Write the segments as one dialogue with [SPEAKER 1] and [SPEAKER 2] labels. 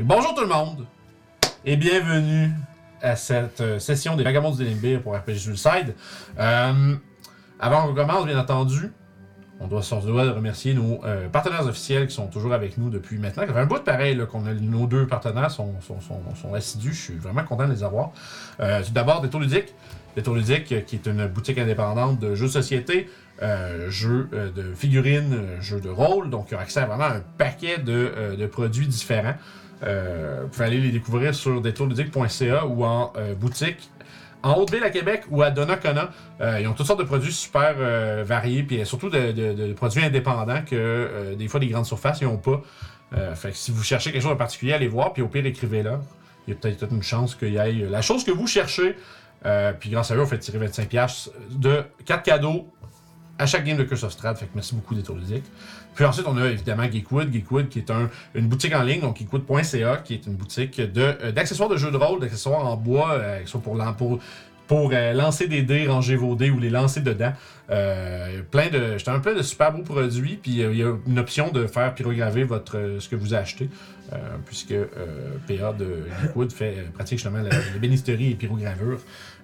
[SPEAKER 1] Bonjour tout le monde et bienvenue à cette euh, session des Vagabonds du Délibir pour RPG Suicide. Euh, avant qu'on commence, bien entendu, on doit, on doit remercier nos euh, partenaires officiels qui sont toujours avec nous depuis maintenant. Ça fait un bout de pareil là, qu'on a nos deux partenaires sont, sont, sont, sont assidus. Je suis vraiment content de les avoir. Euh, tout d'abord, Détour Ludique. Détour Ludique, euh, qui est une boutique indépendante de jeux de société, euh, jeux euh, de figurines, euh, jeux de rôle. Donc, ils ont accès à vraiment un paquet de, euh, de produits différents. Euh, vous pouvez aller les découvrir sur détourludique.ca ou en euh, boutique en Haute-Ville à Québec ou à Donnacona. Euh, ils ont toutes sortes de produits super euh, variés, puis surtout de, de- de produits indépendants que euh, des fois les grandes surfaces n'ont pas. Euh, fait que si vous cherchez quelque chose en particulier, allez voir, puis au pire, écrivez-leur. Il y a peut-être toute une chance qu'il y ait euh, la chose que vous cherchez. Euh, puis grâce à eux, on fait tirer 25$ piastres de 4 cadeaux à chaque game de Curse of Strahd. Fait que merci beaucoup, Détour Ludique. Puis ensuite, on a évidemment Geekwood. Geekwood qui est un- une boutique en ligne, donc geekwood.ca, qui est une boutique de, euh, d'accessoires de jeux de rôle, d'accessoires en bois, euh, qui sont pour, l'en- pour, pour euh, lancer des dés, ranger vos dés ou les lancer dedans. Euh, plein de, justement, plein de super beaux produits. Puis euh, il y a une option de faire pyrograver votre, euh, ce que vous achetez, euh, puisque euh, PA de Geekwood fait, euh, pratique justement la, la bénisterie et pyrogravure.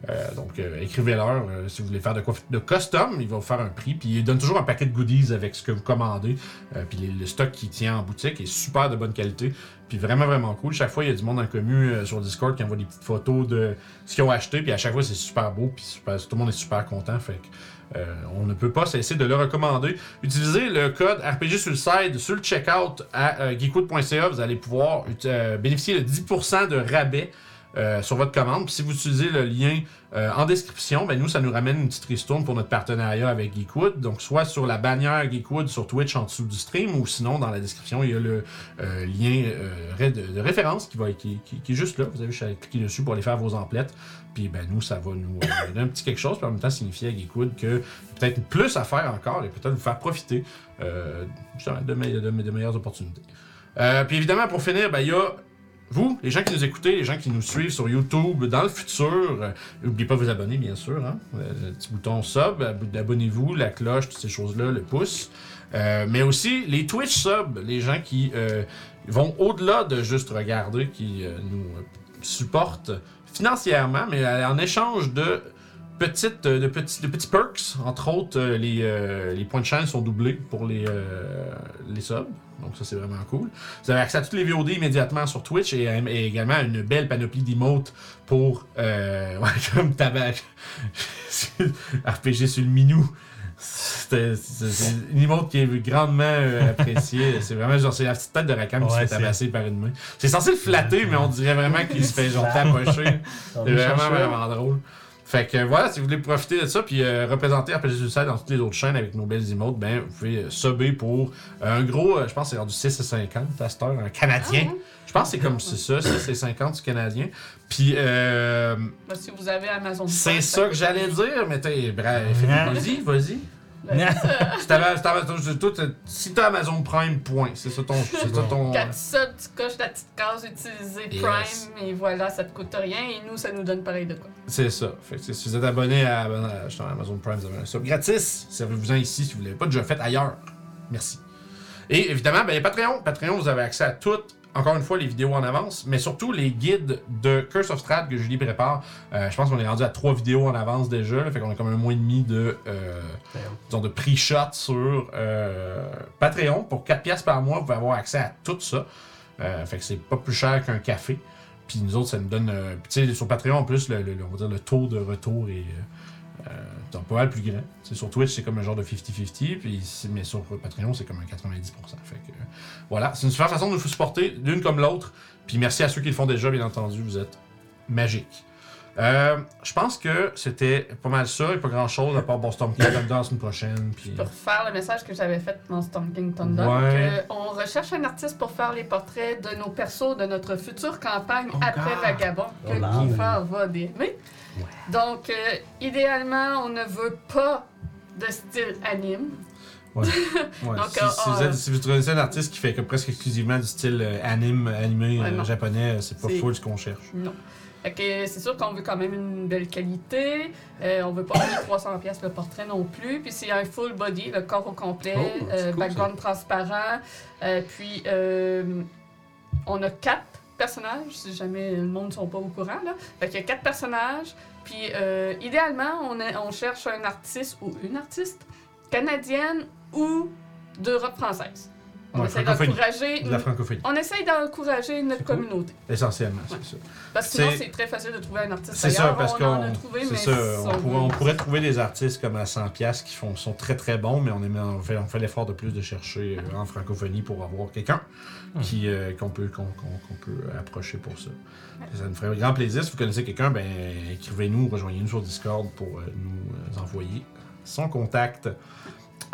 [SPEAKER 1] Euh, donc, euh, écrivez-leur euh, si vous voulez faire de quoi de custom. Ils vont vous faire un prix. Puis ils donnent toujours un paquet de goodies avec ce que vous commandez. Euh, puis les- le stock qui tient en boutique est super de bonne qualité. Puis vraiment, vraiment cool. Chaque fois, il y a du monde en commu euh, sur Discord qui envoie des petites photos de ce qu'ils ont acheté. Puis à chaque fois, c'est super beau. Puis super- tout le monde est super content. Fait que, euh, on ne peut pas cesser de le recommander. Utilisez le code RPG sur le site, sur le checkout à euh, geekwood.ca. Vous allez pouvoir euh, bénéficier de 10% de rabais. euh, sur votre commande. Puis si vous utilisez le lien euh, en description, ben nous, ça nous ramène une petite ristourne pour notre partenariat avec Geekwood. Donc, soit sur la bannière Geekwood sur Twitch en dessous du stream, ou sinon, dans la description, il y a le euh, lien euh, ré- de, de référence qui, va, être- qui, qui- qui est juste là. Vous avez juste à cliquer dessus pour aller faire vos emplettes. Puis, ben nous, ça va nous euh, donner un petit quelque chose, puis en même temps, signifier à Geekwood que peut-être plus à faire encore et peut-être vous faire profiter euh, justement de, me- de me- de meilleures opportunités. Euh, puis évidemment, pour finir, ben, il y a vous, les gens qui nous écoutez, les gens qui nous suivent sur YouTube dans le futur, euh, n'oubliez pas de vous abonner, bien sûr. Hein? Euh, le petit bouton sub, ab- abonnez-vous, la cloche, toutes ces choses-là, le pouce. Euh, mais aussi les Twitch subs, les gens qui euh, vont au-delà de juste regarder, qui euh, nous euh, supportent financièrement, mais euh, en échange de petites, euh, de petits, de petits perks. Entre autres, euh, les, euh, les points de chaîne sont doublés pour les, euh, les subs. Donc ça, c'est vraiment cool. Vous avez accès à toutes les VOD immédiatement sur Twitch et, euh, et également à une belle panoplie d'emotes pour... Euh, ouais, comme tabac. RPG sur le minou. C'était- C'est c'est une emote qui est grandement euh, appréciée. C'est vraiment genre, c'est la petite tête de Rakam qui se
[SPEAKER 2] Ouais,
[SPEAKER 1] fait
[SPEAKER 2] c'est-
[SPEAKER 1] tabasser par une main. C'est censé le flatter, mais on dirait vraiment qu'il se fait genre tapocher.
[SPEAKER 2] On
[SPEAKER 1] C'est
[SPEAKER 2] est
[SPEAKER 1] vraiment,
[SPEAKER 2] chercheurs.
[SPEAKER 1] vraiment drôle. Fait que voilà, si vous voulez profiter de ça, puis euh, représenter RPG Suicide dans toutes les autres chaînes avec nos belles emotes, ben, vous pouvez euh, subber pour euh, un gros, euh, je pense que c'est rendu 6 et 50 à cette heure, un Canadien.
[SPEAKER 3] Ah ouais.
[SPEAKER 1] Je pense que c'est comme c'est ça, 6 et 50 du Canadien. Puis, euh,
[SPEAKER 3] Bah, si vous avez Amazon
[SPEAKER 1] c'est
[SPEAKER 3] Prime,
[SPEAKER 1] ça que
[SPEAKER 3] coûte
[SPEAKER 1] j'allais
[SPEAKER 3] rien.
[SPEAKER 1] dire, mais t'es, bref, vas-y, vas-y.
[SPEAKER 3] Ben, c'est
[SPEAKER 4] Ah
[SPEAKER 3] ça.
[SPEAKER 1] Si t'avais- si t'avais- si t'as- si t'as Amazon Prime, point. C'est ça ton. C'est ça ton.
[SPEAKER 3] Quand tu sors, tu coches la petite case utiliser Prime
[SPEAKER 1] Yes.
[SPEAKER 3] et voilà, ça te coûte rien et nous, ça nous donne pareil de quoi.
[SPEAKER 1] C'est ça. Fait que si vous êtes abonné à, à- justement, à Amazon Prime, vous avez un sub gratis. Servez-vous-en ici si vous ne l'avez pas déjà fait ailleurs. Merci. Et évidemment, ben, il y a Patreon. Patreon, vous avez accès à toutes, encore une fois, les vidéos en avance, mais surtout les guides de Curse of Strahd que Julie prépare. Euh, je pense qu'on est rendu à trois vidéos en avance déjà. là. fait qu'on a comme un mois et demi de, euh, disons, de pre-shot sur euh, Patreon. Pour 4 piastres par mois, vous pouvez avoir accès à tout ça. Euh, fait que c'est pas plus cher qu'un café. Puis nous autres, ça nous donne. euh, puis tu sais, sur Patreon, en plus, le, le- le- on va dire le taux de retour est. euh, euh, donc pas mal plus grand. Tu sais, sur Twitch, c'est comme un genre de 50-50, puis c'est- mais sur Patreon, c'est comme un 90%. Fait que, euh, voilà, c'est une super façon de nous supporter, l'une comme l'autre. Puis merci à ceux qui le font déjà, bien entendu, vous êtes magiques. Euh, je pense que c'était pas mal ça, et pas grand chose, à part bon Stormcast comme dans la semaine prochaine. Puis...
[SPEAKER 3] Pour faire le message que j'avais fait dans Storm King Thunder,
[SPEAKER 1] Ouais.
[SPEAKER 3] que on recherche un artiste pour faire les portraits de nos persos de notre future campagne
[SPEAKER 1] Oh
[SPEAKER 3] après
[SPEAKER 1] God.
[SPEAKER 3] Vagabond que
[SPEAKER 2] Oh là.
[SPEAKER 3] Kiefer va d'aimer. Donc, euh, idéalement, on ne veut pas de style anime.
[SPEAKER 1] Ouais,
[SPEAKER 3] Donc,
[SPEAKER 1] si,
[SPEAKER 3] euh,
[SPEAKER 1] si vous
[SPEAKER 3] euh,
[SPEAKER 1] êtes- si vous trouvez ça un artiste qui fait comme presque exclusivement du style euh, anime, animé
[SPEAKER 3] Ouais,
[SPEAKER 1] euh,
[SPEAKER 3] non.
[SPEAKER 1] japonais, euh, c'est pas
[SPEAKER 3] C'est-
[SPEAKER 1] full ce qu'on cherche.
[SPEAKER 3] Non. Fait que c'est sûr qu'on veut quand même une belle qualité. Euh, on veut pas payer 300 pièces le portrait non plus. Puis c'est un full body, le corps au complet,
[SPEAKER 1] Oh, c'est
[SPEAKER 3] euh,
[SPEAKER 1] cool,
[SPEAKER 3] background transparent. Euh, puis euh, on a quatre personnages, si jamais le monde ne sont pas au courant. Là. Fait qu'il y a quatre personnages. Puis euh, idéalement, on, a- on cherche un artiste ou une artiste canadienne ou d'Europe française. On
[SPEAKER 1] Ouais,
[SPEAKER 3] essaie
[SPEAKER 1] francophonie.
[SPEAKER 3] d'encourager.
[SPEAKER 1] De la francophonie,
[SPEAKER 3] On essaie d'encourager notre
[SPEAKER 1] C'est cool.
[SPEAKER 3] communauté.
[SPEAKER 1] essentiellement, c'est ça.
[SPEAKER 3] Parce que sinon,
[SPEAKER 1] C'est-
[SPEAKER 3] c'est très facile de trouver un artiste.
[SPEAKER 1] C'est ça,
[SPEAKER 3] ailleurs.
[SPEAKER 1] parce
[SPEAKER 3] on
[SPEAKER 1] qu'on
[SPEAKER 3] en a trouvé,
[SPEAKER 1] c'est
[SPEAKER 3] mais
[SPEAKER 1] ça,
[SPEAKER 3] ils
[SPEAKER 1] on,
[SPEAKER 3] sont-
[SPEAKER 1] pourrait, on pourrait trouver des artistes comme à 100 pièces qui font, sont très très bons, mais on, est, mis- on fait, on fait l'effort de plus de chercher euh, en francophonie pour avoir quelqu'un
[SPEAKER 2] Hmm.
[SPEAKER 1] qui euh, qu'on peut, qu'on, qu'on- qu'on peut approcher pour ça. Ça nous ferait grand plaisir. Si vous connaissez quelqu'un, ben, écrivez-nous, rejoignez-nous sur Discord pour euh, nous euh, envoyer son contact.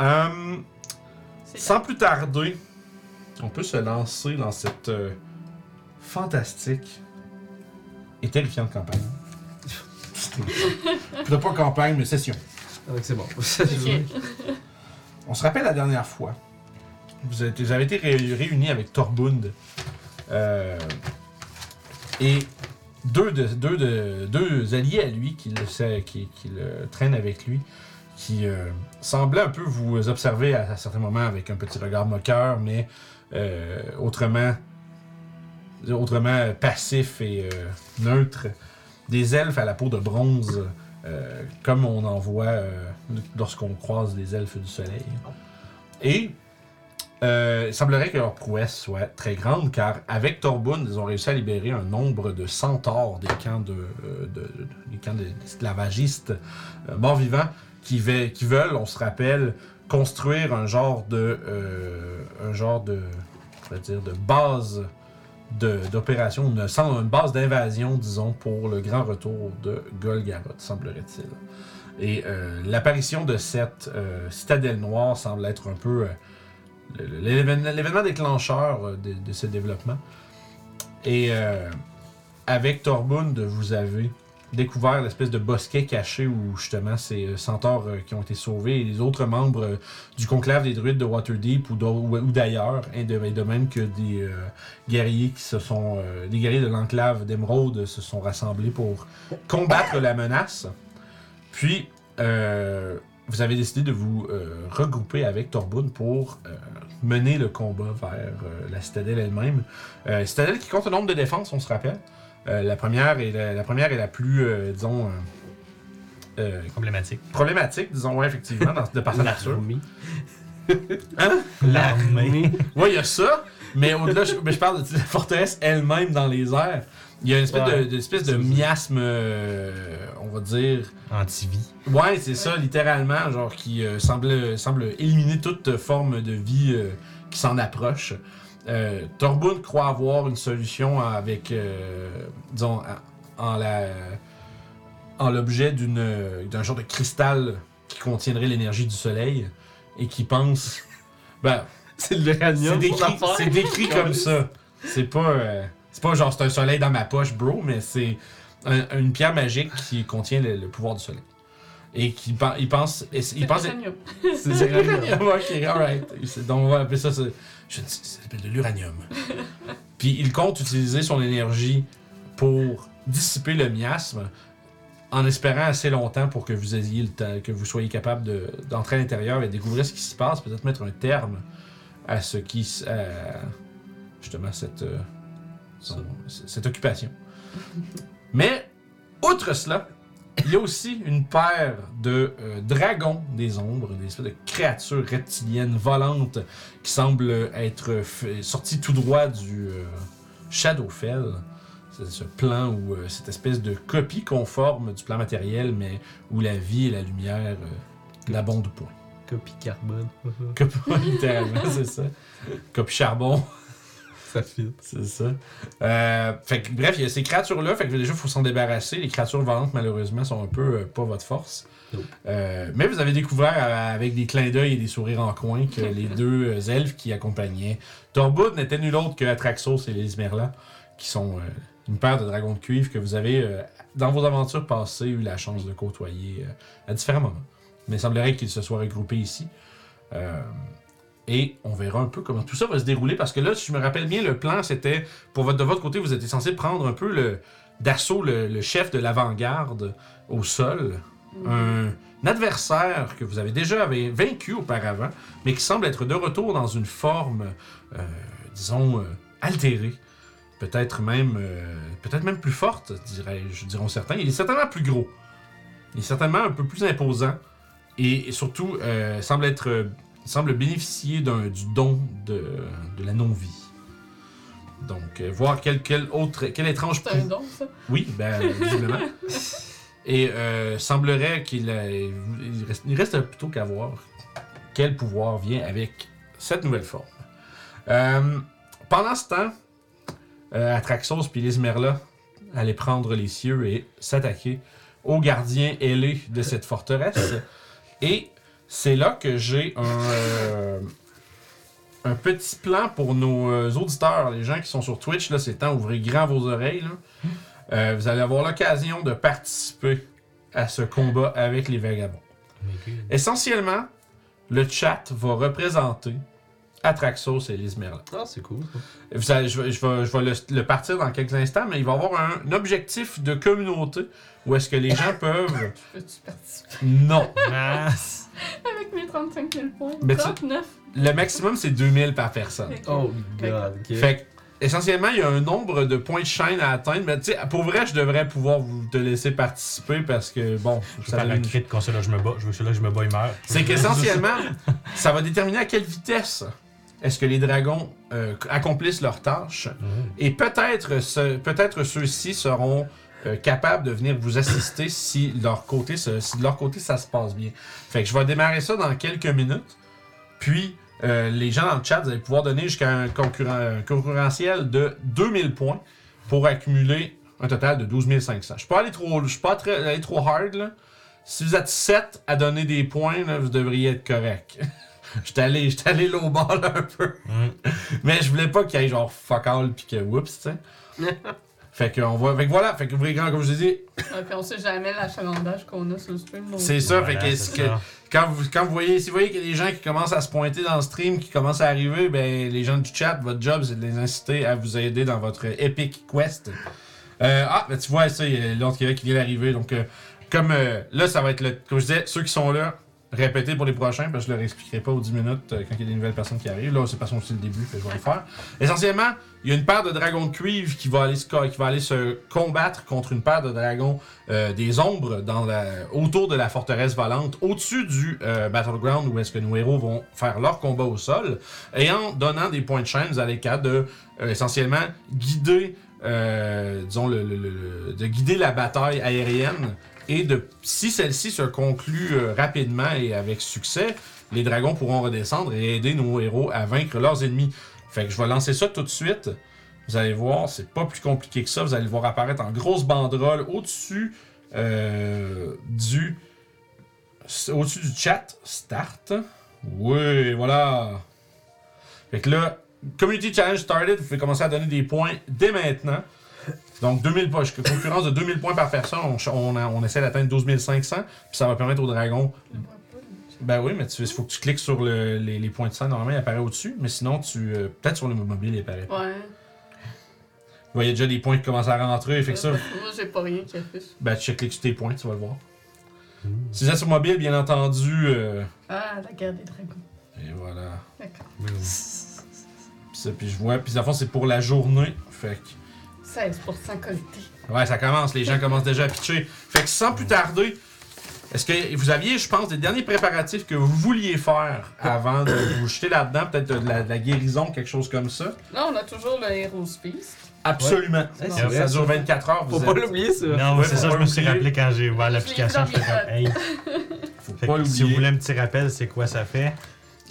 [SPEAKER 1] Euh,
[SPEAKER 3] c'est-
[SPEAKER 1] sans plus tarder, on peut se lancer dans cette euh, fantastique et terrifiante campagne. Puis là, pas campagne, mais session.
[SPEAKER 2] Donc c'est bon.
[SPEAKER 3] Ok.
[SPEAKER 1] On se rappelle la dernière fois, vous, êtes- vous avez été ré- réunis avec Torbund euh, et deux, de- deux de- deux alliés à lui qui le, sa- qui, qui le traînent avec lui, qui euh, semblaient un peu vous observer à, à certains moments avec un petit regard moqueur, mais euh, autrement, autrement passif et euh, neutre. Des elfes à la peau de bronze. Euh, comme on en voit euh, lorsqu'on croise les elfes du soleil. Et euh, il semblerait que leur prouesse soit très grande, car avec Torbund, ils ont réussi à libérer un nombre de centaures des camps de, euh, de- des camps d'esclavagistes euh, morts-vivants qui, ve- qui veulent, on se rappelle, construire un genre de euh, un genre de je vais dire de base de- d'opération, une, sans- une base d'invasion, disons, pour le grand retour de Golgaroth, semblerait-il. Et euh, l'apparition de cette euh, citadelle noire semble être un peu euh, le- le- l'événement l'événement déclencheur euh, de, de ce développement. Et euh, avec Torbund, vous avez découvert l'espèce de bosquet caché où justement ces euh, centaures euh, qui ont été sauvés et les autres membres euh, du conclave des druides de Waterdeep ou d'au- ou ou d'ailleurs, et de, et de même que des euh, guerriers qui se sont, euh, des guerriers de l'enclave d'Émeraude se sont rassemblés pour combattre la menace. Puis, euh, vous avez décidé de vous euh, regrouper avec Torbund pour euh, mener le combat vers euh, la citadelle elle-même. Euh, citadelle qui compte un nombre de défenses, on se rappelle. Euh, la, première est la, la première est la plus, euh, disons, euh, euh,
[SPEAKER 2] Problématique.
[SPEAKER 1] problématique, disons, ouais, effectivement, dans- de par sa nature. Hein?
[SPEAKER 2] L'armée.
[SPEAKER 1] Oui, il y a ça, mais au-delà, je, mais je parle de la forteresse elle-même dans les airs. Il y a une espèce,
[SPEAKER 2] Ouais.
[SPEAKER 1] de, de- espèce de miasme, euh, on va dire.
[SPEAKER 2] Anti-vie.
[SPEAKER 1] Ouais, c'est ça, littéralement, genre qui euh, semble, semble éliminer toute forme de vie euh, qui s'en approche. Euh, Torbund croit avoir une solution avec, euh, disons, en- en la, en l'objet d'une d'un genre de cristal qui contiendrait l'énergie du soleil et qui pense, ben,
[SPEAKER 2] C'est de l'uranium.
[SPEAKER 1] c'est
[SPEAKER 2] pour
[SPEAKER 1] décrit,
[SPEAKER 2] l'affaire.
[SPEAKER 1] c'est décrit comme ça. C'est pas, euh, c'est pas genre c'est un soleil dans ma poche, bro, mais c'est un- une pierre magique qui contient le, le pouvoir du soleil. Et qui pen- il pense, et c'est- il pense,
[SPEAKER 3] c'est mieux.
[SPEAKER 1] c'est c'est l'uranium. Ok, alright. C'est- Donc on va appeler ça, c'est- je ne sais- ça s'appelle de l'uranium. Puis il compte utiliser son énergie pour dissiper le miasme, en espérant assez longtemps pour que vous ayez le temps, que vous soyez capable de- d'entrer à l'intérieur et découvrir ce qui s'y passe, peut-être mettre un terme à ce qui, s- à, justement cette, euh, son- c- cette occupation. Mais outre cela, il y a aussi une paire de euh, dragons des ombres, des espèces de créatures reptiliennes volantes qui semblent être euh, f- sorties tout droit du euh, Shadowfell. C'est ce plan ou cette espèce de copie conforme du plan matériel, mais où la vie et la lumière euh, n'abondent point.
[SPEAKER 2] Copie carbone.
[SPEAKER 1] Copie, littéralement, c'est ça. Copie charbon.
[SPEAKER 2] ça fit.
[SPEAKER 1] C'est ça. Euh, fait que, bref, il y a ces créatures-là. Fait que déjà, il faut s'en débarrasser. Les créatures volantes, malheureusement, sont un peu euh, pas votre force.
[SPEAKER 2] Nope.
[SPEAKER 1] Euh, mais vous avez découvert euh, avec des clins d'œil et des sourires en coin que les deux euh, elfes qui accompagnaient Torbud n'étaient nul autre que Atraxos et les Merlans, qui sont euh, une paire de dragons de cuivre que vous avez, euh, dans vos aventures passées, eu la chance de côtoyer euh, à différents moments. Mais il semblerait qu'ils se soient regroupés ici. Euh, et on verra un peu comment tout ça va se dérouler parce que là, si je me rappelle bien, le plan c'était pour votre de votre côté, vous étiez censé prendre un peu le d'assaut le, le chef de l'avant-garde au sol,
[SPEAKER 3] Mm.
[SPEAKER 1] un, un adversaire que vous avez déjà avait- vaincu auparavant, mais qui semble être de retour dans une forme, euh, disons, euh, altérée, peut-être même, euh, peut-être même plus forte, dirais-je, diront certains. Il est certainement plus gros. Il est certainement un peu plus imposant. Et, et surtout, euh, semble être, euh, semble bénéficier d'un- du don de, de la non-vie. Donc, euh, voir quel, quel autre, quel étrange
[SPEAKER 3] C'est un don, ça.
[SPEAKER 1] oui, ben, visiblement. Et euh, semblerait qu'il a- il reste, il reste plutôt qu'à voir quel pouvoir vient avec cette nouvelle forme. Euh, pendant ce temps, euh, Atraxos puis les Merla allaient prendre les cieux et s'attaquer aux gardiens ailés de cette forteresse. Et c'est là que j'ai un, euh, un petit plan pour nos euh, auditeurs, les gens qui sont sur Twitch. Là, c'est temps, ouvrez grand vos oreilles. là. Euh, vous allez avoir l'occasion de participer à ce combat avec les vagabonds. Essentiellement, le chat va représenter Atraxos et Lise Merlin.
[SPEAKER 2] Ah, c'est cool. ça.
[SPEAKER 1] Vous allez- je, vais- je vais, je vais le, le partir dans quelques instants, mais il va y avoir un, un objectif de communauté où est-ce que les gens peuvent...
[SPEAKER 3] Peux-tu participer
[SPEAKER 1] Non.
[SPEAKER 3] avec mes 35 000 points?
[SPEAKER 1] Mais tu-
[SPEAKER 3] 39.
[SPEAKER 1] Le maximum, c'est 2000 par personne.
[SPEAKER 2] Oh god, ok.
[SPEAKER 1] Fait que, essentiellement, il y a un nombre de points de chaîne à atteindre, mais tu sais, pour vrai, je devrais pouvoir vous te laisser participer parce que, bon,
[SPEAKER 4] Je vais faire la
[SPEAKER 1] donne-
[SPEAKER 4] crit quand celui-là je me bats. Je veux que celui-là je me bats, il meurt.
[SPEAKER 1] C'est qu'essentiellement, ça va déterminer à quelle vitesse est-ce que les dragons euh, accomplissent leurs tâches.
[SPEAKER 2] Mmh.
[SPEAKER 4] Mhm.
[SPEAKER 1] Et peut-être ce, peut-être ceux-ci seront euh, capables de venir vous assister si, leur côté se- si de leur côté ça se passe bien. Fait que je vais démarrer ça dans quelques minutes. Puis euh, les gens dans le chat, vous allez pouvoir donner jusqu'à un, concurren- un concurrentiel de 2000 points pour accumuler un total de 12 500. Je peux aller trop, je suis pas très, aller trop hard là. Si vous êtes 7 à donner des points, là, vous devriez être correct. J'étais allé, j'étais allé low ball un peu.
[SPEAKER 4] Mhm.
[SPEAKER 1] Mais je voulais pas qu'il y ait genre fuck all pis que whoops, tu sais. fait que on va. Fait que voilà, fait que vous voyez, comme je vous ai dit,
[SPEAKER 3] Ah, puis on sait jamais l'achalandage qu'on a sur le stream. donc-
[SPEAKER 1] c'est ça.
[SPEAKER 4] Voilà,
[SPEAKER 1] fait que,
[SPEAKER 4] c'est
[SPEAKER 1] ce que-
[SPEAKER 4] ça.
[SPEAKER 1] quand vous quand vous voyez, si vous voyez qu'il y a des gens qui commencent à se pointer dans le stream, qui commencent à arriver, ben les gens du chat, votre job c'est de les inciter à vous aider dans votre epic quest. Euh, ah, ben tu vois ça, il y a l'autre Québec qui vient d'arriver. Donc euh, comme euh, là, ça va être le. Comme je disais, ceux qui sont là. Répétez pour les prochains, parce que je leur expliquerai pas aux 10 minutes euh, quand il y a des nouvelles personnes qui arrivent. Là, c'est pas son style début, fait que je vais le faire. Essentiellement, il y a une paire de dragons de cuivre qui va aller se, co- qui va aller se combattre contre une paire de dragons euh, des ombres dans la- autour de la forteresse volante, au-dessus du euh, battleground où est-ce que nos héros vont faire leur combat au sol. Et en donnant des points de chaîne, vous allez être capable de euh, essentiellement guider, euh, disons, le- le- le- le- de guider la bataille aérienne. Et de, si celle-ci se conclut euh, rapidement et avec succès, les dragons pourront redescendre et aider nos héros à vaincre leurs ennemis. Fait que je vais lancer ça tout de suite. Vous allez voir, c'est pas plus compliqué que ça. Vous allez le voir apparaître en grosse banderole au-dessus euh, du au-dessus du chat. Start. Oui, voilà. Fait que là, Community Challenge started. Vous pouvez commencer à donner des points dès maintenant. Donc 2000 points, concurrence de 2000 points par personne. On, on, on essaie d'atteindre 12 500. Puis ça va permettre aux dragons
[SPEAKER 3] On voit pas, le-
[SPEAKER 1] ben oui, mais il faut que tu cliques sur le- les, les points de sang. Normalement, il apparaît au-dessus, mais sinon, tu euh, peut-être sur le mobile, il apparaît.
[SPEAKER 3] Ouais.
[SPEAKER 1] Vous voyez déjà des points qui commencent à rentrer. Fait que ça,
[SPEAKER 3] Moi, j'ai pas rien qui affiche.
[SPEAKER 1] ben, tu cliques sur tes points, tu vas le voir.
[SPEAKER 4] Mhm.
[SPEAKER 1] Si c'est sur mobile, bien entendu. euh,
[SPEAKER 3] Ah, la guerre des dragons.
[SPEAKER 1] et voilà.
[SPEAKER 3] D'accord.
[SPEAKER 1] Puis ça, puis je vois. Puis à fond, c'est pour la journée. Fait que.
[SPEAKER 3] 16% collecté.
[SPEAKER 1] Ouais, ça commence, les gens commencent déjà à pitcher. Fait que sans plus tarder, est-ce que vous aviez, je pense, des derniers préparatifs que vous vouliez faire avant de vous jeter là-dedans, peut-être de la, de la guérison, quelque chose comme ça?
[SPEAKER 3] Là, on a toujours le Heroes Feast.
[SPEAKER 1] Absolument.
[SPEAKER 2] Eh,
[SPEAKER 3] c'est
[SPEAKER 1] Ça,
[SPEAKER 2] vrai,
[SPEAKER 1] dure
[SPEAKER 2] ça.
[SPEAKER 1] 24 heures, vous
[SPEAKER 2] Faut
[SPEAKER 1] êtes...
[SPEAKER 2] pas l'oublier ça.
[SPEAKER 4] Non,
[SPEAKER 1] Ouais,
[SPEAKER 4] c'est
[SPEAKER 1] faut
[SPEAKER 4] ça,
[SPEAKER 1] pas
[SPEAKER 4] je me suis
[SPEAKER 1] l'oublier.
[SPEAKER 4] rappelé quand j'ai ouvert l'application,
[SPEAKER 3] Je l'ai
[SPEAKER 4] j'étais comme, hey.
[SPEAKER 1] Faut
[SPEAKER 4] Fait
[SPEAKER 1] pas
[SPEAKER 4] que si vous
[SPEAKER 1] l'oublier.
[SPEAKER 4] voulez un petit rappel, c'est quoi ça fait?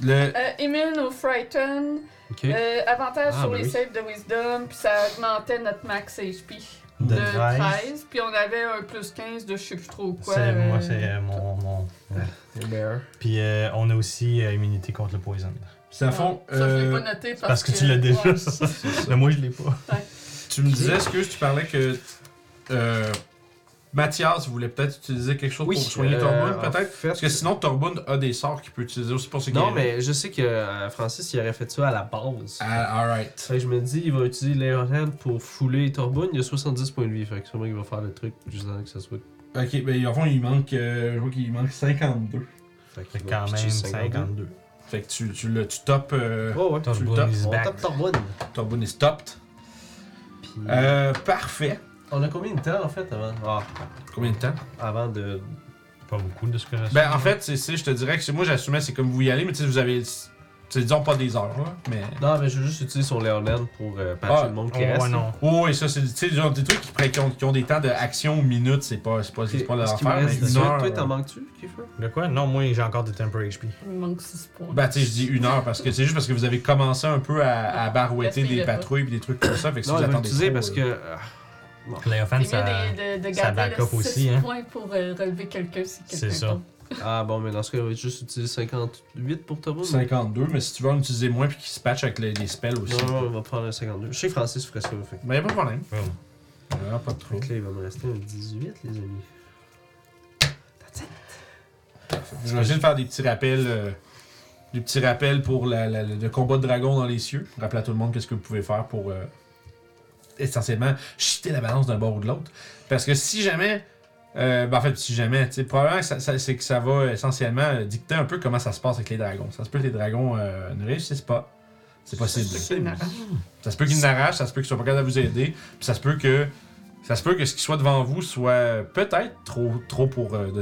[SPEAKER 1] Le...
[SPEAKER 3] Euh, Emile au Frighten.
[SPEAKER 2] Ok.
[SPEAKER 3] Euh, avantage
[SPEAKER 2] Ah,
[SPEAKER 3] sur
[SPEAKER 2] ben
[SPEAKER 3] les
[SPEAKER 2] oui.
[SPEAKER 3] saves de Wisdom. Puis ça augmentait notre max HP
[SPEAKER 4] De
[SPEAKER 3] de
[SPEAKER 4] 13.
[SPEAKER 3] 13. Puis on avait un plus 15 de je sais plus trop quoi.
[SPEAKER 4] C'est-
[SPEAKER 3] euh,
[SPEAKER 4] Moi, c'est euh, mon. mon- ouais.
[SPEAKER 2] Le bear.
[SPEAKER 4] Puis euh, on a aussi euh, immunité contre le poison.
[SPEAKER 1] Ça fond,
[SPEAKER 3] Ça, je l'ai
[SPEAKER 1] euh,
[SPEAKER 3] pas noté parce,
[SPEAKER 4] parce que tu l'as déjà,
[SPEAKER 3] ouais.
[SPEAKER 4] ça. Mais moi, je l'ai pas.
[SPEAKER 1] tu me disais, excuse, tu parlais que euh, Mathias voulait peut-être utiliser quelque chose
[SPEAKER 2] Oui,
[SPEAKER 1] pour soigner
[SPEAKER 2] euh,
[SPEAKER 1] Torbund,
[SPEAKER 2] en
[SPEAKER 1] peut-être?
[SPEAKER 2] fait-
[SPEAKER 1] Parce que sinon, Torbund a des sorts qu'il peut utiliser aussi pour se guérir.
[SPEAKER 2] Non, mais je sais que euh, Francis, il aurait fait ça à la base.
[SPEAKER 1] Ah, alright.
[SPEAKER 2] Fait que je me dis, il va utiliser l'Air Hand pour fouler Torbun. Il a 70 points de vie, fait que sûrement qu'il va faire le truc juste avant que ça soit.
[SPEAKER 1] Ok, ben, en fond, il manque, euh, je vois qu'il manque 52.
[SPEAKER 2] Fait qu'il
[SPEAKER 4] Fait
[SPEAKER 2] va
[SPEAKER 4] quand
[SPEAKER 2] pitcher
[SPEAKER 4] même 52.
[SPEAKER 1] Fait que tu, tu, le, tu topes. euh,
[SPEAKER 2] Oh ouais.
[SPEAKER 1] Tu le
[SPEAKER 4] Torbun
[SPEAKER 1] tapes,
[SPEAKER 4] is
[SPEAKER 2] On
[SPEAKER 4] back.
[SPEAKER 2] tape Torbun.
[SPEAKER 1] Torbund est stopped. Euh, parfait.
[SPEAKER 2] On a combien de temps en fait avant ah,
[SPEAKER 1] Combien de temps?
[SPEAKER 2] Avant de.
[SPEAKER 4] Pas beaucoup de ce que reste.
[SPEAKER 1] Ben, en fait, c'est- c'est- je te dirais que c'est- moi, j'assumais c'est comme vous y allez, mais tu sais, vous avez. Tu sais, disons pas des heures, là, mais.
[SPEAKER 2] Non, mais je vais juste utiliser son Léonard pour euh, patcher
[SPEAKER 1] Ah,
[SPEAKER 2] le monde
[SPEAKER 4] Oh,
[SPEAKER 2] qui reste.
[SPEAKER 4] ouais, non.
[SPEAKER 1] Oh, et ça, c'est tu sais, genre des trucs qui, prennent- qui ont, qui ont des temps de action ou minutes, c'est pas, c'est pas, c'est pas leur
[SPEAKER 2] Est-ce qu'il me
[SPEAKER 1] affaire, mais
[SPEAKER 2] reste
[SPEAKER 1] une
[SPEAKER 2] 18?
[SPEAKER 1] heure.
[SPEAKER 2] Toi, t'en
[SPEAKER 1] euh,
[SPEAKER 2] manques-tu, Kiefer
[SPEAKER 4] De quoi Non, moi j'ai encore des temper HP.
[SPEAKER 3] Il me manque 6 points.
[SPEAKER 1] Ben, tu sais, je dis une heure parce que c'est juste parce que vous avez commencé un peu à, à barouetter
[SPEAKER 3] Gaspillez
[SPEAKER 1] des
[SPEAKER 3] pas.
[SPEAKER 1] patrouilles et des trucs comme ça. Fait que si
[SPEAKER 2] Non,
[SPEAKER 1] vous
[SPEAKER 2] je vais
[SPEAKER 1] attendez.
[SPEAKER 2] l'utiliser
[SPEAKER 1] trop,
[SPEAKER 2] parce
[SPEAKER 1] euh,
[SPEAKER 2] que. euh,
[SPEAKER 4] Playoff
[SPEAKER 3] C'est
[SPEAKER 4] Hand,
[SPEAKER 3] mieux
[SPEAKER 4] ça.
[SPEAKER 3] de, de, de
[SPEAKER 4] ça
[SPEAKER 3] garder
[SPEAKER 4] back
[SPEAKER 3] le
[SPEAKER 4] up
[SPEAKER 3] 6
[SPEAKER 4] aussi, hein.
[SPEAKER 3] points pour euh, relever quelqu'un si quelqu'un
[SPEAKER 4] ça.
[SPEAKER 3] tombe.
[SPEAKER 2] Ah bon, mais dans ce cas, on va juste utiliser 58 pour ta
[SPEAKER 1] 52, mais si tu veux en utiliser moins puis qu'il se patch avec les, les spells aussi.
[SPEAKER 2] Non, non, on va prendre un 52. Je sais que Francis ferait ça, fait.
[SPEAKER 1] Ben, y'a pas de problème.
[SPEAKER 4] Oh.
[SPEAKER 1] Ah, pas de trop.
[SPEAKER 2] Donc là, il va me rester un 18, les amis.
[SPEAKER 1] Je vais juste faire des petits rappels. euh, des petits rappels pour la- la- le combat de dragon dans les cieux. Rappelez à tout le monde qu'est-ce que vous pouvez faire pour euh, essentiellement shifter la balance d'un bord ou de l'autre. Parce que si jamais. euh, ben en fait, si jamais, tu sais, probablement que ça, ça- c'est que ça va essentiellement euh, dicter un peu comment ça se passe avec les dragons. Ça se peut que les dragons euh, ne réussissent pas. C'est possible.
[SPEAKER 3] C'est une arrache.
[SPEAKER 1] Ça se peut qu'ils n'arrachent, ça se peut qu'ils soient pas capables de vous aider, puis ça se peut que ça se peut que ce qui soit devant vous soit peut-être trop trop pour euh, de, de-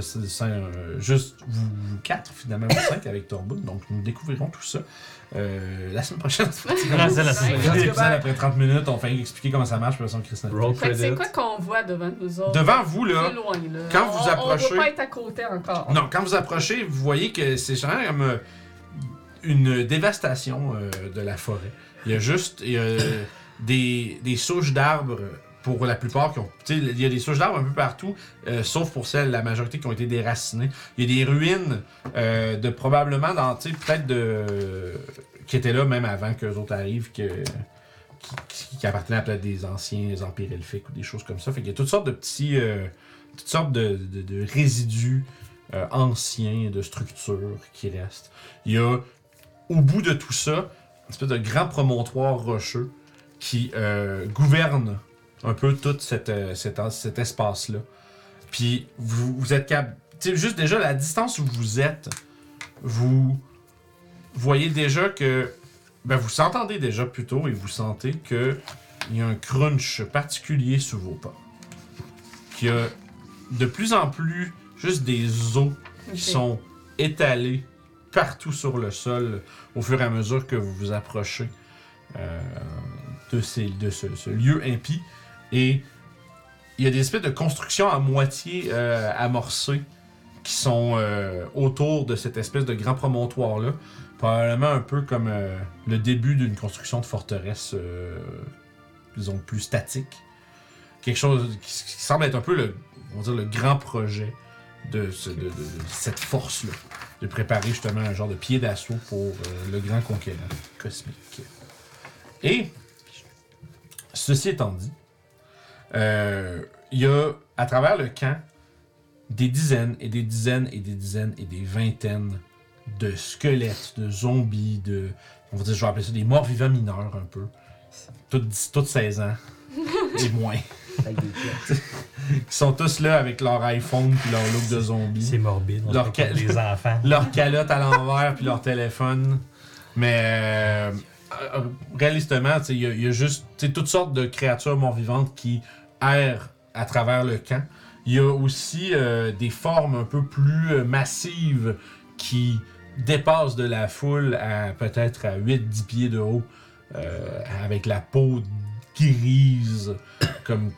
[SPEAKER 1] de- juste vous, vous quatre finalement vous cinq avec Torbun. Donc nous découvrirons tout ça euh, la semaine prochaine.
[SPEAKER 4] Ah, c'est la
[SPEAKER 1] Dans
[SPEAKER 4] semaine.
[SPEAKER 1] l'épisode, après 30 minutes, on fait expliquer comment ça marche, puis on Christian.
[SPEAKER 2] Roll
[SPEAKER 3] Fait que c'est
[SPEAKER 2] credit.
[SPEAKER 3] quoi qu'on voit devant nous autres?
[SPEAKER 1] Devant vous là,
[SPEAKER 3] C'est loin, là.
[SPEAKER 1] quand
[SPEAKER 3] on,
[SPEAKER 1] vous
[SPEAKER 3] On
[SPEAKER 1] approchez-
[SPEAKER 3] doit pas être à côté encore.
[SPEAKER 1] non, quand vous approchez, vous voyez que c'est genre comme euh, une dévastation euh, de la forêt. Il y a juste il y a euh, des, des souches d'arbres pour la plupart qui ont. tu sais, Il y a des souches d'arbres un peu partout, euh, sauf pour celles, la majorité qui ont été déracinées. Il y a des ruines euh, de probablement dans. tu sais, Peut-être de. qui étaient là même avant qu'eux autres arrivent, que. Qui, qui- qui appartenaient à peut-être des anciens empires elfiques ou des choses comme ça. Fait qu'il y a toutes sortes de petits. euh, toutes sortes de, de- de résidus euh, anciens, de structures qui restent. Il y a, au bout de tout ça, une espèce de grand promontoire rocheux qui euh, gouverne un peu tout cette, euh, cet, en- cet espace-là. Puis vous, vous êtes capable. Tu sais, juste déjà, la distance où vous êtes, vous voyez déjà que. Ben, vous s'entendez déjà plutôt et vous sentez que il y a un crunch particulier sous vos pas. Qu'il y a de plus en plus juste des os
[SPEAKER 3] Ok.
[SPEAKER 1] qui sont étalés partout sur le sol au fur et à mesure que vous vous approchez euh, de, ces- de ce, ce lieu impie. Et il y a des espèces de constructions à moitié euh, amorcées qui sont euh, autour de cette espèce de grand promontoire-là. Probablement un peu comme euh, le début d'une construction de forteresse, euh, disons, plus statique. Quelque chose qui, qui semble être un peu le, on va dire, le grand projet de, ce- de- de- de cette force-là, de préparer justement un genre de pied d'assaut pour euh, le grand conquérant cosmique. Et, ceci étant dit, euh, il y a à travers le camp des dizaines et des dizaines et des dizaines et des vingtaines de squelettes, de zombies, de. On va dire, je vais appeler ça des morts vivants mineurs un peu. Toutes, dix- toutes 16 ans et moins.
[SPEAKER 2] Avec des pièces.
[SPEAKER 1] Ils sont tous là avec leur iPhone puis leur look de zombie
[SPEAKER 4] C'est morbide. On
[SPEAKER 1] Leur
[SPEAKER 4] se fait
[SPEAKER 1] ca-
[SPEAKER 4] comme des enfants.
[SPEAKER 1] leur calotte à l'envers puis leur téléphone. Mais euh, euh, réalistement, tu sais, il y, a- il y a juste tu sais, toutes sortes de créatures mort-vivantes qui errent à travers le camp. Il y a aussi euh, des formes un peu plus euh, massives qui dépassent de la foule à peut-être à 8-10 pieds de haut, euh, avec la peau grise, comme,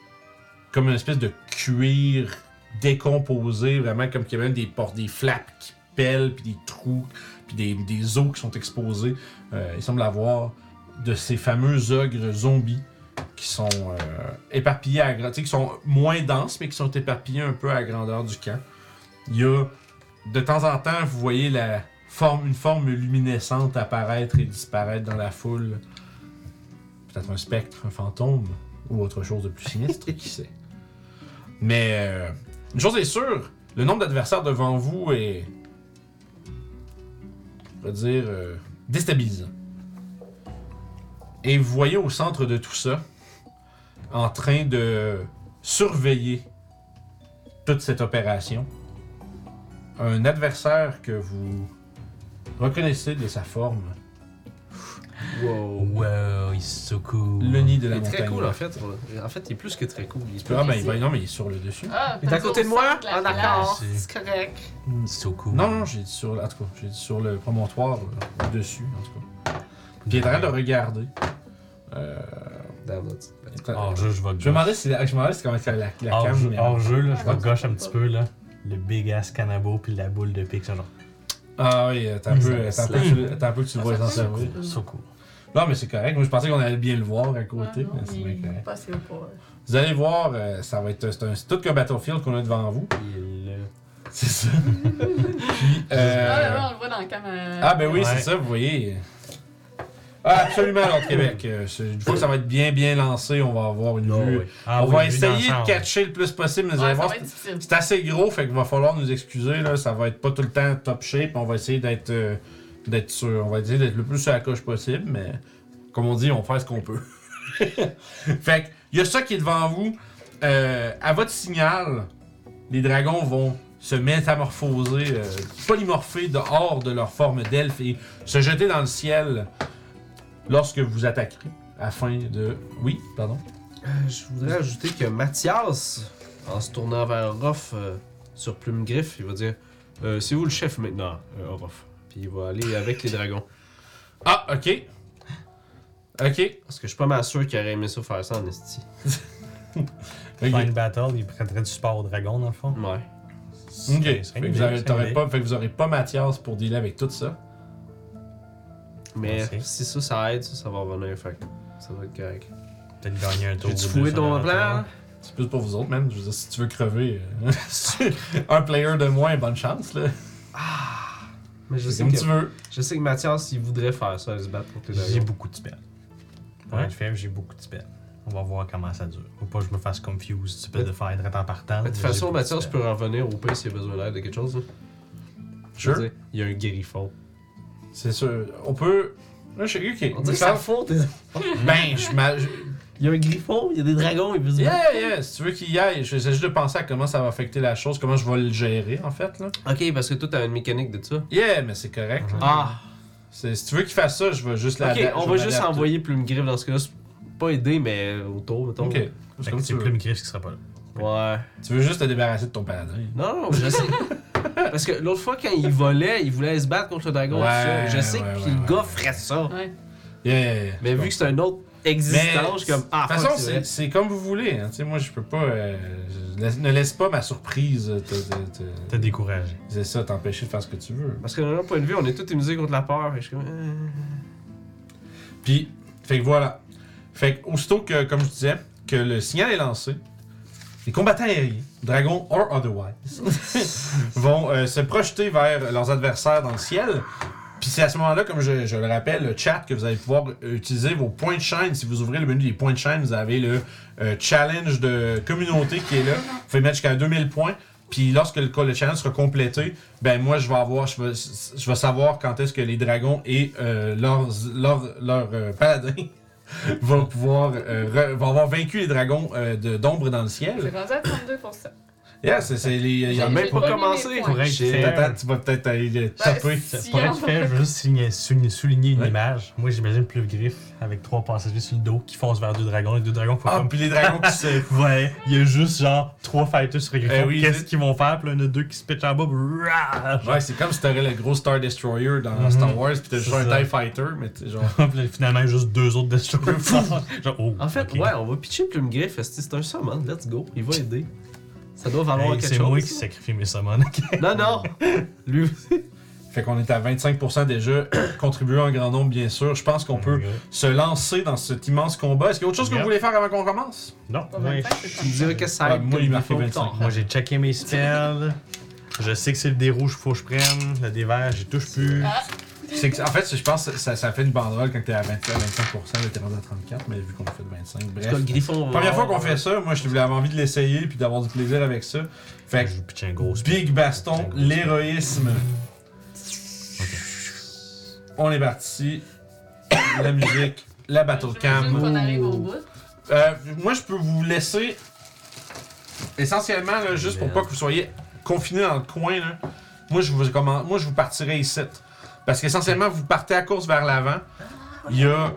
[SPEAKER 1] comme une espèce de cuir décomposé, vraiment comme qu'il y a même des, por- des flaps qui pelles, puis des trous, puis des, des os qui sont exposés. Euh, il semble avoir de ces fameux ogres zombies qui sont euh, éparpillés à gra- tu sais, qui sont moins denses, mais qui sont éparpillés un peu à la grandeur du camp. Il y a, de temps en temps, vous voyez la forme, une forme luminescente apparaître et disparaître dans la foule. Peut-être un spectre, un fantôme, ou autre chose de plus sinistre, qui sait. Mais euh, une chose est sûre, le nombre d'adversaires devant vous est on va dire, euh, déstabilisant. Et vous voyez au centre de tout ça, en train de surveiller toute cette opération, un adversaire que vous reconnaissez de sa forme,
[SPEAKER 2] Wow.
[SPEAKER 4] Wow, il est so cool.
[SPEAKER 1] Le nid de
[SPEAKER 2] Il
[SPEAKER 1] la
[SPEAKER 2] est
[SPEAKER 1] montagne.
[SPEAKER 2] très cool en fait. En fait, il est plus que très cool. Il est
[SPEAKER 1] Ah, mais il va- non, mais il est sur le dessus.
[SPEAKER 3] Ah,
[SPEAKER 2] Il est à côté de moi?
[SPEAKER 3] En
[SPEAKER 2] Ah, d'accord.
[SPEAKER 3] C'est correct.
[SPEAKER 4] So cool.
[SPEAKER 1] Non, non, j'ai dit sur, en tout cas, j'ai dit sur le promontoire, euh, au dessus, en tout cas. Puis il est en train de regarder. Euh,
[SPEAKER 2] Damn it.
[SPEAKER 1] attends.
[SPEAKER 4] Hors jeu, Ah, je vais
[SPEAKER 1] je me demandais si, la- je me demandais si comment c'est la, la
[SPEAKER 4] Hors
[SPEAKER 1] cam,
[SPEAKER 4] jeu,
[SPEAKER 1] mais-
[SPEAKER 4] hors jeu, là, je
[SPEAKER 3] Ah,
[SPEAKER 4] vais gauche un
[SPEAKER 3] c'est
[SPEAKER 4] petit
[SPEAKER 3] pas.
[SPEAKER 4] peu, là. Le big ass canabo puis la boule de pique, ça genre.
[SPEAKER 1] Ah oui, attends un peu, attends un peu, que tu- attends un peu que tu le
[SPEAKER 3] Ah,
[SPEAKER 1] vois
[SPEAKER 3] ça
[SPEAKER 1] s'en
[SPEAKER 3] fait
[SPEAKER 1] servir.
[SPEAKER 3] cool.
[SPEAKER 4] So cool.
[SPEAKER 1] Non, mais c'est correct. Moi, je pensais qu'on allait bien le voir à
[SPEAKER 3] Ah,
[SPEAKER 1] côté,
[SPEAKER 3] non,
[SPEAKER 1] mais c'est bien
[SPEAKER 3] il-
[SPEAKER 1] correct.
[SPEAKER 3] pas assez au power.
[SPEAKER 1] Vous allez voir, euh, ça va être c'est un- c'est tout qu'un Battlefield qu'on a devant vous.
[SPEAKER 4] Il est là.
[SPEAKER 1] C'est ça. Puis, euh,
[SPEAKER 3] Ah, là, on le voit dans euh, le caméra.
[SPEAKER 1] Ah ben oui,
[SPEAKER 4] Ouais.
[SPEAKER 1] c'est ça, vous voyez. Ah, absolument, l'autre Québec. Euh, c'est- Une fois que ça va être bien bien lancé, on va avoir une vue.
[SPEAKER 4] Ah
[SPEAKER 1] on
[SPEAKER 4] oui,
[SPEAKER 1] va
[SPEAKER 4] lui dans le
[SPEAKER 1] essayer de
[SPEAKER 4] centre.
[SPEAKER 1] catcher le plus possible, mais ben, vous
[SPEAKER 3] Ouais,
[SPEAKER 1] allez
[SPEAKER 3] ça
[SPEAKER 1] voir,
[SPEAKER 3] va être difficile.
[SPEAKER 1] c'est assez gros, fait qu'il va falloir nous excuser, là. Ça va être pas tout le temps top shape. On va essayer d'être euh, d'être sûr. On va essayer d'être le plus sur la coche possible, mais comme on dit, on fait ce qu'on peut. fait que, il y a ça qui est devant vous. Euh, à votre signal, les dragons vont se métamorphoser, euh, polymorpher dehors de leur forme d'elfe et se jeter dans le ciel lorsque vous attaquerez afin de. Oui, pardon.
[SPEAKER 2] Euh, Je voudrais ajouter que Mathias, en se tournant vers Ruff euh, sur Plume Griffe, il va dire Euh, C'est vous le chef maintenant, euh, Ruff Puis il va aller avec les dragons.
[SPEAKER 1] Ah, ok. Ok.
[SPEAKER 2] Parce que je suis pas mal sûr qu'il aurait aimé ça faire ça en esti.
[SPEAKER 1] Ok.
[SPEAKER 4] Fine Battle, il prendrait du support au dragon, dans le fond.
[SPEAKER 2] Ouais.
[SPEAKER 1] Ok.
[SPEAKER 4] C'est-
[SPEAKER 1] Fait
[SPEAKER 4] c'est
[SPEAKER 1] que
[SPEAKER 4] une
[SPEAKER 1] vous
[SPEAKER 4] idée,
[SPEAKER 1] aurez,
[SPEAKER 4] c'est une
[SPEAKER 1] t'aurais
[SPEAKER 4] idée.
[SPEAKER 1] pas, fait que vous aurez pas Mathias pour dealer avec tout ça.
[SPEAKER 2] Mais
[SPEAKER 4] Merci.
[SPEAKER 2] si ça, ça aide, ça, ça va revenir. Fait que ça va être correct.
[SPEAKER 4] Peut-être gagner un tour.
[SPEAKER 2] J'ai-tu
[SPEAKER 4] ou deux
[SPEAKER 2] fouillé
[SPEAKER 4] sur
[SPEAKER 2] ton
[SPEAKER 4] le
[SPEAKER 2] plan
[SPEAKER 4] tour.
[SPEAKER 2] là?
[SPEAKER 1] C'est plus pour vous autres, man. Je veux dire, si tu veux crever, euh, un player de moins, bonne chance, là.
[SPEAKER 2] Mais je
[SPEAKER 1] C'est
[SPEAKER 2] sais,
[SPEAKER 1] comme
[SPEAKER 2] que,
[SPEAKER 1] tu veux.
[SPEAKER 2] je sais que Mathias, il voudrait faire ça, il se battre contre les
[SPEAKER 4] J'ai
[SPEAKER 2] dragons.
[SPEAKER 4] beaucoup de spells. Pour
[SPEAKER 2] Ouais.
[SPEAKER 4] être faible, j'ai beaucoup de spells. On va voir comment ça dure. Faut pas que je me fasse confuse, tu peux de faire direct en partant.
[SPEAKER 2] Mais De toute
[SPEAKER 4] mais j'ai
[SPEAKER 2] façon,
[SPEAKER 4] beaucoup de
[SPEAKER 2] Mathias
[SPEAKER 4] spells.
[SPEAKER 2] peut en revenir au pays s'il a besoin d'aide de quelque chose. hein. là. Je
[SPEAKER 1] Sure.
[SPEAKER 2] veux dire, Il y a un griffon.
[SPEAKER 1] C'est sûr. On peut. Là, je suis. Ok.
[SPEAKER 2] On dirait que
[SPEAKER 1] Ça-
[SPEAKER 2] ça fond, tes-
[SPEAKER 1] Ben, je m'a- je-
[SPEAKER 2] Il y a un griffon, il y a des dragons, il veut se battre.
[SPEAKER 1] Yeah, yeah. Si tu veux qu'il y aille, j'essaie juste de penser à comment ça va affecter la chose, comment je vais le gérer, en fait, là.
[SPEAKER 2] Ok, parce que toi, t'as une mécanique de ça.
[SPEAKER 1] Yeah, mais c'est correct. là.
[SPEAKER 2] Ah,
[SPEAKER 1] C'est- Si tu veux qu'il fasse ça, je vais juste la.
[SPEAKER 2] ok,
[SPEAKER 1] je
[SPEAKER 2] on
[SPEAKER 1] vais
[SPEAKER 2] va juste
[SPEAKER 1] l'adapter.
[SPEAKER 2] envoyer Plume Griffe dans ce cas-là. c'est Pas aider, mais autour, mettons.
[SPEAKER 1] Ok.
[SPEAKER 4] Fait
[SPEAKER 1] C'est
[SPEAKER 4] que
[SPEAKER 1] comme
[SPEAKER 4] c'est
[SPEAKER 1] tu
[SPEAKER 4] plus
[SPEAKER 1] veux.
[SPEAKER 4] une griffe qui sera pas là.
[SPEAKER 2] Ouais.
[SPEAKER 1] Tu veux juste te débarrasser de ton paladin.
[SPEAKER 2] Non, non, je sais. Parce que l'autre fois, quand il volait, il voulait se battre contre le dragon.
[SPEAKER 1] Ouais,
[SPEAKER 2] tout ça. je sais
[SPEAKER 1] ouais,
[SPEAKER 2] que
[SPEAKER 1] ouais,
[SPEAKER 2] le
[SPEAKER 1] ouais.
[SPEAKER 2] gars ferait ça.
[SPEAKER 3] Ouais.
[SPEAKER 1] Yeah, yeah, yeah.
[SPEAKER 2] Mais vu que c'est un autre existant, je suis comme Ah,
[SPEAKER 1] de toute façon,
[SPEAKER 2] fuck, c'est
[SPEAKER 1] c'est-
[SPEAKER 2] vrai.
[SPEAKER 1] c'est comme vous voulez. hein. Tu sais, Moi, je peux pas. euh, je laisse- ne laisse pas ma surprise te- te- te-
[SPEAKER 4] T'as découragé.
[SPEAKER 1] c'est ça, t'empêcher de faire ce que tu veux.
[SPEAKER 2] Parce que d'un autre point de vue, on est tous immunisés contre la peur. Et je suis comme. euh.
[SPEAKER 1] Puis, fait que voilà. Fait que, aussitôt que, comme je disais, que le signal est lancé, les combattants aériens, dragons or otherwise, vont euh, se projeter vers leurs adversaires dans le ciel. Puis c'est à ce moment-là, comme je, je le rappelle, le chat que vous allez pouvoir euh, utiliser vos points de chaîne. Si vous ouvrez le menu des points de chaîne, vous avez le euh, challenge de communauté qui est là. Vous pouvez mettre jusqu'à 2000 points. Puis lorsque le, le challenge sera complété, ben moi je vais avoir, je vais, je vais savoir quand est-ce que les dragons et euh, leurs, leurs, leurs euh, paladins vont pouvoir euh, re- vont avoir vaincu les dragons euh, de- d'ombre dans le
[SPEAKER 3] J'ai
[SPEAKER 1] ciel.
[SPEAKER 3] rendu à 32%.
[SPEAKER 1] Yeah, c'est c'est les, il y a
[SPEAKER 3] J'ai-
[SPEAKER 1] même
[SPEAKER 2] même pas
[SPEAKER 3] j'ai remis
[SPEAKER 2] commencé.
[SPEAKER 3] mes points.
[SPEAKER 4] Pour être
[SPEAKER 2] Shit.
[SPEAKER 4] fair,
[SPEAKER 1] Attends, tu vas peut-être aller le taper.
[SPEAKER 3] Ben, si
[SPEAKER 4] Pour
[SPEAKER 3] on-
[SPEAKER 4] être fair, je veux juste signer- souligner, souligner une
[SPEAKER 1] Ouais.
[SPEAKER 4] image. Moi, j'imagine plus le griffe avec trois passagers sur le dos qui foncent vers deux dragons. Les deux dragons font
[SPEAKER 1] Ah,
[SPEAKER 4] comme.
[SPEAKER 1] puis les dragons qui se.
[SPEAKER 4] Ouais, il y a juste genre trois fighters sur les griffons.
[SPEAKER 1] Eh oui,
[SPEAKER 4] Qu'est-ce
[SPEAKER 1] c'est-
[SPEAKER 4] qu'ils vont faire? Puis là, il y en a deux qui se pitchent en bas. brrrah, genre.
[SPEAKER 1] Ouais, c'est comme si t'aurais le gros Star Destroyer dans
[SPEAKER 4] Mhm.
[SPEAKER 1] Star Wars, pis t'as juste
[SPEAKER 4] C'est
[SPEAKER 1] un
[SPEAKER 4] ça.
[SPEAKER 1] TIE Fighter, mais t'sais, genre.
[SPEAKER 4] Puis là, finalement, il y a juste deux autres destroyers. genre, oh,
[SPEAKER 2] En fait,
[SPEAKER 4] ok.
[SPEAKER 2] ouais, on va pitcher Plume Griffe. esti, C'est un summon, let's go. Il va aider. Ça doit valoir
[SPEAKER 4] Hey,
[SPEAKER 2] quelque
[SPEAKER 4] c'est
[SPEAKER 2] chose.
[SPEAKER 4] moi qui sacrifie mes summons. ok.
[SPEAKER 2] Non, non. Lui.
[SPEAKER 1] Fait qu'on est à 25% déjà, contribuer en grand nombre, bien sûr. Je pense qu'on peut se lancer dans cet immense combat. Est-ce qu'il y a autre chose que
[SPEAKER 4] Yep.
[SPEAKER 1] vous voulez faire avant qu'on commence?
[SPEAKER 4] Non,
[SPEAKER 3] Pas
[SPEAKER 4] moi,
[SPEAKER 3] 25,
[SPEAKER 4] je-
[SPEAKER 3] c'est
[SPEAKER 2] Tu me diras que ça
[SPEAKER 1] Ah,
[SPEAKER 2] aide.
[SPEAKER 1] moi,
[SPEAKER 2] comme
[SPEAKER 1] il m'a fait
[SPEAKER 2] faut
[SPEAKER 1] 25.
[SPEAKER 2] tard.
[SPEAKER 4] moi, j'ai checké mes spells. Je sais que c'est le dé rouge qu'il faut que je prenne. Le dé vert, j'y touche plus.
[SPEAKER 3] Ah,
[SPEAKER 1] C'est que- en fait, je pense que ça, ça fait une banderole quand t'es à 20 à 25%, là t'es rendu à 34, mais vu qu'on a fait 25,
[SPEAKER 2] En tout cas,
[SPEAKER 1] bref.
[SPEAKER 2] le griffon.
[SPEAKER 1] Première fois qu'on fait ça, moi je voulais avoir envie de l'essayer puis d'avoir du plaisir avec ça. Fait
[SPEAKER 4] je
[SPEAKER 1] que
[SPEAKER 4] vous pitch un gros spell.
[SPEAKER 1] Big Baston, l'héroïsme. On est parti. La musique, la battle
[SPEAKER 3] j'imagine
[SPEAKER 1] cam.
[SPEAKER 3] qu'on arrive au bout.
[SPEAKER 1] Euh, moi, je peux vous laisser essentiellement, là, juste pour
[SPEAKER 2] Merde.
[SPEAKER 1] pas que vous soyez confinés dans le coin. Là, moi, je vous, commen- moi, je vous partirai ici. Parce qu'essentiellement, vous partez à course vers l'avant. Il y a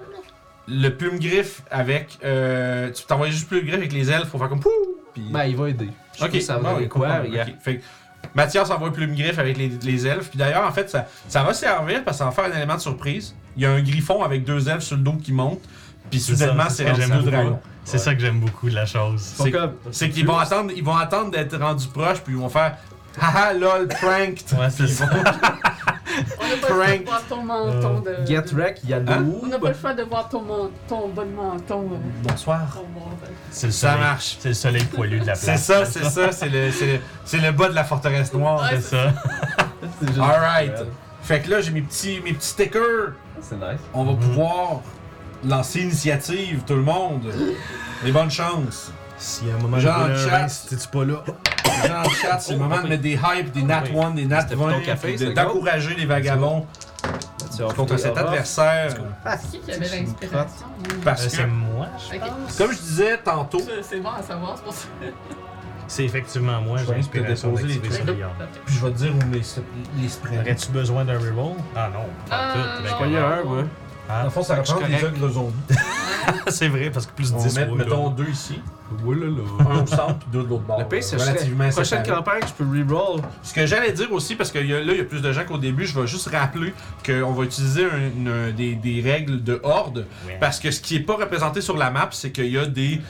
[SPEAKER 1] le plume griffe avec. euh, tu t'envoies juste plume griffe avec les ailes pour faire comme pouh! Puis...
[SPEAKER 2] Ben, il va aider. Je sais pas ça va hein.
[SPEAKER 1] bon,
[SPEAKER 2] donner
[SPEAKER 1] écoute,
[SPEAKER 2] quoi,
[SPEAKER 1] bon,
[SPEAKER 2] regarde.
[SPEAKER 1] Ah ok. Fait que Mathias envoie plume griffe avec les, les elfes. Puis d'ailleurs, en fait, ça, ça va servir parce que ça va faire un élément de surprise. Il y a un griffon avec deux elfes sur le dos qui monte. Puis
[SPEAKER 4] C'est ça,
[SPEAKER 1] soudainement,
[SPEAKER 4] c'est
[SPEAKER 1] c'est
[SPEAKER 4] ça que
[SPEAKER 1] rendu
[SPEAKER 4] j'aime
[SPEAKER 1] deux
[SPEAKER 4] beaucoup.
[SPEAKER 1] dragons.
[SPEAKER 4] C'est ça que j'aime beaucoup de la chose.
[SPEAKER 1] C'est-
[SPEAKER 2] comme-
[SPEAKER 1] C'est qu'ils vont attendre, ils vont attendre d'être rendus proches, puis ils vont faire Haha, lol, pranked!
[SPEAKER 4] Ouais, c'est ça.
[SPEAKER 3] On n'a pas le choix
[SPEAKER 1] Frank.
[SPEAKER 3] de voir ton menton de.
[SPEAKER 2] Get wreck, il y a
[SPEAKER 1] Hein?
[SPEAKER 2] deux.
[SPEAKER 3] On n'a pas le choix de voir ton, men- ton bon menton. euh,
[SPEAKER 1] Bonsoir.
[SPEAKER 3] ton menton.
[SPEAKER 4] C'est le
[SPEAKER 1] Ça
[SPEAKER 4] soleil.
[SPEAKER 1] marche.
[SPEAKER 4] C'est le soleil poilu de la place.
[SPEAKER 1] C'est ça, c'est ça, c'est le, c'est le, c'est le bas de la forteresse noire.
[SPEAKER 3] Ouais.
[SPEAKER 4] C'est ça.
[SPEAKER 2] C'est juste-
[SPEAKER 1] Alright. Fait que là, j'ai mes petits, mes petits stickers.
[SPEAKER 2] C'est nice.
[SPEAKER 1] On va
[SPEAKER 4] Mhm.
[SPEAKER 1] pouvoir lancer initiative, tout le monde. Des bonnes chances.
[SPEAKER 4] Si à un moment
[SPEAKER 1] Genre
[SPEAKER 4] donné,
[SPEAKER 1] chat.
[SPEAKER 4] Laurent, si t'es pas là,
[SPEAKER 1] Les gens en chat, c'est le moment de mettre des hype, des nat 1, des nat
[SPEAKER 2] C'était pour ton
[SPEAKER 1] 20,
[SPEAKER 2] café,
[SPEAKER 1] puis de-
[SPEAKER 2] c'est
[SPEAKER 1] d'encourager les vagabonds
[SPEAKER 2] Mathias,
[SPEAKER 1] contre cet
[SPEAKER 2] Alva.
[SPEAKER 1] adversaire.
[SPEAKER 2] Ah,
[SPEAKER 3] C'est qui qui avait
[SPEAKER 2] c'est une
[SPEAKER 3] l'inspiration?
[SPEAKER 4] euh,
[SPEAKER 1] Parce que,
[SPEAKER 4] c'est moi. je-
[SPEAKER 3] Ok.
[SPEAKER 1] comme je disais tantôt,
[SPEAKER 3] C'est- C'est bon à savoir, c'est pour ça.
[SPEAKER 4] C'est effectivement moi.
[SPEAKER 1] Je viens
[SPEAKER 4] J'ai
[SPEAKER 1] de te
[SPEAKER 4] l'inspiration
[SPEAKER 1] déposer les
[SPEAKER 4] d'activer ce
[SPEAKER 1] trucs.
[SPEAKER 4] billard.
[SPEAKER 1] puis je vais te dire où mes, les sprays.
[SPEAKER 4] Aurais-tu besoin d'un reroll? Ah non. pas
[SPEAKER 3] Euh,
[SPEAKER 4] tout, ben,
[SPEAKER 3] non.
[SPEAKER 4] quand même.
[SPEAKER 2] D'ailleurs, ouais.
[SPEAKER 1] Dans
[SPEAKER 4] Ah,
[SPEAKER 1] le fond, ça
[SPEAKER 2] Je suis
[SPEAKER 1] représente les
[SPEAKER 2] correct.
[SPEAKER 1] ogres de zombies.
[SPEAKER 4] c'est vrai, parce que plus de
[SPEAKER 1] On
[SPEAKER 4] 10
[SPEAKER 1] met,
[SPEAKER 4] oui,
[SPEAKER 1] mettons,
[SPEAKER 4] là.
[SPEAKER 1] deux ici,
[SPEAKER 2] Oulala.
[SPEAKER 1] un au centre, puis deux de l'autre bord.
[SPEAKER 2] Le pire, c'est que
[SPEAKER 1] relativement
[SPEAKER 2] la prochaine
[SPEAKER 1] séparés.
[SPEAKER 2] campagne, je peux reroll.
[SPEAKER 1] Ce que j'allais dire aussi, parce que y a- là, il y a plus de gens qu'au début, je vais juste rappeler qu'on va utiliser un- une- des, des règles de horde,
[SPEAKER 4] Ouais.
[SPEAKER 1] parce que ce qui est pas représenté sur la map, c'est qu'il y a des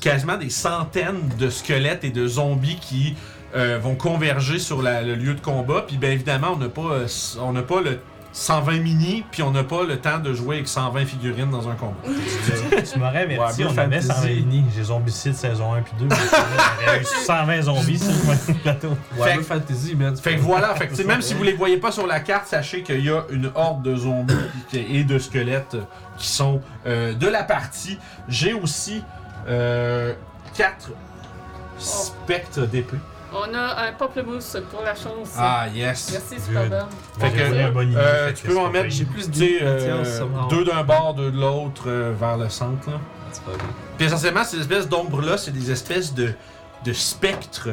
[SPEAKER 1] quasiment des centaines de squelettes et de zombies qui euh, vont converger sur la- le lieu de combat. Puis bien évidemment, on n'a pas, euh, on n'a pas le 120 mini, puis on n'a pas le temps de jouer avec 120 figurines dans un combat.
[SPEAKER 4] Tu m'aurais averti,
[SPEAKER 2] Ouais,
[SPEAKER 4] on
[SPEAKER 2] Bill
[SPEAKER 4] avait
[SPEAKER 2] Fantasy.
[SPEAKER 4] 120 mini. J'ai zombicide saison 1 puis 2. J'aurais eu 120 zombies sur le plateau.
[SPEAKER 1] Fait
[SPEAKER 2] Ouais,
[SPEAKER 1] que-
[SPEAKER 2] fantasy, man.
[SPEAKER 1] Fait que voilà, fait que, tu sais, même si vous les voyez pas sur la carte, sachez qu'il y a une horde de zombies et de squelettes qui sont euh, de la partie. J'ai aussi euh, quatre spectres d'épée.
[SPEAKER 3] On a un pamplemousse pour la chance.
[SPEAKER 1] Ah yes.
[SPEAKER 3] Merci, Superbum.
[SPEAKER 1] Fait que,
[SPEAKER 4] J'ai un bon idée,
[SPEAKER 1] Euh,
[SPEAKER 4] fait
[SPEAKER 1] tu
[SPEAKER 4] que
[SPEAKER 1] peux
[SPEAKER 4] c'est
[SPEAKER 1] m'en
[SPEAKER 4] pas
[SPEAKER 1] mettre,
[SPEAKER 4] pire.
[SPEAKER 1] j'ai plus dit
[SPEAKER 2] Tiens, ça va.
[SPEAKER 1] deux d'un bord, deux de l'autre euh, vers le centre. Là.
[SPEAKER 2] C'est pas bien.
[SPEAKER 1] Puis essentiellement, ces espèces d'ombres-là, c'est des espèces de, de spectres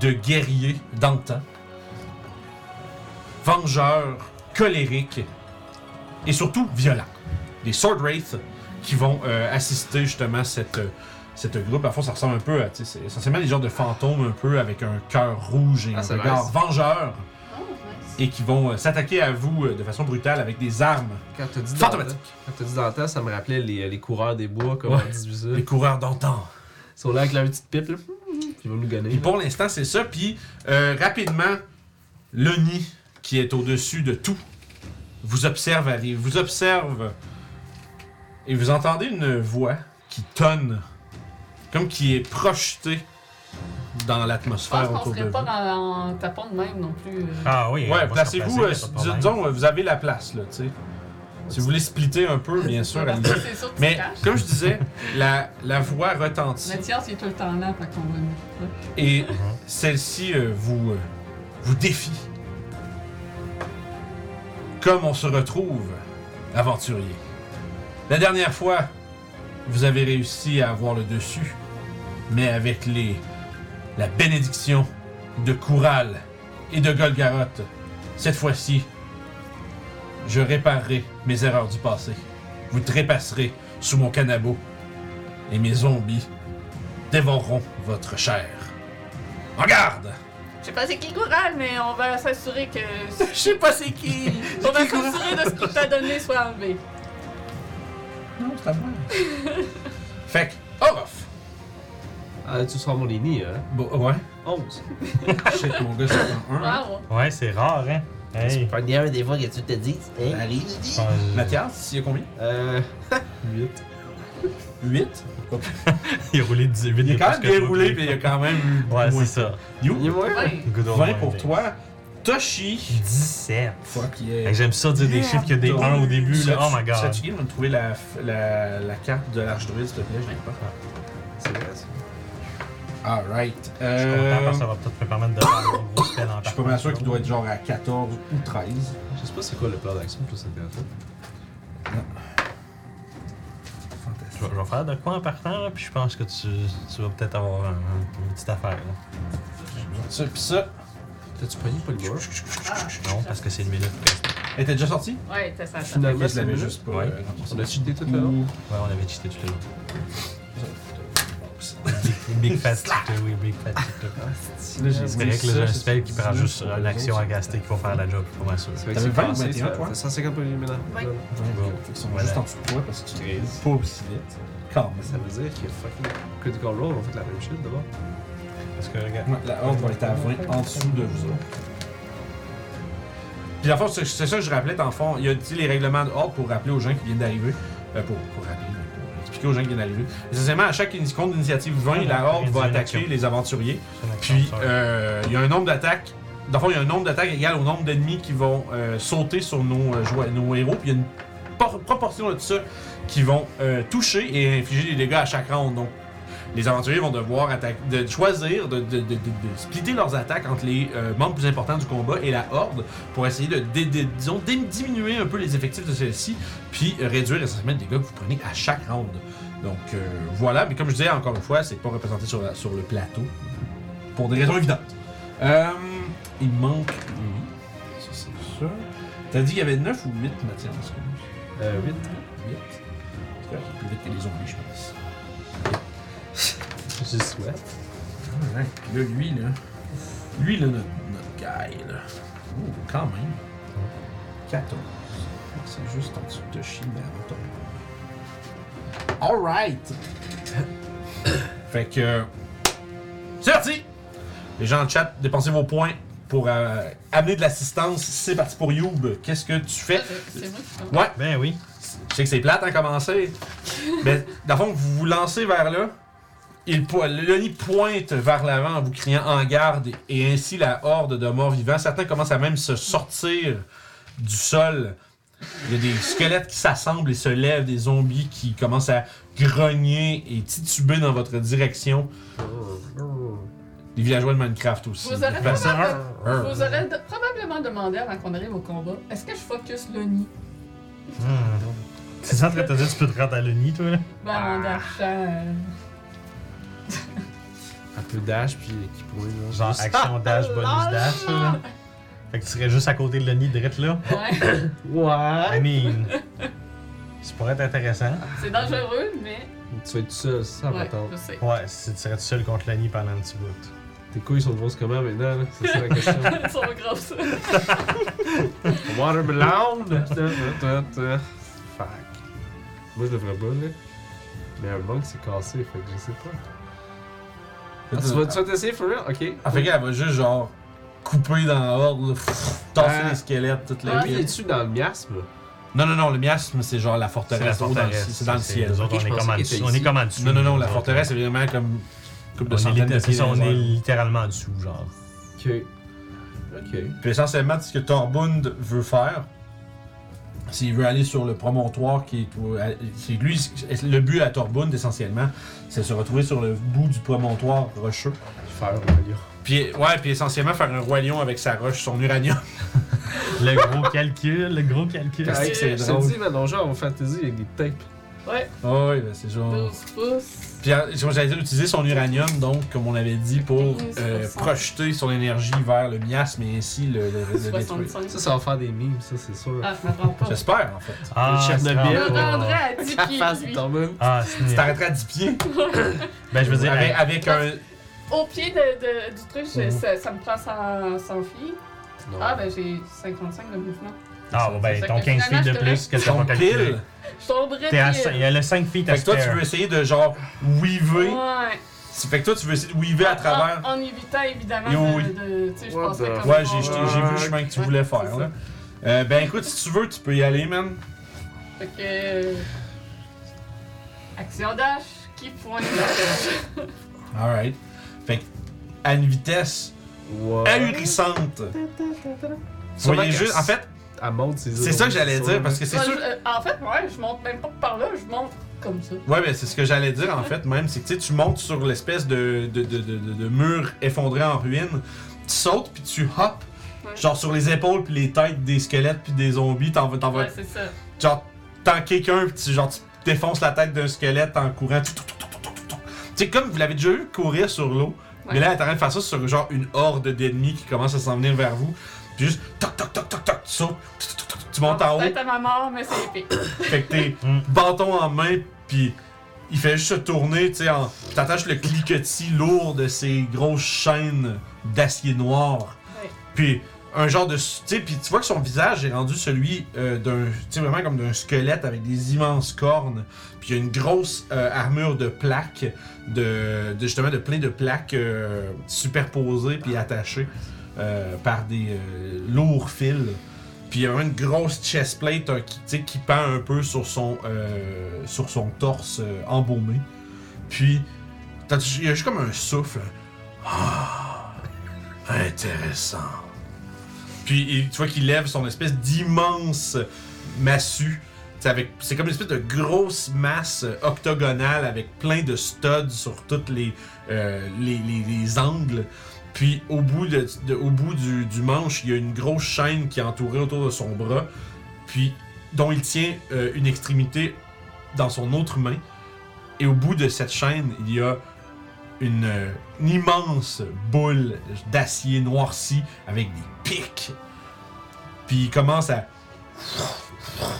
[SPEAKER 1] de guerriers d'antan. Vengeurs, colériques et surtout violents. Des Sword Wraiths qui vont euh, assister justement cette, euh, cette groupe. À fond, ça ressemble un peu à. tu sais, C'est essentiellement des genres de fantômes un peu avec un cœur rouge et
[SPEAKER 2] Ah,
[SPEAKER 1] un
[SPEAKER 2] c'est
[SPEAKER 1] regard
[SPEAKER 2] nice.
[SPEAKER 1] vengeur
[SPEAKER 3] Oh, nice.
[SPEAKER 1] et qui vont euh, s'attaquer à vous euh, de façon brutale avec des armes
[SPEAKER 2] Quand t'as dit
[SPEAKER 1] fantomatiques.
[SPEAKER 2] Dantan, quand t'as dit Dantan, ça me rappelait les, les coureurs des bois, comme
[SPEAKER 1] Ouais.
[SPEAKER 2] on dit ça.
[SPEAKER 1] Les
[SPEAKER 2] Ils
[SPEAKER 1] coureurs d'antan.
[SPEAKER 2] sont là avec leur petite pipe, là. Puis ils vont nous gonner.
[SPEAKER 1] Puis pour l'instant, c'est ça. Puis euh, rapidement, le nid qui est au-dessus de tout vous observe arrive, vous observe et vous entendez une voix qui tonne, comme qui est projetée dans
[SPEAKER 3] Je pense
[SPEAKER 1] l'atmosphère
[SPEAKER 3] qu'on
[SPEAKER 1] autour de
[SPEAKER 3] serait
[SPEAKER 1] vous.
[SPEAKER 3] pas dans- en tapant de même non plus. euh.
[SPEAKER 4] Ah oui. on va
[SPEAKER 1] Ouais,
[SPEAKER 4] se
[SPEAKER 1] placez-vous,
[SPEAKER 4] replacer,
[SPEAKER 1] euh,
[SPEAKER 4] y a pas de problème.
[SPEAKER 1] disons, euh, vous avez la place, là, tu sais. Si vous voulez splitter un peu, bien sûr, allez
[SPEAKER 3] C'est sûr que tu
[SPEAKER 1] Mais
[SPEAKER 3] te caches.
[SPEAKER 1] comme je disais, la, la voix retentit.
[SPEAKER 3] Mathias, il est tout le temps là, fait qu'on va. Ouais.
[SPEAKER 1] Et celle-ci euh, vous, euh, vous défie. Comme on se retrouve, aventurier. La dernière fois, vous avez réussi à avoir le dessus, mais avec les la bénédiction de Koural et de Golgaroth, cette fois-ci, je réparerai mes erreurs du passé. Vous trépasserez sous mon canabo et mes zombies dévoreront votre chair. En garde!
[SPEAKER 3] Je sais pas c'est qui Goural, mais on va s'assurer que.
[SPEAKER 1] Je sais pas c'est qui!
[SPEAKER 3] On va s'assurer de ce qu'il t'a donné soit enlevé.
[SPEAKER 1] Non, c'est à moi. fait que, oh, Orof!
[SPEAKER 2] Ah, tu sors mon nid, hein.
[SPEAKER 1] Bon, oh, ouais.
[SPEAKER 2] 11.
[SPEAKER 1] Shit, mon gars, c'est un 1.
[SPEAKER 3] Wow.
[SPEAKER 4] Ouais, c'est rare, hein? Hey!
[SPEAKER 2] pas bien des fois que tu te dis. Hein?
[SPEAKER 1] Mathias, il y a combien?
[SPEAKER 2] Euh. 8.
[SPEAKER 1] 8.
[SPEAKER 4] Il a roulé 18
[SPEAKER 1] Il
[SPEAKER 4] de
[SPEAKER 1] a quand même
[SPEAKER 4] plus que
[SPEAKER 1] bien
[SPEAKER 4] toi.
[SPEAKER 1] roulé, mais il y a quand même eu
[SPEAKER 4] Ouais,
[SPEAKER 1] moins.
[SPEAKER 4] c'est ça.
[SPEAKER 2] Il est
[SPEAKER 1] You,
[SPEAKER 2] moins.
[SPEAKER 3] Ouais.
[SPEAKER 4] Good old
[SPEAKER 1] 20
[SPEAKER 4] boy,
[SPEAKER 1] pour
[SPEAKER 4] mec.
[SPEAKER 1] toi. Toshi.
[SPEAKER 4] 17.
[SPEAKER 1] Fuck
[SPEAKER 4] Fait
[SPEAKER 1] yeah.
[SPEAKER 4] que J'aime ça dire des
[SPEAKER 3] Merde.
[SPEAKER 4] chiffres qu'il y a des 1 au début, là. Oh my god.
[SPEAKER 1] Serais-tu game de me trouver la, la, la carte de l'archdruide, s'il te plaît? Je l'ai pas.
[SPEAKER 2] C'est vrai, ça.
[SPEAKER 1] Alright.
[SPEAKER 4] Je suis content
[SPEAKER 1] Euh,
[SPEAKER 4] parce que ça va peut-être me permettre de faire une grosse spell en
[SPEAKER 1] je suis pas mal sûr qu'il doit être genre à 14 ou 13.
[SPEAKER 2] Je sais pas c'est quoi le plan d'action pour cette personne.
[SPEAKER 4] Je vais, je vais faire de quoi en partant, là, puis je pense que tu, tu vas peut-être avoir un- un- une petite affaire, là.
[SPEAKER 1] Ça pis ça.
[SPEAKER 2] T'as-tu pogné pas le mur?
[SPEAKER 4] Non, parce que c'est une minute.
[SPEAKER 1] Elle était déjà sortie?
[SPEAKER 3] Ouais, t'as ça. ça.
[SPEAKER 1] Ok,
[SPEAKER 2] Finalement,
[SPEAKER 1] je l'avais
[SPEAKER 2] c'est
[SPEAKER 1] juste pas.
[SPEAKER 4] Ouais.
[SPEAKER 1] euh, dans Mmh.
[SPEAKER 2] On
[SPEAKER 1] son-
[SPEAKER 2] a cheaté tout à l'heure.
[SPEAKER 4] Ouais, on avait cheaté tout le long. Big- Big fat cheater, oui, big fat cheater.
[SPEAKER 2] Là,
[SPEAKER 4] C'est correct, là, j'ai un spell qui prend juste une action à caster qui va faire la job, je suis pas mal sûr.
[SPEAKER 2] C'est vrai que
[SPEAKER 1] T'avais
[SPEAKER 2] c'est
[SPEAKER 1] 20 ou
[SPEAKER 2] passé,
[SPEAKER 1] 21,
[SPEAKER 2] ça-
[SPEAKER 1] toi?
[SPEAKER 2] ça- 150 pour lui maintenant.
[SPEAKER 3] Ouais.
[SPEAKER 1] Ouais, fait qu'ils sont
[SPEAKER 4] Voilà.
[SPEAKER 1] juste en dessous de toi parce que tu te
[SPEAKER 2] 13.
[SPEAKER 1] pas aussi vite. Quand même.
[SPEAKER 2] Ça veut dire que fucking Critical Roll ont fait la même shit d'abord.
[SPEAKER 4] Parce que regarde.
[SPEAKER 1] Ouais, la horde va être à 20 en dessous de vous autres. Puis la force, c'est c'est ça que je rappelais, dans le fond, il y a tu sais, les règlements de horde pour rappeler aux gens qui viennent d'arriver. euh, pour, pour rappeler, pour expliquer aux gens qui viennent d'arriver. Essentiellement, à chaque compte d'initiative 20, la horde va attaquer les aventuriers. Puis euh, il y a un nombre d'attaques. Dans le fond, il y a un nombre d'attaques égal au nombre d'ennemis qui vont euh, sauter sur nos, euh, joie- nos héros. Puis il y a une por- proportion de tout ça qui vont euh, toucher et infliger des dégâts à chaque round. Donc, les aventuriers vont devoir attaquer- de choisir de, de, de- de- de splitter leurs attaques entre les euh, membres plus importants du combat et la horde pour essayer de, dé- dé- disons, dé- diminuer un peu les effectifs de celle-ci, puis euh, réduire essentiellement les dégâts que vous prenez à chaque round. Donc euh, voilà, mais comme je disais encore une fois, c'est pas représenté sur, la- sur le plateau pour des raisons évidentes. Euh, il manque. Oui, ça c'est sûr. T'as dit qu'il y avait 9 ou 8 Mathias
[SPEAKER 2] Euh, 8.
[SPEAKER 1] 8. C'est correct, plus vite que les zombies, je pense.
[SPEAKER 2] Je souhaite.
[SPEAKER 1] Ouais, puis là, lui, là. Lui, là, notre, notre guy, là. Ouh, quand même. 14. C'est juste en dessous de Chine avant ton. Alright! fait que. C'est parti! Les gens en chat, dépensez vos points pour euh, amener de l'assistance. C'est parti pour Youb. Qu'est-ce que tu fais?
[SPEAKER 3] C'est moi qui
[SPEAKER 1] Ouais,
[SPEAKER 4] Ben oui.
[SPEAKER 1] je sais que c'est plate à commencer. Mais dans le fond, vous vous lancez vers là. Il, po- le nid pointe vers l'avant en vous criant en garde. Et ainsi, la horde de morts vivants, certains commencent à même se sortir du sol. Il y a des squelettes qui s'assemblent et se lèvent, des zombies qui commencent à grogner et tituber dans votre direction.
[SPEAKER 2] Oh,
[SPEAKER 1] Des villageois de Minecraft aussi.
[SPEAKER 3] Vous arrêtez
[SPEAKER 1] Ben,
[SPEAKER 3] pas
[SPEAKER 1] ça-
[SPEAKER 3] mal
[SPEAKER 2] oh.
[SPEAKER 3] de- Vous aurez de- probablement demandé avant qu'on arrive au combat, est-ce que je focus le nid?
[SPEAKER 4] Hmm. C'est ça en train de te dire tu peux te rendre à l'ONI, toi, là?
[SPEAKER 1] Ah.
[SPEAKER 3] Ben, en archant.
[SPEAKER 2] Un peu dash, puis qui pourrait.
[SPEAKER 4] Genre action dash, bonus dash, là. Fait que tu serais juste à côté de l'ONI, direct là.
[SPEAKER 3] euh, Ouais, Hein?
[SPEAKER 4] I mean. Ça pourrait être intéressant.
[SPEAKER 3] c'est dangereux, mais.
[SPEAKER 2] Tu vas être tout seul, c'est ça,
[SPEAKER 3] Ouais,
[SPEAKER 2] m'attendre.
[SPEAKER 3] je sais.
[SPEAKER 4] Ouais, si tu serais tout seul contre l'ONI pendant un petit bout.
[SPEAKER 2] Tes couilles sont grosses comment maintenant, là? C'est ça la question.
[SPEAKER 3] Ils sont grosses.
[SPEAKER 2] Watermelon! Fuck. Moi, je le ferais pas, là. Mais un monk s'est cassé, fait que je sais pas. Ah, tu vas tu vas t'essayer for real? Ok.
[SPEAKER 1] Ah, fait qu'elle va juste genre couper dans la horde, là, pff, tasser
[SPEAKER 2] Ah.
[SPEAKER 1] les squelettes, toute la
[SPEAKER 3] Ah,
[SPEAKER 2] Lui, il est-tu dans le miasme?
[SPEAKER 1] Non, non, non, le miasme, c'est genre la forteresse. au- dans le- C'est dans le ciel.
[SPEAKER 4] Nous autres,
[SPEAKER 2] Ok, je
[SPEAKER 4] on est
[SPEAKER 2] pensais
[SPEAKER 4] comme en
[SPEAKER 2] qu'il était
[SPEAKER 4] dessous. On est
[SPEAKER 2] ici.
[SPEAKER 4] comme en dessous.
[SPEAKER 1] Non, non, non,
[SPEAKER 4] nous
[SPEAKER 1] la
[SPEAKER 4] autres.
[SPEAKER 1] forteresse, c'est vraiment comme. Coupe de
[SPEAKER 4] On est
[SPEAKER 1] centaines de
[SPEAKER 4] litté- c'est
[SPEAKER 1] pieds.
[SPEAKER 4] ça,
[SPEAKER 1] dans
[SPEAKER 4] on
[SPEAKER 1] les
[SPEAKER 4] est
[SPEAKER 1] airs.
[SPEAKER 4] littéralement en dessous, genre.
[SPEAKER 2] Ok. Ok.
[SPEAKER 1] Puis essentiellement, ce que Torbund veut faire, s'il veut aller sur le promontoire qui est. au- à- c'est lui, c'est- le but à Torbund, essentiellement, c'est de se retrouver sur le bout du promontoire rocheux.
[SPEAKER 2] Faire un lion.
[SPEAKER 1] Puis, ouais, puis essentiellement faire un roi lion avec sa roche, son uranium.
[SPEAKER 4] Le gros calcul, le gros calcul.
[SPEAKER 1] Qu'est-ce que c'est
[SPEAKER 2] Je
[SPEAKER 1] drôle.
[SPEAKER 2] te dis, man, on joue en fantasy avec des tapes.
[SPEAKER 3] Ouais,
[SPEAKER 1] Ah oui, ben c'est genre.
[SPEAKER 3] 12 pouces.
[SPEAKER 1] Puis, euh, comme j'allais dire, utiliser son uranium, donc, comme on avait dit, pour euh, projeter son énergie vers le miasme et ainsi le, le- le détruire.
[SPEAKER 3] 65.
[SPEAKER 2] Ça, ça va faire des memes, ça, c'est sûr.
[SPEAKER 3] Ah, je me rends pas.
[SPEAKER 1] J'espère, en fait.
[SPEAKER 4] Ah,
[SPEAKER 2] Le Tchernobyl.
[SPEAKER 3] Je
[SPEAKER 4] c'est
[SPEAKER 3] me
[SPEAKER 4] encore-
[SPEAKER 3] rendrai à 10
[SPEAKER 2] La face
[SPEAKER 3] pieds.
[SPEAKER 2] de
[SPEAKER 3] lui.
[SPEAKER 2] Tormund.
[SPEAKER 4] Ah, c'est
[SPEAKER 1] Tu
[SPEAKER 4] nul.
[SPEAKER 1] t'arrêterais à 10 pieds.
[SPEAKER 4] Ben, je veux dire,
[SPEAKER 1] avec,
[SPEAKER 4] hey,
[SPEAKER 1] avec un.
[SPEAKER 3] Au pied de- de- du truc, je-
[SPEAKER 1] Mhm.
[SPEAKER 3] ça, ça me prend 100, 100 filles.
[SPEAKER 2] Non.
[SPEAKER 3] Ah, ben j'ai 55 de mouvement.
[SPEAKER 4] ah, bon, ben,
[SPEAKER 3] C'est
[SPEAKER 4] ton
[SPEAKER 3] ça que
[SPEAKER 4] 15 feet
[SPEAKER 3] finalement,
[SPEAKER 4] de
[SPEAKER 3] je te
[SPEAKER 4] plus que t'as
[SPEAKER 1] Ton
[SPEAKER 4] pas calculé.
[SPEAKER 1] pile.
[SPEAKER 3] Je tomberais
[SPEAKER 4] T'es à
[SPEAKER 3] pile.
[SPEAKER 4] cin- Il y a le 5 feet à
[SPEAKER 1] Fait que toi, tu
[SPEAKER 4] spare.
[SPEAKER 1] veux essayer de genre weaver.
[SPEAKER 3] Ouais.
[SPEAKER 1] C'est- Fait que toi, tu veux essayer de weaver à travers.
[SPEAKER 3] En, en évitant évidemment
[SPEAKER 1] Yo,
[SPEAKER 3] de.
[SPEAKER 1] oui.
[SPEAKER 3] de- tu sais, je
[SPEAKER 2] What
[SPEAKER 3] penserais
[SPEAKER 2] the-
[SPEAKER 3] comme
[SPEAKER 1] Ouais, ben, j'ai,
[SPEAKER 3] bon,
[SPEAKER 1] j'ai-
[SPEAKER 3] euh,
[SPEAKER 1] j'ai vu le chemin que tu voulais
[SPEAKER 3] Ouais,
[SPEAKER 1] faire,
[SPEAKER 3] c'est
[SPEAKER 1] là. Euh, ben écoute, si tu veux, tu peux y aller, man.
[SPEAKER 3] Fait que. euh, Action dash, qui pointe.
[SPEAKER 1] Alright. Fait que, à une vitesse
[SPEAKER 2] Wow.
[SPEAKER 1] ahurissante. Vous voyez
[SPEAKER 2] Sûrement
[SPEAKER 1] juste.
[SPEAKER 2] qu'elle-
[SPEAKER 1] En fait,
[SPEAKER 2] Elle monte ses
[SPEAKER 1] c'est ça que j'allais dire, parce que c'est
[SPEAKER 3] Moi,
[SPEAKER 1] sûr.
[SPEAKER 3] je- euh, en fait, ouais, je monte même pas par là, je monte comme ça.
[SPEAKER 1] Ouais, ben c'est ce que j'allais dire en fait, même. C'est que tu sais, tu montes sur l'espèce de, de, de, de, de- de mur effondré en ruine, tu sautes, puis tu hoppes,
[SPEAKER 3] Ouais.
[SPEAKER 1] genre sur les épaules, puis les têtes des squelettes, puis des zombies, t'en vas. t'en vas-
[SPEAKER 3] Ouais, c'est ça.
[SPEAKER 1] genre tant quelqu'un puis tu, genre tu défonces la tête d'un squelette en courant Tou, tou, tou, tou, tou, tou, tou. tu sais comme vous l'avez déjà eu courir sur l'eau mais
[SPEAKER 3] Ouais.
[SPEAKER 1] là elle est en train de faire ça sur genre une horde d'ennemis qui commence à s'en venir vers vous puis juste toc toc toc toc toc tu sautes Tou, tou, tou, tou, tou, tu tu montes en haut,
[SPEAKER 3] Peut-être à ma mort, mais c'est épais.
[SPEAKER 1] fait que t'es
[SPEAKER 4] Mm.
[SPEAKER 1] bâton en main, puis il fait juste se tourner, tu sais, en- t'attaches le cliquetis lourd de ces grosses chaînes d'acier noir.
[SPEAKER 3] Ouais.
[SPEAKER 1] Puis un genre de. s- Tu sais, puis tu vois que son visage est rendu celui euh, d'un. Tu sais, vraiment comme d'un squelette avec des immenses cornes. Puis il y a une grosse euh, armure de plaques, de, de- justement de plein de plaques euh, superposées puis attachées euh, par des euh, lourds fils. Puis il y a une grosse chestplate euh, qui, tu sais, qui pend un peu sur son, euh, sur son torse euh, embaumé. Puis t'as- il y a juste comme un souffle. hein. Ah, intéressant. Puis il- tu vois qu'il lève son espèce d'immense massue. Tu sais, avec- C'est comme une espèce de grosse masse euh, octogonale avec plein de studs sur tous les, euh, les, les- les angles. Puis au bout, de, de- au bout du, du manche, il y a une grosse chaîne qui est entourée autour de son bras, puis dont il tient euh, une extrémité dans son autre main. Et au bout de cette chaîne, il y a une, euh, une immense boule d'acier noirci avec des pics. Puis il commence à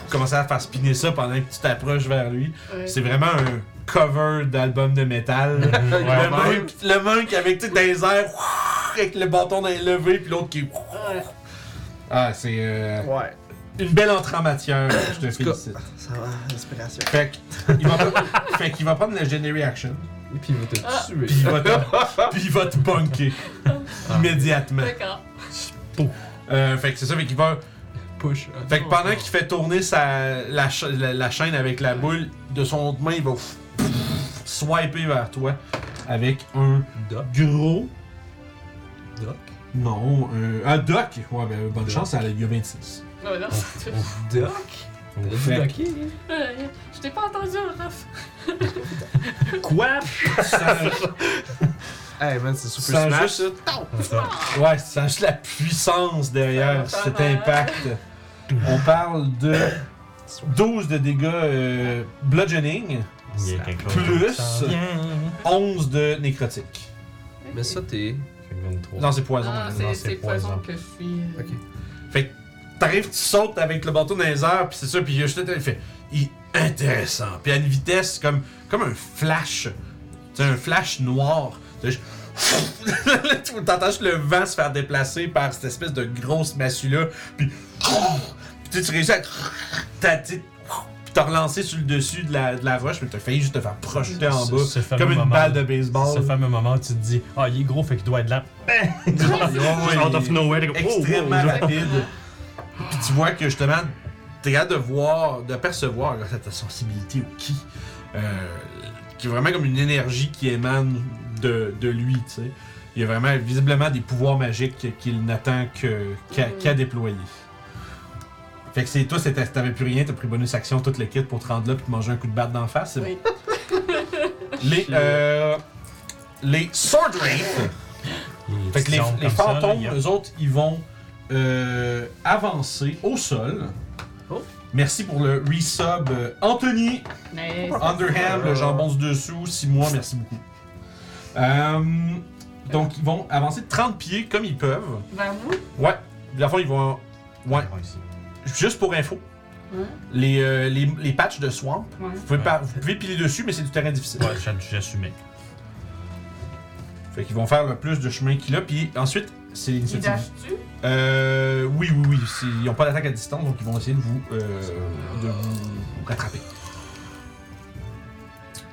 [SPEAKER 1] commencer à faire spinner ça pendant que tu t'approches vers lui.
[SPEAKER 3] Ouais.
[SPEAKER 1] C'est vraiment un cover d'album de métal.
[SPEAKER 4] Ouais.
[SPEAKER 1] Le monk, le monk avec tu sais, des airs, avec le bâton d'un levé, puis l'autre qui. Ah, c'est euh,
[SPEAKER 2] Ouais.
[SPEAKER 1] une belle entrée en matière, je te félicite.
[SPEAKER 2] Ça va, l'inspiration.
[SPEAKER 1] Fait que- il va prendre- fait qu'il va prendre legendary action,
[SPEAKER 2] Et puis il va te
[SPEAKER 3] Ah.
[SPEAKER 2] tuer. Ah.
[SPEAKER 1] puis il va te, puis il va te bunker Ah. immédiatement.
[SPEAKER 3] D'accord.
[SPEAKER 1] Euh, fait que c'est ça, fait qu'il va.
[SPEAKER 2] Push.
[SPEAKER 1] Fait que pendant qu'il fait tourner sa, la, cha- la- la chaîne avec la boule, de son autre main, il va swiper vers toi avec un
[SPEAKER 2] Doc.
[SPEAKER 1] gros
[SPEAKER 2] Doc.
[SPEAKER 1] Non, euh, un doc. Ouais, ben, bonne chance, il y a 26.
[SPEAKER 3] Non, non, c'est-
[SPEAKER 2] Doc.
[SPEAKER 1] Fait
[SPEAKER 2] Doc.
[SPEAKER 3] Euh, Je t'ai pas entendu, Olaf.
[SPEAKER 2] Quoi?
[SPEAKER 1] Ça,
[SPEAKER 2] Hey man, c'est
[SPEAKER 1] ça
[SPEAKER 2] Super
[SPEAKER 1] a
[SPEAKER 2] Smash.
[SPEAKER 1] juste, ouais, ça a juste la puissance derrière
[SPEAKER 3] Ça va
[SPEAKER 1] cet
[SPEAKER 3] pas mal.
[SPEAKER 1] impact. On parle de 12 de dégâts euh, bludgeoning,
[SPEAKER 4] Il y a quelque chose.
[SPEAKER 1] Plus.
[SPEAKER 4] qui s'en vient.
[SPEAKER 1] 11 de nécrotique.
[SPEAKER 2] Mais ça, t'es.
[SPEAKER 4] Fait que 23.
[SPEAKER 1] Non, c'est poison. hein.
[SPEAKER 3] Ah,
[SPEAKER 1] madame.
[SPEAKER 3] c'est
[SPEAKER 4] non,
[SPEAKER 3] c'est
[SPEAKER 4] c'est
[SPEAKER 3] poison
[SPEAKER 4] poison.
[SPEAKER 3] que je suis. euh,
[SPEAKER 2] Ok.
[SPEAKER 1] T'arrives, tu sautes avec le bâton dans les airs, puis c'est ça, puis il y a juste il fait il- intéressant. Puis à une vitesse comme, comme un flash, c'est un flash noir. T'as juste- Là, tu t'entends juste le vent se faire déplacer par cette espèce de grosse massue-là, puis puis tu réussis à t'as- tu- puis t'as relancé sur le dessus de la, de la roche, mais t'as failli juste te faire projeter en
[SPEAKER 4] Ce-
[SPEAKER 1] bas,
[SPEAKER 4] ce fameux
[SPEAKER 1] comme une
[SPEAKER 4] moment-
[SPEAKER 1] balle de
[SPEAKER 4] Ce
[SPEAKER 1] baseball. Ben,
[SPEAKER 4] fameux moment où tu te dis, ah, il est gros, fait qu'il doit être là.
[SPEAKER 1] Ouais,
[SPEAKER 4] Out of
[SPEAKER 1] il-
[SPEAKER 4] nowhere, t'es comme, oh,
[SPEAKER 1] extrêmement
[SPEAKER 4] oh,
[SPEAKER 1] rapide. Puis tu vois que justement, t'es capable de voir, de percevoir grâce à ta sensibilité au ki, euh, qui est vraiment comme une énergie qui émane de, de lui, tu sais. Il y a vraiment visiblement des pouvoirs magiques qu'il n'attend que- qu'à
[SPEAKER 3] Mm.
[SPEAKER 1] qu'à déployer. Fait que c'est toi, c'était- t'avais plus rien, t'as pris bonus action, toute le kit pour te rendre là puis te manger un coup de batte d'en face. c'est bon.
[SPEAKER 3] Oui.
[SPEAKER 1] Les, euh, les Sword Wraith
[SPEAKER 4] Il est
[SPEAKER 1] fait que les,
[SPEAKER 4] sombre
[SPEAKER 1] les
[SPEAKER 4] comme ça, là,
[SPEAKER 1] fantômes,
[SPEAKER 4] il y a-
[SPEAKER 1] eux autres, ils vont euh, avancer au sol.
[SPEAKER 2] Oh.
[SPEAKER 1] Merci pour le resub. euh, Anthony,
[SPEAKER 3] Mais.
[SPEAKER 1] Underham, le jambon du dessous, 6 mois, merci beaucoup. Euh, donc, ils vont avancer de 30 pieds comme ils peuvent.
[SPEAKER 3] Vers nous?
[SPEAKER 1] Ouais. De la fois, ils vont. Ouais. Juste pour info,
[SPEAKER 3] Hein?
[SPEAKER 1] les, euh, les, les patchs de swamp,
[SPEAKER 3] Ouais.
[SPEAKER 1] vous pouvez,
[SPEAKER 4] Ouais.
[SPEAKER 1] par- vous pouvez piler dessus, mais c'est du terrain difficile.
[SPEAKER 4] Ouais, j'a- j'assumais.
[SPEAKER 1] Fait qu'ils vont faire le plus de chemin qu'il a, puis ensuite, c'est
[SPEAKER 3] Il
[SPEAKER 1] l'initiative.
[SPEAKER 3] dash-tu?
[SPEAKER 1] Euh, oui, oui, oui. c'est- Ils n'ont pas d'attaque à distance, donc ils vont essayer de vous, euh, de vous rattraper.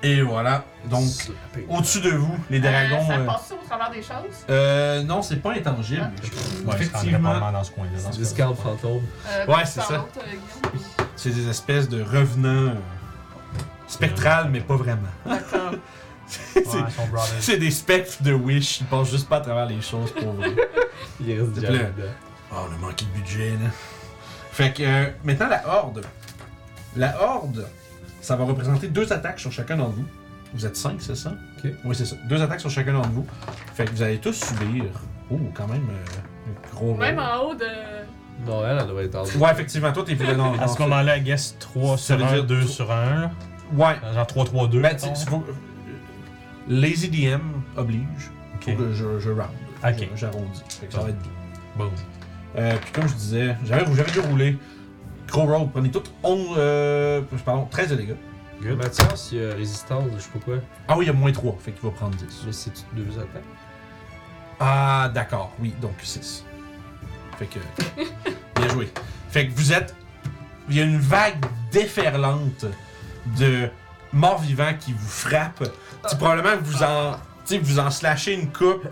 [SPEAKER 1] Et voilà. Donc,
[SPEAKER 2] Slapper.
[SPEAKER 1] au-dessus de vous, les
[SPEAKER 3] Euh,
[SPEAKER 1] dragons.
[SPEAKER 3] Ça
[SPEAKER 1] euh,
[SPEAKER 3] passe au travers des choses?
[SPEAKER 1] euh, non, c'est pas intangible.
[SPEAKER 4] Ouais, je rendrais
[SPEAKER 1] Effectivement.
[SPEAKER 4] pas mal dans ce coin-là. dans ce
[SPEAKER 2] Des
[SPEAKER 4] cas-là.
[SPEAKER 2] scalp fantômes.
[SPEAKER 3] Euh,
[SPEAKER 1] Ouais,
[SPEAKER 3] puis
[SPEAKER 1] c'est
[SPEAKER 3] par
[SPEAKER 1] ça.
[SPEAKER 3] l'autre, euh, Guillaume?
[SPEAKER 1] C'est des espèces de revenants euh, spectrales, mais pas vraiment.
[SPEAKER 3] D'accord.
[SPEAKER 1] C'est-
[SPEAKER 4] Ouais, son brother.
[SPEAKER 1] C'est des spectres de Wish. Ils passent juste pas à travers les choses pour vrai.
[SPEAKER 2] Il reste déjà
[SPEAKER 1] plaît.
[SPEAKER 2] là-dedans.
[SPEAKER 1] Oh, on a manqué de budget, là. Fait que euh, maintenant, la Horde. La Horde, ça va représenter deux attaques sur chacun d'entre vous. Vous êtes cinq, c'est ça?
[SPEAKER 2] Ok.
[SPEAKER 1] Oui, c'est ça. Deux attaques sur chacun d'entre vous. Fait que vous allez tous subir. Oh, quand même, euh, gros. roll.
[SPEAKER 3] Même en haut de.
[SPEAKER 2] Non, elle, elle doit être en
[SPEAKER 1] Ouais, effectivement, toi, t'es dans le
[SPEAKER 4] À ce moment-là, I guess 3
[SPEAKER 1] Ça
[SPEAKER 4] sur
[SPEAKER 1] veut
[SPEAKER 4] 1,
[SPEAKER 1] dire
[SPEAKER 4] 2
[SPEAKER 1] tout-
[SPEAKER 4] sur 1.
[SPEAKER 1] Ouais.
[SPEAKER 4] Genre 3, 3, 2.
[SPEAKER 1] Ben, tu- faut- Lazy DM oblige. Faut que je, je round.
[SPEAKER 4] Ok.
[SPEAKER 1] Je- J'arrondis. Fait que ça va être deux.
[SPEAKER 4] Bon.
[SPEAKER 1] Euh, puis comme je disais, j'avais j'avais dû rouler Crow Road, prenez toutes 11, euh, pardon, 13 de dégâts.
[SPEAKER 4] Good.
[SPEAKER 2] Mathias, il y a résistance, je sais pas quoi.
[SPEAKER 1] Ah oui, il y a moins 3, fait qu'il va prendre 10.
[SPEAKER 2] Mais c'est deux attaques.
[SPEAKER 1] Ah, d'accord, oui, donc 6. Fait que. bien joué. Fait que vous êtes. Il y a une vague déferlante de morts vivants qui vous frappe. Tu probablement que vous en. Tu sais, vous en slashez une coupe.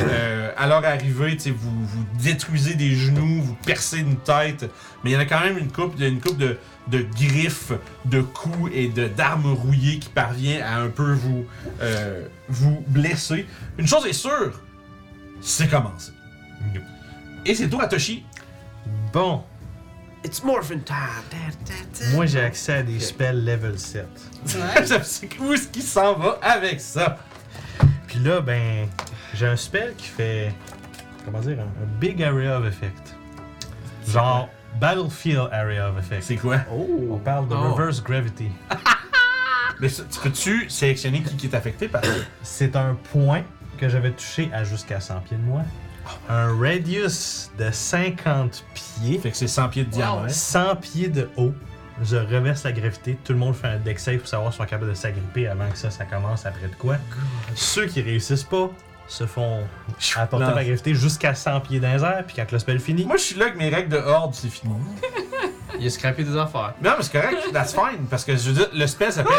[SPEAKER 1] Euh, à leur arrivée, tu sais, vous, vous détruisez des genoux, vous percez une tête. Mais il y en a quand même une coupe, une coupe de, de griffes, de coups et de- d'armes rouillées qui parvient à un peu vous, euh, vous blesser. Une chose est sûre, c'est commencé.
[SPEAKER 4] Yep.
[SPEAKER 1] Et c'est tout à Toshi.
[SPEAKER 4] Bon,
[SPEAKER 2] It's Morphin time!
[SPEAKER 4] moi j'ai accès à des
[SPEAKER 2] Ok.
[SPEAKER 4] spells level 7.
[SPEAKER 3] Ouais.
[SPEAKER 1] Je sais où est-ce qu'il s'en va avec ça.
[SPEAKER 4] Puis là, ben, j'ai un spell qui fait. Comment dire Un, un big area of effect. Genre battlefield area of effect.
[SPEAKER 1] C'est quoi?
[SPEAKER 4] On
[SPEAKER 2] Oh!
[SPEAKER 4] parle de
[SPEAKER 2] Oh.
[SPEAKER 4] reverse gravity.
[SPEAKER 1] Mais ça, tu peux-tu sélectionner qui, qui est affecté par ça?
[SPEAKER 4] C'est un point que je vais toucher à jusqu'à 100 pieds de moi.
[SPEAKER 2] Oh.
[SPEAKER 4] Un radius de 50 pieds,
[SPEAKER 1] Fait que c'est 100 pieds de diamètre.
[SPEAKER 4] 100 pieds de haut. Je reverse la gravité. Tout le monde fait un deck save pour savoir si on est capable de s'agripper avant que ça, ça commence après de quoi. Ceux qui réussissent pas se font apporter
[SPEAKER 1] Non.
[SPEAKER 4] par la gravité jusqu'à 100 pieds dans les airs, puis quand le spell finit,
[SPEAKER 1] Moi, je suis là avec mes règles de horde, c'est fini.
[SPEAKER 2] Il a scrappé des affaires.
[SPEAKER 1] Non, mais c'est correct, that's fine. Parce que je veux dire, le spell s'appelle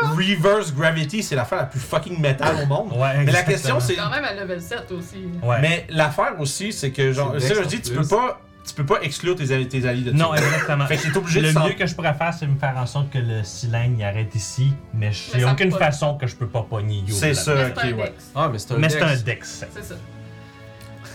[SPEAKER 1] Reverse Gravity, c'est l'affaire la plus fucking métal au monde.
[SPEAKER 4] Ouais,
[SPEAKER 1] Mais la
[SPEAKER 4] exactement.
[SPEAKER 1] question, c'est.
[SPEAKER 3] Quand même à level 7 aussi.
[SPEAKER 4] Ouais.
[SPEAKER 1] Mais l'affaire aussi, c'est que, genre,
[SPEAKER 2] C'est
[SPEAKER 1] ça, je
[SPEAKER 2] Dex
[SPEAKER 1] dis,
[SPEAKER 2] en
[SPEAKER 1] tu
[SPEAKER 2] plus.
[SPEAKER 1] peux pas, tu peux pas exclure tes, alli- tes alliés de
[SPEAKER 4] Non,
[SPEAKER 1] ça.
[SPEAKER 4] exactement.
[SPEAKER 1] Fait que t'es obligé de
[SPEAKER 4] le
[SPEAKER 1] s'en-
[SPEAKER 4] mieux que je pourrais faire, c'est me faire en sorte que le cylindre il arrête ici, mais
[SPEAKER 3] Mais
[SPEAKER 4] j'ai
[SPEAKER 3] ça
[SPEAKER 4] aucune
[SPEAKER 3] peut.
[SPEAKER 4] façon que je peux pas pogner Yo.
[SPEAKER 1] C'est
[SPEAKER 4] là.
[SPEAKER 1] ça.
[SPEAKER 3] Mais
[SPEAKER 1] ok,
[SPEAKER 3] c'est un
[SPEAKER 1] ouais.
[SPEAKER 3] dex.
[SPEAKER 2] Ah, mais c'est un
[SPEAKER 4] Mais
[SPEAKER 2] dex.
[SPEAKER 4] c'est un dex.
[SPEAKER 3] C'est ça.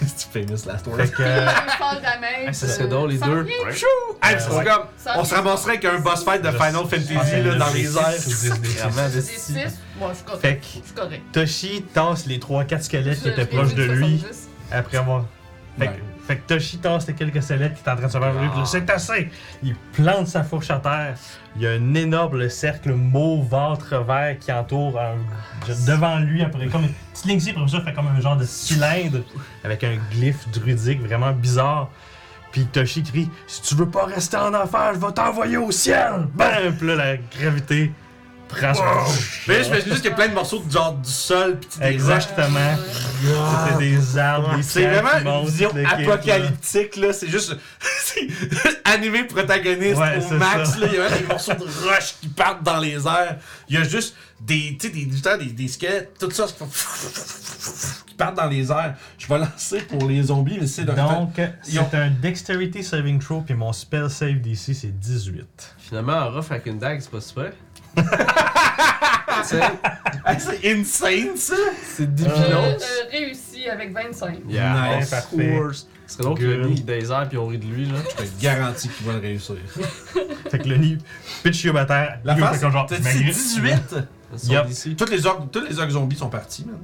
[SPEAKER 1] C'est famous last word.
[SPEAKER 4] Fait que. euh,
[SPEAKER 3] Un fall damage.
[SPEAKER 2] Ah, ça serait drôle, les
[SPEAKER 3] sans
[SPEAKER 2] deux.
[SPEAKER 3] rien,
[SPEAKER 2] Ouais.
[SPEAKER 1] Ah, c'est
[SPEAKER 4] Ouais.
[SPEAKER 1] comme-
[SPEAKER 3] sans
[SPEAKER 1] On se
[SPEAKER 3] rien.
[SPEAKER 1] ramasserait avec un boss fight de
[SPEAKER 4] Je-
[SPEAKER 1] Final
[SPEAKER 4] je-
[SPEAKER 1] Fantasy
[SPEAKER 4] je-
[SPEAKER 1] là,
[SPEAKER 4] je-
[SPEAKER 1] dans
[SPEAKER 4] je-
[SPEAKER 1] les
[SPEAKER 4] je- je-
[SPEAKER 1] airs.
[SPEAKER 4] je- je-
[SPEAKER 2] Vraiment,
[SPEAKER 3] Des
[SPEAKER 2] des-
[SPEAKER 3] 6. Bon, je suis correct.
[SPEAKER 4] Fait
[SPEAKER 3] Je
[SPEAKER 4] que
[SPEAKER 3] suis correct.
[SPEAKER 4] Toshi tasse les 3-4 squelettes qui
[SPEAKER 3] Je-
[SPEAKER 4] étaient
[SPEAKER 3] je l'ai
[SPEAKER 4] proches
[SPEAKER 3] vu
[SPEAKER 4] de lui
[SPEAKER 3] 70.
[SPEAKER 4] après avoir. Fait, que-
[SPEAKER 1] Ouais. Ah.
[SPEAKER 4] fait que Toshi tasse les quelques squelettes qui étaient en train de se faire brûler, puis là, C'est assez! Il plante sa fourche à terre. Il y a un énorme cercle mauvâtre vert qui entoure un-
[SPEAKER 1] Ah,
[SPEAKER 4] devant lui, après, comme une petite ligne ici, après ça, fait comme un genre de cylindre avec un glyphe druidique vraiment bizarre. Puis Toshi crie Si tu veux pas rester en enfer, je vais t'envoyer au ciel! Bam! Puis là, la gravité prend son.
[SPEAKER 1] Mais là, j'imagine juste qu'il y a plein de morceaux de genre du sol pis des roches.
[SPEAKER 4] Exactement. C'était des arbres, des
[SPEAKER 1] Ah, C'est
[SPEAKER 4] pierres qui
[SPEAKER 1] vraiment une
[SPEAKER 4] montent,
[SPEAKER 1] vision
[SPEAKER 4] le kit, là.
[SPEAKER 1] apocalyptique là, c'est juste c'est animé protagoniste
[SPEAKER 4] Ouais,
[SPEAKER 1] au
[SPEAKER 4] c'est
[SPEAKER 1] max
[SPEAKER 4] ça.
[SPEAKER 1] là, il y a même des morceaux de roches qui partent dans les airs. Il y a juste des tu sais des, du temps, des des squelettes, tout ça qui font qui partent dans les airs. Je vais lancer pour les zombies mais c'est d'un
[SPEAKER 4] Donc, c'est
[SPEAKER 1] Ils ont-
[SPEAKER 4] un Dexterity Saving Throw, puis mon Spell Save DC, c'est 18.
[SPEAKER 2] Finalement, un rough avec une dague, c'est pas super. Tu sais,
[SPEAKER 1] Ah, c'est insane ça.
[SPEAKER 2] c'est
[SPEAKER 3] Je
[SPEAKER 2] débilos.
[SPEAKER 3] euh, réussis avec 25.
[SPEAKER 2] Yeah,
[SPEAKER 1] Nice.
[SPEAKER 2] of
[SPEAKER 4] Parfait.
[SPEAKER 2] course. Ce serait drôle qu'il
[SPEAKER 4] Good.
[SPEAKER 2] ait mis des airs puis on rit de lui, là.
[SPEAKER 1] Je te garantis qu'ils vont le réussir.
[SPEAKER 4] Fait que le nid, pitch Yob à terre,
[SPEAKER 1] La
[SPEAKER 4] Yob
[SPEAKER 1] face,
[SPEAKER 4] fait comme genre,
[SPEAKER 1] t'as
[SPEAKER 4] je
[SPEAKER 1] dit
[SPEAKER 4] m'agrippe.
[SPEAKER 1] 18
[SPEAKER 2] Ils sont
[SPEAKER 4] Yup.
[SPEAKER 2] d'ici.
[SPEAKER 1] Toutes les orques, tous les orques zombies sont partis, man.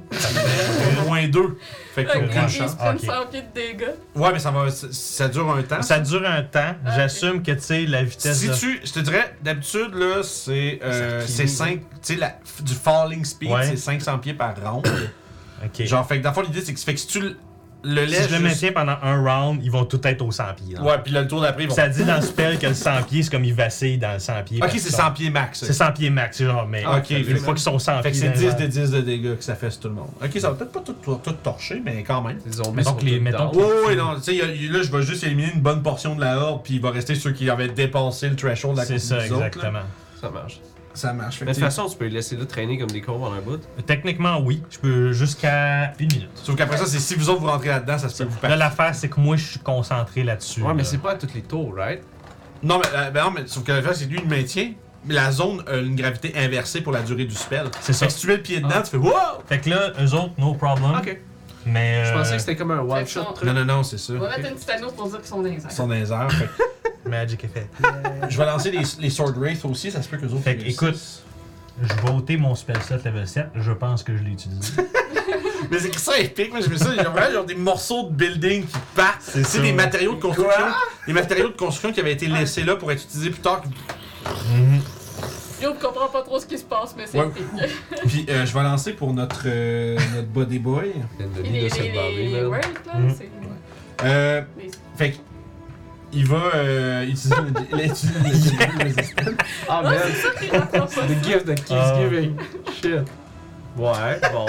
[SPEAKER 1] Moins deux. Fait
[SPEAKER 3] Fait
[SPEAKER 1] qu'on
[SPEAKER 3] que
[SPEAKER 1] prend
[SPEAKER 3] ils
[SPEAKER 1] le
[SPEAKER 3] se
[SPEAKER 1] chance.
[SPEAKER 3] prennent
[SPEAKER 4] Ok.
[SPEAKER 3] 100 pieds de dégâts.
[SPEAKER 1] Ouais, mais ça va, ça, ça dure un temps.
[SPEAKER 4] Ça dure un temps,
[SPEAKER 3] Ah,
[SPEAKER 4] j'assume que tu sais, la vitesse.
[SPEAKER 1] si
[SPEAKER 4] de-
[SPEAKER 1] tu, je te dirais, d'habitude, là, c'est euh,
[SPEAKER 2] Ça
[SPEAKER 1] c'est
[SPEAKER 2] finit.
[SPEAKER 1] 5, tu sais, la- f- du falling speed,
[SPEAKER 4] Ouais.
[SPEAKER 1] c'est 500 pieds par round.
[SPEAKER 4] Ok.
[SPEAKER 1] Genre, fait que dans le fond, l'idée, c'est que, fait que si tu le le
[SPEAKER 4] si
[SPEAKER 1] laisses.
[SPEAKER 4] je le
[SPEAKER 1] juste-
[SPEAKER 4] maintiens pendant un round, ils vont tout être au 100 pieds. là.
[SPEAKER 1] Ouais, puis là, le tour d'après, ils vont.
[SPEAKER 4] Ça dit dans le spell que le 100 pieds, c'est comme ils vacillent dans le 100 pieds.
[SPEAKER 1] Ok,
[SPEAKER 4] parce
[SPEAKER 1] c'est
[SPEAKER 4] qu'ils
[SPEAKER 1] 100
[SPEAKER 4] sont-
[SPEAKER 1] pieds max.
[SPEAKER 4] C'est 100 pieds max, c'est genre, mais
[SPEAKER 1] Ah, ok,
[SPEAKER 4] une fois qu'ils sont 100
[SPEAKER 1] Fait que
[SPEAKER 4] pieds.
[SPEAKER 1] c'est
[SPEAKER 4] dans les
[SPEAKER 1] 10
[SPEAKER 4] airs.
[SPEAKER 1] de 10 de dégâts que ça fait sur tout le monde. Ok, ça va peut-être pas tout, tout, tout torcher, mais quand même.
[SPEAKER 2] Les zombies
[SPEAKER 4] Mettons
[SPEAKER 2] sont
[SPEAKER 4] que les-
[SPEAKER 2] tous
[SPEAKER 4] mettons
[SPEAKER 2] down.
[SPEAKER 4] que-
[SPEAKER 1] Ouais, ouais, non, tu sais, y a- y- là, je vais juste éliminer une bonne portion de la horde, puis il va rester ceux qui avaient dépassé le threshold à
[SPEAKER 4] C'est
[SPEAKER 1] cause
[SPEAKER 4] ça,
[SPEAKER 1] des autres, là.
[SPEAKER 4] exactement.
[SPEAKER 2] Ça marche.
[SPEAKER 1] Ça marche. fait
[SPEAKER 2] Mais de
[SPEAKER 1] que
[SPEAKER 2] toute façon, tu peux les laisser là traîner comme des cons pendant un bout.
[SPEAKER 4] Techniquement, oui. Je peux jusqu'à une minute.
[SPEAKER 1] t'sais, Sauf qu'après ça, c'est si vous autres vous rentrez là-dedans, ça se peut vous
[SPEAKER 4] Là,
[SPEAKER 1] perdre.
[SPEAKER 4] l'affaire, c'est que moi, je suis concentré là-dessus.
[SPEAKER 2] Ouais, mais
[SPEAKER 4] là.
[SPEAKER 2] c'est pas à tous les tours, right?
[SPEAKER 1] Non, mais, euh, ben non, mais sauf que la face, c'est lui, il maintient. Mais la zone a une gravité inversée pour la durée du spell. Fait
[SPEAKER 4] C'est ça.
[SPEAKER 1] que si tu mets le pied dedans,
[SPEAKER 2] Ah.
[SPEAKER 1] tu fais wow!
[SPEAKER 4] Fait que là, eux autres, no problem.
[SPEAKER 2] Ok.
[SPEAKER 4] Mais.
[SPEAKER 2] Je
[SPEAKER 4] euh,
[SPEAKER 2] pensais que c'était comme un one shot
[SPEAKER 3] Fait
[SPEAKER 2] truc.
[SPEAKER 1] Non, non, non, c'est ça.
[SPEAKER 3] On va mettre une petite anneau pour dire qu'ils sont dans les airs.
[SPEAKER 1] Ils sont dans les airs. fait que-
[SPEAKER 4] Magic Effect.
[SPEAKER 1] je vais lancer les, les Sword Wraith aussi, ça se peut que les autres.
[SPEAKER 4] Fait que, écoute, je vais ôter mon spell set level 7. Je pense que je l'ai utilisé.
[SPEAKER 1] Mais c'est que ça épique, moi je me suis dit, genre, vraiment, genre des morceaux de building qui partent.
[SPEAKER 4] C'est
[SPEAKER 1] C'est
[SPEAKER 4] ça.
[SPEAKER 1] des matériaux de construction. Des matériaux de construction qui avaient été laissés là pour être utilisés plus tard.
[SPEAKER 4] Mhm.
[SPEAKER 3] Yo, je comprends pas trop ce qui se passe, mais c'est
[SPEAKER 1] Ouais.
[SPEAKER 3] épique.
[SPEAKER 1] Puis euh, je vais lancer pour notre, euh, notre Body Boy.
[SPEAKER 2] Il y a une
[SPEAKER 3] Il
[SPEAKER 2] demi
[SPEAKER 3] est,
[SPEAKER 2] de
[SPEAKER 3] il
[SPEAKER 2] cette
[SPEAKER 3] est, il
[SPEAKER 2] barbée,
[SPEAKER 3] est
[SPEAKER 2] man.
[SPEAKER 3] worried, là.
[SPEAKER 4] Mhm.
[SPEAKER 3] C'est...
[SPEAKER 1] Euh,
[SPEAKER 3] les-
[SPEAKER 1] fait que il va euh, utiliser le- le- le-
[SPEAKER 2] Ah,
[SPEAKER 3] Ah,
[SPEAKER 2] merde.
[SPEAKER 3] c'est ça qui rentre pas.
[SPEAKER 2] The gift that keeps
[SPEAKER 4] Ah.
[SPEAKER 2] giving. Shit. Ouais, bon.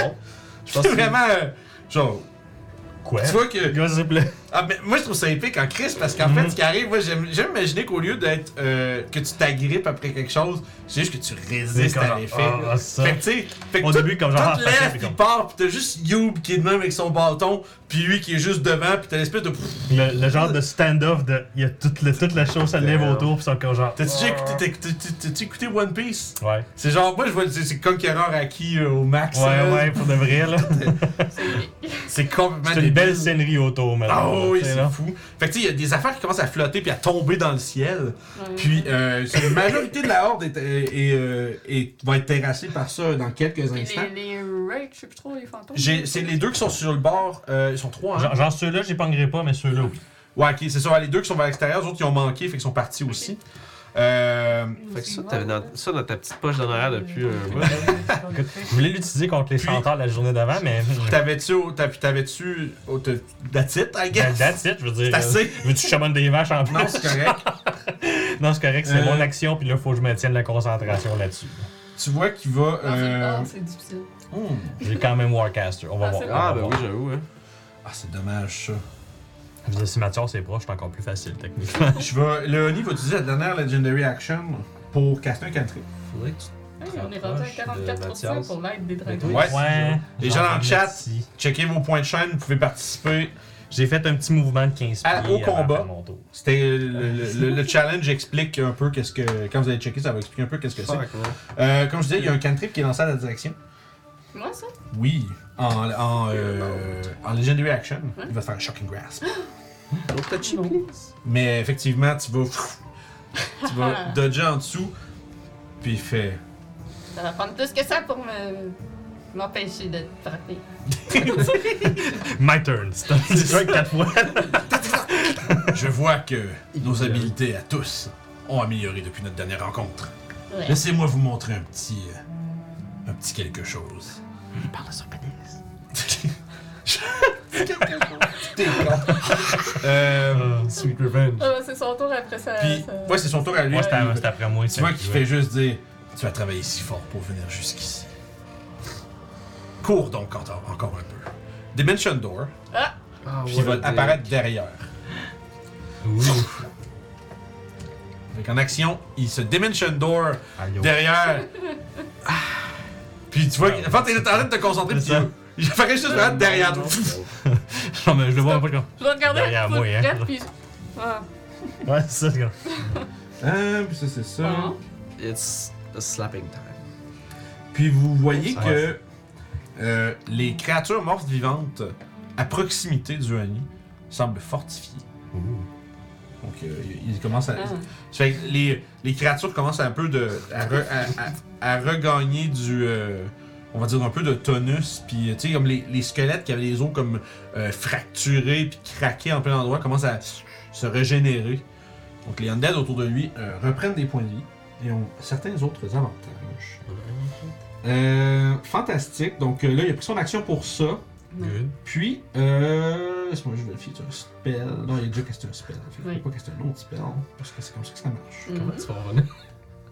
[SPEAKER 2] Je
[SPEAKER 1] C'est
[SPEAKER 2] pense que
[SPEAKER 1] vraiment. euh, Genre,
[SPEAKER 4] Quoi?
[SPEAKER 1] tu vois que.
[SPEAKER 4] Gars, s'il te plaît.
[SPEAKER 1] Ah, mais moi, je trouve ça épique en crise parce qu'en
[SPEAKER 4] Mm-hmm.
[SPEAKER 1] fait, ce qui arrive, moi, j'aime j'aime imaginer qu'au lieu d'être. euh, que tu t'agrippes après quelque chose, c'est juste que tu résistes à l'effet.
[SPEAKER 4] Ah, ah, ça.
[SPEAKER 1] Fait que, tu sais, fait que
[SPEAKER 4] Au
[SPEAKER 1] tout-
[SPEAKER 4] début, comme
[SPEAKER 1] Tout
[SPEAKER 4] genre. ah,
[SPEAKER 1] lève,
[SPEAKER 4] c'est
[SPEAKER 1] il
[SPEAKER 4] comme-
[SPEAKER 1] part, pis t'as juste Youb qui est de même avec son bâton, puis lui qui est juste devant, puis t'as l'espèce de.
[SPEAKER 4] Le, le genre de stand-off de. Il y a toute, le- toute la chose, ça lève autour, pis ils sont comme genre.
[SPEAKER 1] T'as-tu déjà écouté, t'as- t'as- t'as- t'as-tu écouté One Piece?
[SPEAKER 4] Ouais.
[SPEAKER 1] C'est genre, moi je vois, c'est- c'est Conqueror acquis euh, au max.
[SPEAKER 4] Ouais,
[SPEAKER 1] là.
[SPEAKER 4] ouais, pour de vrai, là.
[SPEAKER 1] C'est complètement
[SPEAKER 4] C'est une belle
[SPEAKER 1] débile.
[SPEAKER 4] scénerie autour, maintenant.
[SPEAKER 1] Ah
[SPEAKER 4] là,
[SPEAKER 1] oui,
[SPEAKER 4] tu sais,
[SPEAKER 1] c'est
[SPEAKER 4] là.
[SPEAKER 1] fou. Fait que tu sais, il y a des affaires qui commencent à flotter puis à tomber dans le ciel.
[SPEAKER 3] Ouais.
[SPEAKER 1] Puis euh, c'est- la majorité de la horde est, est, est, euh, est- va être terrassée par ça dans quelques
[SPEAKER 3] Puis
[SPEAKER 1] instants.
[SPEAKER 3] les, les raids, je sais plus trop, les fantômes.
[SPEAKER 1] J'ai- C'est les deux qui sont sur le bord, euh, ils sont trois. hein?
[SPEAKER 4] Genre, genre ceux-là, j'épargnerai pas, mais ceux-là, oui.
[SPEAKER 1] Ouais, ok, c'est ça. Les deux qui sont vers l'extérieur, les autres qui ont manqué, fait qu'ils sont partis aussi. Euh,
[SPEAKER 3] Hmm,
[SPEAKER 2] Fait que ça, t'avais dans, ça dans ta petite poche d'en arrière depuis un mois.
[SPEAKER 4] Je voulais l'utiliser contre les
[SPEAKER 1] Puis-
[SPEAKER 4] centaures la journée d'avant, mais.
[SPEAKER 1] T'avais-tu. au- t'av- T'avais-tu. au- te- That's it, I
[SPEAKER 4] That-
[SPEAKER 1] guess.
[SPEAKER 4] Ben, That's it, je veux dire.
[SPEAKER 1] C'est assez.
[SPEAKER 4] euh, Veux-tu que je chamonne des vaches en plus?
[SPEAKER 1] Non, c'est correct.
[SPEAKER 4] Non, c'est correct, c'est
[SPEAKER 1] Euh.
[SPEAKER 4] mon action, puis là, faut que je maintienne la concentration là-dessus.
[SPEAKER 1] tu vois qu'il va.
[SPEAKER 3] Dans une
[SPEAKER 1] euh,
[SPEAKER 3] horde, Ah, c'est difficile.
[SPEAKER 1] hmm.
[SPEAKER 4] J'ai quand même Warcaster, on va
[SPEAKER 3] Ah,
[SPEAKER 4] voir.
[SPEAKER 3] c'est
[SPEAKER 4] on
[SPEAKER 3] bon.
[SPEAKER 4] va
[SPEAKER 2] Ah, ben
[SPEAKER 4] voir.
[SPEAKER 2] oui, j'avoue, hein.
[SPEAKER 1] Ah, c'est dommage ça.
[SPEAKER 4] Je veux dire, si Mathias est proche, c'est encore plus facile, techniquement.
[SPEAKER 1] Je vais. Leonie va utiliser la dernière Legendary Action pour caster un cantrip.
[SPEAKER 2] Faudrait que tu
[SPEAKER 3] Ouais, on est rendu à
[SPEAKER 2] Rapproche de
[SPEAKER 3] 44%
[SPEAKER 2] Mathias.
[SPEAKER 3] pour l'aide des dragons.
[SPEAKER 1] Ouais. Les gens
[SPEAKER 4] Genre,
[SPEAKER 1] dans le chat.
[SPEAKER 4] merci.
[SPEAKER 1] Checkez vos points de chaîne, vous pouvez participer.
[SPEAKER 4] J'ai fait un petit mouvement de 15
[SPEAKER 1] À-
[SPEAKER 4] pieds
[SPEAKER 1] Ah, au
[SPEAKER 4] avant
[SPEAKER 1] combat.
[SPEAKER 4] de faire mon tour.
[SPEAKER 1] C'était le, le- le- le challenge explique un peu qu'est-ce que. Quand vous allez checker, ça va expliquer un peu qu'est-ce que c'est.
[SPEAKER 2] Fuck, ouais.
[SPEAKER 1] Euh, comme je disais, il y a un cantrip qui est lancé à la direction.
[SPEAKER 3] Moi, ça?
[SPEAKER 1] Oui. Hein? En, en, euh, en Legendary Action, il va faire un Shocking Grasp.
[SPEAKER 2] Don't touch it,
[SPEAKER 3] Non.
[SPEAKER 2] please.
[SPEAKER 1] Mais effectivement, tu vas. Tu vas dodger en dessous, puis il fait.
[SPEAKER 3] Ça va prendre plus que ça pour me... m'empêcher de te frapper.
[SPEAKER 4] My turn, c'est un petit truc 4 fois.
[SPEAKER 1] Je vois que nos habiletés à tous ont amélioré depuis notre dernière rencontre.
[SPEAKER 3] Ouais.
[SPEAKER 1] Laissez-moi vous montrer un petit. euh, un petit quelque chose. Il parle de son pénis. euh,
[SPEAKER 2] Sweet revenge.
[SPEAKER 3] Ah, c'est son tour après ça.
[SPEAKER 1] puis,
[SPEAKER 3] ça-
[SPEAKER 1] ouais, c'est son tour à lui.
[SPEAKER 4] Moi, c'est
[SPEAKER 1] puis-
[SPEAKER 4] à- c'est après moi.
[SPEAKER 1] tu vois qu'il fait juste dire Tu as travaillé si fort pour venir jusqu'ici. Cours donc encore, encore un peu. Dimension Door,
[SPEAKER 3] Ah!
[SPEAKER 2] Ah,
[SPEAKER 1] puis
[SPEAKER 2] ouais,
[SPEAKER 1] il va
[SPEAKER 2] des-
[SPEAKER 1] apparaître derrière.
[SPEAKER 4] Ouf.
[SPEAKER 1] Fait qu'en action, il se Dimension Door
[SPEAKER 4] Aïe, oh.
[SPEAKER 1] derrière. Ah. Puis tu vois,
[SPEAKER 4] Ouais,
[SPEAKER 1] enfin, t'es en train de te concentrer, puis
[SPEAKER 4] C'est ça.
[SPEAKER 1] il apparaît
[SPEAKER 2] Ah,
[SPEAKER 1] juste vraiment derrière toi.
[SPEAKER 4] Non, mais je le vois pas comme.
[SPEAKER 3] Je vais regarder
[SPEAKER 4] Derrière
[SPEAKER 3] pour
[SPEAKER 4] moi, hein.
[SPEAKER 3] prête, puis... Ah.
[SPEAKER 4] Ouais, c'est ça, c'est comme.
[SPEAKER 1] Ah, puis ça, c'est ça.
[SPEAKER 3] Bon.
[SPEAKER 2] It's a slapping time.
[SPEAKER 1] Puis vous voyez
[SPEAKER 4] Ça
[SPEAKER 1] que euh, les créatures mortes vivantes à proximité du Honey semblent fortifiées. Donc, euh, ils commencent à.
[SPEAKER 3] Ah.
[SPEAKER 1] Ça fait que les, les créatures commencent un peu de, à, re- à- à- à regagner du. euh, on va dire un peu de tonus. Puis, tu sais, comme les, les squelettes qui avaient les os comme euh, fracturés puis craqués en plein endroit commencent à se régénérer. Donc, les undead autour de lui euh, reprennent des points de vie et ont certains autres avantages. Euh, fantastique. Donc, euh, là, il a pris son action pour ça.
[SPEAKER 4] Good.
[SPEAKER 1] Puis, euh, laisse-moi juste vérifier, c'est un spell. Non, il a déjà casté un spell. Fait qu'il
[SPEAKER 3] Oui.
[SPEAKER 1] peut pas casté un autre spell, parce que c'est comme ça que ça marche.
[SPEAKER 2] Comment
[SPEAKER 3] Mhm.
[SPEAKER 2] tu vas revenir?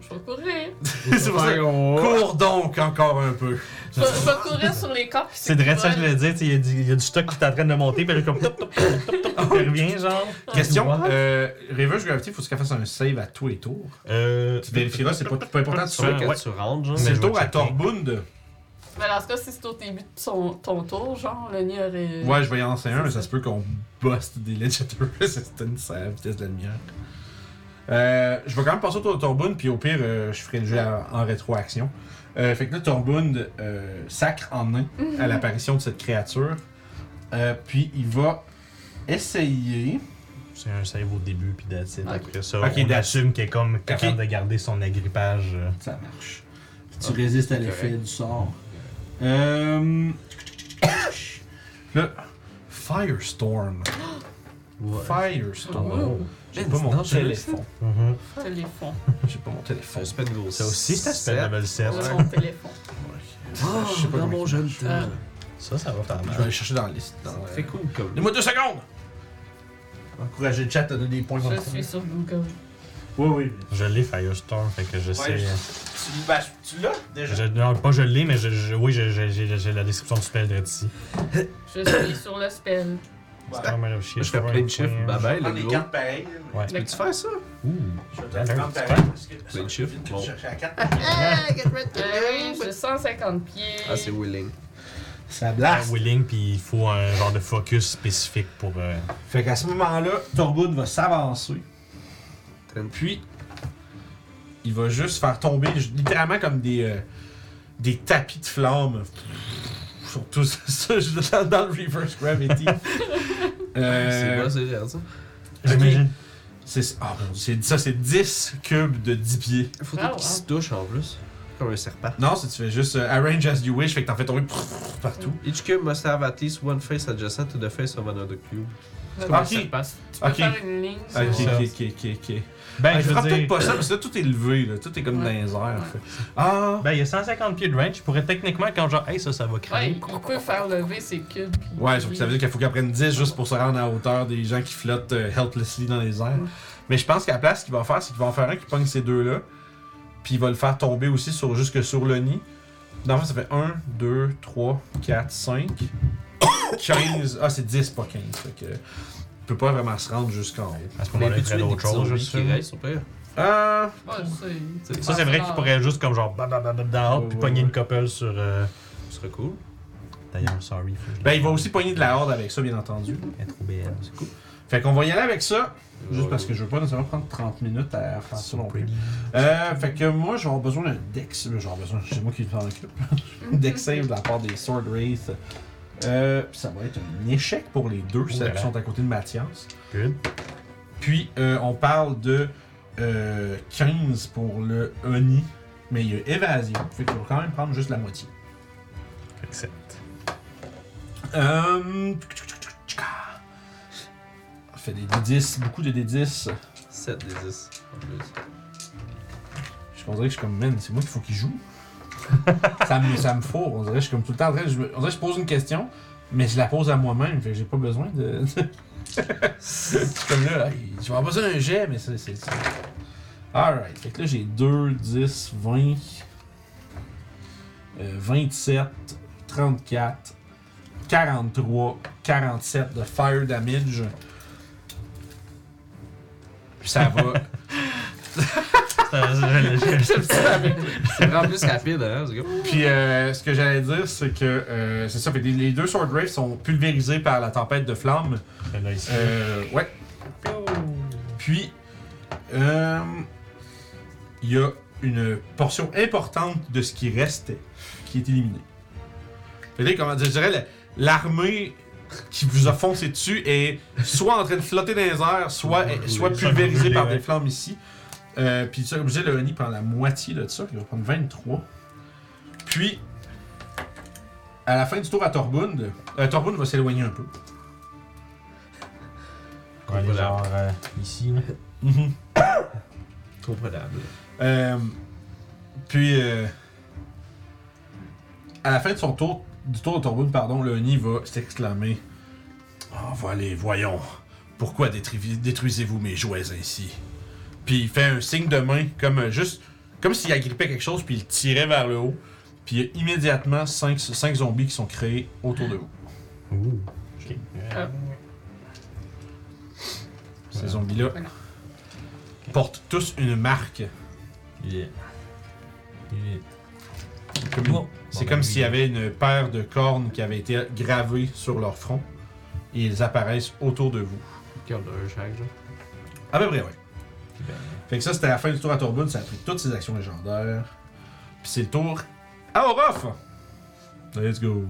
[SPEAKER 3] Je vais courir.
[SPEAKER 1] c'est pour ça. Cours donc encore un peu.
[SPEAKER 3] Je vais, je vais courir sur les corps. puis
[SPEAKER 4] C'est
[SPEAKER 3] qui
[SPEAKER 4] vrai, ça,
[SPEAKER 3] volent.
[SPEAKER 4] je voulais dire, tu sais, il y, a du- il y a du stock qui est en train de monter, puis là, comme. Top, top, top, top, top, top, il revient, genre.
[SPEAKER 1] Question, euh, Reverse Gravity, faut qu'elle fasse un save à tous les tours.
[SPEAKER 4] Euh.
[SPEAKER 1] Tu vérifieras, c'est pas, pas important. tu
[SPEAKER 2] Tu veux
[SPEAKER 1] sauras.
[SPEAKER 4] Ouais.
[SPEAKER 2] que tu rentres, genre?
[SPEAKER 1] C'est
[SPEAKER 4] Mais
[SPEAKER 1] le
[SPEAKER 4] je vais
[SPEAKER 1] tour à
[SPEAKER 4] checker.
[SPEAKER 1] Torbund.
[SPEAKER 3] Mais dans ce Ben, cas, si c'est au début de son, ton tour, genre, le nid aurait.
[SPEAKER 1] Ouais, je vais y en lancer un, mais ça se peut qu'on buste des Legendary Resistance à la vitesse de la lumière. Euh, je vais quand même passer au tour de Torbund, puis au pire, euh, je ferai le jeu en, en rétroaction. Euh, fait que là, Torbund euh, sacre en nain à l'apparition de cette créature. Euh, puis il va essayer.
[SPEAKER 4] C'est un save au début, puis that's it.
[SPEAKER 3] Ok.
[SPEAKER 4] Après ça,
[SPEAKER 1] Ok,
[SPEAKER 4] on
[SPEAKER 1] that's-
[SPEAKER 4] assume qu'il est comme capable de garder son agrippage. euh.
[SPEAKER 1] Ça marche. tu résistes à
[SPEAKER 2] l'effet
[SPEAKER 1] du sort. Euh... Le Firestorm.
[SPEAKER 2] Ouais.
[SPEAKER 1] Firestorm.
[SPEAKER 3] Oh.
[SPEAKER 1] J'ai
[SPEAKER 2] Ben,
[SPEAKER 1] pas
[SPEAKER 2] c'est
[SPEAKER 1] mon
[SPEAKER 2] dangereux,
[SPEAKER 1] téléphone.
[SPEAKER 4] Mhm.
[SPEAKER 3] Téléphone.
[SPEAKER 1] J'ai pas mon téléphone.
[SPEAKER 2] Ça se fait une grosse.
[SPEAKER 4] Ça aussi, ça se fait
[SPEAKER 2] Sept.
[SPEAKER 4] level 7.
[SPEAKER 3] Sur son téléphone.
[SPEAKER 2] Ah,
[SPEAKER 1] Je sais pas
[SPEAKER 2] dans
[SPEAKER 1] comment
[SPEAKER 2] mon
[SPEAKER 1] il
[SPEAKER 2] jeune
[SPEAKER 3] Ah.
[SPEAKER 2] temps.
[SPEAKER 4] Ça, ça va faire
[SPEAKER 1] Je vais
[SPEAKER 4] mal.
[SPEAKER 1] aller chercher dans la liste. Dans
[SPEAKER 2] C'est cool comme.
[SPEAKER 1] moi deux secondes!
[SPEAKER 5] encourager le chat à donner des points
[SPEAKER 3] Je
[SPEAKER 5] contre
[SPEAKER 3] suis sur Google.
[SPEAKER 5] Oui, oui.
[SPEAKER 4] Je l'ai Firestorm, fait que je sais.
[SPEAKER 5] je- Tu, ben, tu l'as déjà.
[SPEAKER 4] Je- non, pas je l'ai, mais je, je- oui, je- je- j'ai j'ai la description du spell direct ici.
[SPEAKER 3] Je suis sur le spell.
[SPEAKER 5] Ouais.
[SPEAKER 4] Ah, mais chier,
[SPEAKER 2] Moi, je fais
[SPEAKER 4] vais
[SPEAKER 2] plein
[SPEAKER 4] un
[SPEAKER 2] de chiffres.
[SPEAKER 4] point.
[SPEAKER 2] Bye bye,
[SPEAKER 5] Prends
[SPEAKER 2] le
[SPEAKER 5] des
[SPEAKER 2] gros.
[SPEAKER 5] cartes pareilles.
[SPEAKER 4] Ouais.
[SPEAKER 5] mais-
[SPEAKER 2] Peux-tu faire ça?
[SPEAKER 4] Ouh.
[SPEAKER 5] Je vais te la prendre
[SPEAKER 4] Ouais.
[SPEAKER 5] pareil parce que.
[SPEAKER 2] Plein de chiffres.
[SPEAKER 5] Tu
[SPEAKER 2] Bon.
[SPEAKER 5] cherches la carte.
[SPEAKER 3] Euh, je suis 150 pieds.
[SPEAKER 2] Ah, c'est willing.
[SPEAKER 5] Ça
[SPEAKER 4] Ah,
[SPEAKER 5] blast.
[SPEAKER 4] Willing, puis il faut un genre de focus spécifique pour. euh,
[SPEAKER 5] Fait qu'à ce moment-là, Torgood va s'avancer.
[SPEAKER 2] Ten.
[SPEAKER 1] Puis, il va juste faire tomber j- littéralement comme des, euh, des tapis de flammes sur tout ça, ça, dans le reverse gravity. Euh,
[SPEAKER 2] C'est bon, c'est génial, ça.
[SPEAKER 4] J'imagine.
[SPEAKER 1] c'est- ah, mon Dieu, c'est- ça, c'est 10 cubes de 10 pieds.
[SPEAKER 2] Faut
[SPEAKER 3] Ah,
[SPEAKER 2] peut-être qu'il
[SPEAKER 3] wow.
[SPEAKER 2] se touche en plus. Comme un serpent.
[SPEAKER 1] Non, si tu fais juste euh, arrange as you wish, fait que t'en fais tomber partout.
[SPEAKER 2] Each cube must have at least one face adjacent to the face of another cube.
[SPEAKER 1] Ah,
[SPEAKER 3] Tu
[SPEAKER 1] ok.
[SPEAKER 3] peux
[SPEAKER 1] Ok.
[SPEAKER 3] faire une ligne. sur-
[SPEAKER 1] Ok,
[SPEAKER 4] C'est
[SPEAKER 1] ok,
[SPEAKER 4] ça.
[SPEAKER 1] ok, ok, ok.
[SPEAKER 4] Ben,
[SPEAKER 1] Ah,
[SPEAKER 4] je
[SPEAKER 1] je
[SPEAKER 4] veux
[SPEAKER 1] ferai
[SPEAKER 4] dire.
[SPEAKER 1] peut-être pas ça, parce que là, tout est levé, là. Tout est comme
[SPEAKER 3] Ouais.
[SPEAKER 1] dans les airs.
[SPEAKER 3] Ouais.
[SPEAKER 1] fait. Ah!
[SPEAKER 4] Ben, il y a 150 pieds de range. Je pourrais techniquement, quand genre, hey, ça, ça va
[SPEAKER 3] Ouais,
[SPEAKER 4] cramer.
[SPEAKER 3] il peut faire lever ses cubes. puis-
[SPEAKER 1] Ouais, sauf que ça veut dire qu'il faut qu'elle prenne 10 juste pour se rendre à la hauteur des gens qui flottent euh, helplessly dans les airs.
[SPEAKER 3] Mm.
[SPEAKER 1] Mais je pense qu'à la place, ce qu'il va faire, c'est qu'il va en faire un qui pogne ces deux-là. Puis il va le faire tomber aussi sur, jusque sur le nid. Dans le fond, ça fait 1, 2, 3, 4, 5, 15. Ah, c'est 10, pas 15. Fait que. Il peut pas vraiment se rendre jusqu'en haut.
[SPEAKER 4] À ce moment-là, il ferait d'autres choses, je suis
[SPEAKER 2] qui
[SPEAKER 4] sûr.
[SPEAKER 2] restent, au pire.
[SPEAKER 1] Euh.
[SPEAKER 3] Ouais, c'est-
[SPEAKER 4] Ça, c'est vrai qu'il pourrait juste comme genre, bam, bam, bam, bam, dans la
[SPEAKER 1] Oh, Ouais,
[SPEAKER 4] puis
[SPEAKER 1] ouais,
[SPEAKER 4] pogner
[SPEAKER 1] ouais.
[SPEAKER 4] une couple sur. euh,
[SPEAKER 2] Ce serait cool.
[SPEAKER 4] D'ailleurs, sorry. faut que je
[SPEAKER 1] Ben,
[SPEAKER 4] la-
[SPEAKER 1] il va aussi pogner de la horde avec ça, bien entendu.
[SPEAKER 4] Elle est trop belle.
[SPEAKER 2] C'est cool.
[SPEAKER 1] Fait qu'on va y aller avec ça. Juste
[SPEAKER 2] Ouais.
[SPEAKER 1] parce que je veux pas nécessairement prendre 30 minutes à faire ça
[SPEAKER 4] So
[SPEAKER 1] non plus.
[SPEAKER 4] pretty.
[SPEAKER 1] Euh, fait que moi, je vais avoir besoin d'un dex. Je vais avoir besoin, c'est moi qui s'en occupe. dex save de la part des Sword Wraith. Euh, puis ça va être un échec pour les deux,
[SPEAKER 4] là
[SPEAKER 1] celles qui
[SPEAKER 4] là.
[SPEAKER 1] sont à côté de Mathias.
[SPEAKER 4] Good.
[SPEAKER 1] Puis euh, on parle de euh, 15 pour le Oni, mais il y a évasion. Fait qu'il va quand même prendre juste la moitié.
[SPEAKER 4] Accept.
[SPEAKER 1] Euh... On fait des D10, beaucoup de D10.
[SPEAKER 2] 7 des 10. En plus.
[SPEAKER 1] Je on dirait que je suis comme, man, c'est moi qu'il faut qu'il joue. ça, me, ça me fourre. On dirait que je suis comme tout le temps en train. de- Je, me- on dirait que je pose une question, mais je la pose à moi-même. Fait que j'ai pas besoin de. je suis comme là, hey, je vais avoir besoin d'un jet, mais c'est. c'est, c'est... Alright. Fait que là, j'ai 2, 10, 20, euh, 27, 34, 43, 47 de fire damage. Puis ça va.
[SPEAKER 4] Ça, je- je- je-
[SPEAKER 2] C'est vraiment plus rapide, hein, c'est cool.
[SPEAKER 1] Puis euh, ce que j'allais dire, c'est que euh, c'est ça. fait que les- les deux Sword Wraiths sont pulvérisés par la tempête de flammes.
[SPEAKER 4] je- là, ici.
[SPEAKER 1] Euh, ouais. Puis euh, il y a une portion importante de ce qui restait qui est éliminée. Fait que là, comment dire, je dirais, la- l'armée qui vous a foncé dessus est soit en train de flotter dans les airs, soit,
[SPEAKER 4] Oui,
[SPEAKER 1] soit
[SPEAKER 4] oui,
[SPEAKER 1] pulvérisée
[SPEAKER 4] oui,
[SPEAKER 1] par
[SPEAKER 4] oui.
[SPEAKER 1] des flammes ici. Euh, puis ça, comme je disais, le Honey prend la moitié de ça, il va prendre 23. Puis, à la fin du tour à Torbund, euh, Torbund va s'éloigner un peu.
[SPEAKER 4] On va aller genre euh, ici. là.
[SPEAKER 2] Comprenable.
[SPEAKER 1] Euh, puis, euh, à la fin de son tour, du tour de Torbun, pardon, le Oni va s'exclamer Oh, voilà, voyons, pourquoi détruis- détruisez-vous mes jouets ainsi Puis il fait un signe de main, comme euh, juste, comme s'il agrippait quelque chose, puis il tirait vers le haut. Puis il y a immédiatement 5 cinq, cinq zombies qui sont créés autour de vous.
[SPEAKER 4] Ouh. Ok.
[SPEAKER 3] Ah.
[SPEAKER 1] Ces
[SPEAKER 4] Voilà.
[SPEAKER 1] zombies-là
[SPEAKER 3] Voilà.
[SPEAKER 1] portent tous une marque.
[SPEAKER 4] Yeah. Yeah.
[SPEAKER 1] Comme- C'est comme s'il y avait une paire de cornes qui avait été gravées sur leur front. Et ils apparaissent autour de vous.
[SPEAKER 2] Regarde un chaque, genre.
[SPEAKER 1] À peu près, oui.
[SPEAKER 4] ben-
[SPEAKER 1] Fait que ça, c'était la fin du tour à Torbun. Ça a pris toutes ses actions légendaires. Puis c'est le tour à Orof. Let's go.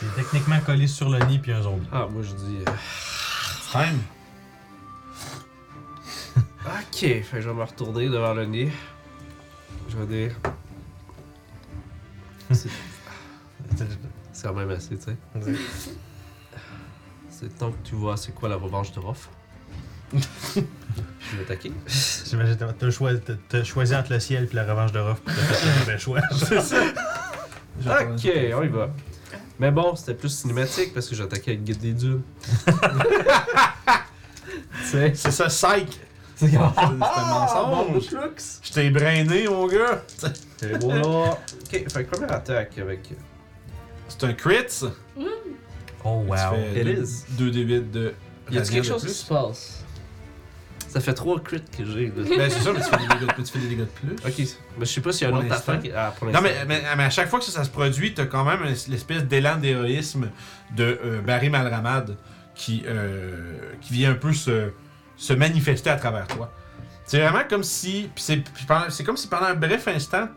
[SPEAKER 4] Il est techniquement collé sur le nid puis un zombie.
[SPEAKER 2] Ah, moi je dis. euh,
[SPEAKER 1] It's time.
[SPEAKER 2] Ok, fait que je vais me retourner devant le nez. Je vais dire. C'est- C'est quand même assez, tu sais. C'est temps que tu vois c'est quoi la revanche de Rof. je vais attaquer.
[SPEAKER 4] J'imagine t'as- t'as choisi, t'as- t'as choisi entre le ciel puis la revanche de Ruff pour t'as fait le mauvais choix.
[SPEAKER 2] Ok, on y va. Mais bon, c'était plus cinématique parce que j'attaquais avec Guide des Dunes. sais.
[SPEAKER 1] C'est ça, psych.
[SPEAKER 5] C'est comme
[SPEAKER 1] C'est
[SPEAKER 5] ah,
[SPEAKER 1] un mensonge.
[SPEAKER 5] flux.
[SPEAKER 1] Je t'ai brainé, mon gars.
[SPEAKER 2] Et voilà. Ok, fait que première attaque avec.
[SPEAKER 1] C'est un crit. ça.
[SPEAKER 4] Oh wow.
[SPEAKER 1] Tu fais
[SPEAKER 2] It
[SPEAKER 1] deux-
[SPEAKER 2] is.
[SPEAKER 1] deux D8 de.
[SPEAKER 2] Y a
[SPEAKER 1] radiant
[SPEAKER 2] quelque
[SPEAKER 1] de
[SPEAKER 2] chose qui
[SPEAKER 1] plus.
[SPEAKER 2] se passe Ça fait 3 crits que j'ai. là.
[SPEAKER 1] Ben, c'est ça, mais tu fais des dégâts de plus. Tu fais des dégâts de plus.
[SPEAKER 2] ok, mais je sais pas s'il y a
[SPEAKER 1] Pour
[SPEAKER 2] un autre
[SPEAKER 1] l'instant.
[SPEAKER 2] attaque. Ah, pour
[SPEAKER 1] Non,
[SPEAKER 2] l'instant.
[SPEAKER 1] mais, mais- mais à chaque fois que ça, ça se produit, t'as quand même un- l'espèce d'élan d'héroïsme de euh, Barry Malramad qui, euh, qui vient un peu se, se manifester à travers toi. C'est vraiment comme si. puis c'est puis pendant- c'est comme si pendant un bref instant,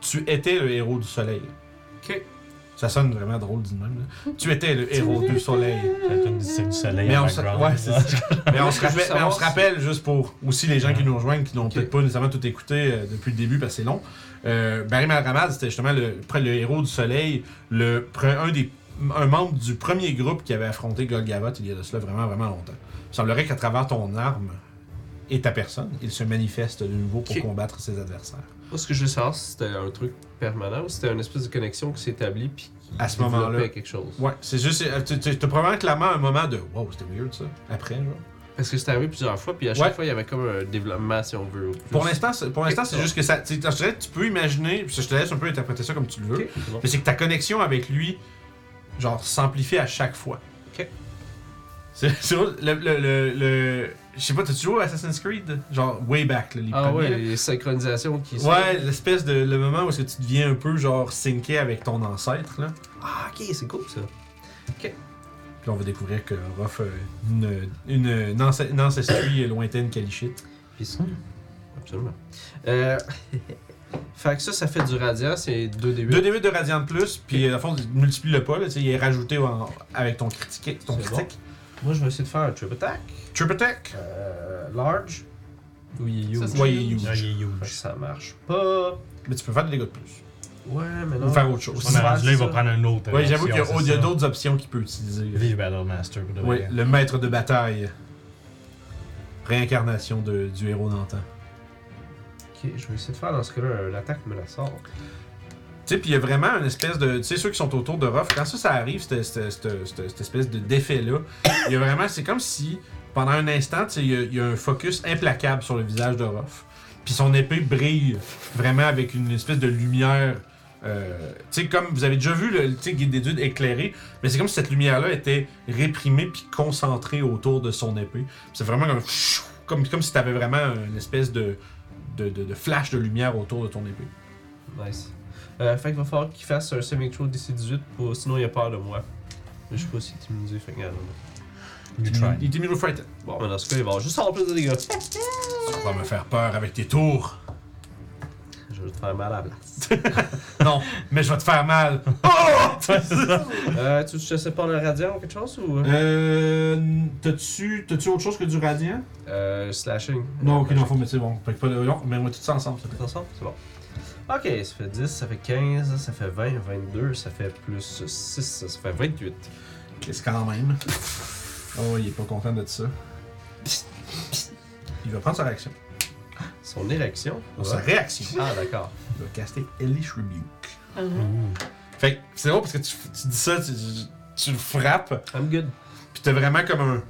[SPEAKER 1] tu étais le héros du soleil.
[SPEAKER 2] Ok.
[SPEAKER 1] Ça sonne vraiment drôle dit de même. là. Tu étais le héros du soleil.
[SPEAKER 4] C'est une c'est du soleil
[SPEAKER 1] Mais
[SPEAKER 4] en
[SPEAKER 1] on, se,
[SPEAKER 4] background.
[SPEAKER 1] ouais, c'est ça. mais on, se
[SPEAKER 2] Je veux
[SPEAKER 1] rappelle, mais on
[SPEAKER 2] savoir
[SPEAKER 1] se
[SPEAKER 2] si-
[SPEAKER 1] rappelle juste pour aussi les gens qui nous rejoignent qui n'ont
[SPEAKER 2] Ok.
[SPEAKER 1] peut-être pas nécessairement tout écouté euh, depuis le début parce que c'est long. Euh, Barry Malramad, c'était justement le, pre- le héros du soleil, le, pre- un, des, un membre du premier groupe qui avait affronté Golgavoth il y a de cela vraiment, vraiment longtemps. Il semblerait qu'à travers ton arme et ta personne, il se manifeste de nouveau pour
[SPEAKER 2] Ok.
[SPEAKER 1] combattre ses adversaires.
[SPEAKER 2] Moi, ce que je veux savoir, si c'était un truc permanent ou si c'était une espèce de connexion qui s'établit puis qui
[SPEAKER 1] À ce
[SPEAKER 2] développait
[SPEAKER 1] moment-là.
[SPEAKER 2] quelque chose.
[SPEAKER 1] Ouais, c'est juste. euh, Tu tu- t'as probablement clairement un moment de Wow, c'était weird ça. Après, genre.
[SPEAKER 2] Parce que c'est arrivé plusieurs fois, puis à chaque
[SPEAKER 1] Ouais.
[SPEAKER 2] fois, il y avait comme un développement, si on veut. ou plus.
[SPEAKER 1] Pour l'instant, c'est- pour l'instant, c'est
[SPEAKER 2] Ok.
[SPEAKER 1] juste que ça. tu sais, je dirais, tu peux imaginer, puis je te laisse un peu interpréter ça comme tu le veux,
[SPEAKER 2] Ok, c'est bon.
[SPEAKER 1] mais c'est que ta connexion avec lui, genre, s'amplifie à chaque fois.
[SPEAKER 2] Ok.
[SPEAKER 1] C'est c'est drôle, le. le, le, le- je sais pas, t'as toujours Assassin's Creed Genre, way back, là, les
[SPEAKER 2] Ah
[SPEAKER 1] premiers,
[SPEAKER 2] ouais,
[SPEAKER 1] là.
[SPEAKER 2] les synchronisations qui sont-
[SPEAKER 1] Ouais, l'espèce de. Le moment où est-ce que tu deviens un peu, genre, synqué avec ton ancêtre, là.
[SPEAKER 2] Ah, ok, c'est cool ça.
[SPEAKER 1] Puis on va découvrir que Ruff a une, une, une ancest- une ancestrie lointaine Kalichite.
[SPEAKER 2] Puis ça. Absolument. Euh... fait que ça, ça fait du radiant, c'est 2 débuts.
[SPEAKER 1] 2 d de radiant de plus, puis à fond, multiplie le pas, là, tu sais, il est rajouté en- avec ton critique. Ton
[SPEAKER 2] C'est bon.
[SPEAKER 1] critique.
[SPEAKER 2] Moi, je vais essayer de faire un trip attack.
[SPEAKER 1] Triple attack.
[SPEAKER 2] Euh, large. Oui, you.
[SPEAKER 3] Ça, c'est
[SPEAKER 1] Ouais, il est
[SPEAKER 4] Ah,
[SPEAKER 1] huge.
[SPEAKER 4] il est huge.
[SPEAKER 2] Ça marche pas.
[SPEAKER 1] Mais tu peux faire des dégâts de plus.
[SPEAKER 2] Ouais, mais
[SPEAKER 1] Ou
[SPEAKER 2] non.
[SPEAKER 1] faire autre chose.
[SPEAKER 4] Ah. On est rendu là, il va
[SPEAKER 2] ça.
[SPEAKER 4] prendre un autre. euh,
[SPEAKER 1] Ouais, j'avoue qu'il y a,
[SPEAKER 4] option,
[SPEAKER 1] il y a
[SPEAKER 4] c'est ça.
[SPEAKER 1] d'autres options qu'il peut utiliser.
[SPEAKER 4] Vive Battle Master. pour de
[SPEAKER 1] Oui,
[SPEAKER 4] vrai.
[SPEAKER 1] le maître de bataille. Réincarnation de- du héros d'antan.
[SPEAKER 2] Ok, je vais essayer de faire dans ce cas-là euh, une attaque menaçante.
[SPEAKER 1] Tu sais, puis il y a vraiment une espèce de. Tu sais, ceux qui sont autour de Ruff, quand ça, ça arrive, cette, cette- cette- cette- cette espèce de défait-là, il y a vraiment. C'est comme si, pendant un instant, tu sais, il y, a- il y a un focus implacable sur le visage de Ruff. Puis son épée brille vraiment avec une espèce de lumière. euh, tu sais, comme vous avez déjà vu le tu sais, guide d'études éclairé, mais c'est comme si cette lumière-là était réprimée puis concentrée autour de son épée. C'est vraiment comme. Comme, comme si tu avais vraiment une espèce de, de, de- de flash de lumière autour de ton épée.
[SPEAKER 2] Nice. Euh, fait qu'il va falloir qu'il fasse un saving throw d'ici 18, pour... sinon il a peur de moi. Mais je sais pas si tu me dis, fait que regarde, là.
[SPEAKER 4] You try.
[SPEAKER 1] Il était mis au frightened.
[SPEAKER 2] Bon, mais dans ce cas, il va juste avoir plus de dégâts.
[SPEAKER 1] Tu vas me faire peur avec tes tours.
[SPEAKER 2] Je vais te faire mal à la place.
[SPEAKER 1] Non, mais je vais te faire mal. Oh!
[SPEAKER 2] euh, tu te sais pas le radiant ou quelque chose ou.
[SPEAKER 1] Euh. T'as-tu t'as-tu autre chose que du radiant
[SPEAKER 2] Euh, slashing.
[SPEAKER 1] Non, ben, ok, non, faut, mais c'est bon. Fait que pas de. Non, mais on va tout ça ensemble, s'il te plaît.
[SPEAKER 2] Attention, c'est bon. Ok, ça fait 10, ça fait 15, ça fait 20, 22, ça fait plus 6, ça fait 28.
[SPEAKER 1] Qu'est-ce quand même Oh, il est pas content de ça. Il va prendre sa réaction.
[SPEAKER 2] Son érection.
[SPEAKER 1] Sa réaction.
[SPEAKER 2] Ah, d'accord.
[SPEAKER 1] Il va caster Elish Rebuke.
[SPEAKER 3] Mhm.
[SPEAKER 4] Ouh.
[SPEAKER 1] Fait que c'est drôle parce que tu, tu dis ça, tu, tu- tu le frappes,
[SPEAKER 2] I'm good.
[SPEAKER 1] puis t'as vraiment comme un.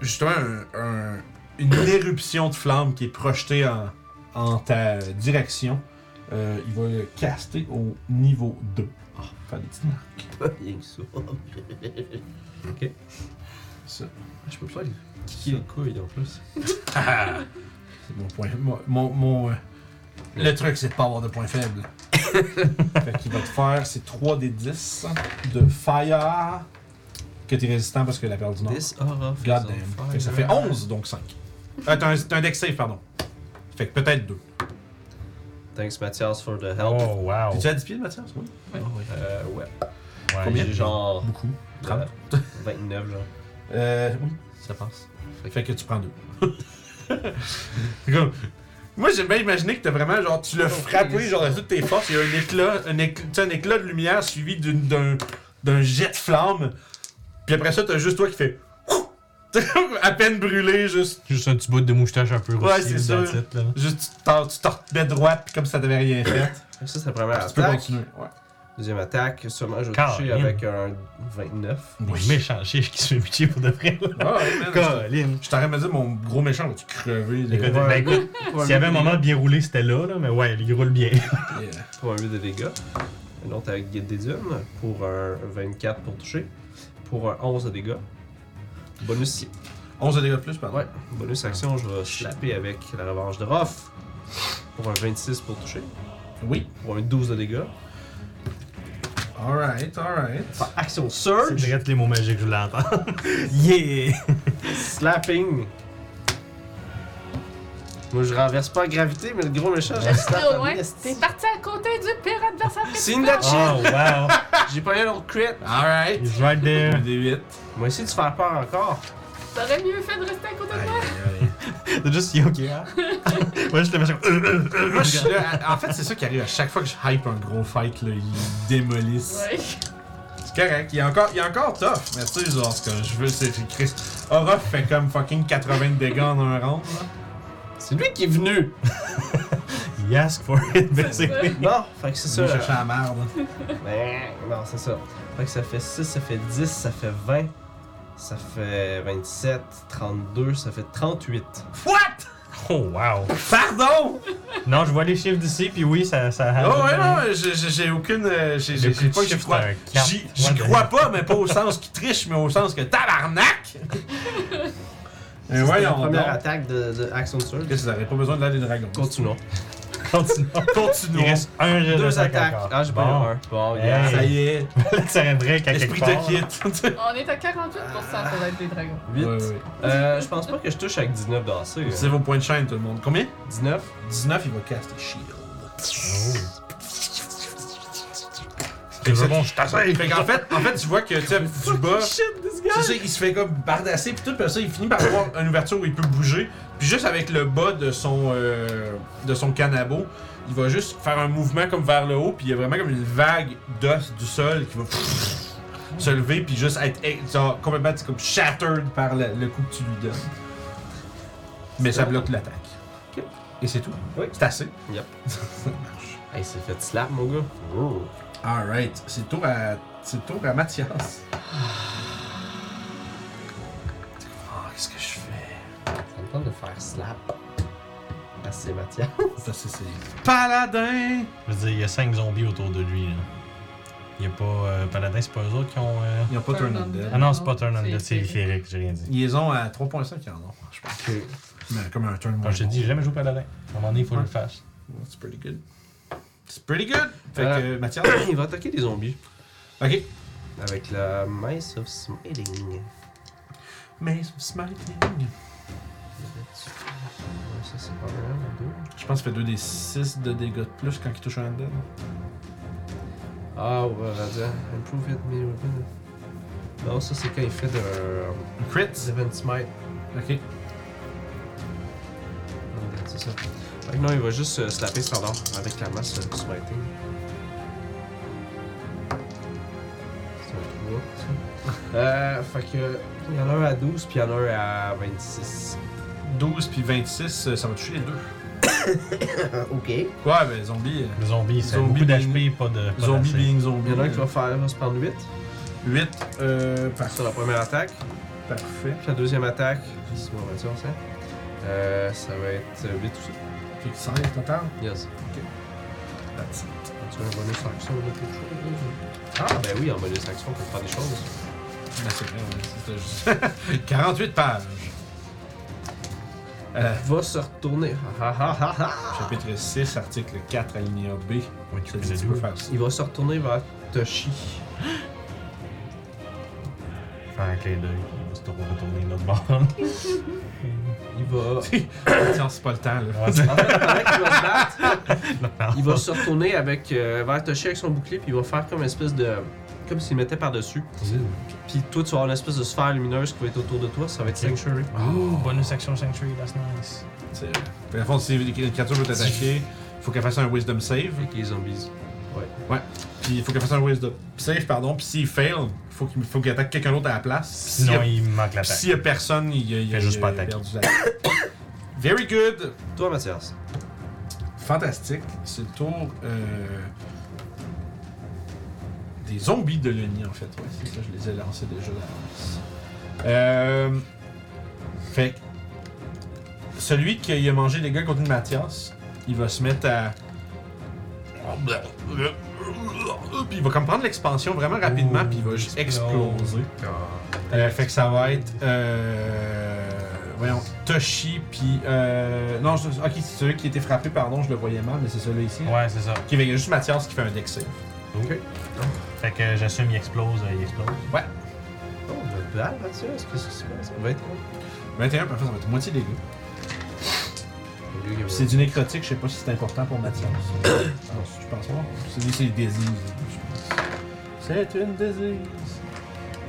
[SPEAKER 1] Justement, un- un- une éruption de flamme qui est projetée en, en ta direction. Euh, il va le caster au niveau 2. Ah, faire des petites marques.
[SPEAKER 2] Rien que ça.
[SPEAKER 1] Ça.
[SPEAKER 2] Je peux pas les kicker les couilles en plus.
[SPEAKER 1] Ah, c'est mon point. Mon. mon, mon, euh, le truc, c'est de pas avoir de point faible. fait qu'il va te faire, c'est 3 des 10 de fire que t'es résistant parce que la perle du Nord.
[SPEAKER 2] This aura fait
[SPEAKER 1] God
[SPEAKER 2] son
[SPEAKER 1] damn.
[SPEAKER 2] fire.
[SPEAKER 1] Fait que ça fait 11, donc 5. Euh, t'as un, t'as un deck save, pardon. Fait que peut-être 2.
[SPEAKER 2] Thanks Mathias for the help.
[SPEAKER 4] Oh wow.
[SPEAKER 1] Tu as 10 pieds, Mathias Oui.
[SPEAKER 2] Euh, ouais.
[SPEAKER 4] Ouais,
[SPEAKER 1] combien?
[SPEAKER 2] J'ai genre
[SPEAKER 1] Beaucoup.
[SPEAKER 2] euh,
[SPEAKER 1] Trente.
[SPEAKER 2] 29 genre.
[SPEAKER 1] Euh, oui, ça passe. Fait que tu prends 2. comme... Moi, j'ai bien imaginé que t'as vraiment, genre, tu l'as frappé, genre, de toutes tes forces. Il y a un éclat, un éclat, un éclat de lumière suivi d'une- d'un d'un jet de flamme. Puis après ça, t'as juste toi qui fait. T'es comme à peine brûlé, juste.
[SPEAKER 4] Juste un petit bout de moustache un peu
[SPEAKER 1] Ouais,
[SPEAKER 4] roussi,
[SPEAKER 1] c'est
[SPEAKER 4] that's
[SPEAKER 1] ça.
[SPEAKER 4] it, là.
[SPEAKER 1] Juste, tu t'en- tu t'en remets droite, puis comme si ça t'avait rien fait.
[SPEAKER 2] Ça, c'est la première
[SPEAKER 1] tu peux
[SPEAKER 2] attaque.
[SPEAKER 1] continuer, ouais.
[SPEAKER 2] Deuxième attaque, seulement je vais
[SPEAKER 4] Caroline.
[SPEAKER 2] toucher avec un 29.
[SPEAKER 4] Des
[SPEAKER 1] Oui.
[SPEAKER 4] méchants chiches qui se fait pitié pour de vrai.
[SPEAKER 1] Ah, ouais, man, je-
[SPEAKER 4] Colin.
[SPEAKER 1] je t'aurais de dire mon gros méchant, va-tu crever? là?
[SPEAKER 4] Écoute, ben écoute, s'il y avait un moment de bien rouler, c'était là, là, mais ouais, il roule bien.
[SPEAKER 1] Yeah.
[SPEAKER 2] pour un 8 de dégâts. Un autre avec Guide des Dunes pour un 24 pour toucher. Pour un 11 de dégâts. Bonus,
[SPEAKER 1] 11 de dégâts de plus, pardon.
[SPEAKER 2] ouais, bonus action, je vais slapper avec la revanche de Roth. Pour un 26 pour toucher.
[SPEAKER 1] Oui.
[SPEAKER 2] Pour un 12 de dégâts.
[SPEAKER 1] Alright, alright.
[SPEAKER 2] Par action
[SPEAKER 4] C'est
[SPEAKER 2] Surge,
[SPEAKER 4] vrai tous les mots magiques, je voulais entendre. yeah!
[SPEAKER 2] slapping. Moi, je renverse pas la gravité, mais le gros méchant, je
[SPEAKER 3] Reste
[SPEAKER 2] slappe
[SPEAKER 3] au
[SPEAKER 2] en
[SPEAKER 3] loin.
[SPEAKER 2] esti.
[SPEAKER 3] T'es parti à côté du pire adversaire que
[SPEAKER 2] C'est
[SPEAKER 3] tu
[SPEAKER 2] une
[SPEAKER 3] peux.
[SPEAKER 2] date.
[SPEAKER 4] Oh, wow!
[SPEAKER 2] J'ai pas eu l'autre crit.
[SPEAKER 1] Alright.
[SPEAKER 4] He's right there.
[SPEAKER 1] Des 8.
[SPEAKER 2] Moi, essayer de te faire peur encore.
[SPEAKER 3] T'aurais mieux fait de rester à côté de
[SPEAKER 1] Aïe,
[SPEAKER 3] moi.
[SPEAKER 1] aïe,
[SPEAKER 4] T'as juste yoké, hein? Moi, j'étais méchant.
[SPEAKER 1] aïe. Moi, je suis là. En fait, c'est ça qui arrive. À chaque fois que je hype un gros fight, là, ils démolissent.
[SPEAKER 3] Ouais.
[SPEAKER 1] C'est correct. Il est encore, il est encore tough. Mais tu sais, genre, ce que je veux, c'est que Chris. Orof fait comme fucking 80 de dégâts en un round, là.
[SPEAKER 2] C'est lui qui est venu.
[SPEAKER 4] He asked for it,
[SPEAKER 3] C'est ça.
[SPEAKER 4] basically.
[SPEAKER 2] Bon, fait que c'est
[SPEAKER 5] Je
[SPEAKER 2] ça. euh,
[SPEAKER 5] cherche la merde.
[SPEAKER 2] Ben, non, c'est ça. Fait que ça fait 6, ça fait 10, ça fait 20, ça fait 27, 32, ça fait 38.
[SPEAKER 4] Oh, wow!
[SPEAKER 1] Pardon!
[SPEAKER 4] Non, je vois les chiffres d'ici, puis oui, ça. ça
[SPEAKER 1] Oh, ouais, non, j'ai- j'ai j'ai aucune. euh, J'ai j'ai-
[SPEAKER 4] Le
[SPEAKER 1] j'ai
[SPEAKER 4] coup
[SPEAKER 1] pas
[SPEAKER 4] de
[SPEAKER 1] que j'y
[SPEAKER 4] chiffre,
[SPEAKER 1] crois.
[SPEAKER 4] c'est un quatre.
[SPEAKER 1] J'y j'y
[SPEAKER 4] Ouais,
[SPEAKER 1] crois pas, mais pas au sens qui triche, mais au sens que tabarnak! Mais
[SPEAKER 2] Ça, c'était la
[SPEAKER 1] voyons donc.
[SPEAKER 2] première attaque de, de Action Surge.
[SPEAKER 1] Chris, vous n'aurez pas besoin de l'aide des dragons.
[SPEAKER 2] Continuons.
[SPEAKER 4] Continuons. Il
[SPEAKER 1] Continuons.
[SPEAKER 4] reste un jet
[SPEAKER 2] Deux
[SPEAKER 4] d'attaque
[SPEAKER 2] attaques.
[SPEAKER 4] encore.
[SPEAKER 2] Ah, j'ai pas eu
[SPEAKER 4] Bon.
[SPEAKER 2] un. Bon,
[SPEAKER 4] Hey.
[SPEAKER 2] yeah.
[SPEAKER 1] Ça y est,
[SPEAKER 4] Ça rendrait qu'à quelque
[SPEAKER 1] l'esprit
[SPEAKER 4] part.
[SPEAKER 1] te quitte.
[SPEAKER 3] On est à 48% pour être des dragons.
[SPEAKER 2] 8.
[SPEAKER 1] Ouais, ouais.
[SPEAKER 2] Euh, je pense pas que je touche avec 19 d'AC.
[SPEAKER 1] C'est vos points de chaîne, tout le monde. Combien
[SPEAKER 2] 19.
[SPEAKER 1] 19, il va caster Shield.
[SPEAKER 4] Oh. C'est bon, je t'assais.
[SPEAKER 1] Fait qu'en fait, en fait, tu vois que tu sais, du bas, c'est ça, il se fait comme bardasser puis tout, puis ça, il finit par avoir une ouverture où il peut bouger. Puis juste avec le bas de son euh, de son canabo, il va juste faire un mouvement comme vers le haut, puis il y a vraiment comme une vague d'os du sol qui va se lever puis juste être eh, genre, complètement tu sais, comme shattered par le, le coup que tu lui donnes. Mais ça bloque l'attaque.
[SPEAKER 2] Ok.
[SPEAKER 1] Et c'est tout.
[SPEAKER 2] Oui.
[SPEAKER 1] C'est assez.
[SPEAKER 2] Hey, c'est fait slap, mon gars. Oh.
[SPEAKER 1] Alright, c'est le tour à. C'est le tour à Mathias. Ah, qu'est-ce que je fais?
[SPEAKER 2] Ça me tente de faire slap. Ah, c'est Mathias.
[SPEAKER 1] Ça, c'est. c'est- Paladin!
[SPEAKER 4] Je veux dire, il y a 5 zombies autour de lui. Là. Il n'y a pas. euh, Paladin, c'est pas eux autres qui ont. euh,
[SPEAKER 1] Ils ont pas
[SPEAKER 3] Turn
[SPEAKER 1] turn undead.
[SPEAKER 4] Ah non, c'est pas Turn
[SPEAKER 3] C'est
[SPEAKER 4] Undead, c'est
[SPEAKER 3] Etheric.
[SPEAKER 4] Etheric, j'ai rien dit.
[SPEAKER 1] Ils les ont à 3.5, ils en ont, je pense.
[SPEAKER 2] Ok.
[SPEAKER 1] Mais comme un turn
[SPEAKER 4] Quand je te dis, j'ai jamais joué au Paladin. À un moment donné, il faut que je le fasse.
[SPEAKER 1] C'est pretty good. C'est pretty good! Fait
[SPEAKER 2] Euh,
[SPEAKER 1] que, euh, Mathias.
[SPEAKER 2] Il va attaquer des zombies.
[SPEAKER 1] ok.
[SPEAKER 2] Avec la Mace of Smiling.
[SPEAKER 1] Mais smiting.
[SPEAKER 2] Ouais, Ça, c'est pas mal, hein, les deux.
[SPEAKER 1] Je pense qu'il fait 2 des 6 de dégâts de plus quand il touche un undead.
[SPEAKER 2] Ah, ouais, attends. Improve it, mais. Non, ça, c'est quand il fait de.
[SPEAKER 1] Un Crit?
[SPEAKER 2] Seven Smite.
[SPEAKER 1] Ok.
[SPEAKER 2] Ah, C'est ça. Fait que non, il va juste euh, slapper standard avec la masse euh, Smiting. C'est un trois, ça. Euh, fait que. Il y en a un à 12, puis il y en a un à 26.
[SPEAKER 1] 12 puis 26, euh, ça va toucher les deux.
[SPEAKER 2] ok. Il
[SPEAKER 1] Ouais, ben zombie.
[SPEAKER 4] Les zombies, c'est
[SPEAKER 1] Zombie
[SPEAKER 4] beaucoup d'HP,
[SPEAKER 1] being-
[SPEAKER 4] pas de. pas
[SPEAKER 1] Zombie
[SPEAKER 4] d'AC.
[SPEAKER 1] being zombie.
[SPEAKER 2] y en a un qui va faire, va se prendre 8
[SPEAKER 1] 8, euh,
[SPEAKER 2] sur la
[SPEAKER 1] parfait.
[SPEAKER 2] première attaque.
[SPEAKER 1] Parfait.
[SPEAKER 2] Puis la deuxième attaque, c'est mon voiture, ça. Euh, ça va être 8 ou ça.
[SPEAKER 1] Fait que 16 total.
[SPEAKER 2] Yes.
[SPEAKER 1] That's it.
[SPEAKER 2] As-tu un bonus action ou quelque chose? Ah, ben oui, en bonus action, on peut faire des choses.
[SPEAKER 1] Ben, c'est vrai, ouais, c'était juste. 48 pages. Euh,
[SPEAKER 2] Va se retourner. Ah, ah, ah, ah.
[SPEAKER 1] chapitre 6, article 4, alinéa B.
[SPEAKER 4] Ouais,
[SPEAKER 1] Je
[SPEAKER 4] tu
[SPEAKER 1] te
[SPEAKER 4] connais
[SPEAKER 1] dis, tu
[SPEAKER 4] d'où.
[SPEAKER 1] peux faire ça.
[SPEAKER 2] Il va se retourner vers Toshi.
[SPEAKER 4] Faire un clin d'œil, on va se retourner de l'autre bord.
[SPEAKER 2] Il va.
[SPEAKER 1] Ah,
[SPEAKER 2] Ah,
[SPEAKER 1] Tiens, c'est pas le temps, là.
[SPEAKER 4] Ouais, c'est-
[SPEAKER 2] En fait, pendant qu'il va se battre,
[SPEAKER 4] non,
[SPEAKER 2] il va se retourner avec, euh, vers Toshi avec son bouclier, puis il va faire comme une espèce de. Comme s'il mettait par-dessus. Puis toi, tu vas avoir une espèce de sphère lumineuse qui va être autour de toi,
[SPEAKER 1] Ben,
[SPEAKER 2] ça va être
[SPEAKER 4] Ok.
[SPEAKER 2] Sanctuary.
[SPEAKER 1] Oh.
[SPEAKER 4] Ouh, bonus action Sanctuary, that's nice.
[SPEAKER 1] C'est vrai. Fait qu'à fond, si une créature veut t'attaquer, faut qu'elle fasse un wisdom save.
[SPEAKER 2] Oh, Avec les zombies. Ouais.
[SPEAKER 1] Puis il faut qu'elle fasse un wisdom save, pardon. Puis s'il fail, faut qu'il faut qu'il attaque quelqu'un d'autre à la place. Puis s'il y
[SPEAKER 4] Sinon,
[SPEAKER 1] a-
[SPEAKER 4] il manque
[SPEAKER 1] puis
[SPEAKER 4] l'attaque.
[SPEAKER 1] s'il y a personne, il y a, il y a-
[SPEAKER 4] Fais juste
[SPEAKER 1] il y a
[SPEAKER 4] pas attaquer.
[SPEAKER 1] perdu la- Very good!
[SPEAKER 2] Toi, Mathias.
[SPEAKER 1] Fantastique. C'est le tour. Euh... des zombies de l'Uni, en fait. Ouais, c'est ça, je les ai lancés déjà d'avance. Euh, fait que celui qui a mangé les gars contre Mathias, il va se mettre à. Puis il va comme prendre l'expansion vraiment rapidement, puis il va juste exploser. Euh, fait que ça va être. Euh, voyons, Toshi, puis. Euh, non, je- ok, c'est celui qui a été frappé, pardon, je le voyais mal, mais c'est celui ici.
[SPEAKER 4] Ouais, c'est ça.
[SPEAKER 1] Ok, fait, il y a juste Mathias qui fait un deck save.
[SPEAKER 2] Ok.
[SPEAKER 4] Fait que j'assume, il explose, euh, il explose.
[SPEAKER 2] Oh, le bal, Mathias, qu'est-ce qui se passe? Ça va être quoi?
[SPEAKER 1] 21, parfait, ça va être moitié des gars.
[SPEAKER 2] Le gars qui va-
[SPEAKER 1] C'est du nécrotique, je sais pas si c'est important pour Mathias. je pense- je pense pas. C'est c'est une disease, je pense. C'est une disease.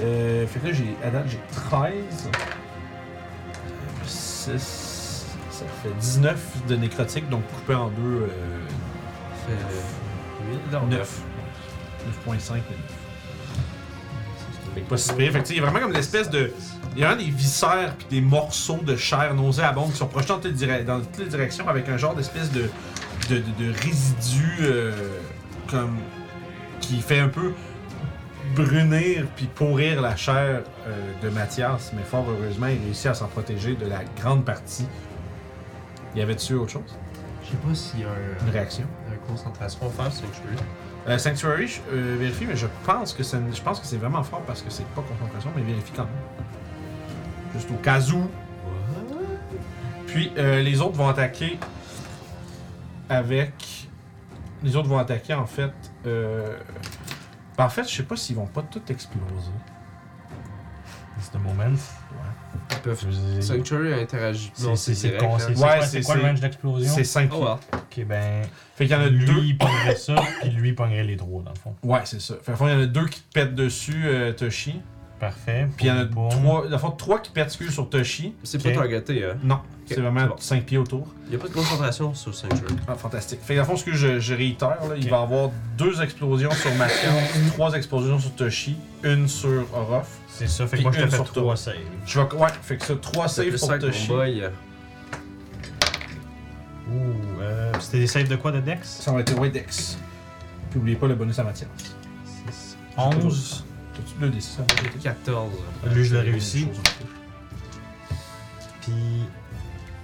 [SPEAKER 1] Euh, fait que là, j'ai, à date, j'ai 13. 6. Ça fait 19 de nécrotique, donc coupé en deux, euh,
[SPEAKER 2] Fait, euh, huit, non,
[SPEAKER 1] 9. 9.5 mais 9. Fait que pas si pire. Fait que tu sais, il y a vraiment comme une espèce de. Il y a vraiment des viscères puis des morceaux de chair nauséabonde qui sont projetés dans toutes les, dire- dans toutes les directions avec un genre d'espèce de, de, de, de résidu euh, comme qui fait un peu brunir puis pourrir la chair euh, de Mathias, mais fort heureusement il réussit à s'en protéger de la grande partie. Il y avait dessus autre chose
[SPEAKER 2] Je sais pas s'il y a
[SPEAKER 1] Une
[SPEAKER 2] un,
[SPEAKER 1] réaction
[SPEAKER 2] un concentration faire, c'est que je peux.
[SPEAKER 1] Euh, Sanctuary, je euh, vérifie, mais je pense que c'est, je pense que c'est vraiment fort parce que c'est pas concentration, mais vérifie quand même. Juste au cas où. Puis euh, les autres vont attaquer avec. Les autres vont attaquer en fait. euh, ben, en fait, je sais pas s'ils vont pas tout exploser.
[SPEAKER 4] C'est le moment.
[SPEAKER 2] Ils peuvent.
[SPEAKER 4] C'est c'est-
[SPEAKER 2] Sanctuary a interagi.
[SPEAKER 4] c'est- c'est con- c'est- c'est
[SPEAKER 1] hein.
[SPEAKER 4] quoi-
[SPEAKER 1] Ouais,
[SPEAKER 4] c'est
[SPEAKER 1] c'est-
[SPEAKER 4] quoi le
[SPEAKER 1] c'est-
[SPEAKER 4] range d'explosion?
[SPEAKER 1] C'est 5
[SPEAKER 2] Oh,
[SPEAKER 1] pieds.
[SPEAKER 2] well.
[SPEAKER 4] Ok, ben.
[SPEAKER 1] Fait qu'il y en a
[SPEAKER 4] lui,
[SPEAKER 1] deux.
[SPEAKER 4] il pognerait ça, puis lui, il pognerait les trois, dans le fond.
[SPEAKER 1] Ouais, c'est ça. Fait qu'au fond, il y en a deux qui te pètent dessus, euh, Toshi.
[SPEAKER 4] Parfait.
[SPEAKER 1] Puis il y en a
[SPEAKER 4] Boum, boum.
[SPEAKER 1] trois. Dans le fond, trois qui pètent dessus sur Toshi.
[SPEAKER 2] C'est
[SPEAKER 4] Ok.
[SPEAKER 2] pas targeté, hein.
[SPEAKER 1] Non, c'est vraiment
[SPEAKER 2] c'est bon.
[SPEAKER 1] 5 pieds autour.
[SPEAKER 2] Il y a pas de concentration sur Sanctuary.
[SPEAKER 1] Ah, fantastique. Fait que, dans le fond, ce que je, je réitère, là, il va y avoir deux explosions sur Mathias, trois explosions sur Toshi, une sur Orof.
[SPEAKER 4] C'est ça, fait que
[SPEAKER 1] Puis
[SPEAKER 4] moi, je te
[SPEAKER 1] une
[SPEAKER 4] fais
[SPEAKER 1] sur
[SPEAKER 4] trois
[SPEAKER 1] toi.
[SPEAKER 4] saves.
[SPEAKER 1] Je vais. Ouais, fait que ça, trois
[SPEAKER 2] C'est
[SPEAKER 1] saves
[SPEAKER 2] plus
[SPEAKER 1] pour
[SPEAKER 2] ça que mon
[SPEAKER 1] Toshi.
[SPEAKER 2] boy. euh,
[SPEAKER 4] Ouh, euh, c'était des saves de quoi de Dex
[SPEAKER 1] Ça va être Wedex. Puis oubliez pas le bonus à Mathias.
[SPEAKER 4] 11.
[SPEAKER 1] T'as-tu deux des six à rajouter?
[SPEAKER 2] 14.
[SPEAKER 4] Lui, je l'ai
[SPEAKER 1] J'ai
[SPEAKER 4] réussi.
[SPEAKER 1] des choses en plus.
[SPEAKER 4] Puis.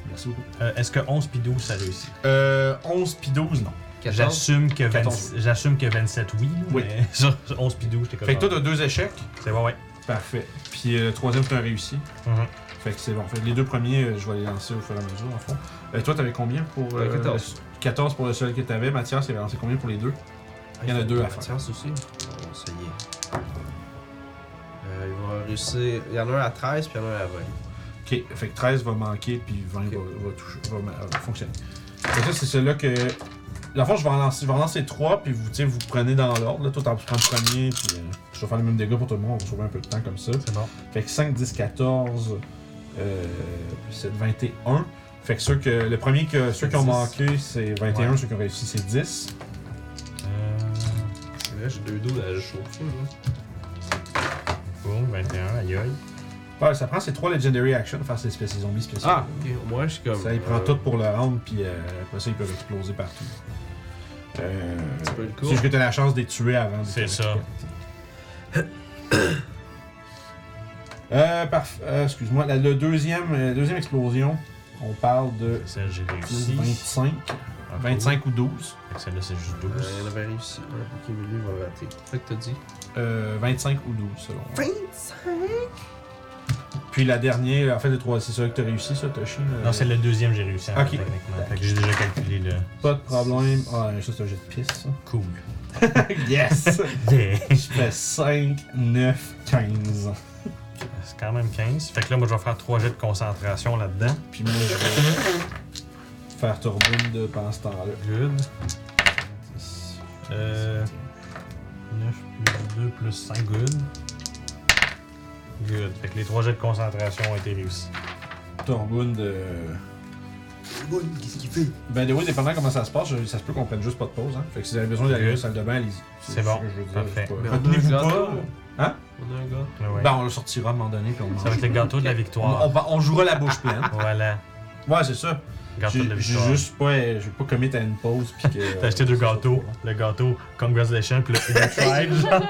[SPEAKER 1] Merci beaucoup.
[SPEAKER 4] euh, Est-ce que 11 puis 12, ça réussit
[SPEAKER 1] Euh, 11 puis 12, non.
[SPEAKER 2] 14.
[SPEAKER 4] J'assume que, 20
[SPEAKER 1] 14.
[SPEAKER 4] j'assume que 27, oui. là,
[SPEAKER 1] Oui.
[SPEAKER 4] Mais sur 11 puis 12, j'étais comme.
[SPEAKER 1] Fait que toi, t'as deux échecs.
[SPEAKER 4] C'est bon, ouais.
[SPEAKER 1] Parfait. Puis euh, le troisième, t'as un réussi.
[SPEAKER 4] Mhm.
[SPEAKER 1] Fait que c'est bon. Fait que les deux premiers, euh, je vais les lancer au fur et à mesure, en fond. Euh, toi, t'avais combien pour. euh,
[SPEAKER 2] Euh, 14.
[SPEAKER 1] le- 14 pour le seul que t'avais. Mathias, il avait lancé combien pour les deux Il y en a deux à faire.
[SPEAKER 2] Mathias aussi. Bon, ça y est. Euh, ils vont réussir. Il y en a un à 13 puis il y en a un à 20.
[SPEAKER 1] Ok, fait que 13 va manquer, puis 20
[SPEAKER 2] Ok.
[SPEAKER 1] va, va toucher- va ma- va fonctionner. Fait que ça, c'est celui-là que. Dans le fond, je vais en lancer, je vais en lancer 3, puis vous, tu sais, vous prenez dans l'ordre. Là, toi, t'en prends le premier, puis euh, je vais faire le même dégâts pour tout le monde, on va sauver un peu de temps comme ça.
[SPEAKER 4] C'est bon.
[SPEAKER 1] Fait que 5, 10, 14, euh, puis 7, 21. Fait que, ceux que le premier que ceux qui ont
[SPEAKER 2] 10.
[SPEAKER 1] manqué, c'est 21,
[SPEAKER 4] Ouais.
[SPEAKER 1] ceux qui ont réussi, c'est 10.
[SPEAKER 4] Euh,
[SPEAKER 2] C'est vrai, j'ai deux dos à juste au-dessus, là.
[SPEAKER 4] boum, 21, aïe aïe.
[SPEAKER 1] Ouais, ça prend ces 3 Legendary Actions, faire ces espèces de zombies spéciales.
[SPEAKER 2] ok. Au moins, je
[SPEAKER 4] Ah.
[SPEAKER 2] suis comme.
[SPEAKER 1] Ah! Ça, il prend
[SPEAKER 2] euh,
[SPEAKER 1] tout pour le round, puis euh, après ça, ils peuvent exploser partout. Euh,
[SPEAKER 2] C'est pas le coup.
[SPEAKER 1] c'est juste que t'as la chance de les tuer avant. de
[SPEAKER 4] C'est
[SPEAKER 1] les
[SPEAKER 4] ça.
[SPEAKER 1] exploiter. euh, parf- euh, excuse-moi, la, le deuxième, euh, deuxième explosion, on parle de
[SPEAKER 4] Ça, j'ai réussi.
[SPEAKER 1] 25,
[SPEAKER 4] Un peu.
[SPEAKER 1] 25 ou 12.
[SPEAKER 4] Fait que Celle-là, c'est juste 12.
[SPEAKER 2] Euh, il y en avait réussi. un. ok, mais lui, il va rater. Fait que t'as dit.
[SPEAKER 1] Euh, 25 ou 12 selon. 25? Puis la dernière, en fait, les trois, c'est ça que t'as réussi, ça, Toshi? euh,
[SPEAKER 4] Non, c'est le deuxième, j'ai réussi. en
[SPEAKER 1] Ok.
[SPEAKER 4] fait, Techniquement. Fait que j'ai déjà calculé le.
[SPEAKER 1] Pas de problème. Ah, ça, c'est un jet de pisse,
[SPEAKER 4] Cool.
[SPEAKER 1] ça. yes!
[SPEAKER 4] Yeah.
[SPEAKER 1] Je fais 5, 9, 15.
[SPEAKER 4] C'est quand même 15. Fait que là, moi, je vais faire 3 jets de concentration là-dedans.
[SPEAKER 1] Puis moi, je vais faire tourbine de pendant ce temps-là.
[SPEAKER 4] Good. Euh, 9 plus 2 plus 5, good. Good. Fait que les 3 jets de concentration ont été réussis.
[SPEAKER 1] Tourbine de.
[SPEAKER 5] Qu'est-ce qu'il fait
[SPEAKER 1] Ben, de oui, dépendant comment ça se passe, je- ça se peut qu'on prenne juste pas de pause. Hein. Fait que si vous avez besoin d'aller à la salle de bain, allez-y.
[SPEAKER 4] C'est bon.
[SPEAKER 1] ce que je veux dire,
[SPEAKER 4] Parfait.
[SPEAKER 1] c'est pas-
[SPEAKER 2] Mais on a
[SPEAKER 1] Retenez-vous
[SPEAKER 2] un
[SPEAKER 1] pas.
[SPEAKER 2] gâteau.
[SPEAKER 1] Hein?
[SPEAKER 2] On a un gars.
[SPEAKER 4] Ah ouais.
[SPEAKER 1] Ben, on le sortira à un moment donné, puis on le
[SPEAKER 4] Ça va
[SPEAKER 1] mangera.
[SPEAKER 4] être le gâteau de la
[SPEAKER 1] On,
[SPEAKER 4] victoire.
[SPEAKER 1] on va- on jouera la bouche pleine.
[SPEAKER 4] Voilà.
[SPEAKER 1] ouais, c'est ça.
[SPEAKER 4] Gâteau de la
[SPEAKER 1] J'ai j'ai
[SPEAKER 4] victoire.
[SPEAKER 1] juste pas, je veux pas commit à une pause puis que.
[SPEAKER 4] T'as acheté deux gâteaux. Le gâteau Congratulations, puis le Tribe, genre.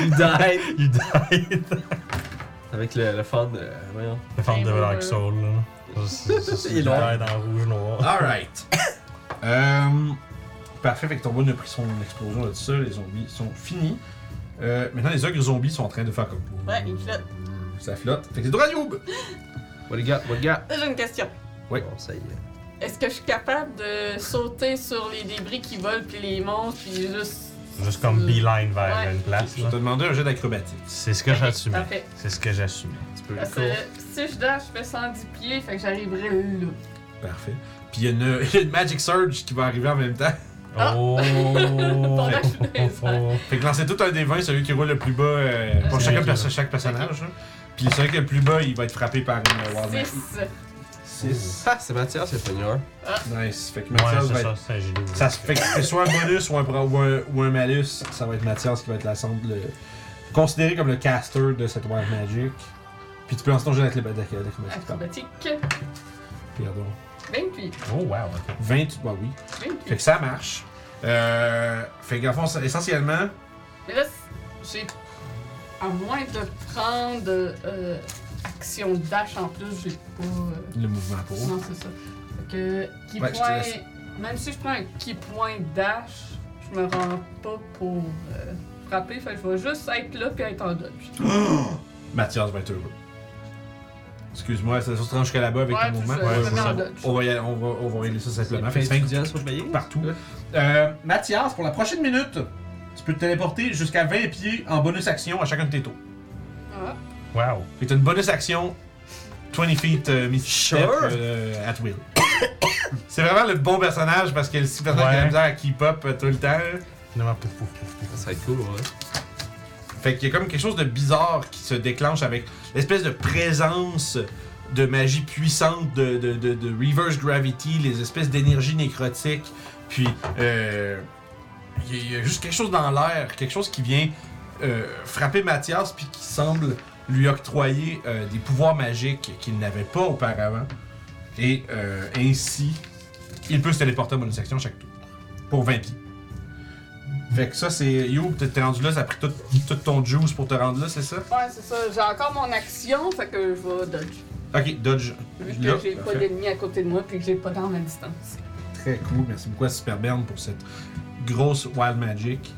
[SPEAKER 2] You died!
[SPEAKER 4] You died.
[SPEAKER 2] Avec le, le fan de. voyons.
[SPEAKER 4] La forme de Dark Soul, là. Ça, c'est- ça,
[SPEAKER 2] Il est
[SPEAKER 4] You
[SPEAKER 2] long.
[SPEAKER 4] died en rouge, noir.
[SPEAKER 1] Alright. Euh, parfait, fait que ton bonne a pris son explosion là-dessus, les zombies sont finis. Euh, maintenant, les ogres zombies sont en train de faire comme.
[SPEAKER 3] Ouais, ils flottent.
[SPEAKER 1] Ça flotte. Fait que c'est droit Youb!
[SPEAKER 2] What do you got? What do you got?
[SPEAKER 3] J'ai une question.
[SPEAKER 1] Oui.
[SPEAKER 2] Bon, ça y est.
[SPEAKER 3] Est-ce que je suis capable de sauter sur les débris qui volent, puis les monstres, puis juste.
[SPEAKER 4] Juste comme beeline vers
[SPEAKER 3] Mm. Ouais. Ah.
[SPEAKER 4] une place,
[SPEAKER 1] Je
[SPEAKER 4] là.
[SPEAKER 1] vais te demander un jet d'acrobatique.
[SPEAKER 4] C'est ce que j'assumais.
[SPEAKER 3] Parfait.
[SPEAKER 4] C'est ce que j'assumais.
[SPEAKER 2] Tu peux le
[SPEAKER 3] Parce que
[SPEAKER 2] cours.
[SPEAKER 3] si je dash, je fais 110 pieds, fait que j'arriverai là.
[SPEAKER 1] Parfait. Puis il y, a une- il y a une Magic Surge qui va arriver en même temps.
[SPEAKER 3] Ah!
[SPEAKER 4] Oh!
[SPEAKER 3] Pendant que je suis dans
[SPEAKER 1] Fait que lancez tout un des 20, celui qui roule le plus bas euh, pour
[SPEAKER 4] Ah, C'est
[SPEAKER 1] chacun
[SPEAKER 4] vrai,
[SPEAKER 1] perso-
[SPEAKER 4] ça.
[SPEAKER 1] chaque personnage. là. Puis celui qui est le plus bas, il va être frappé par une Wild
[SPEAKER 3] 6.
[SPEAKER 1] 6.
[SPEAKER 2] Ah, c'est Mathias, c'est Pognard.
[SPEAKER 1] Nice. Fait que
[SPEAKER 4] Ouais,
[SPEAKER 1] Mathias va
[SPEAKER 4] c'est
[SPEAKER 1] être
[SPEAKER 4] ça, c'est un gilet.
[SPEAKER 1] Ça se fait que c'est soit un bonus ou un, pro- ou un- ou un malus, ça va être Mathias qui va être la centre, le, considéré comme le caster de cette Wild Magic. Puis tu peux lancer ton jeu d'acrobatique. d'acrobatique, pardon.
[SPEAKER 3] Acrobatique.
[SPEAKER 1] Pardon.
[SPEAKER 3] 28.
[SPEAKER 4] Oh, wow, ok.
[SPEAKER 1] 20, tu- bah oui. Fait
[SPEAKER 3] 28.
[SPEAKER 1] que ça marche. Euh, fait qu'en fond, ça- essentiellement,
[SPEAKER 3] Mais là, c'est- j'ai. À moins de prendre euh, action dash en plus, j'ai pas. euh,
[SPEAKER 1] le mouvement pour.
[SPEAKER 3] Non, c'est ça. Fait que, key
[SPEAKER 1] Ouais, je te
[SPEAKER 3] point-
[SPEAKER 1] laisse.
[SPEAKER 3] Même si je prends un key point dash, je me rends pas pour euh, frapper. Fait que je vais juste être là puis être en dodge.
[SPEAKER 1] Mathias va être heureux. Excuse-moi, ça se rend jusqu'à là-bas avec
[SPEAKER 3] Ouais,
[SPEAKER 1] le
[SPEAKER 3] tout
[SPEAKER 1] mouvement.
[SPEAKER 3] ça,
[SPEAKER 4] Ouais,
[SPEAKER 3] je
[SPEAKER 4] c'est
[SPEAKER 3] me mets
[SPEAKER 4] ça.
[SPEAKER 3] en dodge.
[SPEAKER 1] On va, y aller- on, va, on va régler ça simplement. Fait que
[SPEAKER 2] Fait
[SPEAKER 1] cinq-
[SPEAKER 2] que tu sont payés.
[SPEAKER 1] partout. Euh, Mathias, pour la prochaine minute, tu peux te téléporter jusqu'à 20 pieds en bonus action à chacun de tes tours.
[SPEAKER 3] Ah,
[SPEAKER 4] Wow.
[SPEAKER 1] Fait que t'as une bonus action 20 feet euh, Misty
[SPEAKER 2] Sure.
[SPEAKER 1] Step euh, at will. C'est vraiment le bon personnage parce que le petit personnage qui a la
[SPEAKER 4] Ouais.
[SPEAKER 1] misère à keep up euh, tout le temps.
[SPEAKER 4] Finalement, pouf, pouf, pouf, pouf.
[SPEAKER 2] Ça serait cool, ouais.
[SPEAKER 1] Fait qu'il y a comme quelque chose de bizarre qui se déclenche avec l'espèce de présence de magie puissante, de, de- de- de reverse gravity, les espèces d'énergie nécrotique. Puis, euh, il y, a- il y a juste quelque chose dans l'air, quelque chose qui vient euh, frapper Mathias, puis qui semble lui octroyer euh, des pouvoirs magiques qu'il n'avait pas auparavant. Et euh, ainsi, il peut se téléporter en bonne section chaque tour pour 20 pieds. Fait que ça, c'est. You, t'es t'es rendu là, ça a pris tout, tout ton juice pour te rendre là, c'est ça?
[SPEAKER 3] Ouais, c'est ça. J'ai encore mon action, fait que je vais dodge.
[SPEAKER 1] Ok, dodge.
[SPEAKER 3] Vu
[SPEAKER 1] Là,
[SPEAKER 3] que j'ai pas
[SPEAKER 1] parfait.
[SPEAKER 3] d'ennemis à côté de moi puis que j'ai pas d'armes à distance.
[SPEAKER 1] Très cool, merci beaucoup à Superberne pour cette grosse Wild Magic.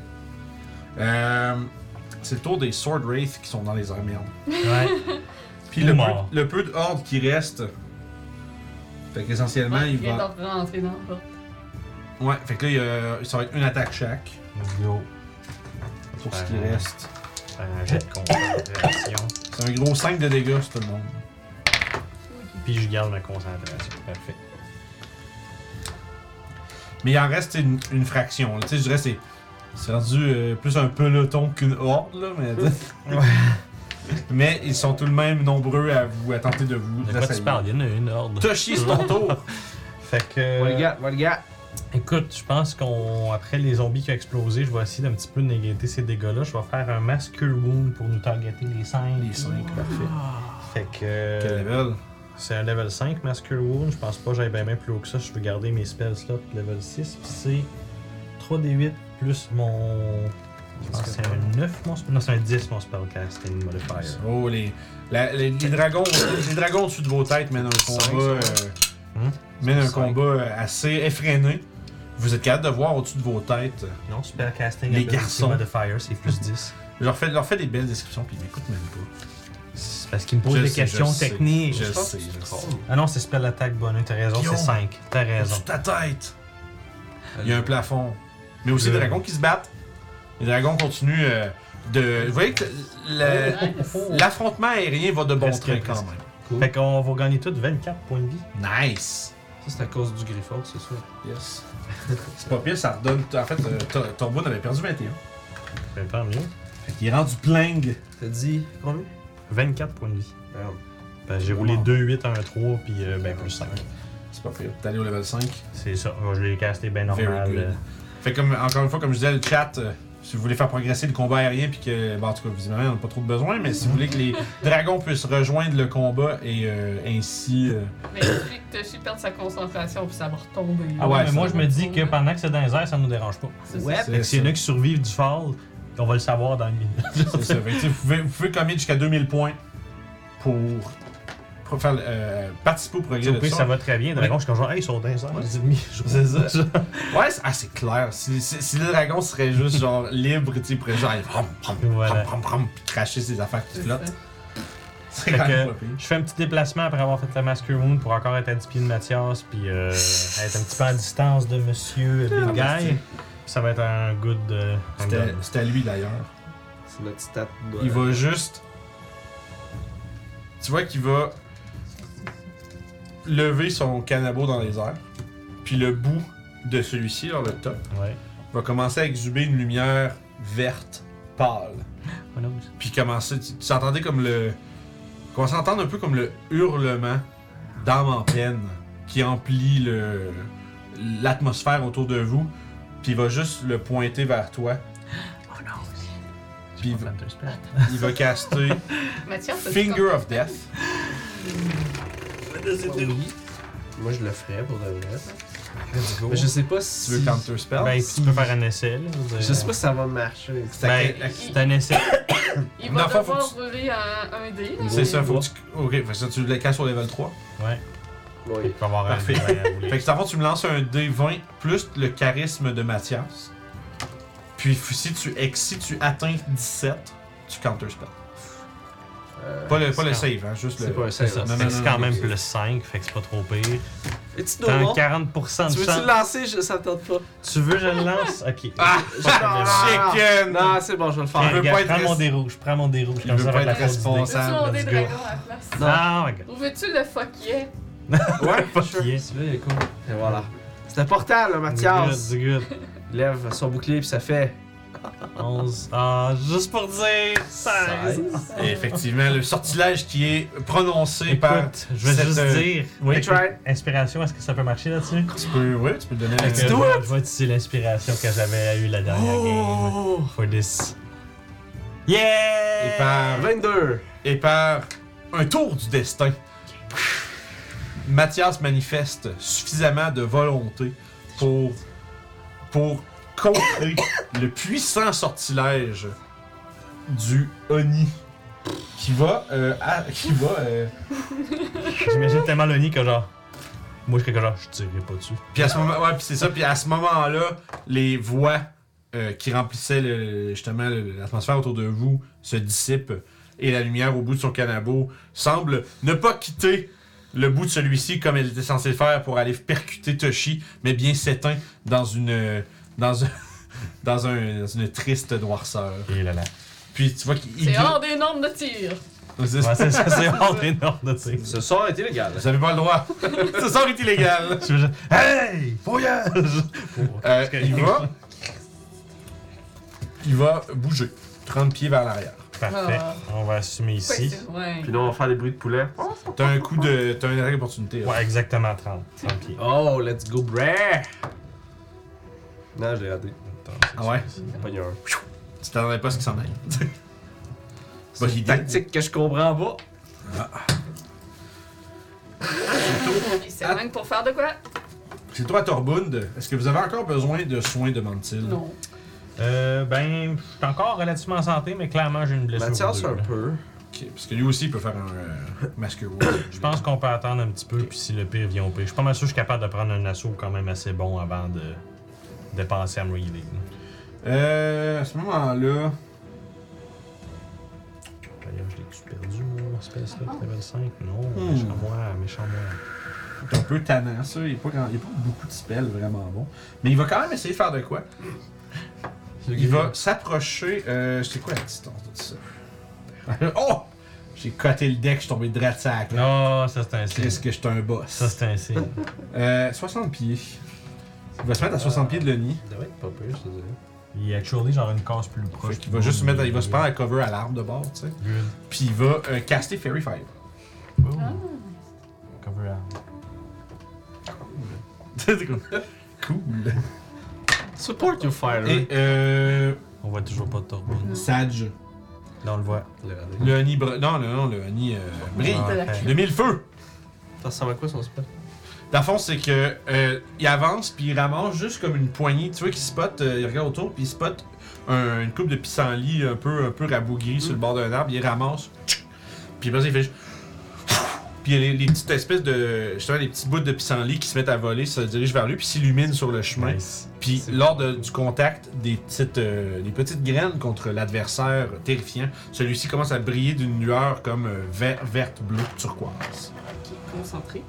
[SPEAKER 1] Euh, c'est le tour des Sword Wraith qui sont dans les emmerdes.
[SPEAKER 4] Ouais.
[SPEAKER 1] Puis
[SPEAKER 4] Ou
[SPEAKER 1] le peu,
[SPEAKER 4] morts.
[SPEAKER 1] le peu de horde qui reste. Fait qu'essentiellement,
[SPEAKER 3] Ouais,
[SPEAKER 1] il
[SPEAKER 3] je viens
[SPEAKER 1] va.
[SPEAKER 3] de rentrer dans le porte.
[SPEAKER 1] Ouais, fait que là, il y a- ça va être une attaque chaque
[SPEAKER 4] Let's go.
[SPEAKER 1] pour ce qui
[SPEAKER 4] Ouais.
[SPEAKER 1] reste.
[SPEAKER 4] Faire un jet euh, de concentration.
[SPEAKER 1] C'est un gros 5 de dégâts, sur tout le monde.
[SPEAKER 4] Puis je garde ma concentration. Parfait.
[SPEAKER 1] Mais il en reste une, une fraction. là. Tu sais, je dirais, c'est. C'est rendu euh, plus un peloton qu'une horde, là, mais. mais ils sont tout de même nombreux à vous à tenter de vous.
[SPEAKER 4] De quoi tu
[SPEAKER 1] assailler.
[SPEAKER 4] parles? Il y en a une horde.
[SPEAKER 1] Toshi, c'est ton tour!
[SPEAKER 4] Fait que.
[SPEAKER 2] What do you got? What do you got?
[SPEAKER 4] Écoute, je pense qu'on après les zombies qui ont explosé, je vais essayer d'un petit peu négater ces dégâts-là. Je vais faire un Massacre Wound pour nous targeter les 5.
[SPEAKER 1] Les 5, parfait.
[SPEAKER 4] Fait que.
[SPEAKER 1] Euh, Quel level?
[SPEAKER 4] C'est un level 5 Massacre Wound. Je pense pas que j'aille bien, bien plus haut que ça. Je peux garder mes spells slots level 6. Puis c'est 3d8 plus mon. Je pense que c'est un 9 mon spell. Non, c'est un 10 mon spellcasting modifier.
[SPEAKER 1] Oh, les, la- les, les dragons les dragons au-dessus de vos têtes mènent un
[SPEAKER 2] Cinq,
[SPEAKER 1] combat, euh,
[SPEAKER 4] Hum?
[SPEAKER 1] mènent un
[SPEAKER 2] Cinq.
[SPEAKER 1] combat euh, assez effréné. Vous êtes capable de voir au-dessus de vos têtes.
[SPEAKER 4] Non, spellcasting
[SPEAKER 1] Les
[SPEAKER 4] ability
[SPEAKER 1] garçons.
[SPEAKER 4] modifier, c'est plus 10.
[SPEAKER 1] Je leur fais, je leur fais des belles descriptions, puis ils m'écoutent même pas.
[SPEAKER 4] C'est parce qu'il me pose
[SPEAKER 1] Je
[SPEAKER 4] des
[SPEAKER 1] sais, je
[SPEAKER 4] questions
[SPEAKER 1] sais,
[SPEAKER 4] techniques.
[SPEAKER 1] Je
[SPEAKER 2] pense
[SPEAKER 1] sais, je
[SPEAKER 2] que c'est
[SPEAKER 1] sais.
[SPEAKER 2] cool.
[SPEAKER 4] Ah non, c'est spell attack bonus. T'as raison,
[SPEAKER 1] Guillaume.
[SPEAKER 4] c'est 5. T'as raison.
[SPEAKER 1] Au-dessus de ta tête! Il y a un plafond. Mais aussi des
[SPEAKER 4] Le-
[SPEAKER 1] dragons qui se battent. Les dragons continuent euh, de. Vous voyez que le-
[SPEAKER 3] Nice.
[SPEAKER 1] l'affrontement aérien va de bon
[SPEAKER 4] Presque,
[SPEAKER 1] train quand
[SPEAKER 4] presque.
[SPEAKER 1] même.
[SPEAKER 2] Cool.
[SPEAKER 4] Fait qu'on va gagner tous 24 points de vie.
[SPEAKER 1] Nice!
[SPEAKER 2] Ça, c'est à cause du Griffon, c'est ça.
[SPEAKER 1] Yes. C'est pas pire, ça redonne. En fait, euh, Tor- Torbone avait perdu 21.
[SPEAKER 4] Ben, tant mieux.
[SPEAKER 1] Fait qu'il est rendu plingue.
[SPEAKER 2] T'as dit combien?
[SPEAKER 4] 24 points de vie.
[SPEAKER 2] Merde.
[SPEAKER 4] Ben, j'ai roulé
[SPEAKER 1] Wow.
[SPEAKER 4] 2, 8, 1, 3, puis euh, ben plus 5.
[SPEAKER 1] C'est pas pire. T'es allé au level 5.
[SPEAKER 4] C'est ça. Moi, je l'ai casté bien
[SPEAKER 1] Very
[SPEAKER 4] normal.
[SPEAKER 1] good.
[SPEAKER 4] euh,
[SPEAKER 1] Fait comme, encore une fois, comme je disais, le chat, euh, Si vous voulez faire progresser le combat aérien, puis que, bon, en tout cas, visiblement, on n'a pas trop de besoin, mais si vous voulez que les dragons puissent rejoindre le combat et euh, ainsi. euh,
[SPEAKER 3] Mais depuis que Toshi perd sa concentration, puis ça va retomber.
[SPEAKER 1] Ah ouais,
[SPEAKER 4] mais
[SPEAKER 1] ça
[SPEAKER 4] moi,
[SPEAKER 1] va
[SPEAKER 4] je me dis que pendant que c'est dans les airs, ça nous dérange pas.
[SPEAKER 3] C'est ça.
[SPEAKER 5] Ouais.
[SPEAKER 1] c'est-
[SPEAKER 4] Fait que s'il y en a qui survivent du fall, on va le savoir dans une minute.
[SPEAKER 1] C'est ça. Fait que, tu sais, vous, pouvez, vous pouvez commit jusqu'à 2000 points pour, pour faire, euh, participer au progrès
[SPEAKER 4] Au
[SPEAKER 1] de
[SPEAKER 4] pire,
[SPEAKER 1] ça.
[SPEAKER 4] ça va très bien. Dragon, je suis comme genre, hey, ils sont dans les airs, les ennemis.
[SPEAKER 1] C'est ça. Ouais, c'est- ah, c'est clair. Si, si, si le dragon serait juste genre libre, tu sais, il pourrait genre aller prom, prom, prom,
[SPEAKER 4] Voilà.
[SPEAKER 1] prom, prom, puis cracher ses affaires qui
[SPEAKER 3] C'est
[SPEAKER 1] flottent.
[SPEAKER 3] ça.
[SPEAKER 1] C'est
[SPEAKER 4] Fait
[SPEAKER 1] quand
[SPEAKER 4] que-
[SPEAKER 1] même pas pire.
[SPEAKER 4] Je fais un petit déplacement après avoir fait la Master Wound pour encore être à 10 pieds de Mathias, puis euh, être un petit peu à distance de Monsieur Big Guy. Puis Ça va être un good. euh, un
[SPEAKER 1] Ah, C'était-
[SPEAKER 4] good.
[SPEAKER 1] C'était à lui d'ailleurs.
[SPEAKER 2] C'est notre stat.
[SPEAKER 1] Il va juste. Tu vois qu'il va lever son canabo dans les airs. Puis le bout de celui-ci, dans le top,
[SPEAKER 4] Ouais.
[SPEAKER 1] va commencer à exhuber une lumière verte pâle.
[SPEAKER 4] Voilà.
[SPEAKER 1] Puis commencer, tu, tu entendais comme le. Qu'on s'entende un peu comme le hurlement d'âme en peine qui emplit le l'atmosphère autour de vous. Puis il va juste le pointer vers toi.
[SPEAKER 4] Oh non.
[SPEAKER 1] Puis
[SPEAKER 4] J'ai pas fait un spell.
[SPEAKER 1] Il va caster
[SPEAKER 3] Mathias, t'as-tu
[SPEAKER 1] Finger of Death.
[SPEAKER 2] Moi, je le ferais pour de vrai.
[SPEAKER 4] Let's go.
[SPEAKER 2] Mais je sais pas si.
[SPEAKER 1] Tu veux counter spell?
[SPEAKER 4] Ben, si tu peux faire un essai, là. je veux
[SPEAKER 2] Je
[SPEAKER 4] dire.
[SPEAKER 2] sais pas si ça va marcher.
[SPEAKER 1] Ça-
[SPEAKER 4] Ben, c'est un essai.
[SPEAKER 3] Il va
[SPEAKER 1] Non, faut-
[SPEAKER 3] devoir
[SPEAKER 1] faut
[SPEAKER 3] rouler un, un dé. là.
[SPEAKER 1] C'est ça, faut que tu... Ok, fait que ça, tu le casses au level 3.
[SPEAKER 4] Ouais.
[SPEAKER 2] Oui.
[SPEAKER 4] Il peut avoir
[SPEAKER 1] Parfait.
[SPEAKER 4] un dé à rouler.
[SPEAKER 1] Fait que avant, tu me lances un D20 plus le charisme de Mathias. Puis f- si tu, ex- si tu atteins 17, tu counter spell.
[SPEAKER 2] Euh,
[SPEAKER 1] Pas le, pas le
[SPEAKER 4] c'est
[SPEAKER 1] save, hein, juste
[SPEAKER 2] C'est
[SPEAKER 1] le...
[SPEAKER 2] pas un
[SPEAKER 4] C'est
[SPEAKER 1] Non,
[SPEAKER 2] save.
[SPEAKER 4] ça. Fait
[SPEAKER 1] non,
[SPEAKER 4] que
[SPEAKER 1] non,
[SPEAKER 4] C'est quand
[SPEAKER 1] non,
[SPEAKER 4] même
[SPEAKER 1] non.
[SPEAKER 4] plus 5, fait que c'est pas trop pire.
[SPEAKER 2] Es-tu
[SPEAKER 4] T'as un
[SPEAKER 2] normal?
[SPEAKER 4] 40% de
[SPEAKER 2] Tu veux-tu le
[SPEAKER 4] chance.
[SPEAKER 2] lancer? Je- Ça tente pas.
[SPEAKER 4] Tu veux, je le lance? Ok.
[SPEAKER 1] Ah!
[SPEAKER 4] Ah,
[SPEAKER 1] Chicken!
[SPEAKER 2] Non, c'est bon, je vais
[SPEAKER 1] Il
[SPEAKER 2] le
[SPEAKER 4] Ok,
[SPEAKER 2] faire.
[SPEAKER 1] veut
[SPEAKER 4] regarde,
[SPEAKER 1] pas être
[SPEAKER 4] prends mon
[SPEAKER 1] res-
[SPEAKER 4] dé rouge, prends mon dé rouge.
[SPEAKER 1] Il
[SPEAKER 4] comme
[SPEAKER 1] veut
[SPEAKER 4] ça,
[SPEAKER 1] pas
[SPEAKER 4] va
[SPEAKER 1] être
[SPEAKER 4] la fausse idée.
[SPEAKER 1] responsable. Sam,
[SPEAKER 3] Veux-tu un dé
[SPEAKER 1] let's
[SPEAKER 3] dragon à la place?
[SPEAKER 2] Non.
[SPEAKER 4] Ah, my god.
[SPEAKER 3] Ou veux-tu le fuck yeah?
[SPEAKER 2] Ouais,
[SPEAKER 4] Fuck
[SPEAKER 2] sure.
[SPEAKER 4] yeah.
[SPEAKER 2] Celui-là, il est cool. Et voilà. C'est important, là, Mathias.
[SPEAKER 4] Du good,
[SPEAKER 2] Il lève son bouclier, puis ça fait.
[SPEAKER 4] 11. Ah, juste pour dire 16.
[SPEAKER 1] Et effectivement, le sortilège qui est prononcé par...
[SPEAKER 4] Écoute, je vais
[SPEAKER 1] cette,
[SPEAKER 4] juste
[SPEAKER 1] euh,
[SPEAKER 4] dire. Oui,
[SPEAKER 2] That's right.
[SPEAKER 4] inspiration, est-ce que ça peut marcher là-dessus?
[SPEAKER 1] Tu peux, ouais, tu peux donner
[SPEAKER 4] Fait
[SPEAKER 1] un
[SPEAKER 4] que
[SPEAKER 1] petit
[SPEAKER 4] je
[SPEAKER 1] doigt.
[SPEAKER 4] vais- Je vais utiliser l'inspiration que j'avais eue la dernière game.
[SPEAKER 2] Oh!
[SPEAKER 4] For this. Yeah!
[SPEAKER 1] Et par...
[SPEAKER 2] 22.
[SPEAKER 1] et par un tour du destin, Mathias manifeste suffisamment de volonté pour, pour contrer le puissant sortilège du Oni qui va, euh, à- qui va euh,
[SPEAKER 4] J'imagine tellement le nid que genre. Moi, je suis quelque genre, je tirerai pas dessus.
[SPEAKER 1] Puis à ce moment, ouais, puis c'est ça. Puis à ce moment-là, les voix euh, qui remplissaient le- justement le- l'atmosphère autour de vous se dissipent et la lumière au bout de son canabo semble ne pas quitter le bout de celui-ci comme elle était censée le faire pour aller percuter Toshi, mais bien s'éteint dans une dans un, dans, un- dans une triste noirceur.
[SPEAKER 4] Et là là.
[SPEAKER 1] Puis tu vois qu'il
[SPEAKER 3] C'est hors des normes de tir.
[SPEAKER 1] C'est-
[SPEAKER 4] Ouais, c'est ça, c'est hors des normes de tir.
[SPEAKER 2] Ce sort est illégal. hein.
[SPEAKER 1] Vous avez pas le droit. Ce sort est illégal.
[SPEAKER 4] Je veux juste, Hey! Voyage!
[SPEAKER 1] Euh, il va. Il va bouger. 30 pieds vers l'arrière.
[SPEAKER 4] Parfait.
[SPEAKER 3] Ah.
[SPEAKER 4] On va assumer ici.
[SPEAKER 3] Ouais, c'est- Ouais.
[SPEAKER 2] Puis nous, on va faire des bruits de poulet.
[SPEAKER 1] T'as un coup de. T'as une hein. attaque d'opportunité. là.
[SPEAKER 4] Ouais, exactement 30. 30 pieds.
[SPEAKER 2] Oh, let's go, bruh! Non, je l'ai raté.
[SPEAKER 1] Ah ouais?
[SPEAKER 2] Pas un.
[SPEAKER 1] Tu t'attendais pas à ce qui s'en aille.
[SPEAKER 2] C'est
[SPEAKER 1] Bonne
[SPEAKER 2] une
[SPEAKER 1] idée.
[SPEAKER 2] tactique que je comprends pas.
[SPEAKER 3] Il
[SPEAKER 1] Ah.
[SPEAKER 3] s'éloigne pour faire de quoi?
[SPEAKER 1] C'est toi, Torbund. Est-ce que vous avez encore besoin de soins, demande-t-il?
[SPEAKER 3] Non.
[SPEAKER 4] Euh, ben, je suis encore relativement en santé, mais clairement, j'ai une blessure.
[SPEAKER 2] Mathias,
[SPEAKER 4] au
[SPEAKER 2] un
[SPEAKER 4] dos, là.
[SPEAKER 2] peu.
[SPEAKER 1] Ok, parce que lui aussi, il peut faire un euh, masque
[SPEAKER 4] Je pense qu'on peut attendre un petit peu, puis si le pire vient au pire. Je suis pas mal sûr que je suis capable de prendre un assaut quand même assez bon avant de, de penser à me healer.
[SPEAKER 1] Euh. À ce moment-là.
[SPEAKER 4] D'ailleurs, je l'ai-tu perdu, mon espèce là, level 5? Non,
[SPEAKER 1] Ah. Hmm.
[SPEAKER 4] méchant moi, méchant moi.
[SPEAKER 1] C'est un peu tannant, ça. Il n'y a, pas grand- il y a pas beaucoup de spells vraiment bons. Mais il va quand même essayer de faire de quoi? Il va s'approcher. Euh, c'est quoi la distance de ça? oh! J'ai coté le deck, je suis tombé de rat sac.
[SPEAKER 4] Non, ça c'est un
[SPEAKER 1] Qu'est-ce
[SPEAKER 4] signe.
[SPEAKER 1] que je suis un boss?
[SPEAKER 4] Ça c'est un signe.
[SPEAKER 1] Euh, 60 pieds. Il va se mettre à 60 pieds de Lenny.
[SPEAKER 2] Ça devait être pas pire, je te dirais.
[SPEAKER 4] Il est actually genre une case plus proche.
[SPEAKER 1] Fait qu'il va juste se mettre, à- il va se prendre à cover à l'arbre de bord, tu sais.
[SPEAKER 4] Good.
[SPEAKER 1] Puis il va euh, caster Fairy Fire.
[SPEAKER 4] Boom.
[SPEAKER 3] Ah.
[SPEAKER 4] Cover arm.
[SPEAKER 1] C'est cool.
[SPEAKER 2] Support your fire.
[SPEAKER 1] Et euh,
[SPEAKER 4] On voit toujours pas de Torbonne.
[SPEAKER 1] Sage.
[SPEAKER 4] Là, on le voit.
[SPEAKER 2] Ça
[SPEAKER 1] Le honey. br- Non, le, non, le honey euh, brille.
[SPEAKER 4] Ah,
[SPEAKER 3] la
[SPEAKER 4] ok.
[SPEAKER 1] Le mille feux.
[SPEAKER 2] ressemble à quoi son spell?
[SPEAKER 1] Dans le fond, c'est que euh, il avance puis il ramasse juste comme une poignée. Tu vois qu'il spot, euh, il regarde autour puis il spot un- une coupe de pissenlit un peu, un peu rabougrie sur le bord d'un arbre. Il ramasse. tchic, Puis après, ça, il fait juste. Puis les, les petites espèces de. Justement, les petits bouts de pissenlit qui se mettent à voler se dirigent vers lui puis s'illuminent sur le chemin.
[SPEAKER 4] Nice.
[SPEAKER 1] Puis
[SPEAKER 2] C'est
[SPEAKER 1] lors de- du contact des petites, euh, des petites graines contre l'adversaire terrifiant, celui-ci commence à briller d'une lueur comme euh, vert, verte, bleue, turquoise.
[SPEAKER 3] Ok, concentré.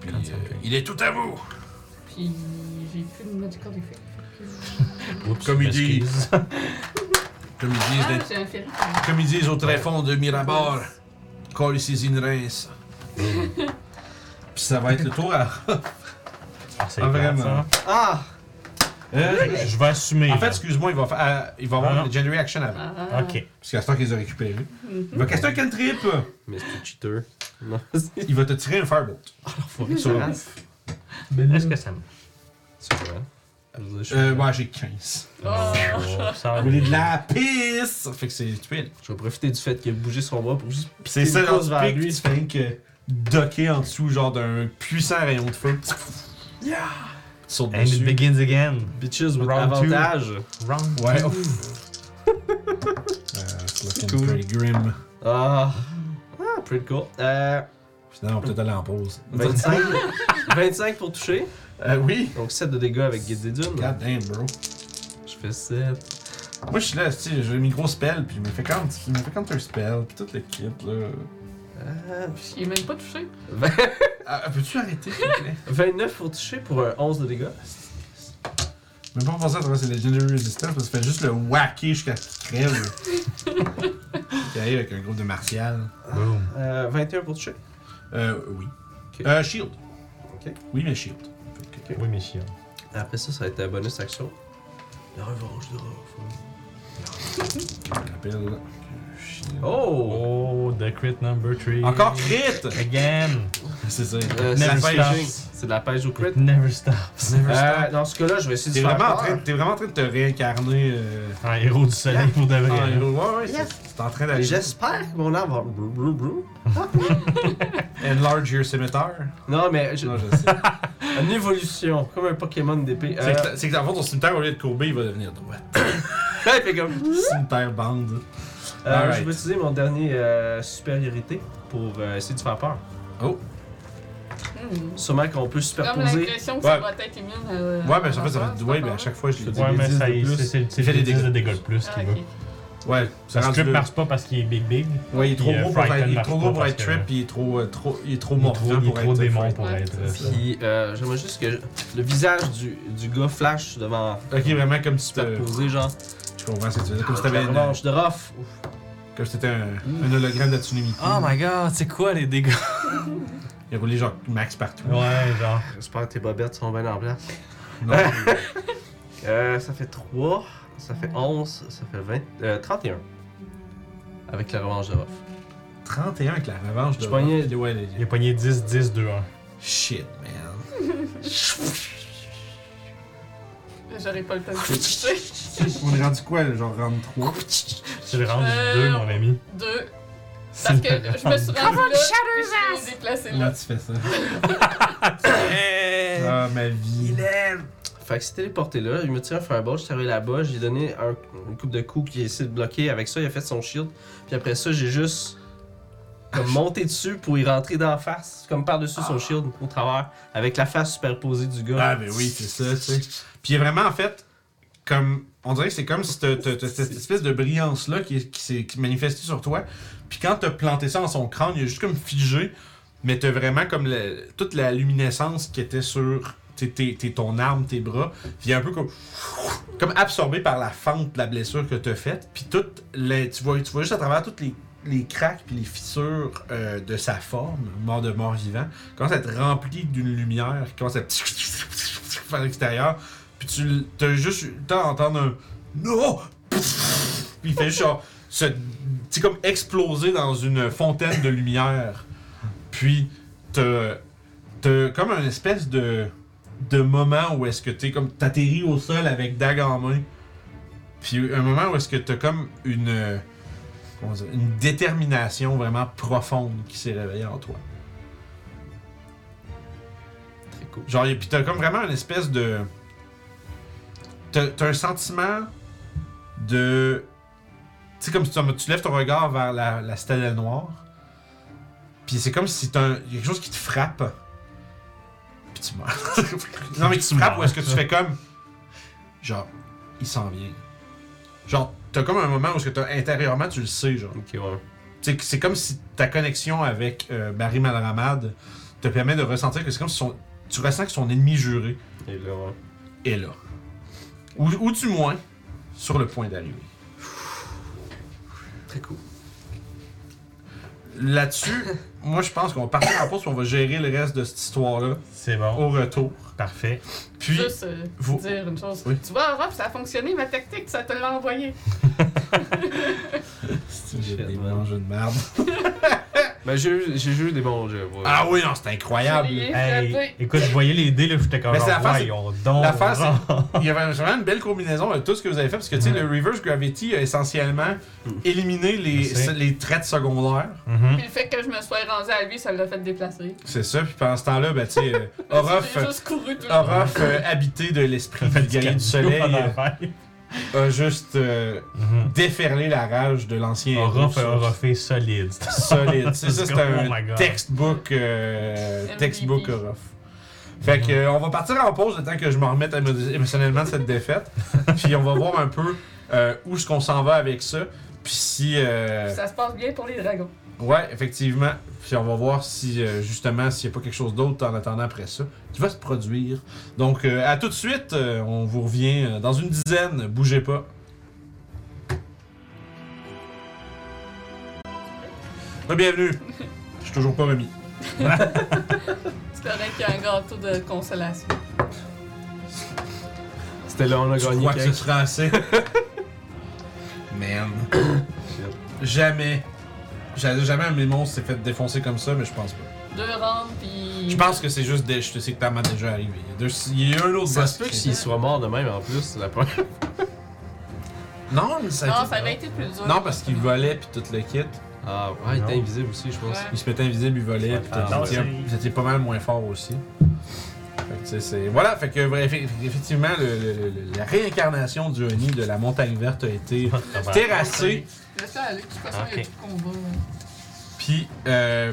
[SPEAKER 1] Puis,
[SPEAKER 4] Quand ça
[SPEAKER 1] euh,
[SPEAKER 4] fait.
[SPEAKER 1] il est tout à vous!
[SPEAKER 3] Puis j'ai plus de magical effect. fait que-
[SPEAKER 4] Oups,
[SPEAKER 1] Comme ils
[SPEAKER 4] m'excuse.
[SPEAKER 1] disent. Comme ils disent,
[SPEAKER 3] Ah,
[SPEAKER 1] dans-
[SPEAKER 3] j'ai un ferry.
[SPEAKER 1] comme ils disent au tréfonds de Mirabar, call ici une rince. Puis ça va être le tour à.
[SPEAKER 4] Ah, c'est
[SPEAKER 1] Ah,
[SPEAKER 4] plate,
[SPEAKER 1] vraiment.
[SPEAKER 4] ça.
[SPEAKER 2] Ah!
[SPEAKER 4] Euh, je vais assumer.
[SPEAKER 1] En fait,
[SPEAKER 4] là.
[SPEAKER 1] excuse-moi, il va, fa- à- il va
[SPEAKER 4] Ah,
[SPEAKER 1] avoir
[SPEAKER 4] non.
[SPEAKER 1] une Legendary Action avant.
[SPEAKER 3] Ah,
[SPEAKER 4] Ok.
[SPEAKER 1] Parce qu'à ce temps qu'ils les a récupérés. Il va caster un cantrip!
[SPEAKER 2] Mais c'est un cheater. Non.
[SPEAKER 1] Il va te tirer un firebolt.
[SPEAKER 2] Faut sur le
[SPEAKER 4] Est-ce que ça me.
[SPEAKER 2] Sur le
[SPEAKER 1] Euh, ouais, j'ai 15.
[SPEAKER 3] Ah.
[SPEAKER 4] Oh, ça
[SPEAKER 1] Vous voulez de la pisse! Fait que c'est stupide.
[SPEAKER 2] Je vais profiter du fait qu'il a bougé son bras pour juste.
[SPEAKER 1] C'est
[SPEAKER 2] une
[SPEAKER 1] ça,
[SPEAKER 2] course
[SPEAKER 1] dans
[SPEAKER 2] vers
[SPEAKER 1] le pic,
[SPEAKER 2] lui.
[SPEAKER 1] tu fais que docker en dessous, genre d'un puissant rayon de feu. Yeah! Tu sautes
[SPEAKER 4] And it
[SPEAKER 1] dessus.
[SPEAKER 4] begins again.
[SPEAKER 2] Bitches with
[SPEAKER 4] Round two.
[SPEAKER 2] avantage.
[SPEAKER 4] Round.
[SPEAKER 1] Ouais, ouf. Euh, it's looking
[SPEAKER 2] Cool.
[SPEAKER 1] pretty grim.
[SPEAKER 2] Ah. Ah, pretty cool. Euh,
[SPEAKER 1] Finalement, on peut peut-être aller en pause.
[SPEAKER 2] 25. 25 pour toucher.
[SPEAKER 1] Ben, Euh, oui!
[SPEAKER 2] Donc 7 de dégâts avec Guided Dune.
[SPEAKER 1] God damn, bro.
[SPEAKER 2] Je fais 7.
[SPEAKER 1] Moi, je suis là, tu sais, j'ai mis gros spell, puis je me fais count- je me fais counter spell, puis toute l'équipe, là.
[SPEAKER 2] Ah,
[SPEAKER 3] Il est même pas touché.
[SPEAKER 2] vingt-
[SPEAKER 1] Ah, peux-tu arrêter, s'il te plaît?
[SPEAKER 2] 29 pour toucher pour un 11 de dégâts.
[SPEAKER 1] Même pas penser à travers les Legendary Resistance, parce que fait juste le whacker jusqu'à ce qu'il crève. Il arrive avec un groupe de martial.
[SPEAKER 4] Boom.
[SPEAKER 2] Euh, 21 pour toucher.
[SPEAKER 1] Euh, oui.
[SPEAKER 2] Ok.
[SPEAKER 1] Euh, shield.
[SPEAKER 2] Ok.
[SPEAKER 1] Oui, mais shield.
[SPEAKER 4] Oui, mes chiens.
[SPEAKER 2] Après ça, ça va être la bonus action. La revanche de Rolf.
[SPEAKER 1] Je me rappelle. que shield.
[SPEAKER 2] Oh!
[SPEAKER 4] Oh, the crit number 3.
[SPEAKER 1] Encore crit!
[SPEAKER 4] Again.
[SPEAKER 1] C'est ça.
[SPEAKER 2] Euh, c'est
[SPEAKER 1] La
[SPEAKER 2] de
[SPEAKER 4] Never
[SPEAKER 1] pêche.
[SPEAKER 2] la
[SPEAKER 4] stop.
[SPEAKER 2] pêche. C'est de la pêche au crit.
[SPEAKER 4] It never stops.
[SPEAKER 2] Euh, dans ce cas-là, je vais essayer
[SPEAKER 1] T'es
[SPEAKER 2] de faire
[SPEAKER 1] vraiment, en
[SPEAKER 2] peur.
[SPEAKER 1] train- t'es vraiment en train de te réincarner. Euh,
[SPEAKER 4] Un héros du soleil hein. pour de
[SPEAKER 1] en
[SPEAKER 4] vrai.
[SPEAKER 1] héros. ouais, ouais,
[SPEAKER 2] Yes.
[SPEAKER 1] c'est- T'es en train d'aller.
[SPEAKER 2] J'espère que mon arbre va. Brou, brou, brou.
[SPEAKER 1] Enlarge your scimitar.
[SPEAKER 2] Non, mais je-
[SPEAKER 1] Non, je sais.
[SPEAKER 2] une évolution, comme un Pokémon d'épée.
[SPEAKER 1] C'est
[SPEAKER 2] Euh,
[SPEAKER 1] que- C'est que, dans le fond, ton cimetière, au lieu de courber, il va devenir droit.
[SPEAKER 2] il fait comme. Euh,
[SPEAKER 1] Cimetière bande.
[SPEAKER 2] Je
[SPEAKER 1] Alright.
[SPEAKER 2] vais utiliser mon dernier euh, supériorité pour euh, essayer de faire peur.
[SPEAKER 1] Oh.
[SPEAKER 3] Hmm.
[SPEAKER 2] Sûrement qu'on peut
[SPEAKER 3] J'ai comme
[SPEAKER 2] superposer.
[SPEAKER 3] l'impression que
[SPEAKER 1] Ouais.
[SPEAKER 3] ça doit être euh, immune à.
[SPEAKER 1] Ouais, mais en fait, ça fait. Ouais, mais à chaque fois, je le dis.
[SPEAKER 4] Ouais, mais
[SPEAKER 2] dix
[SPEAKER 4] ça
[SPEAKER 2] de
[SPEAKER 4] y est,
[SPEAKER 2] plus.
[SPEAKER 4] c'est- c'est c'est
[SPEAKER 1] Il fait
[SPEAKER 4] le
[SPEAKER 1] des
[SPEAKER 4] 10
[SPEAKER 1] dégâts.
[SPEAKER 4] de dégâts de plus
[SPEAKER 3] Ah,
[SPEAKER 4] qu'il veut.
[SPEAKER 1] Ouais, ça
[SPEAKER 4] Le
[SPEAKER 1] rend
[SPEAKER 4] strip
[SPEAKER 1] du-
[SPEAKER 4] marche pas parce qu'il est big big.
[SPEAKER 1] Ouais, il est trop
[SPEAKER 4] Puis, euh,
[SPEAKER 1] gros pour
[SPEAKER 4] Frighten
[SPEAKER 1] être, il est
[SPEAKER 4] marche
[SPEAKER 1] trop
[SPEAKER 4] pas
[SPEAKER 1] gros pour
[SPEAKER 4] parce
[SPEAKER 1] être
[SPEAKER 4] que-
[SPEAKER 1] trip, puis il est trop, euh, trop, il est trop
[SPEAKER 4] Il est
[SPEAKER 1] mort
[SPEAKER 4] trop, il est
[SPEAKER 1] pour
[SPEAKER 4] trop
[SPEAKER 1] être
[SPEAKER 4] démon
[SPEAKER 1] fright.
[SPEAKER 4] pour
[SPEAKER 3] Ouais.
[SPEAKER 4] être. euh,
[SPEAKER 2] Puis euh, j'aimerais juste que le visage du, du gars flash devant.
[SPEAKER 1] Ok, vraiment comme si t'as-
[SPEAKER 2] Superposer, genre.
[SPEAKER 1] Je comprends ce que tu veux dire. Comme si t'avais
[SPEAKER 2] La
[SPEAKER 1] une-
[SPEAKER 2] revanche de Rof. Ouf.
[SPEAKER 1] comme si t'étais un, un hologramme de Tsunami.
[SPEAKER 4] god, c'est quoi les dégâts?
[SPEAKER 1] Il a roulé genre max partout.
[SPEAKER 4] Ouais, genre.
[SPEAKER 2] J'espère que tes bobettes sont bien en place.
[SPEAKER 1] Non.
[SPEAKER 2] Euh, ça fait 3, ça fait 11, ça fait 20, euh, 31. Avec la revanche de Rof.
[SPEAKER 1] 31 avec la revanche de.
[SPEAKER 2] Je pognais-
[SPEAKER 1] Ouais, ouais, ouais.
[SPEAKER 4] Il a pogné 10, 10, 2, 1.
[SPEAKER 1] Shit, man.
[SPEAKER 3] J'aurais pas le temps de le toucher.
[SPEAKER 1] On est rendu quoi, là, genre round 3
[SPEAKER 4] C'est le round
[SPEAKER 3] Euh,
[SPEAKER 4] du 2, mon ami.
[SPEAKER 3] Deux.
[SPEAKER 4] C'est
[SPEAKER 3] Parce que
[SPEAKER 4] le
[SPEAKER 3] je me suis
[SPEAKER 4] round.
[SPEAKER 3] rendu là, et je me suis déplacée
[SPEAKER 1] Là,
[SPEAKER 3] là.
[SPEAKER 1] tu fais ça. Ah, ma vie.
[SPEAKER 2] Fait que c'est téléporté là, il me tire un fireball, je suis arrivé là-bas, j'ai donné un, une coupe de coups qui a essayé de bloquer. Avec ça, il a fait son shield. Puis après ça, j'ai juste comme monté dessus pour y rentrer d'en face, comme par-dessus son shield, au travers, avec la face superposée du gars.
[SPEAKER 1] Ah, ben oui, c'est ça, tu sais. Puis il est vraiment, en fait, comme. On dirait que c'est comme si t'as t'as- t'as cette espèce de brillance-là qui, est- qui s'est qui manifestée sur toi. Puis quand t'as planté ça dans son crâne, il est juste comme figé. Mais t'as vraiment comme le- toute la luminescence qui était sur t'es- t'es- t'es- ton arme, tes bras. Puis il est un peu comme, comme absorbé par la fente de la blessure que t'as faite. Puis toute la- tu, vois, tu vois juste à travers toutes les, les cracks puis les fissures euh, de sa forme, mort de mort vivant, commence à être rempli d'une lumière qui commence à vers l'extérieur. Puis tu l- t'as juste eu le temps d'entendre un Non! Puis il fait juste genre se. tu sais, comme exploser dans une fontaine de lumière. Puis t'as. T'as comme une espèce de. de moment où est-ce que t'es comme t'atterris au sol avec dague en main. Puis un moment où est-ce que t'as comme une euh, comment dire, une détermination vraiment profonde qui s'est réveillée en toi.
[SPEAKER 2] Très cool.
[SPEAKER 1] Genre, et puis t'as comme vraiment une espèce de. T'as t'as un sentiment de. Tu sais, comme si tu, tu lèves ton regard vers la, la citadelle noire. Puis c'est comme si t'as un- y a quelque chose qui te frappe. Puis tu meurs. non, mais qui te frappe ou est-ce que tu fais comme. Genre, il s'en vient. Genre, t'as comme un moment où est-ce que t'as intérieurement, tu le sais, genre.
[SPEAKER 2] Ok, ouais.
[SPEAKER 1] C'est c'est comme si ta connexion avec euh, Barry Malramad te permet de ressentir que c'est comme si son- tu ressens que son ennemi juré
[SPEAKER 2] Et là, ouais.
[SPEAKER 1] est là. Ou, ou du moins, sur le point d'arriver.
[SPEAKER 2] Très cool.
[SPEAKER 1] Là-dessus, moi je pense qu'on va partir en pause puis on va gérer le reste de cette histoire-là
[SPEAKER 4] C'est bon.
[SPEAKER 1] au retour.
[SPEAKER 4] Parfait.
[SPEAKER 1] Puis,
[SPEAKER 3] Juste euh,
[SPEAKER 1] vous-
[SPEAKER 3] dire une chose.
[SPEAKER 1] Oui.
[SPEAKER 3] Tu vois, Europe, ça a fonctionné, ma tactique, ça te l'a envoyé.
[SPEAKER 1] j'ai
[SPEAKER 2] Shit,
[SPEAKER 1] des
[SPEAKER 2] man.
[SPEAKER 1] bons jeux de merde.
[SPEAKER 2] Ben, j'ai eu- j'ai eu des bons jeux. ouais.
[SPEAKER 1] Ah oui, non, c'est incroyable.
[SPEAKER 3] J'ai lié.
[SPEAKER 4] Hey, écoute, je voyais les dés, là, j'étais comme
[SPEAKER 1] Mais c'est
[SPEAKER 4] genre,
[SPEAKER 1] l'affaire, c'est-
[SPEAKER 4] voyons donc.
[SPEAKER 1] l'affaire, c'est-
[SPEAKER 4] genre.
[SPEAKER 1] Il y avait vraiment une belle combinaison de tout ce que vous avez fait parce que tu sais,
[SPEAKER 4] Ouais.
[SPEAKER 1] le reverse gravity a essentiellement éliminé
[SPEAKER 4] Je sais.
[SPEAKER 1] les, les traits secondaires.
[SPEAKER 4] Mhm.
[SPEAKER 3] Puis le fait que je me sois rendu à lui, ça l'a fait déplacer.
[SPEAKER 1] C'est ça, puis pendant ce temps-là, ben, tu sais, euh, Orof,
[SPEAKER 3] J'ai juste couru tout le temps.
[SPEAKER 1] Orof, euh, habité de l'esprit du guerrier du soleil,
[SPEAKER 4] Pendant la
[SPEAKER 1] euh,
[SPEAKER 4] fête.
[SPEAKER 1] a juste euh,
[SPEAKER 4] Mhm.
[SPEAKER 1] déferlé la rage de l'ancien héros
[SPEAKER 4] Orof,
[SPEAKER 1] sur-
[SPEAKER 4] Orofé solide.
[SPEAKER 1] Solide. C'est ça, c'est
[SPEAKER 4] Oh my
[SPEAKER 1] un
[SPEAKER 4] God.
[SPEAKER 1] textbook, euh,
[SPEAKER 3] MVP.
[SPEAKER 1] textbook Orof. Fait que, euh, on va partir en pause le temps que je me remette émo- émotionnellement de cette défaite, puis on va voir un peu euh, où est-ce qu'on s'en va avec ça, puis si... euh,
[SPEAKER 3] Ça se passe bien pour les dragons.
[SPEAKER 1] Ouais, effectivement. Puis on va voir si, euh, justement, s'il n'y a pas quelque chose d'autre en attendant après ça qui va se produire. Donc, euh, à tout de suite. Euh, on vous revient euh, dans une dizaine. Bougez pas. Bienvenue. Je suis toujours pas remis.
[SPEAKER 3] C'est correct qu'il y a un gâteau de consolation.
[SPEAKER 2] C'était là, on a
[SPEAKER 1] Je
[SPEAKER 2] gagné.
[SPEAKER 1] crois que ce
[SPEAKER 2] quelque-
[SPEAKER 1] sera assez. Man. jamais. J'allais- Jamais un de mes monstres s'est fait défoncer comme ça, mais je pense pas.
[SPEAKER 3] Deux rounds, puis.
[SPEAKER 2] Mm.
[SPEAKER 1] Je pense que c'est juste des... Je sais que t'as déjà arrivé. Il y a deux- Il y a eu un autre
[SPEAKER 2] Ça
[SPEAKER 1] boss
[SPEAKER 2] se peut
[SPEAKER 1] qui-
[SPEAKER 2] qu'il soit mort de même en plus, c'est la première.
[SPEAKER 1] Non, mais ça
[SPEAKER 3] Non, ça avait été plus dur.
[SPEAKER 1] Non, parce qu'il volait puis tout le kit.
[SPEAKER 2] Ah, ouais, il
[SPEAKER 4] Non.
[SPEAKER 2] était invisible aussi, je pense.
[SPEAKER 3] Ouais.
[SPEAKER 1] Il se mettait invisible, il volait puis
[SPEAKER 4] Ah,
[SPEAKER 1] tout le kit.
[SPEAKER 4] ouais.
[SPEAKER 1] Vous étiez pas mal moins fort aussi. Fait que, tu sais, c'est- Voilà, fait que vrai- eff- effectivement, le- le- le- la réincarnation du Oni de la montagne verte a été terrassée.
[SPEAKER 3] Laisse-le aller, de toute façon, il y a
[SPEAKER 4] Ok.
[SPEAKER 3] tout le combat.
[SPEAKER 1] Puis euh,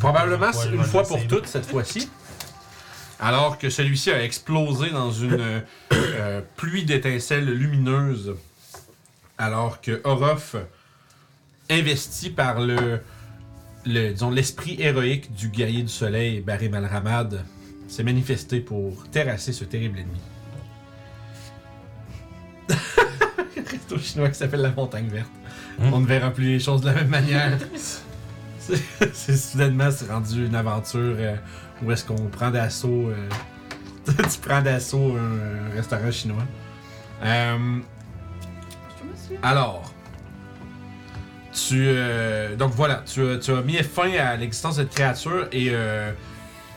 [SPEAKER 1] probablement c'est une fois pour toutes cette fois-ci. Alors que celui-ci a explosé dans une euh, euh, pluie d'étincelles lumineuses. Alors que Orof, investi par le, le disons, l'esprit héroïque du guerrier du soleil, Barry Malramad, s'est manifesté pour terrasser ce terrible ennemi. Resto chinois qui s'appelle la montagne verte.
[SPEAKER 4] Hmm.
[SPEAKER 1] On ne verra plus les choses de la même manière. C'est- c'est soudainement c'est rendu une aventure euh, où est-ce qu'on prend d'assaut euh, tu prends d'assaut un restaurant chinois. Euh,
[SPEAKER 3] Je me suis.
[SPEAKER 1] alors, tu euh, donc voilà, tu, as- tu as mis fin à l'existence de cette créature et euh,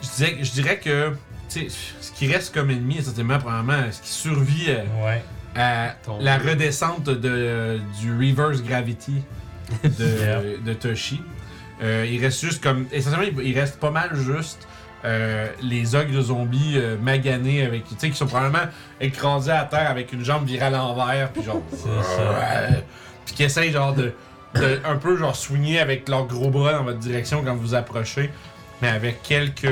[SPEAKER 1] je, disais, je dirais que tu sais, ce qui reste comme ennemi, essentiellement, probablement, ce qui survit euh,
[SPEAKER 4] Ouais.
[SPEAKER 1] à
[SPEAKER 2] Ton-
[SPEAKER 1] la redescente de, du reverse gravity de,
[SPEAKER 4] Yeah.
[SPEAKER 1] de Toshi. Euh, il reste juste comme. Essentiellement, il- il reste pas mal juste euh, les ogres zombies euh, maganés avec. Tu sais, qui sont probablement écrasés à terre avec une jambe virale en l'envers, puis genre.
[SPEAKER 4] ça.
[SPEAKER 1] Puis qui essayent genre de, de. Un peu genre soigner avec leurs gros bras dans votre direction quand vous approchez. Mais avec quelques.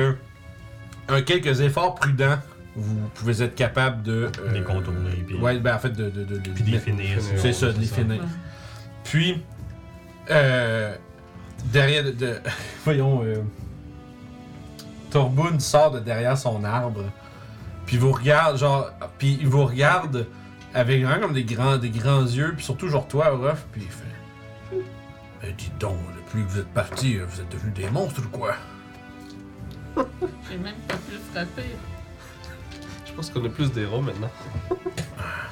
[SPEAKER 1] un- quelques efforts prudents, vous pouvez être capable de. euh,
[SPEAKER 4] Les contourner, puis-
[SPEAKER 1] Ouais, ben en fait, de. de, de, de-
[SPEAKER 4] Puis
[SPEAKER 1] de-
[SPEAKER 4] les finir.
[SPEAKER 1] c'est ça, de les finir. Puis, euh, derrière. De, de- voyons, euh, Torbun sort de derrière son arbre, puis vous regarde, genre. Puis il vous regarde avec vraiment comme des grands, des grands yeux, puis surtout, genre toi, Orof, puis il fait. Mais dites donc, depuis que vous êtes parti, euh, vous êtes devenus des monstres ou quoi?
[SPEAKER 3] J'ai même pas pu le frapper.
[SPEAKER 2] Je pense qu'on a plus d'héros maintenant.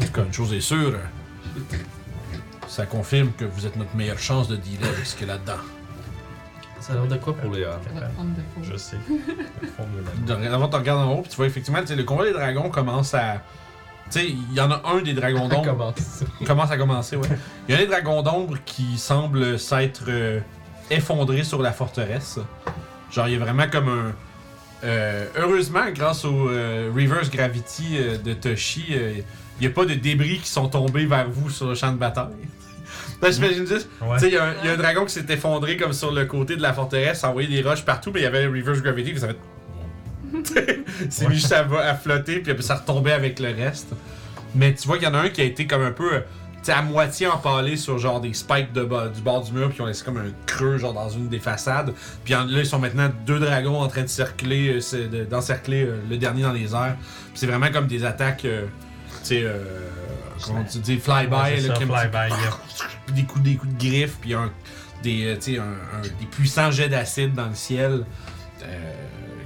[SPEAKER 1] En tout cas, une chose est sûre, euh, ça confirme que vous êtes notre meilleure chance de dealer avec ce qu'il y a là-dedans.
[SPEAKER 2] Ça a l'air de quoi pour les heures?
[SPEAKER 3] Ça va prendre de faux.
[SPEAKER 4] Je sais. Le fond de la-
[SPEAKER 1] Dorénavant, tu regardes en haut, puis tu vois effectivement, tu sais, le combat des dragons commence à. Tu sais, il y en a un des dragons d'ombre
[SPEAKER 2] commence.
[SPEAKER 1] commence à commencer, ouais. Il y a des dragons d'ombre qui semblent s'être euh, effondrés sur la forteresse. Genre, il y a vraiment comme un. euh, heureusement, grâce au euh, reverse gravity euh, de Toshi, euh, il n'y a pas de débris qui sont tombés vers vous sur le champ de bataille. Là, j'imagine juste,
[SPEAKER 4] Ouais.
[SPEAKER 1] tu sais, il y, a un- il y a un dragon qui s'est effondré comme sur le côté de la forteresse, ça a envoyé des roches partout, mais il y avait reverse gravity, puis ça fait. C'est
[SPEAKER 4] Ouais.
[SPEAKER 1] mis juste à, vo- à flotter, puis ça retombait avec le reste. Mais tu vois qu'il y en a un qui a été comme un peu, euh, tu sais, à moitié empalé sur genre des spikes de bas- du bord du mur, puis on laissé comme un creux, genre dans une des façades. Puis en- là, ils sont maintenant deux dragons en train de circuler, euh, c'est- de- d'encercler euh, le dernier dans les airs. Puis c'est vraiment comme des attaques, euh, tu sais, euh, comment tu dis, fly-by,
[SPEAKER 4] Ouais, c'est
[SPEAKER 1] là,
[SPEAKER 4] ça,
[SPEAKER 1] comme-
[SPEAKER 4] fly-by, yep.
[SPEAKER 1] puis des coups, des coups de griffes, puis un, des, euh, tu sais, un- un- des puissants jets d'acide dans le ciel euh,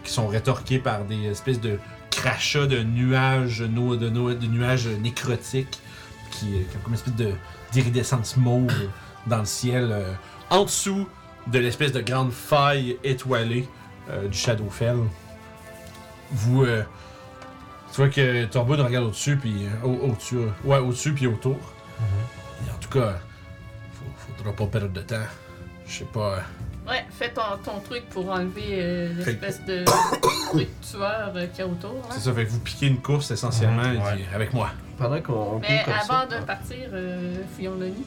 [SPEAKER 1] qui sont rétorqués par des espèces de crachats de nuages, no- de, no- de nuages nécrotiques, qui, euh, qui ont comme une espèce de- d'iridescence mauve dans le ciel, euh, en dessous de l'espèce de grande faille étoilée euh, du Shadowfell. Vous. euh, tu vois que Torboud regarde au-dessus, puis. euh, au- au-dessus, euh, ouais, au-dessus, puis autour. Et En tout cas, faut- faudra pas perdre de temps. Je sais pas. euh,
[SPEAKER 3] Ouais, fais ton, ton truc pour enlever euh, l'espèce de truc tueur euh, qu'il y a autour. hein.
[SPEAKER 1] C'est ça, fait que vous piquez une course essentiellement
[SPEAKER 4] Mhm,
[SPEAKER 1] et puis, avec moi.
[SPEAKER 2] Pendant qu'on on
[SPEAKER 3] Mais
[SPEAKER 2] court comme ça,
[SPEAKER 3] avant de partir, euh, fouillons le nid.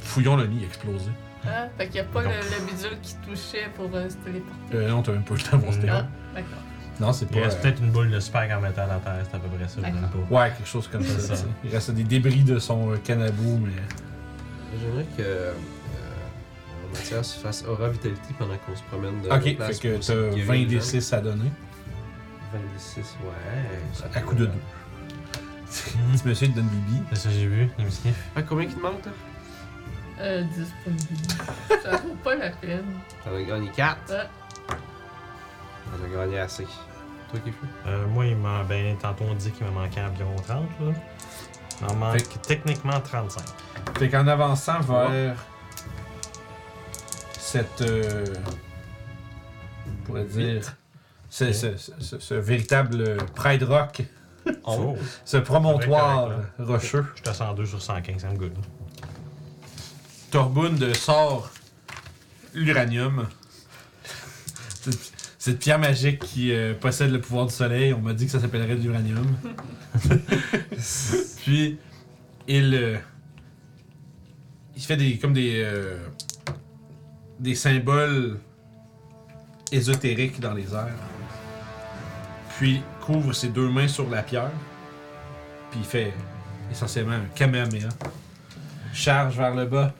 [SPEAKER 1] Fouillons le nid explosé.
[SPEAKER 3] Ah, fait qu'il n'y a pas le,
[SPEAKER 1] Donc.
[SPEAKER 3] le bidule qui touchait pour euh, se téléporter. Ah,
[SPEAKER 1] Euh, non, t'as même pas eu le temps pour se
[SPEAKER 4] Non.
[SPEAKER 1] débattre.
[SPEAKER 3] D'accord.
[SPEAKER 1] Non, c'est pas.
[SPEAKER 4] Il reste
[SPEAKER 1] euh,
[SPEAKER 4] peut-être une boule de spag en métal à terre, c'est à peu près ça. je
[SPEAKER 3] D'accord.
[SPEAKER 4] donne pas.
[SPEAKER 1] Ouais, quelque chose comme ça.
[SPEAKER 4] C'est ça.
[SPEAKER 1] tu sais. Il reste des débris de son euh, canabou, mais.
[SPEAKER 2] J'aimerais que euh, Mathias fasse aura vitalité pendant qu'on se promène de
[SPEAKER 1] Ok,
[SPEAKER 2] de place
[SPEAKER 1] fait que
[SPEAKER 2] pour essayer
[SPEAKER 1] t'as
[SPEAKER 2] de guérir
[SPEAKER 1] 20
[SPEAKER 2] les
[SPEAKER 1] d
[SPEAKER 2] gens.
[SPEAKER 1] 6 à donner.
[SPEAKER 2] 20 des 6, ouais.
[SPEAKER 1] À coup de deux. Petit monsieur te donne Bibi.
[SPEAKER 4] C'est ça, j'ai vu, il me sniff.
[SPEAKER 2] Ah, combien qui te manque, là?
[SPEAKER 3] Euh, 10 points de vie. Ça vaut pas la peine.
[SPEAKER 2] T'en as gagné 4.
[SPEAKER 3] Ah.
[SPEAKER 2] On a gagné assez. Toi qui fais?
[SPEAKER 4] Euh, moi, il m'a. Ben, tantôt, on dit qu'il m'a manqué environ 30, là. Il m'en manque techniquement 35.
[SPEAKER 1] Fait qu'en avançant vers cette. euh, on pourrait dire. ce-
[SPEAKER 4] Ok.
[SPEAKER 1] ce- ce- ce- ce véritable euh, Pride Rock,
[SPEAKER 4] Oh!
[SPEAKER 1] ce promontoire
[SPEAKER 4] correct,
[SPEAKER 1] rocheux.
[SPEAKER 4] Je te sens 2 sur 115, ça me good.
[SPEAKER 1] Torbund sort l'uranium. Cette- Cette pierre magique qui euh, possède le pouvoir du soleil, on m'a dit que ça s'appellerait de l'uranium. Puis, il. euh, il fait des. comme des. euh, des symboles ésotériques dans les airs. Puis, couvre ses deux mains sur la pierre. Puis, il fait essentiellement un kamehameha charge vers le bas,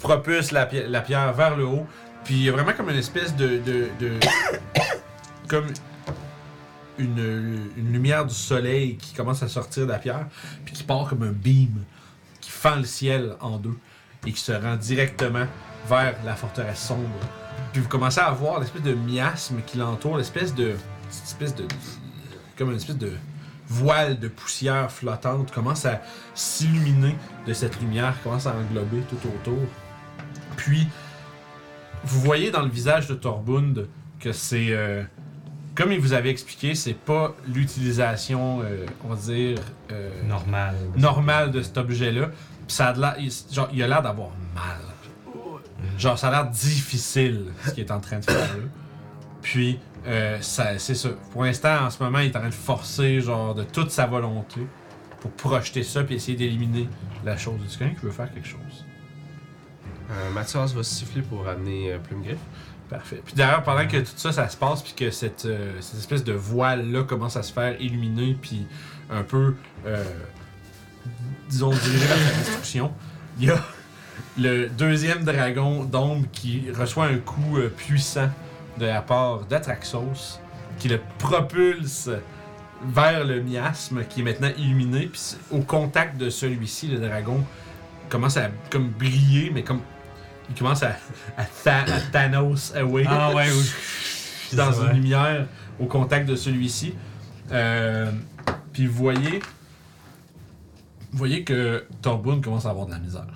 [SPEAKER 1] propulse la, pi- la pierre vers le haut. Puis il y a vraiment comme une espèce de. de, de- comme une, une lumière du soleil qui commence à sortir de la pierre, puis qui part comme un beam, qui fend le ciel en deux et qui se rend directement vers la forteresse sombre. Puis vous commencez à voir l'espèce de miasme qui l'entoure, l'espèce de. cette espèce de. comme une espèce de voile de poussière flottante commence à s'illuminer de cette lumière commence à englober tout autour. Puis, vous voyez dans le visage de Torbund que c'est, euh, comme il vous avait expliqué, c'est pas l'utilisation, euh, on va dire, euh,
[SPEAKER 4] Normal.
[SPEAKER 1] normale de cet objet-là. Puis ça a de l'air- il, genre, il a l'air d'avoir mal. Genre, ça a l'air difficile, ce qu'il est en train de faire là. Puis, euh, ça- c'est ça. Pour l'instant, en ce moment, il est en train de forcer, genre, de toute sa volonté pour projeter ça puis essayer d'éliminer la chose. Est-ce qu'il y a quelqu'un qui veut faire quelque chose?
[SPEAKER 2] Euh, Mathias va siffler pour amener euh, Plume Griffe.
[SPEAKER 1] Parfait. Puis d'ailleurs, pendant que tout ça, ça se passe, puis que cette, euh, cette espèce de voile-là commence à se faire illuminer, puis un peu, euh, disons, dirigée vers sa destruction, il y a le deuxième dragon d'ombre qui reçoit un coup euh, puissant de la part d'Atraxos, qui le propulse vers le miasme qui est maintenant illuminé, puis c'est- au contact de celui-ci, le dragon commence à comme briller, mais comme il commence à, à, Tha- à Thanos away
[SPEAKER 4] Ah ouais, oui.
[SPEAKER 1] dans
[SPEAKER 4] C'est
[SPEAKER 1] une
[SPEAKER 4] vrai.
[SPEAKER 1] lumière au contact de celui-ci. Euh, puis vous voyez, vous voyez que Torbun commence à avoir de la misère.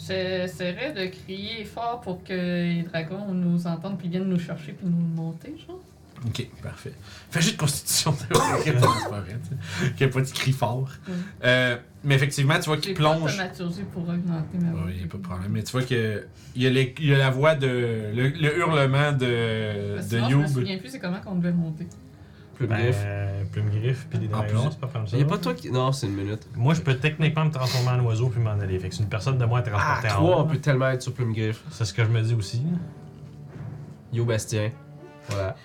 [SPEAKER 3] J'essaierai de crier fort pour que les dragons nous entendent puis viennent nous chercher puis nous monter, genre.
[SPEAKER 1] Ok, parfait. Fais juste constitution de Qu'il n'y a pas de cri fort.
[SPEAKER 3] Ouais.
[SPEAKER 1] Euh, mais effectivement, tu vois
[SPEAKER 3] J'ai
[SPEAKER 1] qu'il
[SPEAKER 3] pas
[SPEAKER 1] plonge.
[SPEAKER 3] de maturité pour augmenter ma
[SPEAKER 1] Oui, pas de problème. Mais tu vois que il y, a les- il y a la voix de. le, le hurlement de,
[SPEAKER 3] Parce que
[SPEAKER 1] de
[SPEAKER 3] sinon, je me
[SPEAKER 1] Youb.
[SPEAKER 3] souviens plus c'est comment qu'on devait monter.
[SPEAKER 2] Plus
[SPEAKER 4] Ben,
[SPEAKER 2] bref.
[SPEAKER 4] euh, plume griffe puis des
[SPEAKER 1] En
[SPEAKER 4] dragons,
[SPEAKER 1] plus.
[SPEAKER 4] c'est pas comme ça.
[SPEAKER 2] Il a pas toi qui. Non, c'est une minute.
[SPEAKER 4] Moi, je peux techniquement me transformer en oiseau puis m'en aller. Fait que c'est une personne de moi à
[SPEAKER 2] Ah,
[SPEAKER 4] transporter en
[SPEAKER 2] toi,
[SPEAKER 4] haut,
[SPEAKER 2] on
[SPEAKER 4] là.
[SPEAKER 2] peut tellement être sur Plume Griffe.
[SPEAKER 4] C'est ce que je me dis aussi.
[SPEAKER 2] Yo, Bastien. Voilà.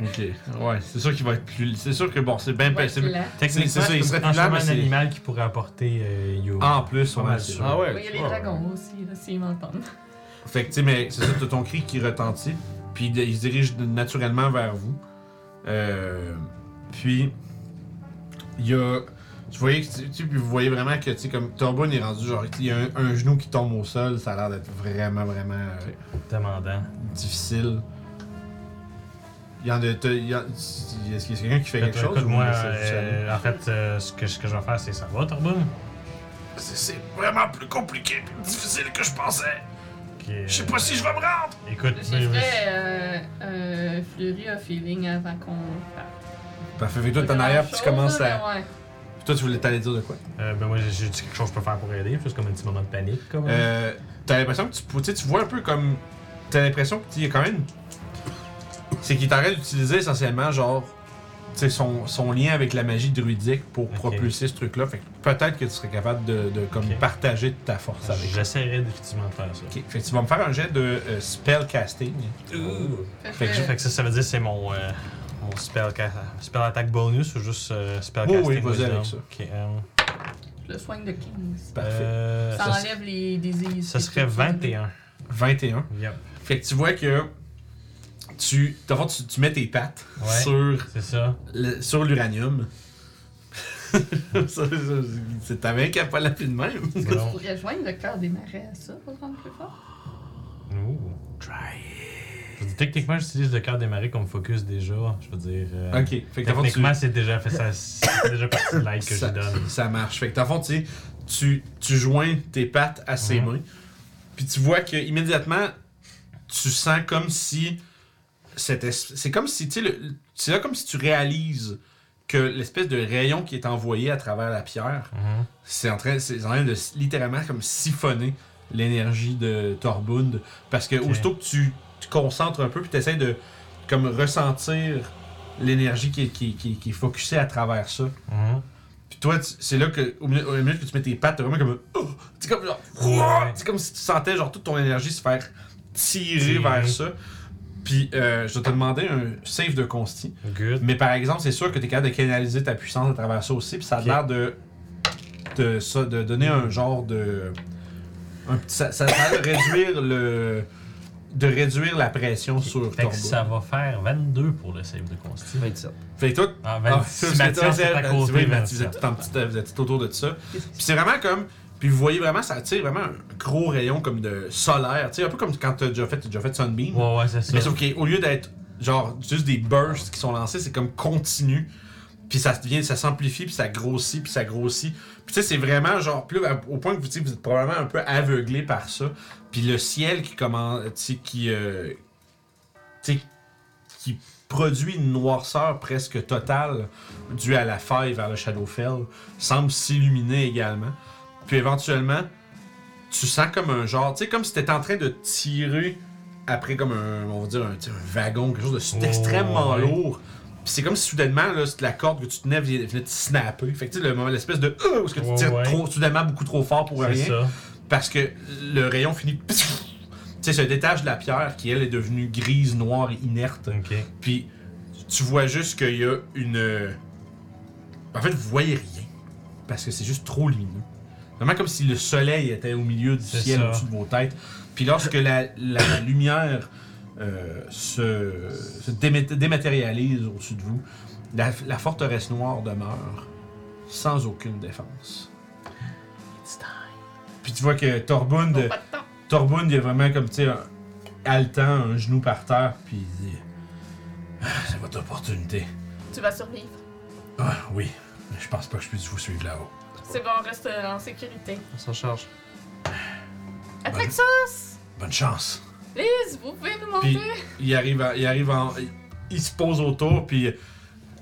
[SPEAKER 1] Ok, ouais, c'est sûr qu'il va être plus. C'est sûr que bon, c'est bien.
[SPEAKER 3] Ouais,
[SPEAKER 1] ben, c'est-
[SPEAKER 3] là.
[SPEAKER 1] C'est- c'est
[SPEAKER 4] Techniquement,
[SPEAKER 1] ça, il
[SPEAKER 4] je
[SPEAKER 1] serait
[SPEAKER 4] peux me
[SPEAKER 1] plus là,
[SPEAKER 4] transformer
[SPEAKER 1] mais
[SPEAKER 4] en
[SPEAKER 1] c'est-
[SPEAKER 4] animal qui pourrait apporter euh, Yo.
[SPEAKER 1] En plus,
[SPEAKER 4] Pas
[SPEAKER 1] ouais,
[SPEAKER 4] mal
[SPEAKER 1] c'est-
[SPEAKER 4] sûr.
[SPEAKER 2] Ah ouais.
[SPEAKER 3] Ouais, Il y a les
[SPEAKER 2] ouais, ouais.
[SPEAKER 3] dragons aussi, là, s'ils m'entendent.
[SPEAKER 1] Fait que, tu sais, mais c'est ça, t'as ton cri qui retentit, puis il il se dirige naturellement vers vous. Euh, puis, il y a. Tu voyais, que, tu, tu- puis vous voyez vraiment que, tu sais, comme Torbun est rendu, genre, il y a un, un genou qui tombe au sol, ça a l'air d'être vraiment, vraiment euh,
[SPEAKER 4] Demandant.
[SPEAKER 1] difficile. Il y en a. t'as- il y a- Est-ce qu'il y a quelqu'un qui fait quelque chose? ou
[SPEAKER 4] Écoute-moi,
[SPEAKER 1] vous laissez juste aller?
[SPEAKER 4] euh, en fait, euh, ce, que, ce que je vais faire, c'est ça va, Torbun?
[SPEAKER 1] C'est c'est vraiment plus compliqué, plus difficile que je pensais.
[SPEAKER 4] Qui est-
[SPEAKER 1] Je sais pas si je vais me rendre.
[SPEAKER 4] Écoute,
[SPEAKER 3] J'ai fait euh, euh, Fleury of Feeling avant qu'on parte.
[SPEAKER 1] Parfait, fait que toi, t'es en arrière, puis tu commences à.
[SPEAKER 3] Ouais.
[SPEAKER 1] Toi, tu voulais t'aller dire de quoi?
[SPEAKER 4] euh, ben moi, j'ai j'ai dit quelque chose que je peux faire pour aider, juste comme un petit moment de panique. Comme,
[SPEAKER 1] Euh, t'as l'impression que tu, pou- tu sais, tu vois un peu comme. T'as l'impression qu'il y a quand même. C'est qu'il t'arrête d'utiliser essentiellement, genre. tu sais, Son, son lien avec la magie druidique pour
[SPEAKER 4] Ok.
[SPEAKER 1] propulser ce truc-là. Fait que peut-être que tu serais capable de, de, comme,
[SPEAKER 4] Ok.
[SPEAKER 1] partager de ta force avec.
[SPEAKER 4] J'essaierai effectivement de faire ça.
[SPEAKER 1] Ok. Fait que tu vas me faire un jet de euh, spellcasting.
[SPEAKER 3] Fait
[SPEAKER 1] Fait
[SPEAKER 3] que
[SPEAKER 1] que
[SPEAKER 3] je-
[SPEAKER 4] Fait que ça, ça veut dire que c'est mon, euh, mon spell, ca- spell attack bonus ou juste euh, spell
[SPEAKER 1] Oui,
[SPEAKER 4] casting
[SPEAKER 1] oui, vas-y
[SPEAKER 4] wisdom?
[SPEAKER 1] avec ça.
[SPEAKER 4] Ok, euh,
[SPEAKER 3] je le soigne de 15.
[SPEAKER 1] Parfait.
[SPEAKER 4] euh,
[SPEAKER 3] Ça
[SPEAKER 4] ça, s-
[SPEAKER 3] enlève les désirs.
[SPEAKER 4] ça serait 21.
[SPEAKER 1] 21.
[SPEAKER 4] Yep.
[SPEAKER 1] Fait que tu vois que. Tu, dans le fond, tu, tu mets tes pattes
[SPEAKER 4] Ouais.
[SPEAKER 1] sur
[SPEAKER 4] C'est ça.
[SPEAKER 1] le- sur l'uranium. Ça, ça, ça, T'avais qu'à pas la plus de même.
[SPEAKER 3] Est-ce que tu
[SPEAKER 4] Non.
[SPEAKER 3] pourrais joindre le cœur des marais à ça pour rendre plus fort?
[SPEAKER 4] Ouh. Je veux dire, Techniquement, j'utilise le cœur des marées comme focus déjà. Je veux dire. euh,
[SPEAKER 1] Ok, fait que dans le fond, tu-
[SPEAKER 4] Techniquement, c'est déjà fait ça. C'est déjà parti de l'aide que je
[SPEAKER 1] ça,
[SPEAKER 4] donne.
[SPEAKER 1] ça marche. Fait que dans le fond, tu, sais, tu, tu joins tes pattes à ses
[SPEAKER 4] Mhm.
[SPEAKER 1] mains. Puis tu vois que immédiatement, tu sens comme si. cette es- C'est comme si. tu sais, le- C'est là comme si tu réalises que l'espèce de rayon qui est envoyé à travers la pierre,
[SPEAKER 4] Mhm.
[SPEAKER 1] c'est en train, c'est en train de s- littéralement comme siphonner l'énergie de Torbund. Parce que
[SPEAKER 4] Ok.
[SPEAKER 1] aussitôt que tu te concentres un peu, puis tu essaies de comme ressentir l'énergie qui, est- qui, qui, qui est focusée à travers ça.
[SPEAKER 4] Mhm.
[SPEAKER 1] Puis toi, tu- c'est là que, au minute, au minute que tu mets tes pattes, t'es vraiment comme. un, Oh! C'est comme genre.
[SPEAKER 4] Ouais.
[SPEAKER 1] C'est comme si tu sentais genre toute ton énergie se faire tirer
[SPEAKER 4] Tirer.
[SPEAKER 1] vers ça. Puis euh, je vais te demander un save de consti.
[SPEAKER 4] Good.
[SPEAKER 1] Mais par exemple, c'est sûr que t'es capable de canaliser ta puissance à travers ça aussi. Puis ça a
[SPEAKER 4] Ok.
[SPEAKER 1] l'air de, de, ça, de donner un genre de. un petit- ça, ça a l'air de réduire le. de réduire la pression sur
[SPEAKER 4] Fait
[SPEAKER 1] ton.
[SPEAKER 4] que ça va faire 22 pour le save de consti.
[SPEAKER 2] 27.
[SPEAKER 1] Fait que toi,
[SPEAKER 4] Ah,
[SPEAKER 1] ah,
[SPEAKER 4] 26.
[SPEAKER 1] c'est-
[SPEAKER 4] Mathias,
[SPEAKER 1] c'est-
[SPEAKER 4] c'est à
[SPEAKER 1] c'est-
[SPEAKER 4] côté.
[SPEAKER 1] oui, Mathias, vous
[SPEAKER 4] Mathias.
[SPEAKER 1] êtes tout en petit- vous êtes tout autour de ça. Puis c'est vraiment comme. Puis vous voyez vraiment, ça attire vraiment un gros rayon comme de solaire. Tu sais, un peu comme quand t'as déjà fait, t'as déjà fait Sunbeam.
[SPEAKER 4] Ouais, ouais, c'est ça.
[SPEAKER 1] Mais sauf qu'au lieu d'être genre juste des bursts qui sont lancés, c'est comme continu. Puis ça devient, ça s'amplifie, puis ça grossit, puis ça grossit. Puis tu sais, c'est vraiment genre, plus au point que vous, tu sais, vous êtes probablement un peu aveuglé par ça. Puis le ciel qui commence, tu sais, qui, euh, tu sais, qui produit une noirceur presque totale due à la faille vers le Shadowfell, semble s'illuminer également. Puis éventuellement, tu sens comme un genre, tu sais, comme si t'étais en train de tirer après comme un, on va dire, un, tu sais, un wagon, quelque chose de- d'extrêmement
[SPEAKER 4] ouais.
[SPEAKER 1] lourd. Puis c'est comme si soudainement, là, la corde que tu tenais venait venait de snapper. Fait que tu sais, le moment- l'espèce de euh, où est-ce que tu
[SPEAKER 4] Ouais,
[SPEAKER 1] tires
[SPEAKER 4] ouais.
[SPEAKER 1] trop, soudainement beaucoup trop fort pour
[SPEAKER 4] C'est
[SPEAKER 1] rien.
[SPEAKER 4] ça.
[SPEAKER 1] Parce que le rayon finit. Tu sais, se détache de la pierre qui, elle, est devenue grise, noire et inerte.
[SPEAKER 4] Ok.
[SPEAKER 1] Puis tu vois juste qu'il y a une. En fait, vous voyez rien. Parce que c'est juste trop lumineux. Vraiment comme si le soleil était au milieu du
[SPEAKER 4] C'est
[SPEAKER 1] ciel
[SPEAKER 4] ça.
[SPEAKER 1] au-dessus de vos têtes. Puis lorsque la, la lumière euh, se, se démé- dématérialise au-dessus de vous, la, la forteresse noire demeure sans aucune défense. Puis tu vois que Torbund.
[SPEAKER 3] Ils ont Oh, pas de temps.
[SPEAKER 1] Torbund, il est vraiment comme, tu sais, un- haletant, un genou par terre, puis il dit Ah, C'est votre opportunité.
[SPEAKER 3] Tu vas survivre.
[SPEAKER 1] Ah, oui, mais je pense pas que je puisse vous suivre là-haut.
[SPEAKER 3] C'est bon, on reste euh, en sécurité.
[SPEAKER 2] On s'en charge.
[SPEAKER 3] Atrexus!
[SPEAKER 1] Bonne chance.
[SPEAKER 3] Liz, vous pouvez nous
[SPEAKER 1] Puis
[SPEAKER 3] montrer?
[SPEAKER 1] il arrive, à- il arrive en. il- Il se pose autour, puis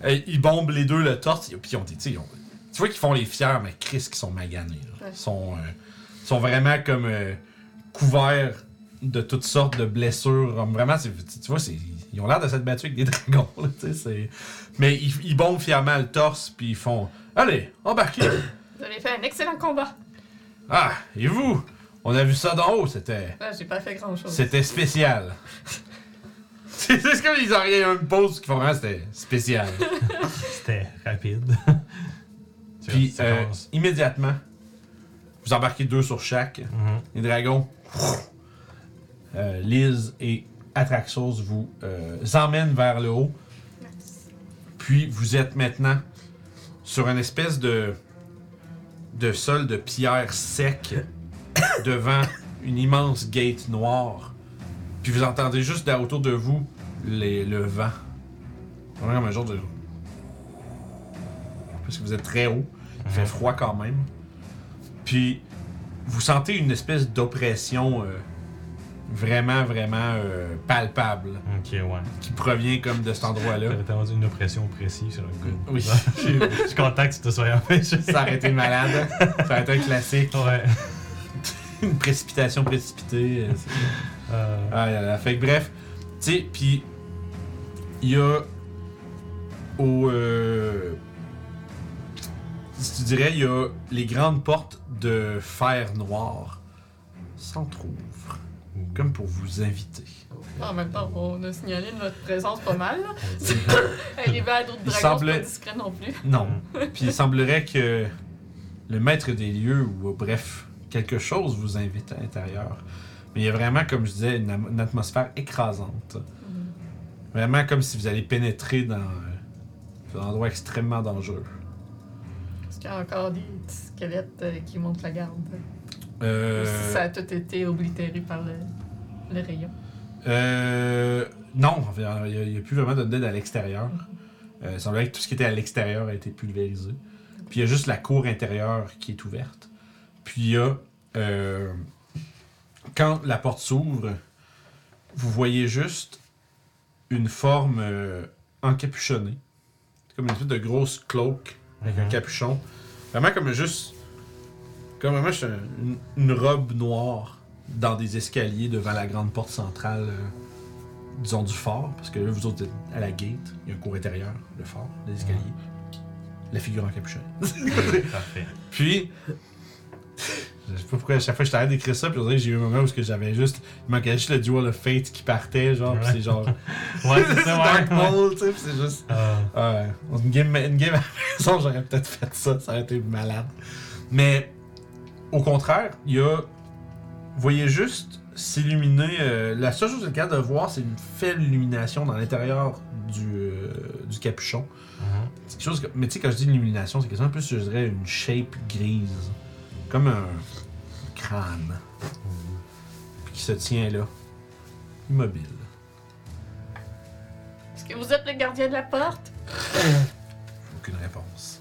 [SPEAKER 1] euh, ils bombent les deux le torse, puis ils ont des. tu sais, ils ont- tu vois qu'ils font les fiers, mais Chris, qui sont maganés. là.
[SPEAKER 3] Ouais.
[SPEAKER 1] Ils sont, euh, ils sont vraiment comme euh, couverts de toutes sortes de blessures. Comme Vraiment, c'est- tu tu vois, c'est- ils ont l'air de s'être battus avec des dragons. là, tu sais, c'est- mais ils, ils bombent fièrement le torse, puis ils font Allez, embarquez
[SPEAKER 3] Vous avez fait un excellent combat.
[SPEAKER 1] Ah, et vous On a vu ça d'en haut, c'était.
[SPEAKER 3] Ah, J'ai pas fait grand chose.
[SPEAKER 1] C'était spécial. c'est c'est comme ils ont rien une pause qui font vraiment c'était spécial.
[SPEAKER 4] C'était rapide. Tu
[SPEAKER 1] Puis
[SPEAKER 4] vois, ça
[SPEAKER 1] euh,
[SPEAKER 4] commence.
[SPEAKER 1] immédiatement, vous embarquez deux sur chaque.
[SPEAKER 4] Mhm.
[SPEAKER 1] Les dragons, euh, Liz et Atraxos vous euh, emmènent vers le haut. Puis vous êtes maintenant sur une espèce de, de sol de pierre sec devant une immense gate noire. Puis vous entendez juste là autour de vous les- le vent. Vraiment comme un jour de. Parce que vous êtes très haut. Il fait froid quand même. Puis vous sentez une espèce d'oppression euh, vraiment, vraiment euh, palpable
[SPEAKER 4] Ok, ouais.
[SPEAKER 1] qui provient comme de cet endroit-là.
[SPEAKER 4] T'avais tellement dit une oppression précise sur le good.
[SPEAKER 1] Oui.
[SPEAKER 4] Je suis content que tu te sois empêché.
[SPEAKER 1] Ça aurait été malade. Ça aurait été un classique.
[SPEAKER 4] Ouais.
[SPEAKER 1] Une précipitation précipitée. euh, c'est-
[SPEAKER 4] Euh,
[SPEAKER 1] Ah, là, là. Fait que bref, tu sais, puis il y a au. euh, si tu dirais, il y a les grandes portes de fer noir s'entr'ouvrent,
[SPEAKER 4] Euh,
[SPEAKER 1] comme pour vous inviter.
[SPEAKER 3] En même temps, on a signalé notre présence pas mal. là.
[SPEAKER 4] on dit-
[SPEAKER 3] Arriver à d'autres
[SPEAKER 1] Il
[SPEAKER 3] dragons,
[SPEAKER 1] semblait-
[SPEAKER 3] c'est pas discret non plus.
[SPEAKER 1] Non. Puis il semblerait que le maître des lieux, ou euh, bref, quelque chose vous invite à l'intérieur. Mais il y a vraiment, comme je disais, une, am- une atmosphère écrasante. Vraiment comme si vous allez pénétrer dans euh, un endroit extrêmement dangereux.
[SPEAKER 3] Parce qu'il y a encore des petits squelettes euh, qui montent la garde.
[SPEAKER 1] Euh,
[SPEAKER 3] Si ça a tout été oblitéré par le, le rayon.
[SPEAKER 1] euh, non, il n'y a, plus vraiment de dead à l'extérieur. Euh, il semblerait que tout ce qui était à l'extérieur a été pulvérisé. Puis il y a juste la cour intérieure qui est ouverte. Puis il y a. euh, quand la porte s'ouvre, vous voyez juste une forme euh, encapuchonnée. C'est Comme une espèce de grosse cloque avec un
[SPEAKER 4] Mhm.
[SPEAKER 1] capuchon. Vraiment comme juste. Comme vraiment juste un- une, une robe noire dans des escaliers devant la grande porte centrale, euh, disons du fort, parce que là, vous autres êtes à la gate, il y a un cours intérieur, le fort, les escaliers, la figure encapuchonnée.
[SPEAKER 4] Parfait.
[SPEAKER 1] Puis, je sais pas pourquoi à chaque fois que je t'arrête d'écrire ça, puis on dirait que j'ai eu un moment où ce que j'avais juste, il manquait juste le duel of fate qui partait, genre, puis c'est genre,
[SPEAKER 4] Ouais, c'est ça, ouais.
[SPEAKER 1] Dark Maul, tu sais, puis c'est juste.
[SPEAKER 4] Euh,
[SPEAKER 1] Ouais, une game, une game à la maison, j'aurais peut-être fait ça, ça aurait été malade. Mais au contraire, il y a. Vous voyez juste s'illuminer. euh, la seule chose que capable de voir, c'est une faible illumination dans l'intérieur du, euh, du capuchon.
[SPEAKER 4] mhm.
[SPEAKER 1] C'est quelque chose que- mais tu sais, quand je dis une illumination, c'est quasiment plus, je dirais, une shape grise. Comme un crâne. Puis qui se tient là, immobile.
[SPEAKER 3] Est-ce que vous êtes le gardien de la porte?
[SPEAKER 1] Aucune réponse.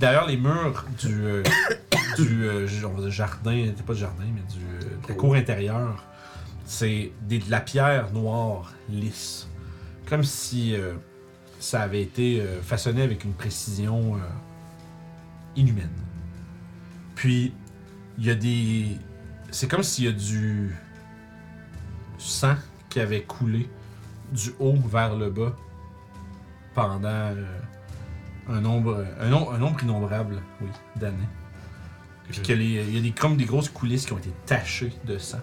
[SPEAKER 1] D'ailleurs, les murs du, euh, du euh, j- on va dire jardin, c'était pas du jardin, mais du, euh, de la cour intérieure, c'est des- de la pierre noire lisse. Comme si euh, ça avait été euh, façonné avec une précision euh, inhumaine. Puis, il y a des. C'est comme s'il y a du sang qui avait coulé du haut vers le bas pendant. euh, un nombre, un, nom- un nombre innombrable, oui, d'années. Puis
[SPEAKER 4] Euh.
[SPEAKER 1] que les- il y a des, comme des grosses coulisses qui ont été tachées de sang.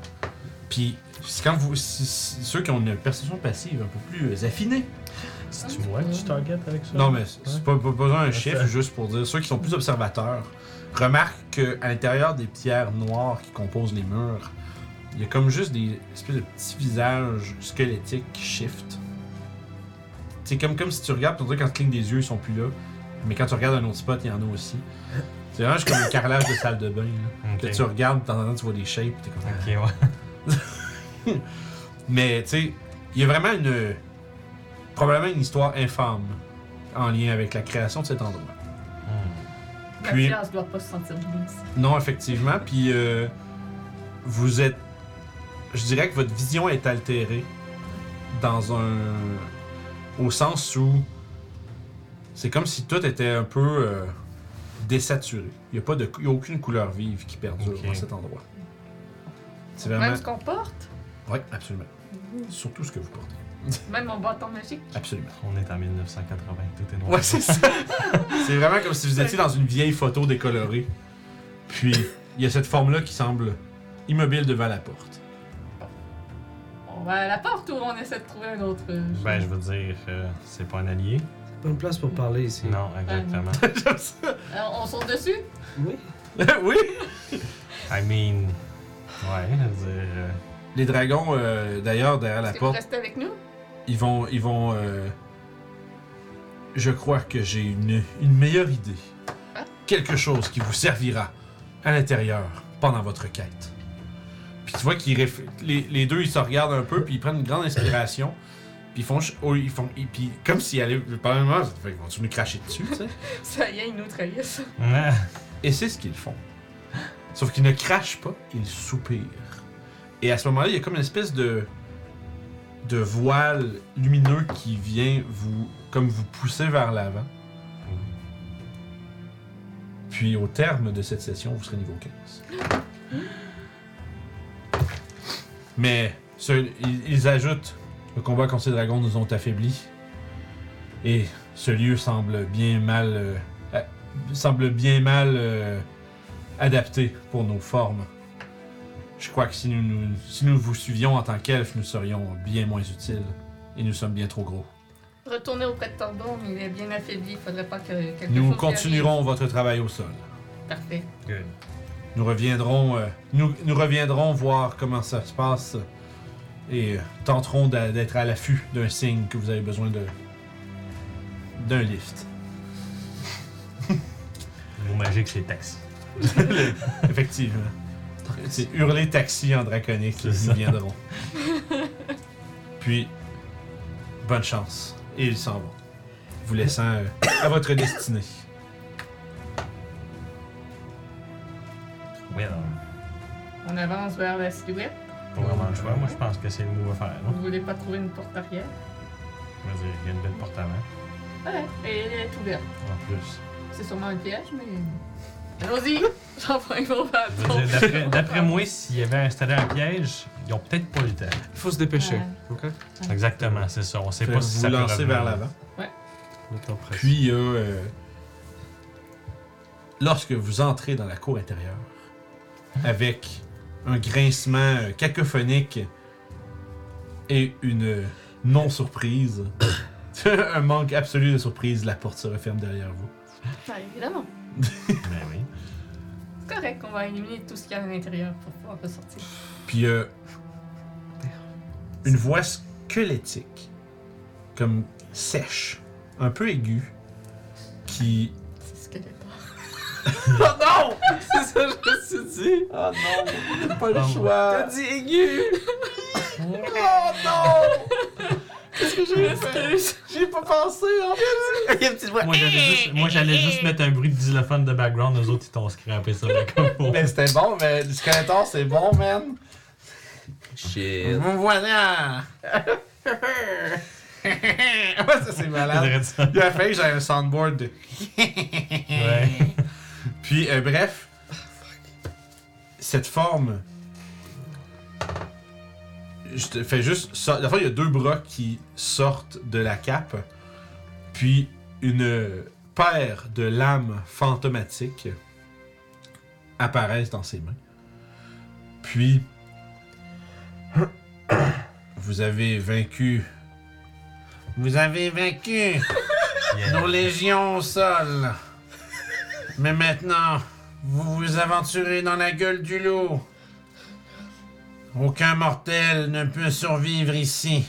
[SPEAKER 1] Puis c'est quand vous, si- si- ceux qui ont une perception passive un peu plus euh, affinée.
[SPEAKER 4] Si tu vois, tu targetes avec ça.
[SPEAKER 1] Non mais c'est
[SPEAKER 4] Ouais.
[SPEAKER 1] pas, pas besoin d'un
[SPEAKER 4] Ouais,
[SPEAKER 1] chiffre,
[SPEAKER 4] ça-
[SPEAKER 1] juste pour dire ceux qui sont plus observateurs remarquent que à l'intérieur des pierres noires qui composent les murs, il y a comme juste des espèces de petits visages squelettiques qui shift. C'est comme, comme si tu regardes, puis on dirait quand tu clignes des yeux, ils sont plus là. Mais quand tu regardes un autre spot, il y en a aussi. C'est vraiment juste comme un carrelage de salle de bain. Là.
[SPEAKER 4] Ok.
[SPEAKER 1] Que tu regardes, puis de temps en temps, tu vois des shapes, puis t'es comme.
[SPEAKER 4] Ok, ouais.
[SPEAKER 1] Mais tu sais, il y a vraiment une. Probablement une histoire infâme en lien avec la création de cet endroit. Puis-
[SPEAKER 3] Mathias doit pas se sentir bien ici.
[SPEAKER 1] Non, effectivement. Puis euh, vous êtes je dirais que votre vision est altérée dans un. au sens où c'est comme si tout était un peu euh, désaturé. Il n'y a, pas de- il y a aucune couleur vive qui perdure
[SPEAKER 4] Ok.
[SPEAKER 1] dans cet endroit. C'est vraiment.
[SPEAKER 3] Même ce qu'on porte,
[SPEAKER 1] Oui, absolument. Surtout ce que vous portez.
[SPEAKER 3] même mon bâton magique.
[SPEAKER 1] Absolument.
[SPEAKER 4] On est en 1980, tout est noir.
[SPEAKER 1] Ouais, c'est ça. c'est vraiment comme si vous étiez dans une vieille photo décolorée. Puis, il y a cette forme-là qui semble immobile devant la porte.
[SPEAKER 3] On va à la porte ou on essaie de trouver un autre. euh,
[SPEAKER 4] Ben, je veux dire, euh, c'est pas un allié.
[SPEAKER 2] Pas une place pour parler ici.
[SPEAKER 4] Non, exactement.
[SPEAKER 1] J'aime ça.
[SPEAKER 3] Alors, on saute dessus?
[SPEAKER 2] Oui.
[SPEAKER 1] oui!
[SPEAKER 4] I mean. Ouais, je veux dire. euh,
[SPEAKER 1] Les dragons, euh, d'ailleurs, derrière la
[SPEAKER 3] Est-ce que vous
[SPEAKER 1] porte,
[SPEAKER 3] restez avec nous?
[SPEAKER 1] ils vont. Ils vont euh, Je crois que j'ai une, une meilleure idée. Quelque chose qui vous servira à l'intérieur pendant votre quête. Puis tu vois qu'ils réf- les, les deux, ils se regardent un peu, puis ils prennent une grande inspiration. Puis ils font. ch- oh, ils font ils- puis comme s'ils allaient. Probablement, fait, ils vont-tu nous cracher dessus, tu sais?
[SPEAKER 3] Ça y est, ils nous trahissent.
[SPEAKER 4] ah,
[SPEAKER 1] Et c'est ce qu'ils font. Sauf qu'ils ne crachent pas, ils soupirent. Et à ce moment-là, il y a comme une espèce de de voile lumineux qui vient vous comme vous pousser vers l'avant. Puis au terme de cette session, vous serez niveau 15. Mais ce- ils, ils ajoutent le combat contre ces dragons nous ont affaiblis. Et ce lieu semble bien mal euh, semble bien mal euh, adapté pour nos formes. Je crois que si nous, nous- si nous vous suivions en tant qu'elfes, nous serions bien moins utiles. Et nous sommes bien trop gros.
[SPEAKER 3] Retourner auprès de Tordon, il est bien affaibli. Il faudrait pas que quelque chose.
[SPEAKER 1] Nous
[SPEAKER 3] lui
[SPEAKER 1] continuerons votre travail au sol.
[SPEAKER 3] arrive. Parfait.
[SPEAKER 4] good.
[SPEAKER 1] Nous reviendrons, euh, nous, nous reviendrons voir comment ça se passe et euh, tenterons d'a- d'être à l'affût d'un signe que vous avez besoin de d'un lift.
[SPEAKER 4] Le mot magique, c'est taxi.
[SPEAKER 1] Effectivement. C'est hurler taxi en draconique,
[SPEAKER 4] C'est
[SPEAKER 1] ils
[SPEAKER 4] ça.
[SPEAKER 1] viendront. Puis, bonne chance. Et ils s'en vont. Vous laissant euh, à votre destinée.
[SPEAKER 4] Well.
[SPEAKER 3] On avance vers la silhouette.
[SPEAKER 4] Pas vraiment le choix. Moi, je pense que c'est le move à faire, non?
[SPEAKER 3] Vous voulez pas trouver une porte arrière?
[SPEAKER 4] Je veux dire, il y a une belle porte avant,
[SPEAKER 3] Ouais. Et elle est ouverte.
[SPEAKER 4] en plus.
[SPEAKER 3] C'est sûrement un piège, mais. Allons-y! J'envoie un gros
[SPEAKER 4] Je veux
[SPEAKER 3] bâton.
[SPEAKER 4] dire, d'après- d'après moi, s'il y avait installé un piège, ils ont peut-être pas le temps.
[SPEAKER 2] Faut se dépêcher.
[SPEAKER 3] Ouais.
[SPEAKER 2] Ok.
[SPEAKER 4] Exactement, c'est ça. On sait
[SPEAKER 1] Fait
[SPEAKER 4] pas si
[SPEAKER 1] vous
[SPEAKER 4] ça peut
[SPEAKER 1] lancer
[SPEAKER 4] revenir.
[SPEAKER 1] vers l'avant.
[SPEAKER 2] Mettons prêt.
[SPEAKER 1] Puis, il y a, euh, lorsque vous entrez dans la cour intérieure, avec un grincement euh, cacophonique et une non-surprise, un manque absolu de surprise, la porte se referme derrière vous.
[SPEAKER 3] Ouais, évidemment.
[SPEAKER 4] Ben oui.
[SPEAKER 3] C'est correct, on va éliminer tout ce qu'il y a à l'intérieur pour pouvoir ressortir.
[SPEAKER 1] Puis euh, une voix squelettique, comme sèche, un peu aiguë, qui.
[SPEAKER 3] C'est ce que j'ai peur.
[SPEAKER 2] C'est ça, je me suis dit.
[SPEAKER 1] Oh non, pas
[SPEAKER 4] le
[SPEAKER 1] choix.
[SPEAKER 2] T'as dit aigu.
[SPEAKER 1] Oh non,
[SPEAKER 3] Excuse.
[SPEAKER 1] j'ai pas pensé.
[SPEAKER 2] Il y a une petite voix.
[SPEAKER 4] Moi, j'allais juste, moi, j'allais juste mettre un bruit de xylophone de background. Eux autres, ils t'ont scrappé ça là, comme pour.
[SPEAKER 1] Mais Ben, c'était bon, mais le Skeletor c'est bon, man.
[SPEAKER 2] Shit.
[SPEAKER 1] Vous voilà. ouais, ça c'est
[SPEAKER 4] On
[SPEAKER 1] malade.
[SPEAKER 4] dirait ça.
[SPEAKER 1] Il a failli que j'avais un soundboard de.
[SPEAKER 4] Ouais.
[SPEAKER 1] ben, Puis, euh, bref, cette forme. Je te fais juste. so- La fois, il y a deux bras qui sortent de la cape, puis une paire de lames fantomatiques apparaissent dans ses mains. Puis, vous avez vaincu. Vous avez vaincu
[SPEAKER 4] Yeah.
[SPEAKER 1] nos légions au sol. Mais maintenant, vous vous aventurez dans la gueule du loup. Aucun mortel ne peut survivre ici.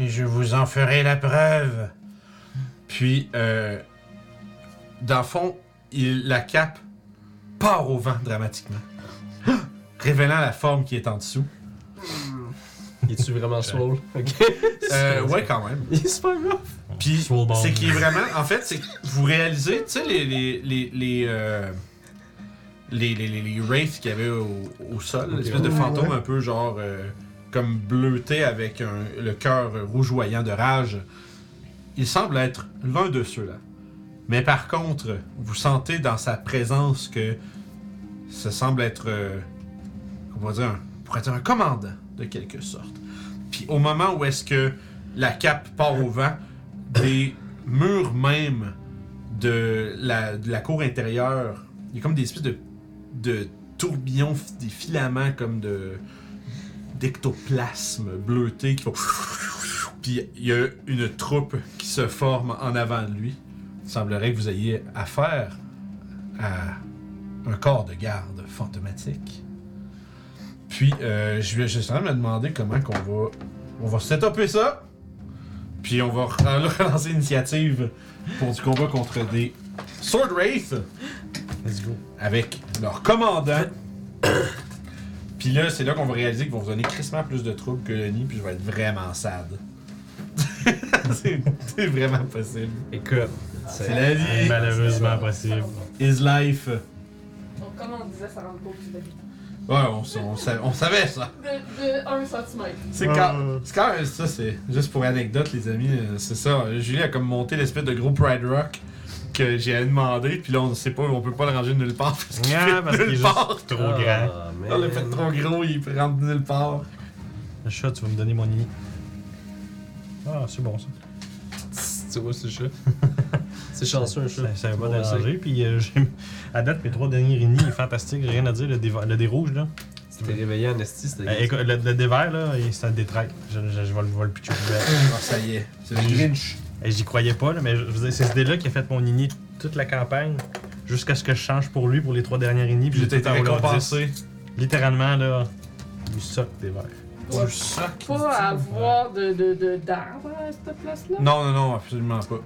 [SPEAKER 1] Et je vous en ferai la preuve. Puis, euh, dans le fond, il, la cape part au vent dramatiquement, révélant la forme qui est en dessous.
[SPEAKER 2] Es-tu vraiment swole? Ok.
[SPEAKER 1] Euh, ouais, quand même.
[SPEAKER 2] Il est super rough.
[SPEAKER 1] Puis,
[SPEAKER 4] Swole ball.
[SPEAKER 1] c'est qu'il est vraiment. En fait, c'est que vous réalisez, tu sais, les. les, les, les, euh, les, les, les, les wraiths qu'il y avait au, au sol,
[SPEAKER 4] Ok,
[SPEAKER 1] l'espèce de
[SPEAKER 5] ouais.
[SPEAKER 1] fantôme
[SPEAKER 5] Ouais.
[SPEAKER 1] un peu genre euh, comme bleuté avec un- le cœur rougeoyant de rage. Il semble être l'un de ceux-là. Mais par contre, vous sentez dans sa présence que ça semble être, euh, comment dire, un, pourrait être un commandant de quelque sorte. Puis au moment où est-ce que la cape part au vent, des murs même de la, de la cour intérieure, il y a comme des espèces de, de tourbillons, f- des filaments comme de d'ectoplasme bleuté qui font... Puis il y a une troupe qui se forme en avant de lui. Il semblerait que vous ayez affaire à un corps de garde fantomatique. Puis, euh, je vais juste me demander comment qu'on va... On va set-upper ça. Puis on va re- relancer l'initiative pour du combat contre des Sword Wraith
[SPEAKER 4] Let's go.
[SPEAKER 1] avec leur commandant. puis là, c'est là qu'on va réaliser qu'ils vont vous donner crissement plus de troubles que le nid, puis je vais être vraiment sad. c'est c'est vraiment possible.
[SPEAKER 2] Écoute,
[SPEAKER 1] C'est la vie. ben,
[SPEAKER 4] Malheureusement possible.
[SPEAKER 1] Is life. Ouais,
[SPEAKER 3] Donc, comme on disait, ça rentre pas au-dessus de de-
[SPEAKER 1] on, s- on sa- on savait ça.
[SPEAKER 3] de 1 cm.
[SPEAKER 1] C'est quand, c'est quand même ça, c'est juste pour anecdote, les amis, euh, c'est ça. euh, Julie a comme monté l'espèce de gros Pride Rock que j'ai demandé, puis là on sait pas, on peut pas le ranger nulle part parce qu'il
[SPEAKER 4] Ah,
[SPEAKER 1] fait
[SPEAKER 4] parce qu'il est
[SPEAKER 1] nulle
[SPEAKER 4] juste
[SPEAKER 1] part. Ah.
[SPEAKER 4] trop
[SPEAKER 2] Ah,
[SPEAKER 4] grand.
[SPEAKER 1] On l'a fait trop gros, il rentre nulle part.
[SPEAKER 4] Le chat, tu vas me donner mon nid. Ah, c'est bon ça.
[SPEAKER 2] Tu vois, c'est chat. C'est chanceux, un chat.
[SPEAKER 4] Ça- Ça
[SPEAKER 2] Tout
[SPEAKER 4] va
[SPEAKER 2] le monde le sait.
[SPEAKER 4] déranger. Puis euh, j'ai- à date, mes trois derniers Rini, il est fantastique. Rien à dire. Le dé, le dé rouge, là.
[SPEAKER 2] Tu t'es réveillé en esti, c'était
[SPEAKER 4] Euh, écoute, le, le dé vert, là, il- c'est un dé traître. Je, je- je vais le, je vais le pitcher au vert.
[SPEAKER 1] Ah, ça y est, c'est le Grinch.
[SPEAKER 4] Et J'y croyais pas, là, mais je- je veux dire, c'est ce dé-là qui a fait mon nini toute la campagne. Jusqu'à ce que je change pour lui pour les trois dernières Rini. Puis
[SPEAKER 1] Puis j'ai
[SPEAKER 4] j'étais
[SPEAKER 1] été
[SPEAKER 4] en roulant
[SPEAKER 1] récompensé.
[SPEAKER 4] dix. Littéralement, là, du soc des verts.
[SPEAKER 1] Du sac.
[SPEAKER 3] Pas avoir de, de, de, d'arbre à cette place-là.
[SPEAKER 1] Non, non, non, absolument pas.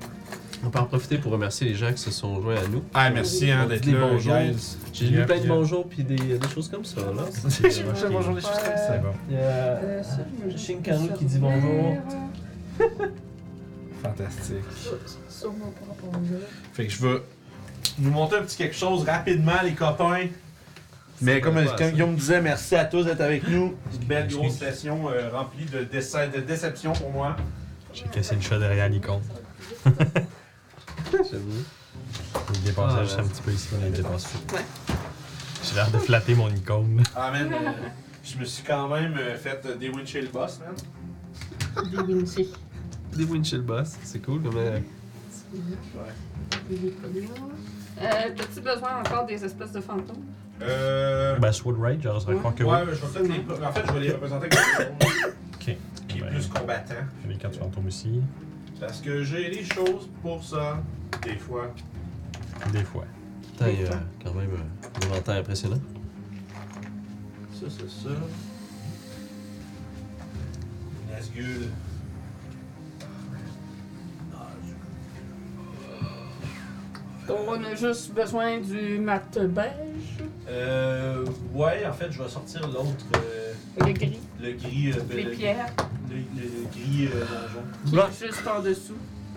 [SPEAKER 2] On peut en profiter pour remercier les gens qui se sont joints à nous.
[SPEAKER 1] Ah, merci hein, d'être
[SPEAKER 2] Des
[SPEAKER 1] là,
[SPEAKER 2] bonjours.
[SPEAKER 1] guys.
[SPEAKER 2] J'ai lu
[SPEAKER 4] Yep,
[SPEAKER 2] plein de
[SPEAKER 4] yep.
[SPEAKER 2] bonjours puis des, des choses comme ça. Là.
[SPEAKER 1] J'ai fait bonjour, des choses comme ça.
[SPEAKER 4] C'est bon.
[SPEAKER 2] Il y a
[SPEAKER 3] Euh, ça, je me-
[SPEAKER 2] Shinkaru qui dit bonjour.
[SPEAKER 1] Fantastique.
[SPEAKER 3] euh, Sur- Sur mon propre onglet.
[SPEAKER 1] Fait que je vais nous monter un petit quelque chose rapidement, les copains. Mais
[SPEAKER 2] Ça
[SPEAKER 1] comme,
[SPEAKER 2] va pas,
[SPEAKER 1] comme
[SPEAKER 2] ça.
[SPEAKER 1] Guillaume disait, merci à tous d'être avec nous. Une belle
[SPEAKER 4] Excuse.
[SPEAKER 1] grosse session euh, remplie de, déce- de déceptions pour moi.
[SPEAKER 4] J'ai cassé le chat derrière l'icône.
[SPEAKER 2] J'avoue.
[SPEAKER 4] Il dépassait
[SPEAKER 2] Ah,
[SPEAKER 4] juste un
[SPEAKER 2] ouais.
[SPEAKER 4] petit peu ici, mais il dépasse tout.
[SPEAKER 3] Ouais.
[SPEAKER 4] J'ai l'air de flatter mon icône.
[SPEAKER 1] Ah, man, euh, je me suis quand même euh, fait euh, déwincher le boss, man.
[SPEAKER 3] Des Vinci.
[SPEAKER 2] Des wins chez le boss, c'est cool. Comme, euh,
[SPEAKER 3] Il est pas là. Euh, T'as-tu besoin encore des espèces de fantômes?
[SPEAKER 1] Euh.
[SPEAKER 4] Ben, Sword Rage, j'aurais serait croire que oui.
[SPEAKER 1] ouais, je vais peut-être les... En fait, je vais les représenter comme
[SPEAKER 4] Ok.
[SPEAKER 1] qui est
[SPEAKER 4] Ben,
[SPEAKER 1] plus combattant.
[SPEAKER 4] J'ai les quatre fantômes aussi,
[SPEAKER 1] Parce que j'ai les choses pour ça, des fois.
[SPEAKER 4] des fois.
[SPEAKER 2] Putain, il y a quand même euh, un inventaire impressionnant.
[SPEAKER 1] Ça, c'est ça. Nazgul. Ah,
[SPEAKER 3] Donc, on a juste besoin du mat beige,
[SPEAKER 1] Euh. Ouais, en fait, je vais sortir l'autre. euh,
[SPEAKER 3] le gris,
[SPEAKER 1] le gris. euh,
[SPEAKER 3] les
[SPEAKER 1] le,
[SPEAKER 3] pierres,
[SPEAKER 1] le, le gris euh, donjon.
[SPEAKER 3] qui
[SPEAKER 4] Oula.
[SPEAKER 3] est juste en dessous.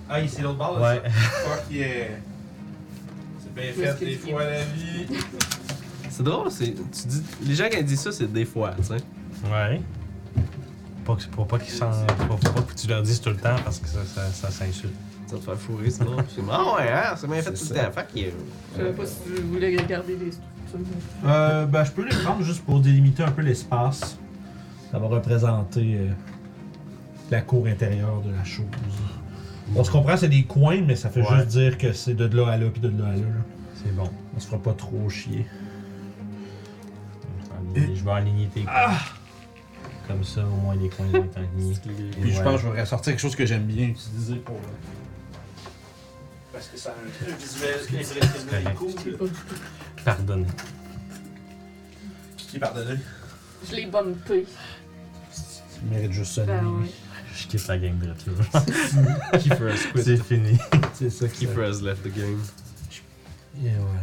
[SPEAKER 1] Ah, il- c'est l'autre barre, là,
[SPEAKER 4] Ouais.
[SPEAKER 1] ça? Fuck yeah. C'est bien
[SPEAKER 3] Où est-ce
[SPEAKER 1] fait,
[SPEAKER 3] que
[SPEAKER 1] des
[SPEAKER 3] tu
[SPEAKER 1] fois, la vie.
[SPEAKER 2] C'est drôle, c'est. Tu dis. Les gens qui disent ça, c'est des fois, tu sais.
[SPEAKER 4] Ouais. Pas que, pour pas qu'ils s'en. Pour, pour pas que tu leur dises tout le temps parce que ça, ça, ça s'insulte.
[SPEAKER 2] Ça te fait fourrer, c'est drôle. C'est- Ah ouais, hein, c'est bien fait tout le temps. Fuck you.
[SPEAKER 3] Je savais pas si tu voulais garder les structures.
[SPEAKER 1] Euh, ben, je peux les prendre juste pour délimiter un peu l'espace. Ça va représenter euh, la cour intérieure de la chose. On se comprend, c'est des coins, mais ça fait
[SPEAKER 4] Ouais.
[SPEAKER 1] juste dire que c'est de là à là puis de là à là. là.
[SPEAKER 4] C'est bon.
[SPEAKER 1] On se fera pas trop chier.
[SPEAKER 4] Aligner- Je vais aligner tes coins.
[SPEAKER 1] Ah!
[SPEAKER 4] Comme ça, au moins les coins vont être alignés.
[SPEAKER 1] Puis je
[SPEAKER 4] Ouais.
[SPEAKER 1] pense que je vais ressortir quelque chose que j'aime bien utiliser pour. euh, Parce que ça a un visuel
[SPEAKER 4] impressionnant et
[SPEAKER 1] cool.
[SPEAKER 4] Pardonnez.
[SPEAKER 1] Qui pardonne
[SPEAKER 3] Je l'ai bumpé.
[SPEAKER 1] Tu mérites juste ça.
[SPEAKER 3] Ben ouais.
[SPEAKER 4] Je quitte la gang de là.
[SPEAKER 2] Kiefer has quit.
[SPEAKER 4] C'est fini.
[SPEAKER 1] C'est ça qui
[SPEAKER 2] Kiefer has left the game.
[SPEAKER 1] Et voilà.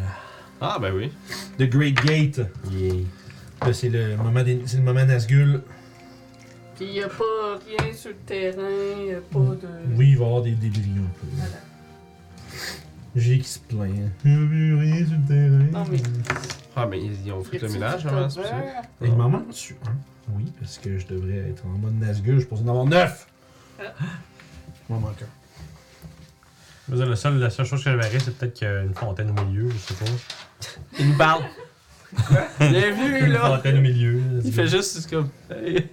[SPEAKER 2] Ah ben oui.
[SPEAKER 1] The Great Gate.
[SPEAKER 4] Yeah.
[SPEAKER 5] euh,
[SPEAKER 1] Là, c'est le moment, des... c'est le moment Nazgul.
[SPEAKER 3] Puis il n'y a pas rien sur le terrain, y a pas de.
[SPEAKER 1] Oui, il va y avoir des débris un peu.
[SPEAKER 3] Voilà.
[SPEAKER 1] J'ai qui se plaint. Il n'y a plus rien sur le terrain.
[SPEAKER 3] Non, mais-
[SPEAKER 2] Ah, mais ils, ils ont fait le ménage avant, c'est pour ça.
[SPEAKER 5] Et Il m'en manque dessus un. Oui, parce que je devrais être en mode Nazgûl, je pense en avoir neuf.
[SPEAKER 3] Ah.
[SPEAKER 5] Il m'en manque un.
[SPEAKER 4] Je veux dire, le seul, la seule chose que j'aimerais, c'est peut-être qu'il y a une fontaine au milieu, je sais pas.
[SPEAKER 2] Ils nous parlent. Bienvenue,
[SPEAKER 4] Une
[SPEAKER 2] là.
[SPEAKER 4] fontaine au milieu.
[SPEAKER 2] Il fait juste c'est comme. Hey.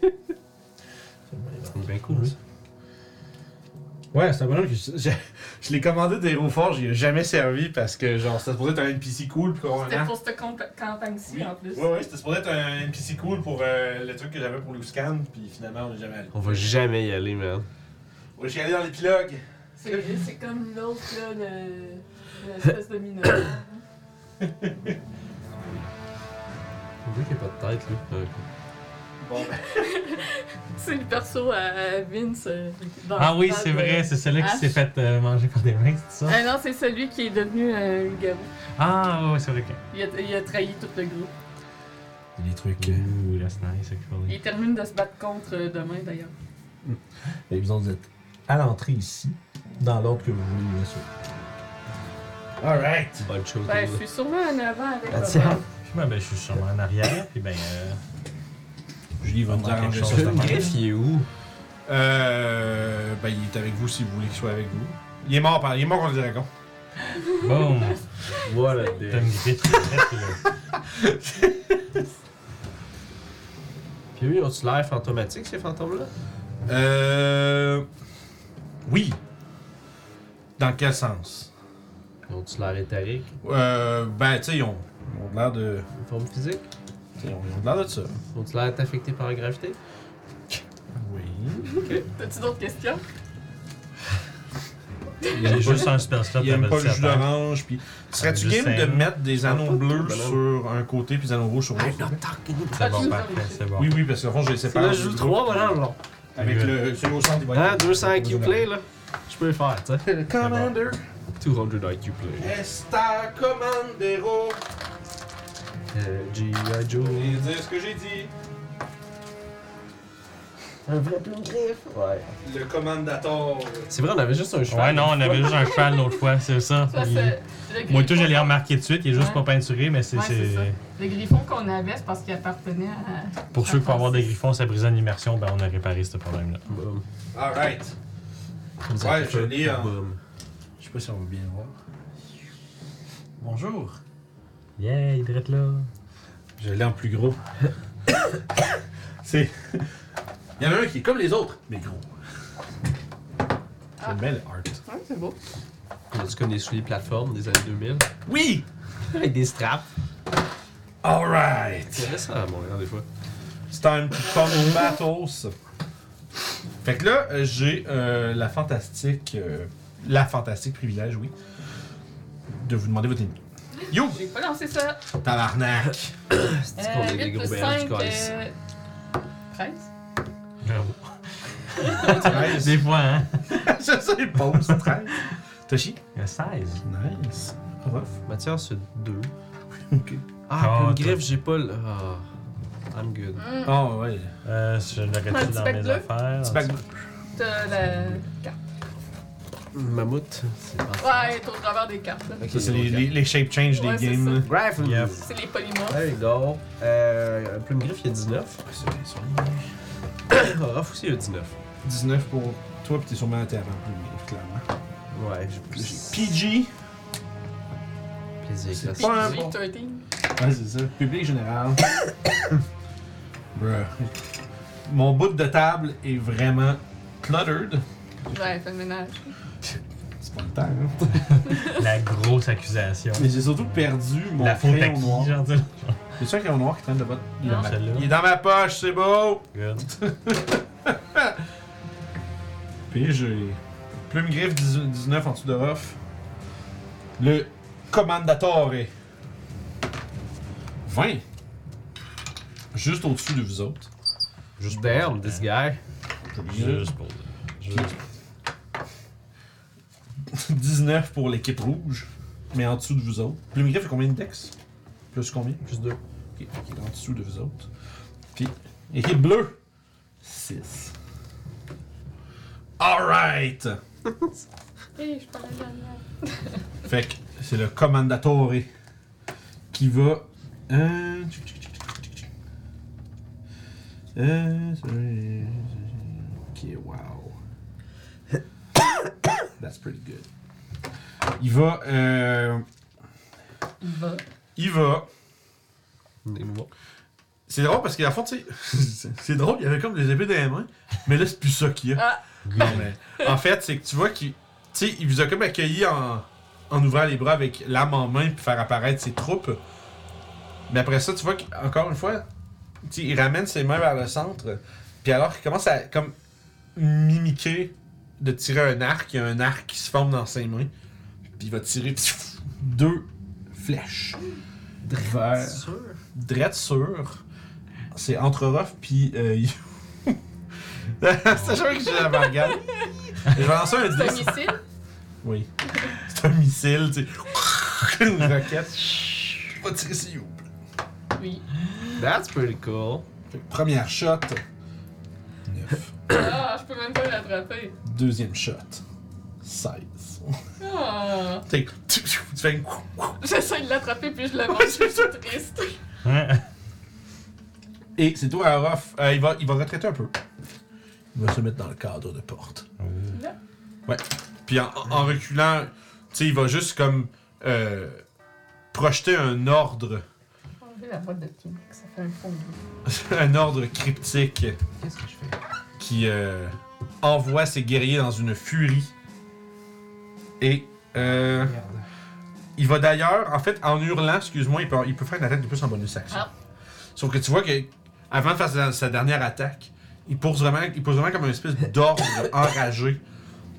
[SPEAKER 2] C'est bien cool, ça.
[SPEAKER 5] Ouais, c'est un bonhomme que je, je, je l'ai commandé des héros forts, j'y ai jamais servi parce que genre c'était supposé être un NPC cool pour un
[SPEAKER 3] C'était
[SPEAKER 5] an.
[SPEAKER 3] pour cette camp- campagne-ci en plus.
[SPEAKER 5] Ouais, ouais, c'était supposé être un NPC cool pour euh, le truc que j'avais pour Luscan, puis finalement on est jamais allé.
[SPEAKER 2] On va jamais y aller, man.
[SPEAKER 5] Ouais, j'y allé dans l'épilogue.
[SPEAKER 6] C'est c'est comme l'autre, là, le- l'espèce de minotaure.
[SPEAKER 2] On dirait qu'il n'y a pas de tête, lui. Ah, ok.
[SPEAKER 5] Bon,
[SPEAKER 3] C'est le perso à- à Vince. euh, dans-
[SPEAKER 4] Ah oui,
[SPEAKER 3] dans
[SPEAKER 4] c'est
[SPEAKER 3] le-
[SPEAKER 4] vrai, c'est celui qui
[SPEAKER 3] H.
[SPEAKER 4] s'est fait euh, manger par des mecs, c'est ça?
[SPEAKER 3] Ah non, c'est celui qui est devenu un loup-garou.
[SPEAKER 4] Ah ouais, c'est vrai que.
[SPEAKER 3] Il a, il a trahi tout le groupe.
[SPEAKER 5] les
[SPEAKER 1] Mm.
[SPEAKER 5] trucs. euh,
[SPEAKER 4] Ouh, that's nice, c'est cool.
[SPEAKER 3] Il termine de se battre contre euh, demain d'ailleurs.
[SPEAKER 5] Et vous autres, vous êtes à l'entrée ici, dans l'ordre que vous voulez, bien sûr. Alright!
[SPEAKER 2] Bonne chose.
[SPEAKER 3] Ben,
[SPEAKER 2] là.
[SPEAKER 3] je suis sûrement en avant avec
[SPEAKER 2] Ah,
[SPEAKER 3] Robert.
[SPEAKER 2] tiens.
[SPEAKER 4] Puis ben, ben, je suis sûrement en arrière, puis ben. Euh...
[SPEAKER 5] Julie va vous
[SPEAKER 4] Vraiment
[SPEAKER 5] arranger
[SPEAKER 4] quelque
[SPEAKER 5] ça.
[SPEAKER 4] chose
[SPEAKER 5] cette
[SPEAKER 4] de
[SPEAKER 5] affaire.
[SPEAKER 2] Griff, il est où
[SPEAKER 1] Euh. Ben, il est avec vous si vous voulez qu'il soit avec vous. Il est mort, par... il est mort contre le dragon.
[SPEAKER 4] Boom!
[SPEAKER 2] What a
[SPEAKER 4] T'as une
[SPEAKER 2] dick.
[SPEAKER 4] vitre prête, là.
[SPEAKER 2] Puis eux, ils ont-tu l'air fantomatique, ces fantômes-là
[SPEAKER 1] Euh. Oui. Dans quel sens
[SPEAKER 2] Ils ont-tu l'air éthérique
[SPEAKER 1] Euh. Ben, tu sais, ils ont, ils ont de l'air de.
[SPEAKER 2] Une forme physique
[SPEAKER 1] tu sais, Ils ont, ils ont de l'air de ça.
[SPEAKER 2] Ils ont-tu l'air affectés par la gravité
[SPEAKER 1] Oui.
[SPEAKER 3] T'as-tu d'autres questions?
[SPEAKER 4] J'ai juste un spell slot
[SPEAKER 1] Il aime
[SPEAKER 4] de
[SPEAKER 1] pas le jus
[SPEAKER 4] serpent.
[SPEAKER 1] d'orange, puis. Serais-tu
[SPEAKER 4] Juste
[SPEAKER 1] game de
[SPEAKER 4] un- Ben
[SPEAKER 1] mettre des anneaux bleus
[SPEAKER 2] bonhomme.
[SPEAKER 1] sur un côté puis des anneaux rouges sur l'autre?
[SPEAKER 4] C'est bon,
[SPEAKER 3] Ah,
[SPEAKER 4] parfait, c'est bon.
[SPEAKER 1] Oui, oui, parce qu'au fond, je les
[SPEAKER 2] C'est
[SPEAKER 1] sépare.
[SPEAKER 2] là,
[SPEAKER 1] du
[SPEAKER 2] je joue
[SPEAKER 1] groupe.
[SPEAKER 2] 3 bonhommes, là.
[SPEAKER 1] Avec le. Celui au centre, il va
[SPEAKER 2] Hein,
[SPEAKER 1] être-
[SPEAKER 2] 200 IQ play, là. Je peux le faire, tu sais.
[SPEAKER 5] Commander!
[SPEAKER 2] 200 IQ play.
[SPEAKER 5] Esta Commandero!
[SPEAKER 2] Euh, G.I. Joe.
[SPEAKER 5] Et dire ce que j'ai dit.
[SPEAKER 2] Un vrai plume Griff Ouais.
[SPEAKER 5] Le commandator.
[SPEAKER 2] C'est vrai, on avait juste un cheval.
[SPEAKER 4] Ouais, non, on avait juste un cheval l'autre fois, c'est ça.
[SPEAKER 3] Ça,
[SPEAKER 4] Il-
[SPEAKER 3] c'est- le
[SPEAKER 4] Moi,
[SPEAKER 3] griffon
[SPEAKER 4] tout, je l'ai
[SPEAKER 3] qu'on-
[SPEAKER 4] remarqué de suite, il est juste
[SPEAKER 3] Ouais.
[SPEAKER 4] pas peinturé, mais c'est.
[SPEAKER 3] Ouais, c'est
[SPEAKER 4] c'est-
[SPEAKER 3] Le griffon qu'on avait, c'est parce qu'il appartenait à.
[SPEAKER 4] Pour ceux qui peuvent avoir des griffons, ça brisait en immersion, ben on a réparé ce problème-là.
[SPEAKER 2] Boum.
[SPEAKER 5] Alright.
[SPEAKER 2] Comme ça,
[SPEAKER 5] Ouais,
[SPEAKER 2] ça fait
[SPEAKER 5] je l'ai, hein.
[SPEAKER 2] boum.
[SPEAKER 5] Je sais pas si on va bien le voir. Bonjour.
[SPEAKER 4] Yeah, il drette là.
[SPEAKER 5] Je l'ai en plus gros. C'est. Il y en a un qui est comme les autres, mais gros. C'est une belle art.
[SPEAKER 3] Ouais, c'est beau.
[SPEAKER 2] C'est comme des souliers plateforme des années 2000.
[SPEAKER 5] Oui!
[SPEAKER 2] Avec des straps.
[SPEAKER 5] Alright!
[SPEAKER 2] C'est vrai ça à Montréal des fois.
[SPEAKER 4] Euh,
[SPEAKER 1] It's time to come battles. Fait que là, euh, j'ai euh, la fantastique. euh, la fantastique privilège, oui. De vous demander votre ennemi. You!
[SPEAKER 3] J'ai pas lancé ça.
[SPEAKER 1] Tabarnak!
[SPEAKER 2] C'est qu'on
[SPEAKER 3] Euh,
[SPEAKER 2] est des
[SPEAKER 3] 8
[SPEAKER 2] gros
[SPEAKER 3] plus
[SPEAKER 2] berges du
[SPEAKER 3] 5.
[SPEAKER 2] calice.
[SPEAKER 3] Euh... 13.
[SPEAKER 4] Des
[SPEAKER 1] 13.
[SPEAKER 4] fois, hein.
[SPEAKER 1] Je sais pas, c'est 13. Toshi?
[SPEAKER 4] Il y a 16.
[SPEAKER 1] Nice. Rough.
[SPEAKER 2] Matière, c'est 2.
[SPEAKER 1] Ok.
[SPEAKER 2] Ah,
[SPEAKER 4] Ah,
[SPEAKER 2] une
[SPEAKER 4] toi.
[SPEAKER 2] griffe, j'ai pas le. Ah, I'm good.
[SPEAKER 3] Mm,
[SPEAKER 1] Ah ouais.
[SPEAKER 4] Euh, je l'aurais
[SPEAKER 3] Un
[SPEAKER 4] tu
[SPEAKER 3] petit
[SPEAKER 4] dans
[SPEAKER 3] bac
[SPEAKER 4] mes
[SPEAKER 3] bleu.
[SPEAKER 4] affaires.
[SPEAKER 1] Petit bac bleu.
[SPEAKER 3] T'as la carte.
[SPEAKER 2] Mammouth, c'est pas
[SPEAKER 3] Ouais, elle est au travers des cartes. là.
[SPEAKER 1] Ça, c'est les, les- les shape change des
[SPEAKER 3] Ouais, c'est
[SPEAKER 1] games.
[SPEAKER 2] Griffe!
[SPEAKER 4] Yep.
[SPEAKER 3] C'est les polymorphes.
[SPEAKER 2] There you go. Euh, plume griffe, il y a 19.
[SPEAKER 1] Ouais, c'est- c'est vrai.
[SPEAKER 2] Ruff Ah, aussi, il y a 19.
[SPEAKER 1] 19 pour toi, pis t'es sûrement à terre en plus, clairement.
[SPEAKER 2] Ouais, j'ai plus.
[SPEAKER 1] PG.
[SPEAKER 2] Plaisir avec la
[SPEAKER 1] C'est pas un
[SPEAKER 3] J'ai
[SPEAKER 1] bon.
[SPEAKER 3] 13.
[SPEAKER 1] Ouais, c'est ça. Public général. Bruh. Mon bout de table est vraiment cluttered.
[SPEAKER 3] Ouais, fais le ménage.
[SPEAKER 1] C'est pas le temps, hein.
[SPEAKER 4] La grosse accusation.
[SPEAKER 1] Mais j'ai surtout perdu mon
[SPEAKER 4] La faute à
[SPEAKER 1] crayon
[SPEAKER 4] qui,
[SPEAKER 1] noir.
[SPEAKER 4] genre, dis-le.
[SPEAKER 1] C'est un crayon noir qui traîne de votre. Il, est
[SPEAKER 4] Non,
[SPEAKER 1] dans ma-
[SPEAKER 4] celle-là.
[SPEAKER 1] Il est dans ma poche, c'est beau!
[SPEAKER 4] Good.
[SPEAKER 1] Puis j'ai. Plume griffe 18 19 en dessous de Ruff. Le Commandatore. 20. Juste au-dessus de vous autres.
[SPEAKER 2] Juste
[SPEAKER 4] Ben,
[SPEAKER 2] Damn, this guy.
[SPEAKER 4] Juste pour. Juste.
[SPEAKER 1] 19 pour l'équipe rouge, mais en dessous de vous autres. Plume griffe, il y a combien de dex Plus combien
[SPEAKER 2] Juste deux.
[SPEAKER 1] Ok, fait qu'il est en dessous de vous autres. Puis, équipe bleue 6. Alright
[SPEAKER 3] Hé, je parlais dernière.
[SPEAKER 1] Fait que c'est le Commandatore qui va Euh... tchou, tchou, tchou, tchou, tchou, tchou. Euh... c'est- Ok, wow. That's pretty good. Il va... Euh...
[SPEAKER 3] Il va.
[SPEAKER 1] Il va...
[SPEAKER 2] Bon.
[SPEAKER 1] C'est drôle parce qu'à fond, tu sais... c'est drôle, il y avait comme des épées dans les mains, mais là, c'est plus ça qu'il y a.
[SPEAKER 3] Ah,
[SPEAKER 1] Non, mais en fait, c'est que tu vois qu'il tu sais, il vous a comme accueilli en, en ouvrant les bras avec l'âme en main puis faire apparaître ses troupes. Mais après ça, tu vois qu'encore une fois, tu sais, il ramène ses mains vers le centre. Puis alors qu'il commence à comme mimiquer de tirer un arc, il y a un arc qui se forme dans ses mains. Puis il va tirer pfff, deux flèches. Vers
[SPEAKER 2] Sûr.
[SPEAKER 1] drette sur. C'est entre Ruff puis. Euh, You. c'est sûr que j'ai la bargade. Je vais lancer un
[SPEAKER 3] c'est un
[SPEAKER 1] 10.
[SPEAKER 3] missile.
[SPEAKER 1] Oui. C'est un missile, tu sais. Une roquette. Va tirer sur You.
[SPEAKER 3] Oui.
[SPEAKER 2] That's pretty cool.
[SPEAKER 1] Fait que Première shot. 9.
[SPEAKER 3] Ah, je peux même pas l'attraper.
[SPEAKER 1] Deuxième shot. 16.
[SPEAKER 3] Ah.
[SPEAKER 1] Tu sais, tu fais un
[SPEAKER 3] J'essaie de l'attraper puis je le mange. Je suis triste.
[SPEAKER 4] Hein?
[SPEAKER 1] Et c'est tout à Ruff. Euh, il, va, il va retraiter un peu. Il va se mettre dans le cadre de porte.
[SPEAKER 3] Là?
[SPEAKER 1] Ouais. Puis en, en reculant, tu sais, il va juste comme euh, projeter un ordre,
[SPEAKER 3] Enlever la boîte de Kleenex, ça fait un fond de
[SPEAKER 1] un ordre cryptique
[SPEAKER 2] Qu'est-ce que je fais?
[SPEAKER 1] qui euh, envoie ses guerriers dans une furie. Et euh,
[SPEAKER 2] Merde.
[SPEAKER 1] il va d'ailleurs, en fait, en hurlant, excuse-moi, il peut, il peut faire une attaque de plus en bonus action.
[SPEAKER 3] Ah.
[SPEAKER 1] Sauf que tu vois que avant de faire sa, sa dernière attaque, il pose vraiment, il pose vraiment comme une espèce d'ordre enragé.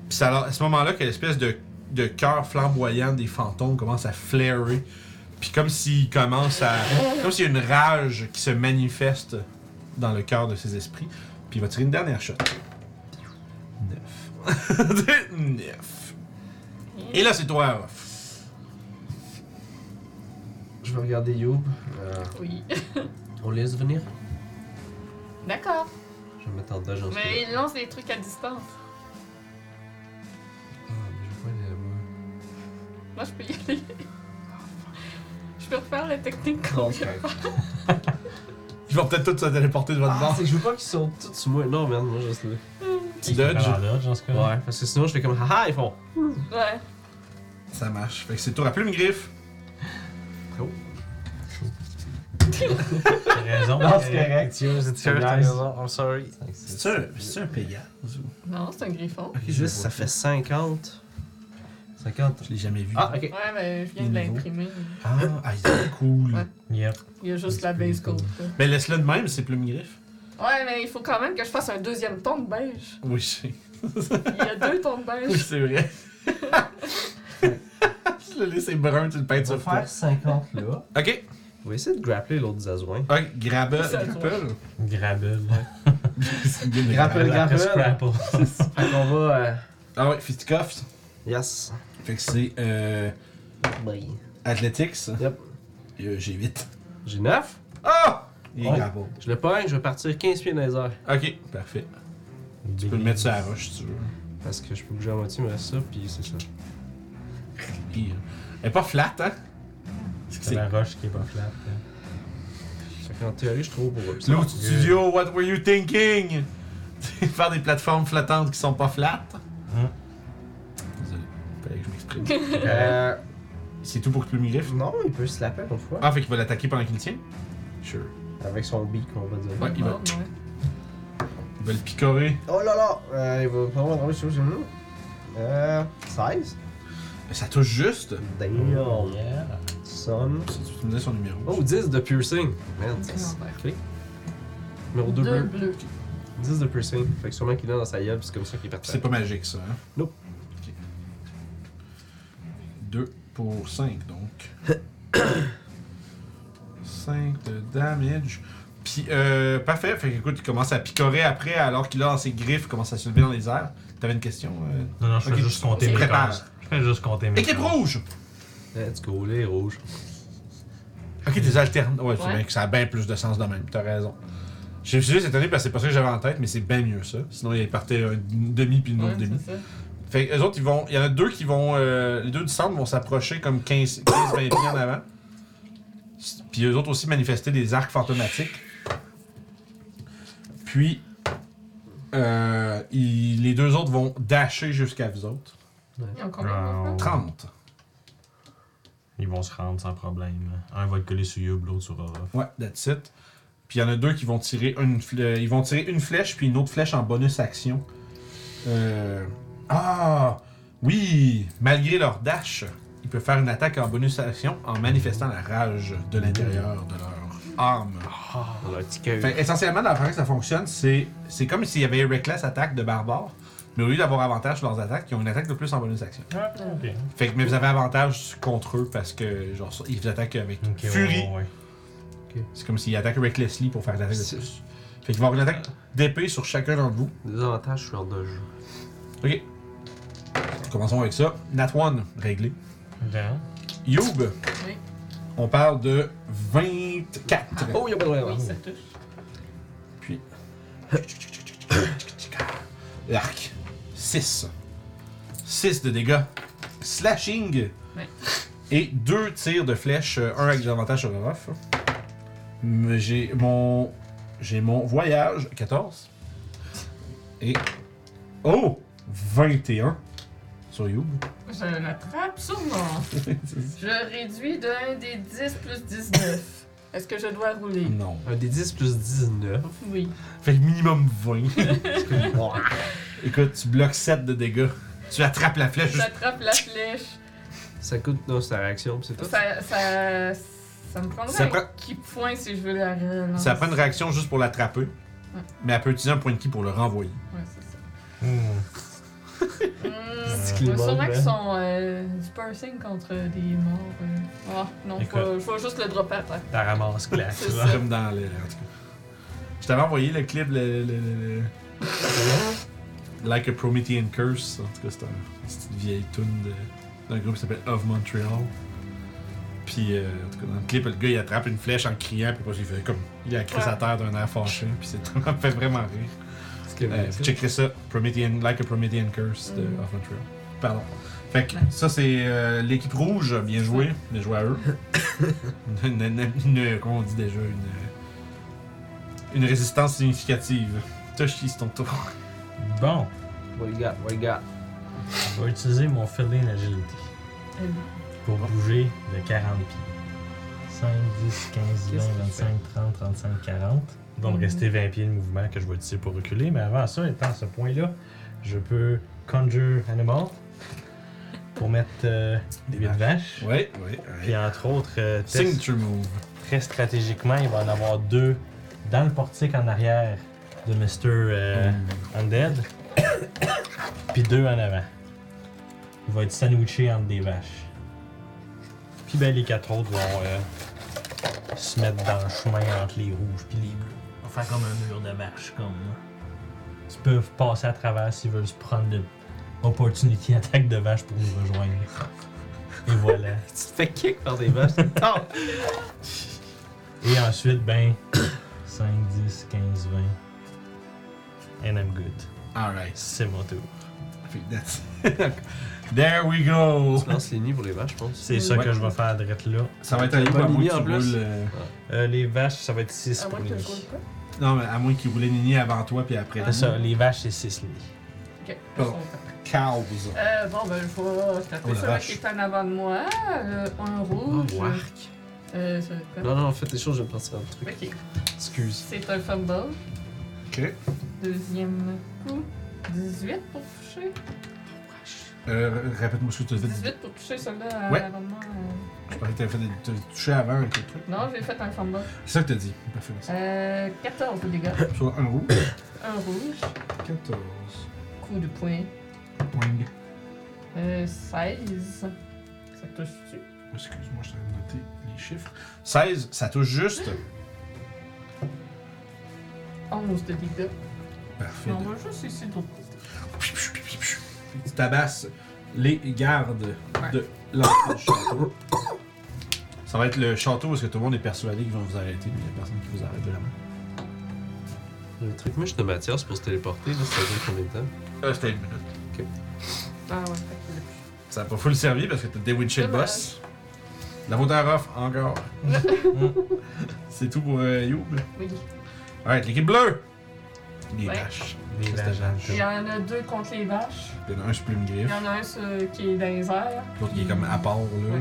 [SPEAKER 1] Puis c'est alors- à ce moment-là que l'espèce de, de cœur flamboyant des fantômes commence à flairer. Puis comme s'il commence à. Comme s'il y a une rage qui se manifeste dans le cœur de ses esprits. Puis il va tirer une dernière shot. 9. 9. Et là, c'est toi, Ruff.
[SPEAKER 2] Je vais regarder Youb. Euh,
[SPEAKER 3] Oui.
[SPEAKER 2] on laisse venir.
[SPEAKER 3] D'accord.
[SPEAKER 2] Je vais me mettre en dodge en ce
[SPEAKER 3] Mais il lance des trucs à distance.
[SPEAKER 1] Ah,
[SPEAKER 3] Moi, je peux y aller. Ah. Je peux refaire la technique qu'on vient.
[SPEAKER 1] Ils vont peut-être tous se téléporter devant votre
[SPEAKER 2] Ah,
[SPEAKER 1] bord.
[SPEAKER 2] c'est que je veux pas qu'ils sautent tous sur moi. Non, merde, moi je reste là.
[SPEAKER 1] Tu dodges.
[SPEAKER 4] Alors, là, dans ce cas-là.
[SPEAKER 2] Ouais, parce que sinon je fais comme haha, ils font.
[SPEAKER 3] Ouais.
[SPEAKER 1] Ça marche. Fait que c'est tour à plume griffe.
[SPEAKER 4] T'as raison.
[SPEAKER 2] C'est nice. I'm sorry.
[SPEAKER 1] un pégase
[SPEAKER 3] Non, c'est un griffon.
[SPEAKER 2] Juste, ça fait 50. 50.
[SPEAKER 1] Je l'ai jamais vu.
[SPEAKER 2] Ah, ok.
[SPEAKER 3] Ouais, mais je viens de
[SPEAKER 1] Il est beau.
[SPEAKER 3] l'imprimer.
[SPEAKER 1] ah, ah, il est cool.
[SPEAKER 3] Ouais.
[SPEAKER 4] Yep.
[SPEAKER 3] Il y a juste la base gold. là.
[SPEAKER 1] Mais laisse-le de même, c'est plume griffe.
[SPEAKER 3] Ouais, mais il faut quand même que je fasse un deuxième ton de beige.
[SPEAKER 1] Oui, c'est
[SPEAKER 3] Il y a deux tons de beige.
[SPEAKER 1] c'est vrai. je le laisse, c'est brun, tu le peintes sur toi.
[SPEAKER 2] 50 là.
[SPEAKER 1] Ok,
[SPEAKER 2] On va essayer de grappler l'autre Zazouin.
[SPEAKER 1] ok, grabbe,
[SPEAKER 3] Ça
[SPEAKER 1] grapple.
[SPEAKER 4] Grabble.
[SPEAKER 2] Grapple,
[SPEAKER 4] Après
[SPEAKER 2] grapple.
[SPEAKER 4] Scrapple.
[SPEAKER 2] Fait qu'on va. euh,
[SPEAKER 1] Ah ouais, fisticuffs.
[SPEAKER 2] Yes.
[SPEAKER 1] Fait que c'est euh,
[SPEAKER 2] Bye.
[SPEAKER 1] athletics.
[SPEAKER 2] Yep.
[SPEAKER 1] Et, euh, J'ai 8.
[SPEAKER 2] J'ai 9.
[SPEAKER 1] Ah! Il est
[SPEAKER 2] Ouais.
[SPEAKER 1] grapple.
[SPEAKER 2] Je le pogne, je vais partir 15 pieds dans les airs.
[SPEAKER 1] Ok, parfait. Tu peux le mettre sur la roche si tu veux.
[SPEAKER 2] Parce que je peux bouger à moitié, mais ça, puis c'est ça.
[SPEAKER 1] Puis, euh, Elle est pas flat, hein? C'est que
[SPEAKER 4] C'est
[SPEAKER 1] c'est
[SPEAKER 4] la roche qui est pas hein. flat.
[SPEAKER 2] Fait qu'en théorie, je suis trop pour eux.
[SPEAKER 1] L'autre Studio, what were you thinking? Faire des plateformes flottantes qui sont pas flattes.
[SPEAKER 4] Hein?
[SPEAKER 1] Désolé, fallait que je m'exprime.
[SPEAKER 2] Euh.
[SPEAKER 1] C'est tout pour que tu me griffes?
[SPEAKER 2] Non, il peut se la faire une fois.
[SPEAKER 1] Ah, fait qu'il va l'attaquer pendant qu'il le tient? Sure.
[SPEAKER 2] Avec son beak, on va dire.
[SPEAKER 1] Ouais, il va,
[SPEAKER 3] Ouais.
[SPEAKER 1] il va le picorer.
[SPEAKER 2] Oh là là! Euh, il va probablement tomber sur le Euh. 16?
[SPEAKER 1] Ça touche juste.
[SPEAKER 2] Damn! Son.
[SPEAKER 1] Si tu me disais son numéro.
[SPEAKER 2] Oh, 10 de piercing! Merde,
[SPEAKER 3] C'est l'envers.
[SPEAKER 2] Ok. Numéro 2
[SPEAKER 3] Deux
[SPEAKER 2] bleu.
[SPEAKER 3] bleus.
[SPEAKER 2] 10 de piercing. Fait que sûrement qu'il est dans sa gueule, pis c'est comme ça qu'il est parti.
[SPEAKER 1] C'est pas magique, ça, hein?
[SPEAKER 2] Nope.
[SPEAKER 1] 2 pour 5, donc. 5 de damage. Puis, euh, parfait. Fait que, écoute, il commence à picorer après, alors qu'il a dans ses griffes, il commence à se lever dans les airs. T'avais une question? euh?
[SPEAKER 4] Non, non, je fais
[SPEAKER 1] Ok,
[SPEAKER 4] juste compter
[SPEAKER 1] tu
[SPEAKER 4] mes
[SPEAKER 1] prépares.
[SPEAKER 4] cases. Je fais juste compter mes
[SPEAKER 1] Équipe
[SPEAKER 4] cases.
[SPEAKER 1] rouge!
[SPEAKER 2] Let's go, les rouges.
[SPEAKER 1] Ok, des alternes. Ouais, c'est
[SPEAKER 3] Ouais.
[SPEAKER 1] bien que ça a bien plus de sens de même. T'as raison. J'ai suis juste étonné parce que c'est pas ça que j'avais en tête, mais c'est bien mieux ça. Sinon, il partait un demi puis une autre
[SPEAKER 3] Ouais,
[SPEAKER 1] demi.
[SPEAKER 3] c'est ça.
[SPEAKER 1] Fait que eux autres, ils vont. Il y en a deux qui vont. euh, les deux du centre vont s'approcher comme 15 15-20 pieds en avant. Puis eux autres aussi manifestaient des arcs fantomatiques. Puis, euh, ils- les deux autres vont dasher jusqu'à vous autres.
[SPEAKER 7] Ils ont combien de mouvements?
[SPEAKER 1] 30.
[SPEAKER 4] Ils vont se rendre sans problème. Un va te coller sur Youb, l'autre sur Orof.
[SPEAKER 1] Ouais, that's it. Puis il y en a deux qui vont tirer une, fle- euh, ils vont tirer une flèche puis une autre flèche en bonus action. Euh, Ah oui, malgré leur dash, ils peuvent faire une attaque en bonus action en manifestant la rage de l'intérieur de leur arme.
[SPEAKER 3] Ah.
[SPEAKER 2] On a un petit cœur.
[SPEAKER 1] Fait, essentiellement, la façon que ça fonctionne, c'est c'est comme s'il y avait reckless attaque de barbares, mais au lieu d'avoir avantage sur leurs attaques, ils ont une attaque de plus en bonus action.
[SPEAKER 4] Ah, ok.
[SPEAKER 1] Fait que mais vous avez avantage contre eux parce que genre ça- ils vous attaquent avec
[SPEAKER 4] Ok, ouais,
[SPEAKER 1] furie.
[SPEAKER 4] ouais, ouais.
[SPEAKER 1] C'est comme s'ils attaquent recklessly pour faire une attaque de
[SPEAKER 2] C'est-
[SPEAKER 1] plus. Fait qu'ils vont avoir une attaque d'épée sur chacun d'entre vous.
[SPEAKER 2] Des avantages sur de jeu.
[SPEAKER 1] Ok. Commençons avec ça. Nat 1, réglé.
[SPEAKER 4] Bien.
[SPEAKER 1] Youb,
[SPEAKER 3] Oui.
[SPEAKER 1] on parle de 24.
[SPEAKER 2] Oh, y'a pas de
[SPEAKER 3] Oui,
[SPEAKER 2] réponse.
[SPEAKER 3] ça touche.
[SPEAKER 1] Puis. L'arc. 6. 6 de dégâts. Slashing.
[SPEAKER 3] Ouais.
[SPEAKER 1] Et deux tirs de flèche, euh, un avec des avantages sur le rough. Mais J'ai mon. J'ai mon voyage. 14. Et. Oh! 21 sur Youb.
[SPEAKER 3] Je l'attrape sûrement. Je réduis de 1 des 10 plus 19. Est-ce que je dois rouler?
[SPEAKER 1] Non.
[SPEAKER 2] Un des 10 plus 19.
[SPEAKER 3] Oui.
[SPEAKER 1] Fait que minimum 20. Écoute, tu bloques 7 de dégâts. Tu attrapes la flèche.
[SPEAKER 3] J'attrape la flèche.
[SPEAKER 2] ça coûte. Non, c'est la réaction, pis c'est tout.
[SPEAKER 3] Ça, ça, ça me prendrait
[SPEAKER 1] Ça
[SPEAKER 3] un
[SPEAKER 1] prend-
[SPEAKER 3] qui point si je veux la relancer.
[SPEAKER 1] Ça prend une réaction juste pour l'attraper, mais elle peut utiliser un point de ki pour le renvoyer.
[SPEAKER 3] Ouais, c'est ça.
[SPEAKER 4] Hmm.
[SPEAKER 3] Mmh,
[SPEAKER 2] Clément,
[SPEAKER 3] sûrement
[SPEAKER 1] hein.
[SPEAKER 2] ouais.
[SPEAKER 3] qu'ils sont euh, du piercing contre des morts. euh. Ah, non,
[SPEAKER 4] Écoute.
[SPEAKER 3] faut- je vais juste le dropper à terre.
[SPEAKER 4] T'as ramasse classe.
[SPEAKER 3] C'est
[SPEAKER 4] là.
[SPEAKER 3] ça.
[SPEAKER 1] Comme dans le. En tout cas. Je t'avais envoyé le clip, le. le- le- le- like a Promethean Curse. En tout cas, c'est un- c'est une vieille tune de- d'un groupe qui s'appelle Of Montreal. Puis, euh, en tout cas, dans le clip, le gars il attrape une flèche en criant, puis après, il fait comme. Il a crié sa terre d'un air fâché, puis c'est ça me fait vraiment rire.
[SPEAKER 2] C'est que-
[SPEAKER 1] Euh, vous checkerez ça, Promethean, Like a Promethean Curse de
[SPEAKER 3] Mm.
[SPEAKER 1] Off Montreal. Pardon. Fait que ça, c'est euh, l'équipe rouge. Bien joué. Bien joué à eux. une, une- une- comment on dit déjà Une, une résistance significative. Toshi, c'est ton tour.
[SPEAKER 4] Bon,
[SPEAKER 2] What you got? What you got?
[SPEAKER 4] on va utiliser mon Feline Agility
[SPEAKER 3] Euh,
[SPEAKER 4] pour bouger de 40 pieds. 5, 10, 15, 20,
[SPEAKER 2] Qu'est-ce que tu
[SPEAKER 4] 25, 30, 35, 40. Il va me
[SPEAKER 3] Mhm.
[SPEAKER 4] rester 20 pieds de mouvement que je vais utiliser pour reculer. Mais avant ça, étant à ce point-là, je peux Conjure Animal pour mettre euh, des bêtes vaches.
[SPEAKER 1] Ouais, ouais.
[SPEAKER 4] Puis entre autres, euh, test-
[SPEAKER 1] Signature move.
[SPEAKER 4] très stratégiquement, il va en avoir deux dans le portique en arrière de Mr. euh, Undead, puis deux en avant. Il va être sandwiché entre des vaches. Puis ben, les quatre autres vont euh, se mettre dans le chemin entre les rouges puis les bleus. On va faire comme un mur de vaches, comme hein. là. Ils peuvent passer à travers s'ils veulent se prendre de opportunity attaque de vaches pour nous rejoindre. Et voilà.
[SPEAKER 2] Tu te fais kick par des vaches. Ah!
[SPEAKER 4] Et ensuite, ben, 5, 10, 15, 20. And I'm good.
[SPEAKER 1] Alright.
[SPEAKER 4] C'est mon tour.
[SPEAKER 1] Puis that's There we go.
[SPEAKER 2] Tu lances les nids pour les vaches, je pense.
[SPEAKER 4] C'est ça
[SPEAKER 1] Ouais.
[SPEAKER 4] que je vais faire direct là.
[SPEAKER 1] Ça va être à vous, à
[SPEAKER 2] Bonne
[SPEAKER 1] moins
[SPEAKER 2] idée,
[SPEAKER 1] que
[SPEAKER 2] en
[SPEAKER 1] tu
[SPEAKER 2] plus.
[SPEAKER 1] roules, euh,
[SPEAKER 4] Euh, les vaches, ça va être 6
[SPEAKER 3] À
[SPEAKER 4] pour
[SPEAKER 3] moins que
[SPEAKER 4] les
[SPEAKER 3] je
[SPEAKER 4] nids.
[SPEAKER 3] roule pas.
[SPEAKER 1] Non, mais à moins qu'il voulait nini avant toi puis après.
[SPEAKER 4] C'est ça, les vaches, c'est 6 nids.
[SPEAKER 3] Ok,
[SPEAKER 1] Bon. Cows.
[SPEAKER 3] Euh, bon, ben, je vais taper
[SPEAKER 1] Oh, la
[SPEAKER 3] celui
[SPEAKER 1] vache.
[SPEAKER 3] qui est en avant de moi. Le, un rouge.
[SPEAKER 2] Oh, wark.
[SPEAKER 3] Euh, ça va être quoi?
[SPEAKER 2] Non, non, en fait, les choses, je vais me penser dans le truc.
[SPEAKER 3] Ok,
[SPEAKER 2] Excuse.
[SPEAKER 3] c'est un fumble.
[SPEAKER 1] Ok.
[SPEAKER 3] Deuxième coup. 18 pour toucher.
[SPEAKER 1] Euh, Répète-moi ce que tu as fait.
[SPEAKER 3] 18 pour toucher celui-là à
[SPEAKER 1] Ouais.
[SPEAKER 3] l'avant de moi. euh.
[SPEAKER 1] Je parlais que t'avais fait des- t'as touché avant avec le truc.
[SPEAKER 3] Non, j'ai fait un fumble.
[SPEAKER 1] C'est ça que t'as dit. Parfait. merci.
[SPEAKER 3] Euh, 14 de dégâts.
[SPEAKER 1] Sur un rouge.
[SPEAKER 3] Un rouge.
[SPEAKER 1] 14.
[SPEAKER 3] Coup de poing.
[SPEAKER 1] Wing.
[SPEAKER 3] Euh, 16. Ça touche-tu?
[SPEAKER 1] Excuse-moi, je t'avais noté les chiffres. 16, ça touche juste.
[SPEAKER 3] 11 de dégâts.
[SPEAKER 1] Parfait.
[SPEAKER 3] Mais on va juste essayer d'autre côté.
[SPEAKER 1] Tu tabasses les gardes de l'entrée du château. Ça va être le château parce que tout le monde est persuadé qu'ils vont vous arrêter, mais il n'y a personne qui vous arrête vraiment.
[SPEAKER 2] Le truc mouche de Mathias pour se téléporter, là, ça dure combien de temps?
[SPEAKER 1] Euh, C'était une minute.
[SPEAKER 3] Ah ouais, fait que
[SPEAKER 1] Ça n'a pas full servi parce que t'as déwitché le boss. La Vodaroff, encore. C'est tout pour euh, Youb.
[SPEAKER 3] Oui.
[SPEAKER 1] Alright, l'équipe bleue. Les
[SPEAKER 3] Ouais.
[SPEAKER 1] vaches.
[SPEAKER 4] Les
[SPEAKER 1] Ça, c'était
[SPEAKER 4] vaches.
[SPEAKER 3] Il y en a deux contre les vaches.
[SPEAKER 1] Il y en a un, je plume
[SPEAKER 3] Il
[SPEAKER 1] griffe.
[SPEAKER 3] y en a un ce- qui est dans les airs.
[SPEAKER 1] L'autre qui est comme à part, là.
[SPEAKER 3] Ouais.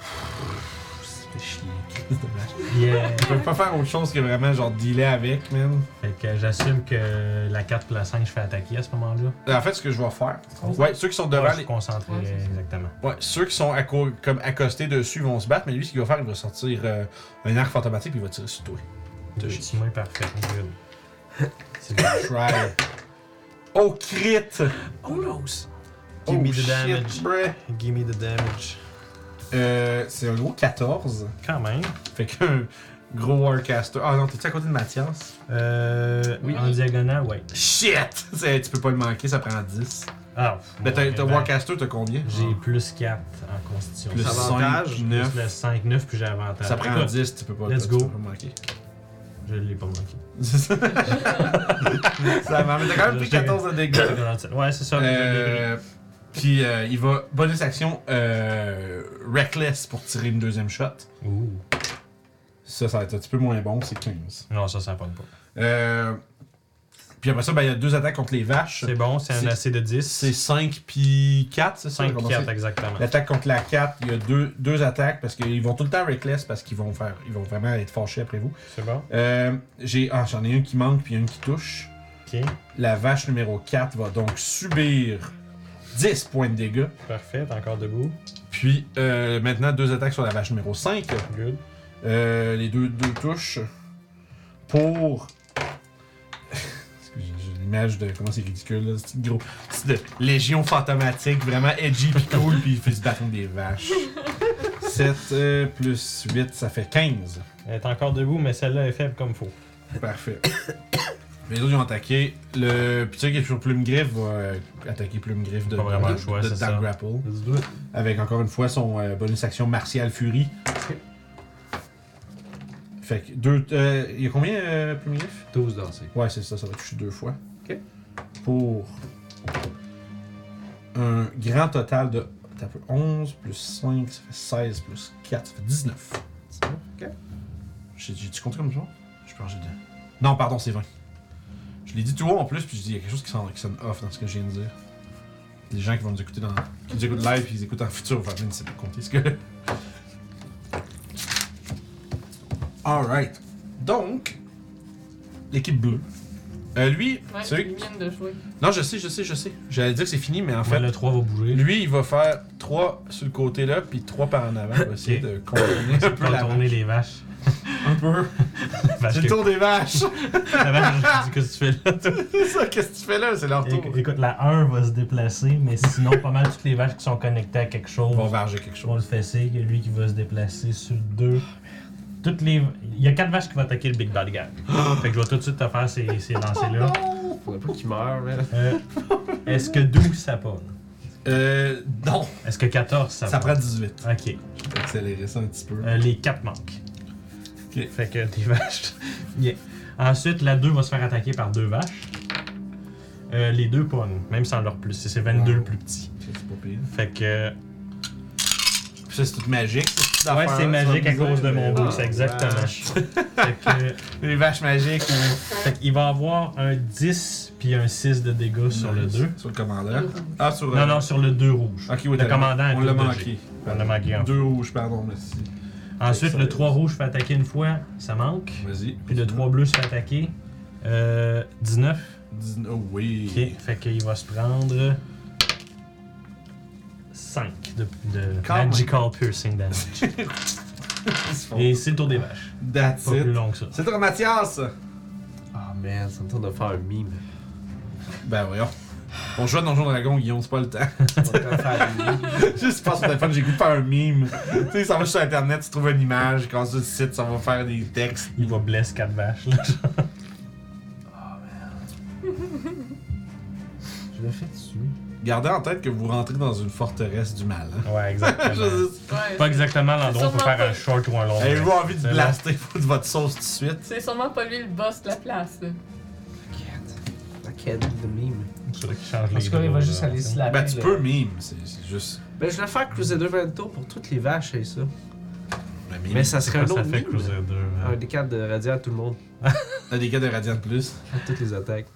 [SPEAKER 1] Pff, Ça fait chier. Christ de vache.
[SPEAKER 4] Yeah.
[SPEAKER 1] Ils peuvent pas faire autre chose que vraiment genre dealer avec, man.
[SPEAKER 4] Fait que j'assume que la 4 pour la 5, je fais attaquer à ce moment-là.
[SPEAKER 1] Euh, En fait, ce que je vais faire,
[SPEAKER 4] Oh.
[SPEAKER 1] ouais, ceux qui sont
[SPEAKER 4] Ouais,
[SPEAKER 1] devant
[SPEAKER 4] je suis
[SPEAKER 1] les,
[SPEAKER 4] concentré,
[SPEAKER 3] Ouais, c'est ça.
[SPEAKER 4] exactement.
[SPEAKER 1] ouais, ceux qui sont acco- comme accostés dessus vont se battre, mais lui, ce qu'il va faire, il va sortir euh, un arc fantomatique puis il va tirer sur toi. T'as
[SPEAKER 4] Deux petits mains parfaits. good. C'est bon.
[SPEAKER 1] Try. Oh, crit!
[SPEAKER 2] Oh, rose.
[SPEAKER 1] oh,
[SPEAKER 2] Give me the
[SPEAKER 1] shit,
[SPEAKER 2] damage.
[SPEAKER 1] bruh.
[SPEAKER 2] Give me the damage.
[SPEAKER 1] Euh, c'est un gros 14.
[SPEAKER 4] Quand même.
[SPEAKER 1] Fait qu'un gros Warcaster. Ah non, t'es-tu à côté de Mathias?
[SPEAKER 4] Euh,
[SPEAKER 2] Oui.
[SPEAKER 4] En diagonale, ouais.
[SPEAKER 1] Shit! C'est- tu peux pas le manquer, ça prend 10.
[SPEAKER 4] Ah,
[SPEAKER 1] Mais t'as,
[SPEAKER 4] ouais,
[SPEAKER 1] t'as
[SPEAKER 4] ben,
[SPEAKER 1] Warcaster, t'as combien? Ah.
[SPEAKER 4] J'ai plus 4 en constitution.
[SPEAKER 1] Plus
[SPEAKER 4] Ça va.
[SPEAKER 2] Avantage,
[SPEAKER 1] 5,
[SPEAKER 4] Plus
[SPEAKER 1] 9.
[SPEAKER 4] le 5, 9, puis j'ai avantage.
[SPEAKER 1] Ça prend
[SPEAKER 4] Écoute,
[SPEAKER 1] 10, tu peux pas,
[SPEAKER 4] let's
[SPEAKER 1] tu peux
[SPEAKER 4] go.
[SPEAKER 1] pas le manquer.
[SPEAKER 4] Je l'ai pas manqué.
[SPEAKER 1] C'est ça. ça va, mais t'as quand même pris 14 de dégâts.
[SPEAKER 4] Ouais, c'est ça.
[SPEAKER 1] Euh, puis euh, il va bonus action euh, reckless pour tirer une deuxième shot.
[SPEAKER 4] Ouh.
[SPEAKER 1] Ça, ça va être un petit peu moins bon, c'est 15.
[SPEAKER 4] Non, ça, ça pogne pas.
[SPEAKER 1] Euh, puis après ça, ben, il y a deux attaques contre les vaches.
[SPEAKER 4] C'est bon, c'est un
[SPEAKER 1] C'est-
[SPEAKER 4] AC de 10.
[SPEAKER 1] C'est 5 puis 4, c'est ça?
[SPEAKER 4] 5
[SPEAKER 1] comment c'est?
[SPEAKER 4] 4 exactement.
[SPEAKER 1] L'attaque contre la 4, il y a deux, deux attaques parce qu'ils vont tout le temps reckless parce qu'ils vont faire ils vont vraiment être fâchés après vous.
[SPEAKER 4] C'est bon.
[SPEAKER 1] Euh, j'ai ah, j'en ai un qui manque puis un qui touche.
[SPEAKER 4] Ok,
[SPEAKER 1] La vache numéro 4 va donc subir 10 points de dégâts.
[SPEAKER 4] parfait. T'es encore debout.
[SPEAKER 1] Puis euh, maintenant, deux attaques sur la vache numéro 5.
[SPEAKER 4] Good.
[SPEAKER 1] Euh, les deux, deux touches pour. Excusez, J'ai l'image de comment c'est ridicule, là. C'est gros. C'est de légion fantomatique, vraiment edgy pis cool, pis il fait se battre contre des vaches. 7 plus 8, ça fait 15.
[SPEAKER 4] Elle est encore debout, mais celle-là est faible comme faut.
[SPEAKER 1] Parfait. Les autres ils ont attaqué. Le petit qui est sur Plume Griffe va euh, attaquer Plume Griffe de,
[SPEAKER 4] Pas vraiment
[SPEAKER 1] de-
[SPEAKER 4] le choix,
[SPEAKER 1] de
[SPEAKER 4] c'est
[SPEAKER 1] Dark
[SPEAKER 4] ça.
[SPEAKER 1] Grapple.
[SPEAKER 4] Let's do it.
[SPEAKER 1] Avec encore une fois son euh, bonus action Martial Fury. Fait que deux. euh, Il y a combien, euh, Plume Griffe
[SPEAKER 2] 12 dansés.
[SPEAKER 1] Ouais, c'est ça, ça va toucher deux fois.
[SPEAKER 2] Ok.
[SPEAKER 1] Pour un grand total de t'as un peu, 11 plus 5, ça fait 16 plus 4, ça fait 19.
[SPEAKER 2] Ok.
[SPEAKER 1] J'ai- J'ai-tu compté comme ça Je pense que j'ai dit. Non, pardon, c'est 20. Je l'ai dit tout haut en plus, puis je dis, il y a quelque chose qui sonne, qui sonne off dans ce que je viens de dire. Les gens qui vont nous écouter dans. qui nous écoutent live, puis ils écoutent en futur, enfin, même c'est pas compter ce que. Alright. Donc, l'équipe bleue. Euh, lui,
[SPEAKER 3] Ouais,
[SPEAKER 1] celui
[SPEAKER 3] il vient de jouer.
[SPEAKER 1] non, je sais, je sais, je sais. J'allais dire que c'est fini, mais en
[SPEAKER 4] Fait,
[SPEAKER 1] fait,
[SPEAKER 4] le 3 va bouger.
[SPEAKER 1] lui, il va faire 3 sur le côté là, puis 3 par en avant. Il va essayer de contourner un peu
[SPEAKER 4] va
[SPEAKER 1] la
[SPEAKER 4] tourner
[SPEAKER 1] vache.
[SPEAKER 4] les vaches.
[SPEAKER 1] Un peu.
[SPEAKER 4] Vache
[SPEAKER 1] C'est
[SPEAKER 4] que-
[SPEAKER 1] le tour des vaches.
[SPEAKER 4] La vache, je dis, qu'est-ce que tu fais là, toi?
[SPEAKER 1] C'est ça, qu'est-ce que tu fais là? C'est leur tour.
[SPEAKER 4] Éc- Écoute, la 1 va se déplacer, mais sinon, pas mal toutes les vaches qui sont connectées à quelque chose
[SPEAKER 1] Ils vont varger quelque
[SPEAKER 4] vont
[SPEAKER 1] chose.
[SPEAKER 4] le fesser. Il y a lui qui va se déplacer sur 2.
[SPEAKER 1] Ah,
[SPEAKER 4] Toutes les... Il y a 4 vaches qui vont attaquer le Big Bad Guy. fait que je vais tout de suite te faire ces, ces lancers-là.
[SPEAKER 1] Oh
[SPEAKER 2] Faudrait pas qu'il meure, man.
[SPEAKER 4] Euh, Est-ce que 12 ça pas?
[SPEAKER 1] Euh, non.
[SPEAKER 4] Est-ce que 14 ça,
[SPEAKER 1] Ça
[SPEAKER 4] pas?
[SPEAKER 1] prend 18.
[SPEAKER 4] Ok.
[SPEAKER 1] Je vais accélérer ça un petit peu.
[SPEAKER 4] Euh, les 4 manquent.
[SPEAKER 1] Ok.
[SPEAKER 4] Fait que des vaches. Yeah. Ensuite, la 2 va se faire attaquer par deux vaches. Euh, les deux pognent, même sans leur plus. C'est 22
[SPEAKER 1] Wow.
[SPEAKER 4] le plus petit.
[SPEAKER 1] C'est pas pire.
[SPEAKER 4] Fait que.
[SPEAKER 1] Puis ça, c'est tout magique. cette petite
[SPEAKER 4] Ouais,
[SPEAKER 1] affaire-là,
[SPEAKER 4] c'est
[SPEAKER 1] tu
[SPEAKER 4] magique
[SPEAKER 1] vas
[SPEAKER 4] à
[SPEAKER 1] me dire,
[SPEAKER 4] cause de
[SPEAKER 1] mais
[SPEAKER 4] mon
[SPEAKER 1] bon.
[SPEAKER 4] goût, c'est exactement. fait que,
[SPEAKER 1] Les vaches magiques.
[SPEAKER 4] fait qu'il va avoir un 10 puis un 6 de dégâts sur le 2.
[SPEAKER 1] Sur le commandeur. Ah, sur. euh,
[SPEAKER 4] Non, non, sur le 2 rouge.
[SPEAKER 1] Ok, oui,
[SPEAKER 4] le
[SPEAKER 1] t'as-
[SPEAKER 4] commandant est
[SPEAKER 1] On l'a
[SPEAKER 4] tout
[SPEAKER 1] manqué.
[SPEAKER 4] On l'a manqué, en fait.
[SPEAKER 1] Deux rouges, pardon, merci.
[SPEAKER 4] Ensuite,
[SPEAKER 1] Ça,
[SPEAKER 4] le
[SPEAKER 1] ça-
[SPEAKER 4] 3 rouge fait attaquer une fois, ça manque.
[SPEAKER 1] Vas-y.
[SPEAKER 4] Puis le 3 bleu se fait attaquer. Euh, 19.
[SPEAKER 1] Dix- Oh oui.
[SPEAKER 4] Ok, fait qu'il va se prendre. 5 de, de
[SPEAKER 1] Quand même.
[SPEAKER 4] Magical Piercing Damage.
[SPEAKER 1] Ils se font-
[SPEAKER 4] Et c'est le tour des vaches.
[SPEAKER 1] That's
[SPEAKER 4] Pas plus
[SPEAKER 1] it.
[SPEAKER 4] long que ça.
[SPEAKER 1] C'est ton Mathias!
[SPEAKER 2] Ah, man, ça me tente de faire un mime.
[SPEAKER 1] Ben voyons. On joue à Donjon Dragon, Guillaume, c'est pas le temps.
[SPEAKER 2] Ça me tente de faire un mime.
[SPEAKER 1] Juste passe sur téléphone, j'ai goût de faire un mime. tu sais, ça va sur internet, tu trouves une image, quand tu le site, ça va faire des textes.
[SPEAKER 4] Il va blesser 4 vaches. Là.
[SPEAKER 2] Je le fais dessus.
[SPEAKER 1] Gardez en tête que vous rentrez dans une forteresse du mal. hein.
[SPEAKER 4] Ouais,
[SPEAKER 1] Je
[SPEAKER 4] exactement.
[SPEAKER 1] sais-
[SPEAKER 3] Ouais,
[SPEAKER 4] Pas exactement l'endroit où on peut
[SPEAKER 3] Sûrement
[SPEAKER 4] faire un short ou un long.
[SPEAKER 1] Avez-vous
[SPEAKER 4] rest.
[SPEAKER 1] envie de
[SPEAKER 4] C'est
[SPEAKER 1] blaster de votre sauce tout de suite?
[SPEAKER 3] c'est sûrement pas lui le boss de la place. là.
[SPEAKER 2] I can't. I can't do the meme.
[SPEAKER 4] C'est là qui change les
[SPEAKER 8] En tout cas, il va
[SPEAKER 4] deux,
[SPEAKER 8] juste
[SPEAKER 4] là.
[SPEAKER 8] aller se laver.
[SPEAKER 1] Ben, tu
[SPEAKER 8] là.
[SPEAKER 1] peux mime, c'est c'est juste.
[SPEAKER 2] Ben, je vais faire Crusader Vento pour toutes les vaches et ça.
[SPEAKER 1] Ben,
[SPEAKER 2] Mais
[SPEAKER 1] mime.
[SPEAKER 2] ça
[SPEAKER 4] C'est
[SPEAKER 2] serait
[SPEAKER 4] quoi
[SPEAKER 2] un
[SPEAKER 4] ça
[SPEAKER 2] autre
[SPEAKER 4] fait,
[SPEAKER 2] mime.
[SPEAKER 4] Crusader?
[SPEAKER 2] Un
[SPEAKER 4] hein?
[SPEAKER 2] des quatre de radial à tout le monde.
[SPEAKER 1] T'as des gars de radiant de plus.
[SPEAKER 2] À toutes les attaques.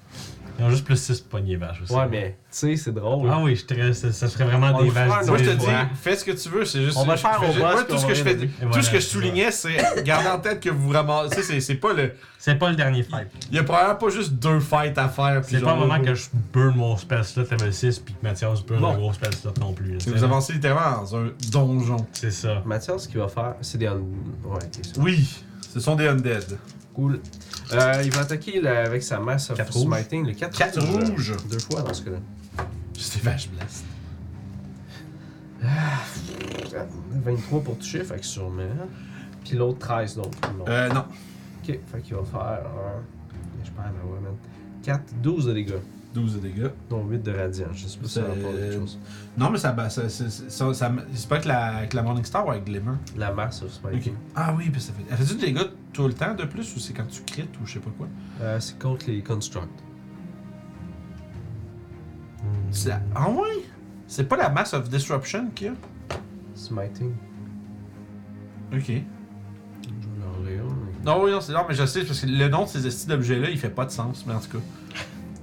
[SPEAKER 4] Ils ont juste plus 6 poignées vaches aussi.
[SPEAKER 2] Ah, Ouais, mais, tu sais, c'est drôle.
[SPEAKER 4] Ah oui, je te- ça, ça serait vraiment
[SPEAKER 2] On
[SPEAKER 4] des
[SPEAKER 2] le fera un
[SPEAKER 4] vaches.
[SPEAKER 2] autre
[SPEAKER 1] Moi, je te
[SPEAKER 2] Oui, ouais.
[SPEAKER 1] dis, fais ce que tu veux, c'est juste.
[SPEAKER 2] On va le
[SPEAKER 1] je
[SPEAKER 2] faire au
[SPEAKER 1] fais-
[SPEAKER 2] boss,
[SPEAKER 1] Moi,
[SPEAKER 2] puis
[SPEAKER 1] tout
[SPEAKER 2] on
[SPEAKER 1] ce que je
[SPEAKER 2] va
[SPEAKER 1] fais.
[SPEAKER 2] l'aider.
[SPEAKER 4] Et
[SPEAKER 1] Tout
[SPEAKER 4] voilà,
[SPEAKER 1] ce que je
[SPEAKER 4] tu vois.
[SPEAKER 1] soulignais, c'est garde en tête que vous ramassez. tu sais, c'est- C'est pas le.
[SPEAKER 4] C'est pas le dernier fight.
[SPEAKER 1] Il y a probablement pas juste deux fights à faire. puis
[SPEAKER 4] C'est pas
[SPEAKER 1] genre-
[SPEAKER 4] le moment que je burn mon spell slot level 6 puis que Mathias burn
[SPEAKER 2] Non.
[SPEAKER 4] le gros spell slot non plus. là,
[SPEAKER 1] Si
[SPEAKER 4] tu
[SPEAKER 1] vous
[SPEAKER 4] sais.
[SPEAKER 1] avancez littéralement dans un donjon.
[SPEAKER 4] C'est ça.
[SPEAKER 2] Mathias, ce qu'il va faire, c'est des. un- Ouais, ok, c'est
[SPEAKER 1] Oui, ce sont des undead.
[SPEAKER 2] cool. Euh, il va attaquer le- avec sa masse of
[SPEAKER 4] Quatre
[SPEAKER 2] smiting, le 4
[SPEAKER 1] Quatre rouges.
[SPEAKER 2] Deux fois dans ce cas-là.
[SPEAKER 1] Juste des vaches blast.
[SPEAKER 2] 23 pour toucher, fait que sûrement. Puis l'autre 13, donc. non.
[SPEAKER 1] Euh, non.
[SPEAKER 2] Ok, fait qu'il va faire. un- Je perds ma voix, man. 4, 12 de dégâts.
[SPEAKER 1] 12 de dégâts.
[SPEAKER 2] Non, 8 de radiant. Je sais pas si ça
[SPEAKER 1] C'est-
[SPEAKER 2] va pas quelque chose.
[SPEAKER 1] Non, mais ça. ba- ça, ça, ça, ça- ça- c'est pas que la, que la Morning Star ou avec Glimmer.
[SPEAKER 2] La masse of smiting.
[SPEAKER 1] Ah oui, puis ça fait. Elle fait du des dégâts tout le temps de plus ou c'est quand tu crites ou je sais pas quoi
[SPEAKER 2] Euh, c'est contre les constructs.
[SPEAKER 1] C'est la- Ah ouais C'est pas la Mass of Disruption qu'il y a
[SPEAKER 2] Smiting.
[SPEAKER 1] Ok.
[SPEAKER 2] Je vais leur lire, mais-
[SPEAKER 1] Non, oui, non, c'est non, mais je sais, parce que le nom de ces estis d'objets-là, il fait pas de sens, mais en tout cas.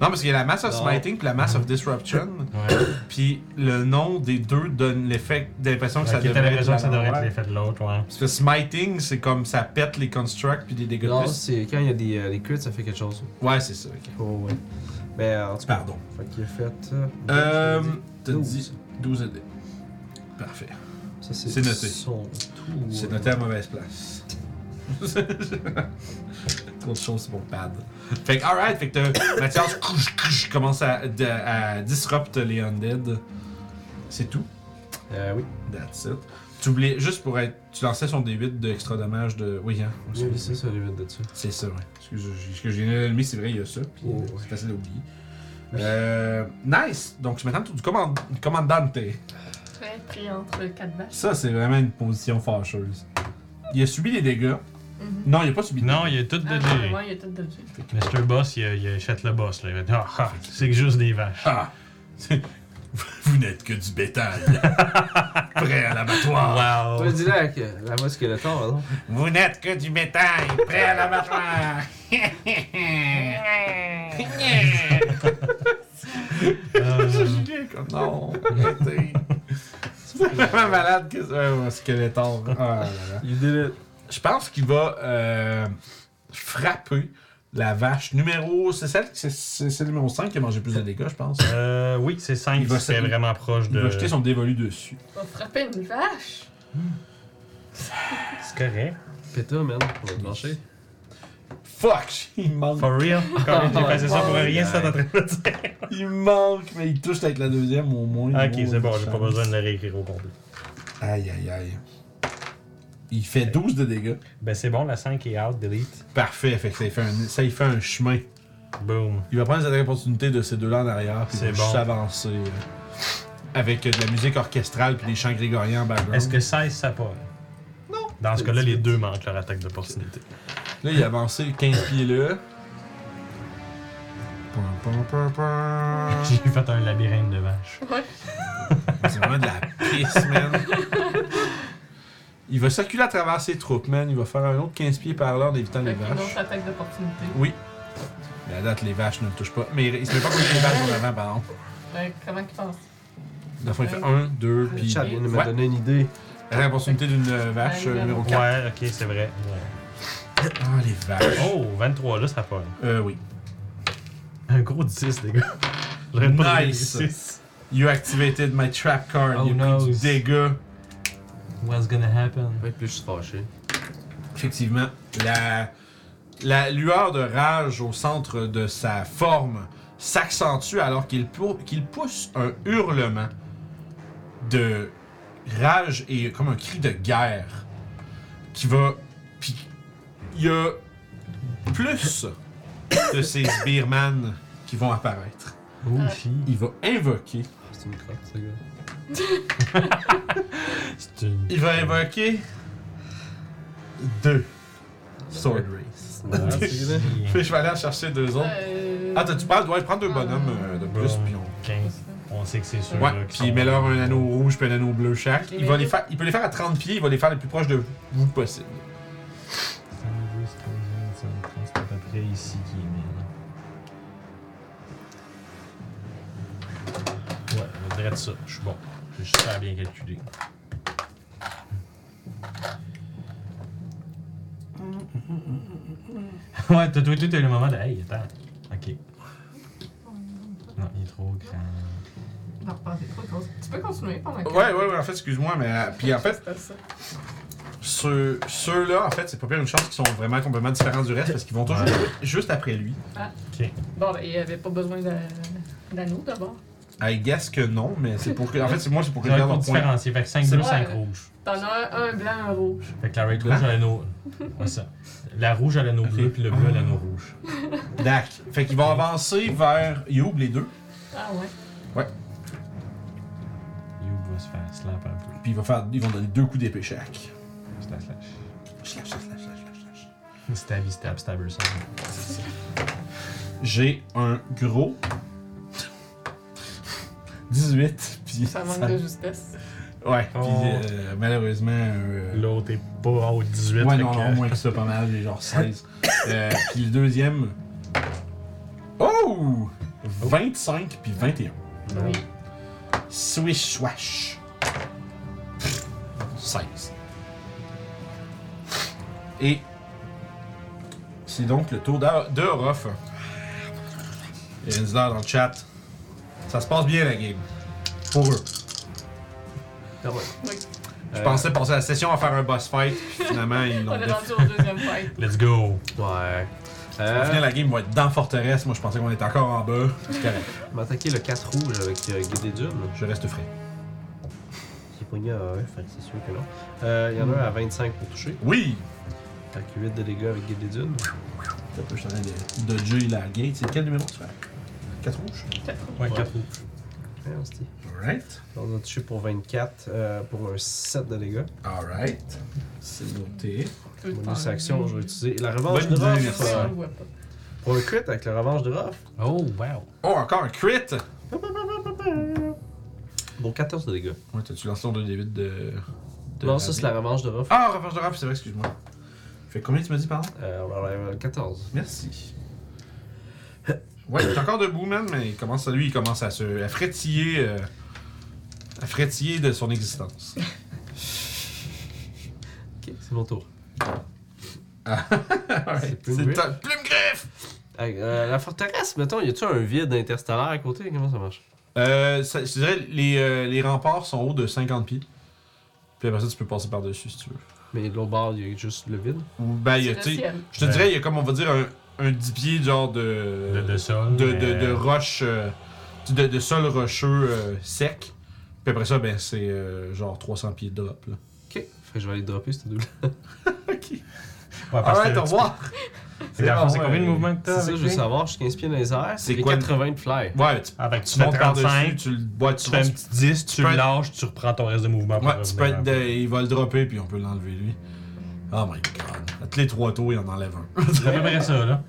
[SPEAKER 1] Non, parce qu'il y a la Mass of
[SPEAKER 2] Non.
[SPEAKER 1] Smiting puis la Mass of Disruption,
[SPEAKER 4] Ouais.
[SPEAKER 1] puis le nom des deux donne l'effet d'impression que ça
[SPEAKER 4] Ok,
[SPEAKER 1] devrait
[SPEAKER 4] t'avais
[SPEAKER 1] être
[SPEAKER 4] raison
[SPEAKER 1] la
[SPEAKER 4] que ça devrait
[SPEAKER 1] même
[SPEAKER 4] être
[SPEAKER 1] affaire.
[SPEAKER 4] l'effet de l'autre, ouais.
[SPEAKER 1] Parce que Smiting, c'est comme ça pète les constructs puis des dégâts de
[SPEAKER 2] Non,
[SPEAKER 1] plus.
[SPEAKER 2] c'est quand il y a des, euh, des crits, ça fait quelque chose.
[SPEAKER 1] Ouais, c'est ça, ok.
[SPEAKER 2] Oh, ouais. Mais euh, en tout cas,
[SPEAKER 1] Pardon.
[SPEAKER 2] fait qu'il a fait. euh,
[SPEAKER 1] Euh.
[SPEAKER 2] comme
[SPEAKER 1] T'as
[SPEAKER 2] Douze.
[SPEAKER 1] dit 12 AD. Parfait.
[SPEAKER 2] je l'ai dit, Ça,
[SPEAKER 1] c'est noté.
[SPEAKER 2] Son tour.
[SPEAKER 1] C'est noté à mauvaise place. Autre chose, c'est mon pad. Fait que, alright, fait que t'as- Mathias couche, couche, commence à, de- à disrupt les undead. C'est tout.
[SPEAKER 2] Euh, oui.
[SPEAKER 1] That's it. Tu voulais, juste pour être. Tu lançais son D8 de extra dommage de. Oui, hein.
[SPEAKER 2] Oui, oui, c'est ça, les vite dessus.
[SPEAKER 1] C'est ça, ouais. Excuse, j'ai- ce que j'ai l'ennemi, c'est vrai, il y a ça. Puis
[SPEAKER 2] Oh,
[SPEAKER 1] euh,
[SPEAKER 2] ouais.
[SPEAKER 1] c'est facile à oublier. Euh, nice! Donc, c'est maintenant tout du command- commandante.
[SPEAKER 3] Je vais être pris entre quatre vaches.
[SPEAKER 1] Ça, c'est vraiment une position fâcheuse. Il a subi des dégâts.
[SPEAKER 3] Mhm.
[SPEAKER 1] Non, il a pas subi de
[SPEAKER 4] Non, il est tout
[SPEAKER 3] Ah,
[SPEAKER 4] de
[SPEAKER 3] ouais, il y a tout de suite.
[SPEAKER 4] Mr. Boss, il, a- il achète le boss, là. Il va dire, ah, ah, c'est juste des vaches.
[SPEAKER 1] Ah! Vous n'êtes que du bétail. Prêt à l'abattoir.
[SPEAKER 4] Wow!
[SPEAKER 2] Ouais, dis-là que la voix skeleton, pardon.
[SPEAKER 1] Vous n'êtes que du bétail. Prêt à l'abattoir.
[SPEAKER 4] Euh,
[SPEAKER 1] Julien, comme non. arrêtez. C'est vraiment malade que ça. Ouais, ouais, skeleton. Ah, là, là.
[SPEAKER 2] You did it.
[SPEAKER 1] Je pense qu'il va euh, frapper la vache numéro. C'est celle c'est- c'est c'est le numéro 5 qui a mangé plus de dégâts, je pense.
[SPEAKER 4] euh, oui, c'est 5
[SPEAKER 1] Il va
[SPEAKER 4] c'est
[SPEAKER 1] se-
[SPEAKER 4] vraiment proche
[SPEAKER 1] Il
[SPEAKER 4] de.
[SPEAKER 1] va jeter son dévolu dessus.
[SPEAKER 3] On va frapper une vache.
[SPEAKER 4] C'est correct.
[SPEAKER 2] Péta, man. On va te lâcher.
[SPEAKER 1] Fuck! Il manque.
[SPEAKER 4] For real? Encore, j'ai passé ça pour rien, ça, t'es en train de dire.
[SPEAKER 1] Il manque, mais il touche avec la deuxième au moins.
[SPEAKER 4] Ah,
[SPEAKER 1] Au
[SPEAKER 4] Ok,
[SPEAKER 1] moins,
[SPEAKER 4] c'est bon,
[SPEAKER 1] une
[SPEAKER 4] j'ai pas
[SPEAKER 1] chance.
[SPEAKER 4] besoin de le réécrire au complet.
[SPEAKER 1] Aïe, aïe, aïe. Il fait 12 de dégâts.
[SPEAKER 4] Ben c'est bon, la 5 est out, delete.
[SPEAKER 1] Parfait, fait que ça y fait un, ça y fait un chemin.
[SPEAKER 4] Boom.
[SPEAKER 1] Il va prendre les attaques opportunités de ces deux-là en arrière, puis il va
[SPEAKER 4] C'est
[SPEAKER 1] juste
[SPEAKER 4] bon.
[SPEAKER 1] avancer. euh, avec euh, de la musique orchestrale puis des chants grégoriens en background.
[SPEAKER 4] Est-ce que 16 ça pas? Non. Dans ce cas-là, les deux manquent leur attaque d'opportunité.
[SPEAKER 1] Là, il a avancé 15 pieds là. Pam, pam, pam, pam.
[SPEAKER 4] J'ai fait un labyrinthe de vaches.
[SPEAKER 1] C'est vraiment de la pisse, man. Il va circuler à travers ses troupes, man. Il va faire un autre 15 pieds par là en évitant les
[SPEAKER 3] Fait une
[SPEAKER 1] vaches.
[SPEAKER 3] autre attaque d'opportunité.
[SPEAKER 1] Oui. Mais à date, les vaches ne le touchent pas. Mais il se met pas contre les vaches en avant, par exemple.
[SPEAKER 3] Fait que Ben, comment qu'il pense?
[SPEAKER 1] Dans le fond, il fait 1, 2,
[SPEAKER 2] Le
[SPEAKER 1] puis.
[SPEAKER 2] chat vient de me
[SPEAKER 1] Ouais.
[SPEAKER 2] donner une idée.
[SPEAKER 1] Attaque d'opportunité d'une euh, vache euh, numéro 4.
[SPEAKER 4] Ouais, ok, c'est vrai. Ouais.
[SPEAKER 1] Ah, les vaches.
[SPEAKER 4] Oh, 23, là, ça pas.
[SPEAKER 1] Euh, oui.
[SPEAKER 4] Un gros 10, les gars. J'aurais pas donné
[SPEAKER 1] Nice.
[SPEAKER 4] 6.
[SPEAKER 1] You activated my trap card.
[SPEAKER 4] Oh,
[SPEAKER 1] il a pris
[SPEAKER 4] no.
[SPEAKER 1] du dégât.
[SPEAKER 4] What's gonna happen?
[SPEAKER 2] Fait que plus je suis fâché.
[SPEAKER 1] Effectivement, la, la lueur de rage au centre de sa forme s'accentue alors qu'il pou- qu'il pousse un hurlement de rage et comme un cri de guerre qui va. Puis il y a plus de ces sbirman qui vont apparaître.
[SPEAKER 4] Oh, shit.
[SPEAKER 1] Il va invoquer.
[SPEAKER 2] Ah, C'est une crotte, ce gars.
[SPEAKER 4] C'est une.
[SPEAKER 1] Il va invoquer deux Sword Race. Puis je vais aller en chercher deux autres.
[SPEAKER 3] Euh,
[SPEAKER 1] Ah, t'as-tu parles? Ouais, prends deux bonhommes euh, de plus,
[SPEAKER 4] Ouais.
[SPEAKER 1] puis on...
[SPEAKER 4] 15. On sait que c'est sûr.
[SPEAKER 1] Ouais,
[SPEAKER 4] là, qu'ils
[SPEAKER 1] puis
[SPEAKER 4] sont-
[SPEAKER 1] il met leur un anneau rouge puis un anneau bleu chaque.
[SPEAKER 3] Je les
[SPEAKER 1] Il, va
[SPEAKER 3] mets
[SPEAKER 1] les
[SPEAKER 3] deux.
[SPEAKER 1] faire, il peut les faire à 30 pieds, il va les faire le plus proche de vous possible.
[SPEAKER 4] 5, 10, 15, 20, 25, 30, c'est à peu près ici qui est mis. là. Ouais, je dirais de ça. Je suis bon. J'ai super bien calculé. ouais, t'as tout t'as eu le moment de. Hey, attends. Ok. Non, il est trop grand.
[SPEAKER 9] Non, pas des trop grosses. Tu peux continuer pendant que.
[SPEAKER 1] Ouais, ouais, ouais, en fait, excuse-moi, mais. euh, Puis en fait,
[SPEAKER 9] C'est ça.
[SPEAKER 1] ceux- ceux-là, en fait, c'est pas pire une chance qu'ils sont vraiment complètement différents du reste parce qu'ils vont toujours juste après lui.
[SPEAKER 3] Bon, ben, il avait pas besoin de- d'anneau d'abord.
[SPEAKER 1] I guess que non, mais c'est pour que. En fait, c'est moi, c'est pour que je
[SPEAKER 4] C'est
[SPEAKER 1] garde
[SPEAKER 4] pour
[SPEAKER 1] leur point.
[SPEAKER 4] différencier. Fait que 5
[SPEAKER 1] C'est
[SPEAKER 4] bleus,
[SPEAKER 3] bon.
[SPEAKER 4] 5
[SPEAKER 3] Ouais.
[SPEAKER 4] rouges.
[SPEAKER 3] T'en as un, un blanc, un rouge.
[SPEAKER 4] Fait que la red
[SPEAKER 1] Blanc?
[SPEAKER 4] rouge, elle a nos. Ouais, ça. La rouge, elle a nos bleus, puis le bleu, elle a nos rouges.
[SPEAKER 1] Dac. Fait qu'ils vont avancer vers Youb, les deux,
[SPEAKER 3] Ah ouais.
[SPEAKER 4] You va se faire slap un peu.
[SPEAKER 1] puis il va faire, ils vont donner deux coups d'épée chaque.
[SPEAKER 4] Slash, slash.
[SPEAKER 1] Slash, slash, slash, slash, slash, slash.
[SPEAKER 4] Stabby, stab, stabber, ça.
[SPEAKER 1] J'ai un gros. 18, puis
[SPEAKER 3] Ça manque
[SPEAKER 1] ça-
[SPEAKER 3] de justesse.
[SPEAKER 1] Ouais,
[SPEAKER 4] Oh.
[SPEAKER 1] puis euh, malheureusement. euh,
[SPEAKER 4] L'autre est pas en haut de 18.
[SPEAKER 1] Ouais,
[SPEAKER 4] fait
[SPEAKER 1] non,
[SPEAKER 4] que-
[SPEAKER 1] non, moins que ça, pas mal, j'ai genre 16. euh, puis le deuxième. Oh 25 puis 21.
[SPEAKER 3] Oui.
[SPEAKER 1] Swish swash. 16. Et. C'est donc le tour d'A- de Orof. Il y a une star dans le chat. Ça se passe bien la game. Pour eux.
[SPEAKER 2] Ah ouais.
[SPEAKER 3] Oui.
[SPEAKER 1] Je pensais passer la session à faire un boss fight, puis finalement ils l'ont
[SPEAKER 3] On est
[SPEAKER 1] défait.
[SPEAKER 3] rendu au deuxième fight.
[SPEAKER 4] Let's go.
[SPEAKER 2] Ouais.
[SPEAKER 1] Au final,
[SPEAKER 2] Euh,
[SPEAKER 1] la game va être dans Forteresse. Moi, je pensais qu'on était encore en bas. C'est correct.
[SPEAKER 2] on va attaquer le 4 rouge avec euh, Guidé Dune.
[SPEAKER 1] Je reste frais.
[SPEAKER 2] Qui est pogné à 1, E, fait que c'est sûr que non. Euh, Il y en a un à 25 pour toucher.
[SPEAKER 1] Oui!
[SPEAKER 2] Fait que 8 de dégâts avec Guidé Dune.
[SPEAKER 1] T'as pas, je suis en train de dodger la gate. C'est quel numéro tu fais? 4 rouges.
[SPEAKER 4] Ouais,
[SPEAKER 2] Ouais.
[SPEAKER 4] 4 rouges.
[SPEAKER 2] Ouais, on se dit.
[SPEAKER 1] Alright.
[SPEAKER 2] On a touché pour 24, euh, pour un 7 de dégâts.
[SPEAKER 1] Alright. C'est noté.
[SPEAKER 3] Peu de
[SPEAKER 2] Bonus
[SPEAKER 3] temps.
[SPEAKER 2] action, je vais utiliser la revanche
[SPEAKER 1] Bonne
[SPEAKER 2] de
[SPEAKER 1] idée,
[SPEAKER 2] Ruff.
[SPEAKER 1] merci.
[SPEAKER 2] euh,
[SPEAKER 3] On le voit pas.
[SPEAKER 2] Pour un crit avec la revanche de Ruff.
[SPEAKER 4] Oh, wow.
[SPEAKER 1] Oh, encore un crit!
[SPEAKER 2] Bon, 14 de dégâts.
[SPEAKER 1] Ouais, t'as-tu lancé ton 2d8 de. de
[SPEAKER 2] non, ça c'est la revanche de Ruff.
[SPEAKER 1] Ah, revanche de rap, c'est vrai, excuse-moi. Fait combien tu m'as dit, pardon?
[SPEAKER 2] Euh, on enlève le 14.
[SPEAKER 1] Merci. Ouais, il est encore debout, man, mais il commence à lui, il commence à se. à frétiller. euh, à frétiller de son existence.
[SPEAKER 2] Ok, c'est mon tour.
[SPEAKER 1] Ouais,
[SPEAKER 2] C'est Plume
[SPEAKER 1] C'est
[SPEAKER 2] Griffe.
[SPEAKER 1] ta plume griffe!
[SPEAKER 2] Avec, euh, la forteresse, mettons, y a-tu un vide interstellaire à côté Comment ça marche
[SPEAKER 1] Euh, ça- je dirais, les, euh, les remparts sont hauts de 50 pieds. Puis après ça, tu peux passer par-dessus si tu veux.
[SPEAKER 2] Mais de l'autre bord, y a juste le vide.
[SPEAKER 1] Ou, ben, il y
[SPEAKER 3] C'est
[SPEAKER 1] a,
[SPEAKER 3] le
[SPEAKER 1] tu sais,
[SPEAKER 3] ciel.
[SPEAKER 1] je te
[SPEAKER 4] Ouais.
[SPEAKER 1] dirais, il y a comme on va dire un, un 10 pieds genre de.
[SPEAKER 4] De, de sol.
[SPEAKER 1] de, de,
[SPEAKER 4] mais-
[SPEAKER 1] de roche. euh, tu- de, de sol rocheux euh, sec. Puis après ça, ben, c'est euh, genre 300 pieds de drop. Là.
[SPEAKER 2] Ok, fait que je vais aller dropper cette double.
[SPEAKER 1] ok.
[SPEAKER 4] Ouais, Ah, parce que
[SPEAKER 1] Alright, au revoir!
[SPEAKER 4] C'est dans le fond, c'est combien de
[SPEAKER 1] Ouais.
[SPEAKER 4] mouvements que t'as
[SPEAKER 2] C'est ça,
[SPEAKER 4] avec
[SPEAKER 2] je veux
[SPEAKER 4] lui?
[SPEAKER 2] savoir, je suis 15 pieds dans les airs.
[SPEAKER 1] C'est
[SPEAKER 2] C'est
[SPEAKER 1] quoi-
[SPEAKER 2] 80 de fly.
[SPEAKER 1] Ouais, tu,
[SPEAKER 4] Ah, fait que tu
[SPEAKER 1] tu montes
[SPEAKER 4] fais
[SPEAKER 1] par-dessus,
[SPEAKER 4] 35,
[SPEAKER 1] tu, le- ouais, tu,
[SPEAKER 4] tu fais un petit 10, tu
[SPEAKER 1] peux être-
[SPEAKER 4] le lâches, tu reprends ton reste de mouvement pour
[SPEAKER 1] Ouais, tu peux
[SPEAKER 4] revenir
[SPEAKER 1] être
[SPEAKER 4] après.
[SPEAKER 1] de- il va le dropper, puis on peut l'enlever lui. Oh my god. À tous les trois tours, il en enlève un.
[SPEAKER 4] C'est à peu près ça, là.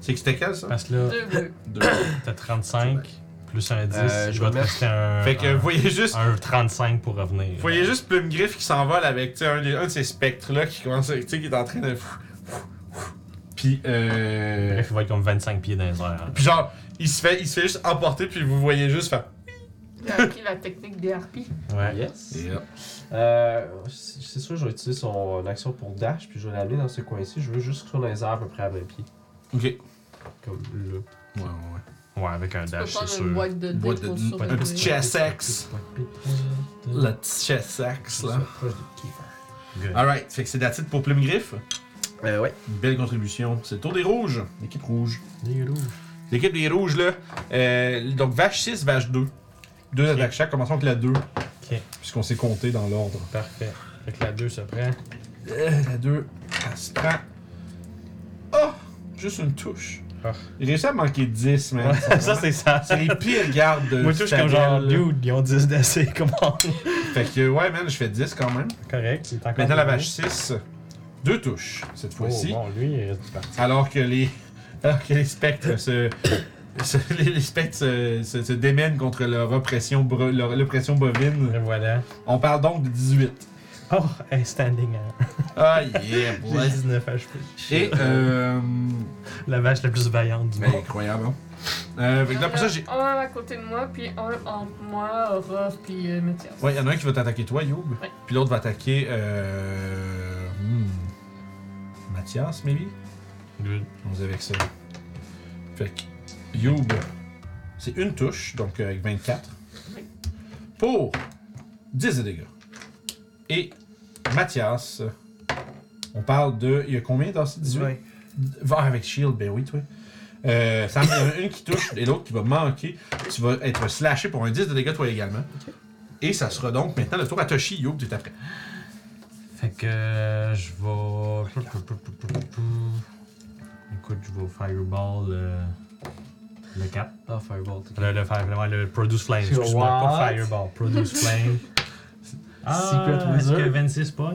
[SPEAKER 1] c'est que c'était quel ça?
[SPEAKER 4] Parce que là,
[SPEAKER 3] Deux bleus.
[SPEAKER 1] Deux.
[SPEAKER 4] t'as 35 plus un 10.
[SPEAKER 2] Euh, je
[SPEAKER 4] je
[SPEAKER 2] vais
[SPEAKER 4] vais te
[SPEAKER 2] mettre-
[SPEAKER 4] rester un.
[SPEAKER 1] Fait que
[SPEAKER 4] un-
[SPEAKER 1] vous voyez juste.
[SPEAKER 4] un 35 pour revenir.
[SPEAKER 1] Vous voyez juste Plume Griffe qui s'envole avec tu sais, un, des- un de ces spectres-là qui commence à- tu sais, qui est en train de. Puis, euh.
[SPEAKER 4] Bref, il va être comme 25 pieds dans les airs.
[SPEAKER 1] Puis genre, il se fait, il se fait juste emporter, puis vous voyez juste faire.
[SPEAKER 3] T'as appris la technique des harpies.
[SPEAKER 4] Ouais.
[SPEAKER 2] Yes. Euh, c'est c'est sûr, je vais utiliser son action pour dash, puis je vais l'amener dans ce coin-ci. Je veux juste qu'il soit dans les airs à peu près à 20 pieds.
[SPEAKER 1] Ok. Ouais,
[SPEAKER 2] Comme là.
[SPEAKER 1] ouais, ouais.
[SPEAKER 4] Ouais, avec un
[SPEAKER 3] Tu peux
[SPEAKER 4] dash, c'est
[SPEAKER 3] prendre une
[SPEAKER 4] Ben, sûr.
[SPEAKER 3] boîte de
[SPEAKER 1] Boîte
[SPEAKER 3] dés pour
[SPEAKER 1] de-
[SPEAKER 3] survivre.
[SPEAKER 1] un petit chess axe.
[SPEAKER 2] Le
[SPEAKER 1] Le petit chess axe, là.
[SPEAKER 2] là. Proche de Kiefer.
[SPEAKER 4] Good.
[SPEAKER 1] Alright, fait que c'est datite pour Plume Griffe.
[SPEAKER 2] Euh, ouais.
[SPEAKER 1] Une belle contribution. C'est le tour des rouges. L'équipe rouge. L'équipe des rouges, là. euh, donc, vache 6, vache 2. Deux attaques chaque. Commençons avec la 2.
[SPEAKER 4] Ok.
[SPEAKER 1] Puisqu'on s'est compté dans l'ordre.
[SPEAKER 4] Parfait. Fait que la 2 se prend.
[SPEAKER 1] Euh, la 2, elle se prend. Oh! Juste une touche.
[SPEAKER 4] Ah.
[SPEAKER 1] Il réussit à manquer 10, man.
[SPEAKER 4] ça, c'est ça.
[SPEAKER 1] C'est les pires gardes de.
[SPEAKER 4] Moi, je suis comme genre,
[SPEAKER 1] Citadel, là.
[SPEAKER 4] dude, ils ont 10 d'essai, comment
[SPEAKER 1] Fait que, ouais, man, je fais 10 quand même.
[SPEAKER 4] Ah, Correct, il est encore. Oh,
[SPEAKER 1] Maintenant, la vache 6. Deux touches, cette fois-ci.
[SPEAKER 4] bon, lui, il reste du parti.
[SPEAKER 1] Alors que les, alors que les spectres se, se- les, les spectres se, se- se démènent contre leur oppression, bro- leur, l'oppression bovine.
[SPEAKER 4] Le voilà.
[SPEAKER 1] On parle donc de 18.
[SPEAKER 4] Oh, un standing. hein.
[SPEAKER 1] Ah, yeah,
[SPEAKER 4] J'ai
[SPEAKER 1] boy.
[SPEAKER 4] 19 HP.
[SPEAKER 1] Et, euh,
[SPEAKER 4] La vache la plus vaillante du
[SPEAKER 1] ben,
[SPEAKER 4] monde.
[SPEAKER 1] incroyable, hein? Euh, fait que d'après ça, j'ai...
[SPEAKER 3] Un à côté de moi, puis un entre moi, Ruff, puis euh, Mathias.
[SPEAKER 1] Ouais, il y en a un qui va t'attaquer toi, Youb.
[SPEAKER 3] Ouais.
[SPEAKER 1] Puis l'autre va attaquer... Euh... hmm, Mathias, maybe?
[SPEAKER 4] Good.
[SPEAKER 1] On est avec ça. Fait que Youb, c'est une touche, donc euh, avec 24. Pour 10 de dégâts. Et Mathias, on parle de. Il y a combien dans ces 18 Va avec Shield, ben oui, toi. Euh, ça en a une qui touche et l'autre qui va manquer. Tu vas être slashé pour un 10 de dégâts, toi également. Et ça sera donc maintenant le tour à Toshi, Youb, tu es après.
[SPEAKER 4] Fait que euh, je vais. Écoute, je vais au Fireball euh, le hein, 4.
[SPEAKER 2] Ah, Fireball. t'es-
[SPEAKER 4] Le, le, fire- ouais, le Produce Flame,
[SPEAKER 2] C'est
[SPEAKER 4] excuse-moi,
[SPEAKER 2] what?
[SPEAKER 4] pas Fireball, Produce Flame. Ah,
[SPEAKER 2] Secret
[SPEAKER 4] est-ce que
[SPEAKER 2] Wizard.
[SPEAKER 4] 26 points?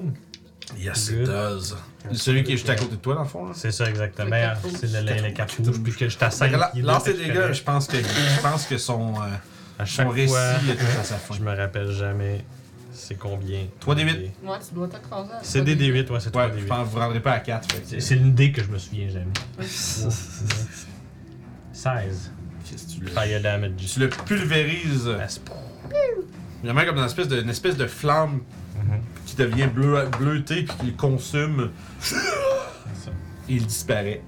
[SPEAKER 1] Yes,
[SPEAKER 4] it
[SPEAKER 1] does. Celui qui est juste à côté de toi, dans le fond. Là.
[SPEAKER 4] C'est ça, exactement.
[SPEAKER 3] Le quatre rouges.
[SPEAKER 4] C'est le, le, le 4 rouges, puis que je t'assène.
[SPEAKER 1] Fait que la- Lance tes dégâts, je pense que, je pense que son, euh, son
[SPEAKER 4] À chaque
[SPEAKER 1] récit
[SPEAKER 4] fois,
[SPEAKER 1] est tout à sa fin.
[SPEAKER 4] je me rappelle jamais c'est combien.
[SPEAKER 1] 3D8.
[SPEAKER 3] Moi, tu dois t'accrocher. à
[SPEAKER 4] C'est
[SPEAKER 3] toi,
[SPEAKER 4] des D8, ouais, c'est 3
[SPEAKER 1] Ouais,
[SPEAKER 4] D8.
[SPEAKER 1] je pense que vous ne rendrez pas à 4. Fait
[SPEAKER 4] C'est
[SPEAKER 1] que,
[SPEAKER 4] c'est une dé que je me souviens jamais. 16.
[SPEAKER 1] Qu'est-ce que tu, le,
[SPEAKER 4] Fire damage.
[SPEAKER 1] tu le pulvérises. euh,
[SPEAKER 4] Ah, c'est pour-
[SPEAKER 1] Vraiment comme dans une espèce de, une espèce de flamme
[SPEAKER 4] Mm-hmm.
[SPEAKER 1] qui devient bleu, bleutée puis qui le consume.
[SPEAKER 4] ça.
[SPEAKER 1] Et il disparaît.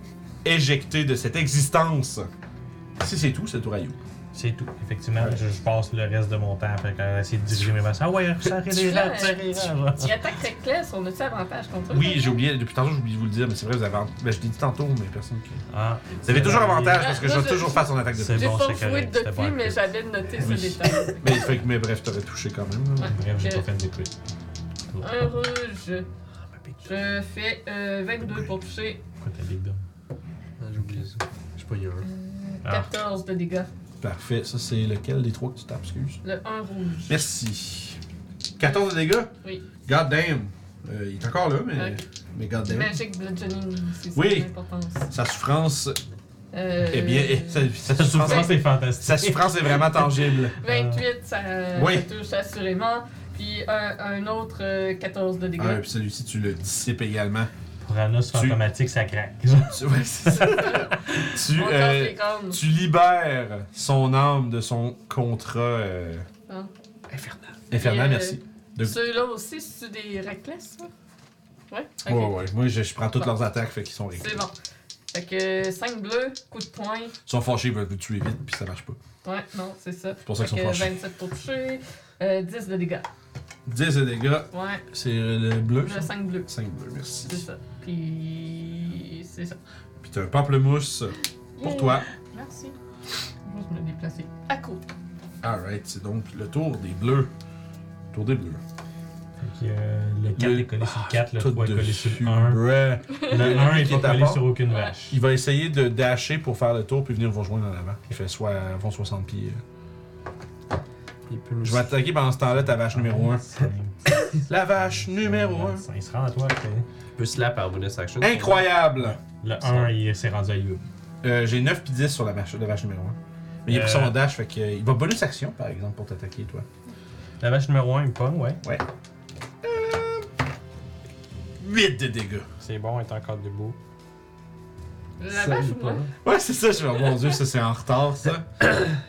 [SPEAKER 1] Éjecté de cette existence. Si c'est tout, c'est tout rayon.
[SPEAKER 4] C'est tout. Effectivement, je, je passe le reste de mon temps après à essayer de diriger mes masses. Ah ouais, ça arrive les rats, ça arrive les rats.
[SPEAKER 3] Tu attaques reckless, on a-tu avantage contre eux?
[SPEAKER 1] Oui, j'ai oublié, depuis tantôt, j'ai oublié de vous le dire, mais c'est vrai, vous avez. en- Ben, je l'ai dit tantôt, mais personne qui.
[SPEAKER 4] Ah,
[SPEAKER 1] Vous avez toujours avantage
[SPEAKER 3] Ah,
[SPEAKER 1] parce que
[SPEAKER 3] moi,
[SPEAKER 1] je vais
[SPEAKER 3] je-
[SPEAKER 1] toujours faire son attaque de
[SPEAKER 4] C'est
[SPEAKER 3] J'ai
[SPEAKER 4] bon,
[SPEAKER 3] pas
[SPEAKER 4] c'est
[SPEAKER 3] joué
[SPEAKER 4] correct, c'était pas
[SPEAKER 3] depuis, mais
[SPEAKER 4] inclus.
[SPEAKER 3] j'avais noté ce
[SPEAKER 1] Oui.
[SPEAKER 3] détail.
[SPEAKER 1] Mais, fait que- mais bref, t'aurais touché quand même. là.
[SPEAKER 4] Bref, j'ai pas fait de Oh, crit.
[SPEAKER 3] Un rouge.
[SPEAKER 4] Écoute,
[SPEAKER 3] Je fais euh, 22 pour toucher,
[SPEAKER 4] ta big dame.
[SPEAKER 2] Ah, J'ai oublié ça. Je suis pas heureux.
[SPEAKER 4] Ah.
[SPEAKER 3] 14 de dégâts.
[SPEAKER 1] Parfait. Ça, c'est lequel des trois que tu tapes, excuse?
[SPEAKER 3] Le 1 rouge.
[SPEAKER 1] Merci. 14 de dégâts?
[SPEAKER 3] Oui.
[SPEAKER 1] God damn. Euh, il est encore là, mais.
[SPEAKER 3] Ok.
[SPEAKER 1] Mais god damn.
[SPEAKER 3] Magic Bludgeoning, c'est ça
[SPEAKER 1] ben Oui.
[SPEAKER 3] l'importance.
[SPEAKER 1] Sa souffrance.
[SPEAKER 3] Euh,
[SPEAKER 1] Eh bien, eh, sa, sa
[SPEAKER 4] Sa
[SPEAKER 1] souffrance,
[SPEAKER 4] souffrance est
[SPEAKER 1] sa
[SPEAKER 4] fantastique.
[SPEAKER 1] souffrance est vraiment tangible.
[SPEAKER 3] 28, ça,
[SPEAKER 1] Oui.
[SPEAKER 3] ça touche assurément. Puis un, un autre euh, 14 de dégâts.
[SPEAKER 1] Ah, puis celui-ci, tu le dissipes également.
[SPEAKER 4] Pour Anos
[SPEAKER 1] Tu-
[SPEAKER 4] fantomatique, ça craque.
[SPEAKER 1] tu, ouais, c'est ça. tu,
[SPEAKER 3] On casse
[SPEAKER 1] euh,
[SPEAKER 3] les grandes.
[SPEAKER 1] tu libères son âme de son contrat. euh,
[SPEAKER 3] Ah.
[SPEAKER 1] Infernal. Infernal,
[SPEAKER 3] Et, euh,
[SPEAKER 1] merci. de-
[SPEAKER 3] Ceux-là aussi, c'est des reckless, ça? Ouais? Ok.
[SPEAKER 1] Ouais, ouais. Moi, je, je prends toutes
[SPEAKER 3] Bon.
[SPEAKER 1] leurs attaques, fait qu'ils sont réglés.
[SPEAKER 3] C'est bon. Fait que 5 bleus, coup de poing.
[SPEAKER 1] Ils sont fâchés, ils veulent le tuer vite, puis ça marche pas.
[SPEAKER 3] Ouais, non, c'est ça.
[SPEAKER 1] C'est pour ça
[SPEAKER 3] Fait
[SPEAKER 1] qu'ils sont
[SPEAKER 3] que
[SPEAKER 1] fâchés.
[SPEAKER 3] 27 pour toucher, euh, 10 de dégâts. ben-
[SPEAKER 1] 10 de dégâts,
[SPEAKER 3] Ouais,
[SPEAKER 1] c'est le bleu.
[SPEAKER 3] le 5 bleus.
[SPEAKER 1] 5 bleus,
[SPEAKER 3] C'est
[SPEAKER 1] merci.
[SPEAKER 3] ça. Puis. C'est ça.
[SPEAKER 1] Puis t'as un pamplemousse pour
[SPEAKER 3] Yeah.
[SPEAKER 1] toi.
[SPEAKER 3] Merci. Je vais me déplacer à côté.
[SPEAKER 1] Alright, c'est donc le tour des bleus. Tour des bleus.
[SPEAKER 4] Fait que, euh, le 4
[SPEAKER 1] Le-
[SPEAKER 4] est collé sur le 4, le
[SPEAKER 1] Tout
[SPEAKER 4] 3 est collé
[SPEAKER 1] dessus,
[SPEAKER 4] sur le 1.
[SPEAKER 1] bruh.
[SPEAKER 4] Le 1
[SPEAKER 1] Qui
[SPEAKER 4] est
[SPEAKER 1] est à
[SPEAKER 4] pas collé
[SPEAKER 1] part.
[SPEAKER 4] sur aucune vache.
[SPEAKER 1] Il va essayer de dasher pour faire le tour puis venir vous rejoindre en avant. Il fait soit euh, vont 60 pieds.
[SPEAKER 2] Il peut me-
[SPEAKER 1] Je vais attaquer pendant ce temps-là ta vache numéro 1.
[SPEAKER 4] Cinq,
[SPEAKER 1] La vache numéro 1.
[SPEAKER 4] cinq, Il se rend à toi après.
[SPEAKER 2] Il peut slap par bonus action.
[SPEAKER 1] Incroyable!
[SPEAKER 4] Le 1, il s'est rendu à You.
[SPEAKER 1] Euh, J'ai 9 puis 10 sur la vache, la vache numéro 1. Mais il a pris
[SPEAKER 4] Euh.
[SPEAKER 1] son dash, fait qu'il va bonus action par exemple pour t'attaquer toi.
[SPEAKER 4] La vache numéro 1, il pogne, ouais.
[SPEAKER 1] 8 de dégâts.
[SPEAKER 4] C'est bon, elle est encore debout.
[SPEAKER 3] La
[SPEAKER 2] Ça
[SPEAKER 3] vache
[SPEAKER 2] vient
[SPEAKER 3] ou moi?
[SPEAKER 2] pas là.
[SPEAKER 1] Ouais, c'est ça, je vais. Mon dieu, ça c'est en retard ça.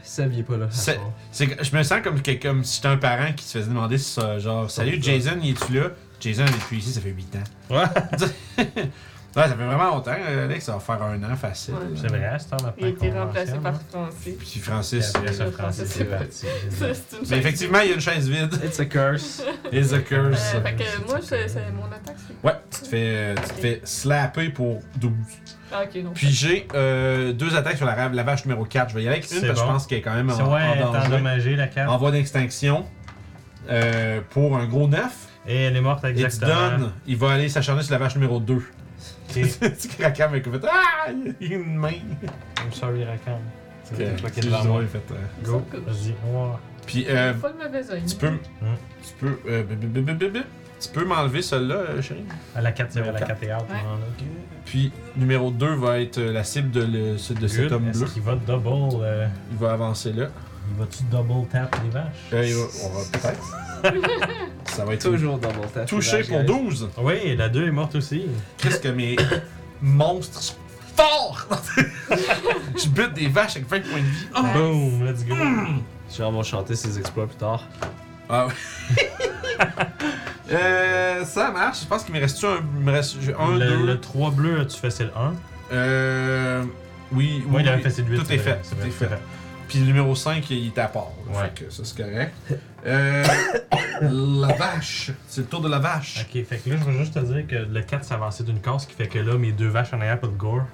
[SPEAKER 2] Ça vient pas là.
[SPEAKER 1] C'est- C'est que je me sens comme, que, comme si j'étais un parent qui se faisait demander si, euh, genre, salut Jason, y es-tu là? Jason est depuis ici, ça fait 8 ans.
[SPEAKER 4] Ouais.
[SPEAKER 1] Ouais, ça fait vraiment longtemps, euh, Alex, ça va faire un an facile.
[SPEAKER 3] Ouais.
[SPEAKER 4] C'est vrai, c'est un
[SPEAKER 3] Il a été
[SPEAKER 4] hein.
[SPEAKER 3] remplacé par Français.
[SPEAKER 1] Puis Francis.
[SPEAKER 4] Après
[SPEAKER 1] euh,
[SPEAKER 4] ça, Francis, c'est
[SPEAKER 3] Ça,
[SPEAKER 4] parti.
[SPEAKER 3] c'est une
[SPEAKER 1] Mais
[SPEAKER 3] chose.
[SPEAKER 1] effectivement, il y a une chaise vide.
[SPEAKER 2] It's a curse.
[SPEAKER 1] It's a
[SPEAKER 3] Euh,
[SPEAKER 1] curse.
[SPEAKER 3] fait que moi, c'est c'est mon attaque, c'est.
[SPEAKER 1] Ouais, tu te fais, euh, tu te fais slapper pour 12.
[SPEAKER 3] Ah, ok, non.
[SPEAKER 1] Puis j'ai euh, deux attaques sur la, ra- la vache numéro 4. Je vais y aller avec une
[SPEAKER 4] C'est
[SPEAKER 1] parce que je
[SPEAKER 4] bon.
[SPEAKER 1] pense qu'elle est quand même en,
[SPEAKER 4] C'est ouais, elle est
[SPEAKER 1] en danger.
[SPEAKER 4] endommagée, la carte.
[SPEAKER 1] En voie d'extinction. euh, pour un gros 9.
[SPEAKER 4] Et elle est morte
[SPEAKER 1] Et tu
[SPEAKER 4] exactement.
[SPEAKER 1] donnes, il va aller s'acharner sur la vache numéro 2.
[SPEAKER 4] Ok.
[SPEAKER 1] tu craques avec fait Ah Il y a une main.
[SPEAKER 4] I'm sorry, Rakan. C'est
[SPEAKER 1] C'est
[SPEAKER 4] toi qui es
[SPEAKER 1] juste
[SPEAKER 4] devant moi.
[SPEAKER 1] drôle, fait, euh.
[SPEAKER 4] Go.
[SPEAKER 3] Cool.
[SPEAKER 4] Vas-y. Wow.
[SPEAKER 1] Puis, euh,
[SPEAKER 3] Pas le mauvais oeil.
[SPEAKER 1] tu peux. Tu peux. euh, bip, bip, bip, bip, bip. Tu peux m'enlever celle-là, euh, chérie?
[SPEAKER 4] À la 4, à la
[SPEAKER 1] Ouais.
[SPEAKER 4] 4 et 1
[SPEAKER 3] Ouais.
[SPEAKER 1] Puis numéro 2 va être euh, la cible de, le- ce- de cet homme bleu.
[SPEAKER 4] Est-ce qu'il va double. euh,
[SPEAKER 1] Il va avancer là.
[SPEAKER 4] il va-tu double tap les vaches
[SPEAKER 1] Euh, il va- on va peut-être. Ça va être
[SPEAKER 2] Toujours dans mon temps.
[SPEAKER 1] touché pour 12.
[SPEAKER 4] Ah Oui, la 2 est morte aussi.
[SPEAKER 1] Qu'est-ce que mes monstres sont forts! Je bute des vaches avec 20 points de vie.
[SPEAKER 3] Ouais.
[SPEAKER 4] Boom, let's go.
[SPEAKER 2] Genre, on va chanter ses exploits plus tard.
[SPEAKER 1] Ah ouais. euh, ça marche. Je pense qu'il me reste un. Il me reste j'ai un,
[SPEAKER 4] le,
[SPEAKER 1] deux.
[SPEAKER 4] le 3 bleu, tu fais c'est le 1.
[SPEAKER 1] Euh. Oui, oui.
[SPEAKER 4] Oui, il avait
[SPEAKER 1] oui.
[SPEAKER 4] fait c'est le 8.
[SPEAKER 1] Tout est fait. Tout est fait. Puis le numéro 5, il est à part. là.
[SPEAKER 4] Ouais.
[SPEAKER 1] Fait que ça, c'est correct. Euh, la vache. C'est le tour de la vache.
[SPEAKER 4] Ok, fait que là, je veux juste te dire que le 4 s'avançait d'une case, ce qui fait que là, mes deux vaches en arrière pour le gore.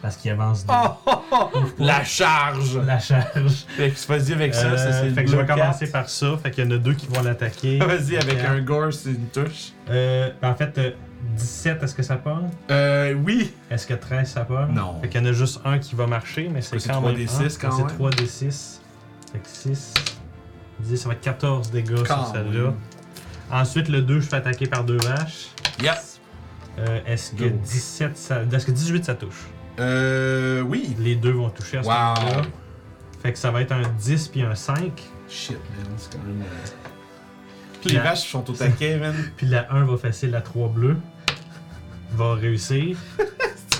[SPEAKER 4] Parce qu'il avance de
[SPEAKER 1] Oh, oh, oh. La charge.
[SPEAKER 4] la charge.
[SPEAKER 1] Fait que vas-y avec ça.
[SPEAKER 4] Euh,
[SPEAKER 1] ça c'est
[SPEAKER 4] fait que
[SPEAKER 1] le
[SPEAKER 4] je vais
[SPEAKER 1] bleu
[SPEAKER 4] commencer par ça. Fait qu'il y en a deux qui vont l'attaquer.
[SPEAKER 1] quatre. Vas-y avec
[SPEAKER 4] Quatre.
[SPEAKER 1] un gore, c'est une touche.
[SPEAKER 4] Euh, en fait, euh, 17, est-ce que ça parle
[SPEAKER 1] Euh, oui.
[SPEAKER 4] Est-ce que 13 ça parle
[SPEAKER 1] Non.
[SPEAKER 4] Fait qu'il y en a juste un qui va marcher, mais c'est
[SPEAKER 1] Ouais, c'est
[SPEAKER 4] quand même.
[SPEAKER 1] 3d6
[SPEAKER 4] un.
[SPEAKER 1] quand
[SPEAKER 4] Ouais,
[SPEAKER 1] même.
[SPEAKER 4] C'est 3 d 6. Fait que 6, 10, ça va être 14 dégâts
[SPEAKER 1] Quand
[SPEAKER 4] sur celle-là.
[SPEAKER 1] même.
[SPEAKER 4] Ensuite, le 2, je fais attaquer par deux vaches.
[SPEAKER 1] Yes.
[SPEAKER 4] Euh, est-ce que
[SPEAKER 1] Go.
[SPEAKER 4] 17 ça... Est-ce que 18 ça touche?
[SPEAKER 1] Euh, oui.
[SPEAKER 4] Les deux vont toucher à ce moment-là.
[SPEAKER 1] Wow.
[SPEAKER 4] Fait que ça va être un 10 puis un 5.
[SPEAKER 1] Shit, man, c'est quand même. euh, Puis
[SPEAKER 4] La-
[SPEAKER 1] les vaches sont au taquet, man.
[SPEAKER 4] Puis la 1 va facile, la 3 bleue va réussir.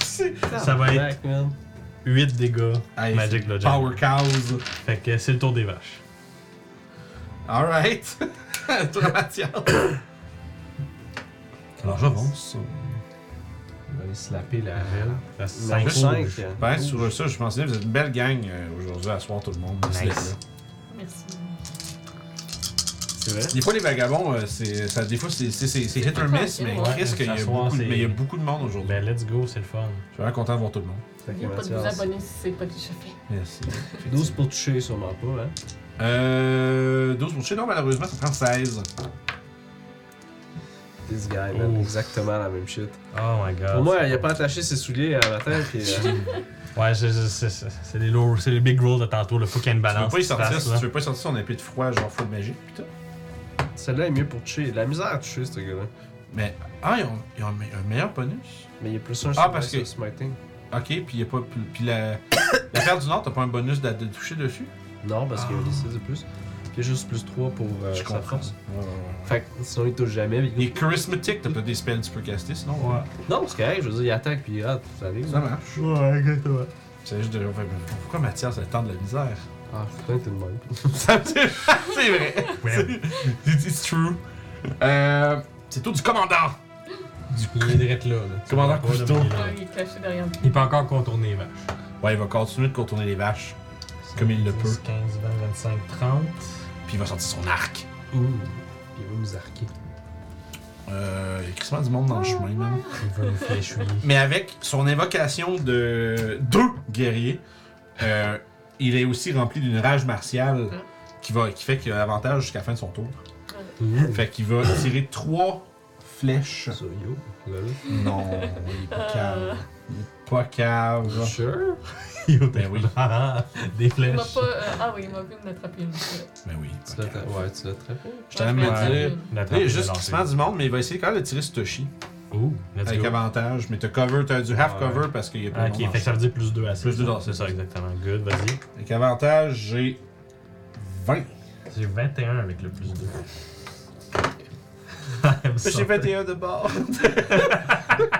[SPEAKER 4] ça va être
[SPEAKER 2] Back, man.
[SPEAKER 4] 8 dégâts
[SPEAKER 1] Hey,
[SPEAKER 4] Magic Lodge.
[SPEAKER 1] Power cows.
[SPEAKER 4] Fait que c'est le tour des vaches.
[SPEAKER 1] Alright. Tour à Mathias.
[SPEAKER 4] Alors j'avance.
[SPEAKER 2] On va aller slapper la belle.
[SPEAKER 4] Ça 5
[SPEAKER 2] 5.
[SPEAKER 4] hein.
[SPEAKER 1] Ben, sur ça, je pensais que vous êtes une belle gang euh, aujourd'hui à soir, tout le monde. Merci
[SPEAKER 4] Nice.
[SPEAKER 1] d'être là.
[SPEAKER 3] Merci.
[SPEAKER 2] C'est vrai?
[SPEAKER 1] Des fois, les vagabons, euh, c'est, ça, des fois, c'est, c'est, c'est, c'est hit or miss, mais
[SPEAKER 3] Ouais,
[SPEAKER 1] Chris, qu'il y a
[SPEAKER 4] ce soir,
[SPEAKER 1] beaucoup, de-
[SPEAKER 4] c'est-
[SPEAKER 1] mais il y a beaucoup de monde aujourd'hui.
[SPEAKER 4] Ben let's go, c'est le fun.
[SPEAKER 1] Je suis vraiment content de voir tout le monde.
[SPEAKER 2] Fait que
[SPEAKER 3] N'oubliez pas de vous
[SPEAKER 2] Mathias,
[SPEAKER 3] abonner si c'est pas déjà fait.
[SPEAKER 1] Merci.
[SPEAKER 2] 12 pour toucher, sûrement pas, hein?
[SPEAKER 1] Euh, 12 pour toucher, non, malheureusement, ça prend 16.
[SPEAKER 2] This guy, man.
[SPEAKER 4] Ouf.
[SPEAKER 2] Exactement la même shit.
[SPEAKER 4] Oh
[SPEAKER 1] Ah,
[SPEAKER 4] my god.
[SPEAKER 2] Pour moi, il a pas attaché ses souliers à matin, puis. euh,
[SPEAKER 4] Ouais, c'est- c'est- c'est c'est- c'est les, low- c'est les big rolls de tantôt, le faut qu'il y ait une
[SPEAKER 1] Tu veux
[SPEAKER 4] balance.
[SPEAKER 1] pas y
[SPEAKER 4] qui se
[SPEAKER 1] sortir,
[SPEAKER 4] fasse,
[SPEAKER 1] si
[SPEAKER 4] là.
[SPEAKER 1] tu veux pas y sortir son épée de froid, genre full magique, putain.
[SPEAKER 2] Celle-là est mieux pour toucher. De La misère à toucher, ce gars-là.
[SPEAKER 1] Mais, ah, ils ont, ils ont un, me- un meilleur bonus.
[SPEAKER 2] Mais il y a plus un
[SPEAKER 1] Ah, parce
[SPEAKER 2] sur
[SPEAKER 1] que-
[SPEAKER 2] smiting.
[SPEAKER 1] Ok, puis il y a pas, puis- puis la, la paire du Nord, t'as pas un bonus de, de toucher dessus?
[SPEAKER 2] Non, parce qu'il y a
[SPEAKER 1] Ah.
[SPEAKER 2] un 6 de plus. Puis il y a juste plus 3 pour euh, sa force.
[SPEAKER 1] Ouais, ouais, ouais.
[SPEAKER 2] Fait que sinon, il touche jamais. mais-
[SPEAKER 1] Les charismatiques, t'as pas des spells que tu peux caster, sinon.
[SPEAKER 2] Non, c'est correct, je veux dire, il attaque puis il rate, ça arrive.
[SPEAKER 1] Ça marche.
[SPEAKER 4] Ouais, exactement.
[SPEAKER 1] C'est juste de. enfin, Pourquoi Mathias a tant de la misère
[SPEAKER 2] Ah, putain, t'es le même.
[SPEAKER 1] Ça me dit- C'est vrai.
[SPEAKER 4] Ouais.
[SPEAKER 1] It's it's true. Euh, c'est tout du commandant.
[SPEAKER 4] Il est direct là. là. Tu
[SPEAKER 1] Commandant
[SPEAKER 4] vois pas, là,
[SPEAKER 1] Cousteau.
[SPEAKER 4] mais il est là.
[SPEAKER 3] Ah, il est caché derrière nous.
[SPEAKER 4] Il peut encore contourner les vaches.
[SPEAKER 1] Ouais, il va continuer de contourner les vaches, Comme il le
[SPEAKER 4] 10,
[SPEAKER 1] peut.
[SPEAKER 4] 15, 20, 25, 30.
[SPEAKER 1] puis il va sortir son arc.
[SPEAKER 2] Ouh, il va nous arquer.
[SPEAKER 1] Euh, il y a quasiment du monde dans le chemin, même.
[SPEAKER 4] Il va nous fléchouiller.
[SPEAKER 1] Mais avec son invocation de deux guerriers, euh, il est aussi rempli d'une rage martiale qui, va, qui fait qu'il a avantage jusqu'à la fin de son tour.
[SPEAKER 2] Ouh,
[SPEAKER 1] Fait qu'il va tirer trois flèches.
[SPEAKER 2] ça, yo, lol.
[SPEAKER 1] Non, il est pas cave. Il est pas cave.
[SPEAKER 2] Sure.
[SPEAKER 4] Yo,
[SPEAKER 1] Ben oui.
[SPEAKER 4] hein? Des
[SPEAKER 3] Il m'a
[SPEAKER 4] flèches.
[SPEAKER 3] pas. euh, ah oui, il m'a vu m'attraper.
[SPEAKER 1] Ben oui.
[SPEAKER 2] Tu
[SPEAKER 1] pas
[SPEAKER 2] l'as
[SPEAKER 1] cave.
[SPEAKER 2] tra- Ouais, tu l'as attrapé.
[SPEAKER 1] Je t'en même à dire.
[SPEAKER 4] Nathan,
[SPEAKER 1] Il y a
[SPEAKER 4] il
[SPEAKER 1] juste
[SPEAKER 4] l'a
[SPEAKER 1] qu'il se prend
[SPEAKER 4] lancé.
[SPEAKER 1] du monde, mais il va essayer quand même de tirer Stoshi.
[SPEAKER 4] Ouh, let's
[SPEAKER 1] Avec
[SPEAKER 4] go.
[SPEAKER 1] avantage. Mais t'as cover, t'as du half
[SPEAKER 4] Ouais.
[SPEAKER 1] cover parce qu'il y a
[SPEAKER 4] Ah,
[SPEAKER 1] pas
[SPEAKER 4] ok,
[SPEAKER 1] de
[SPEAKER 4] fait
[SPEAKER 1] monde.
[SPEAKER 4] que ça veut dire plus 2 à 6.
[SPEAKER 1] Plus deux à
[SPEAKER 4] C'est
[SPEAKER 1] six.
[SPEAKER 4] ça, exactement. Good, vas-y.
[SPEAKER 1] Avec avantage, j'ai 20.
[SPEAKER 4] J'ai 21 avec le plus 2.
[SPEAKER 1] J'ai 21 de bord.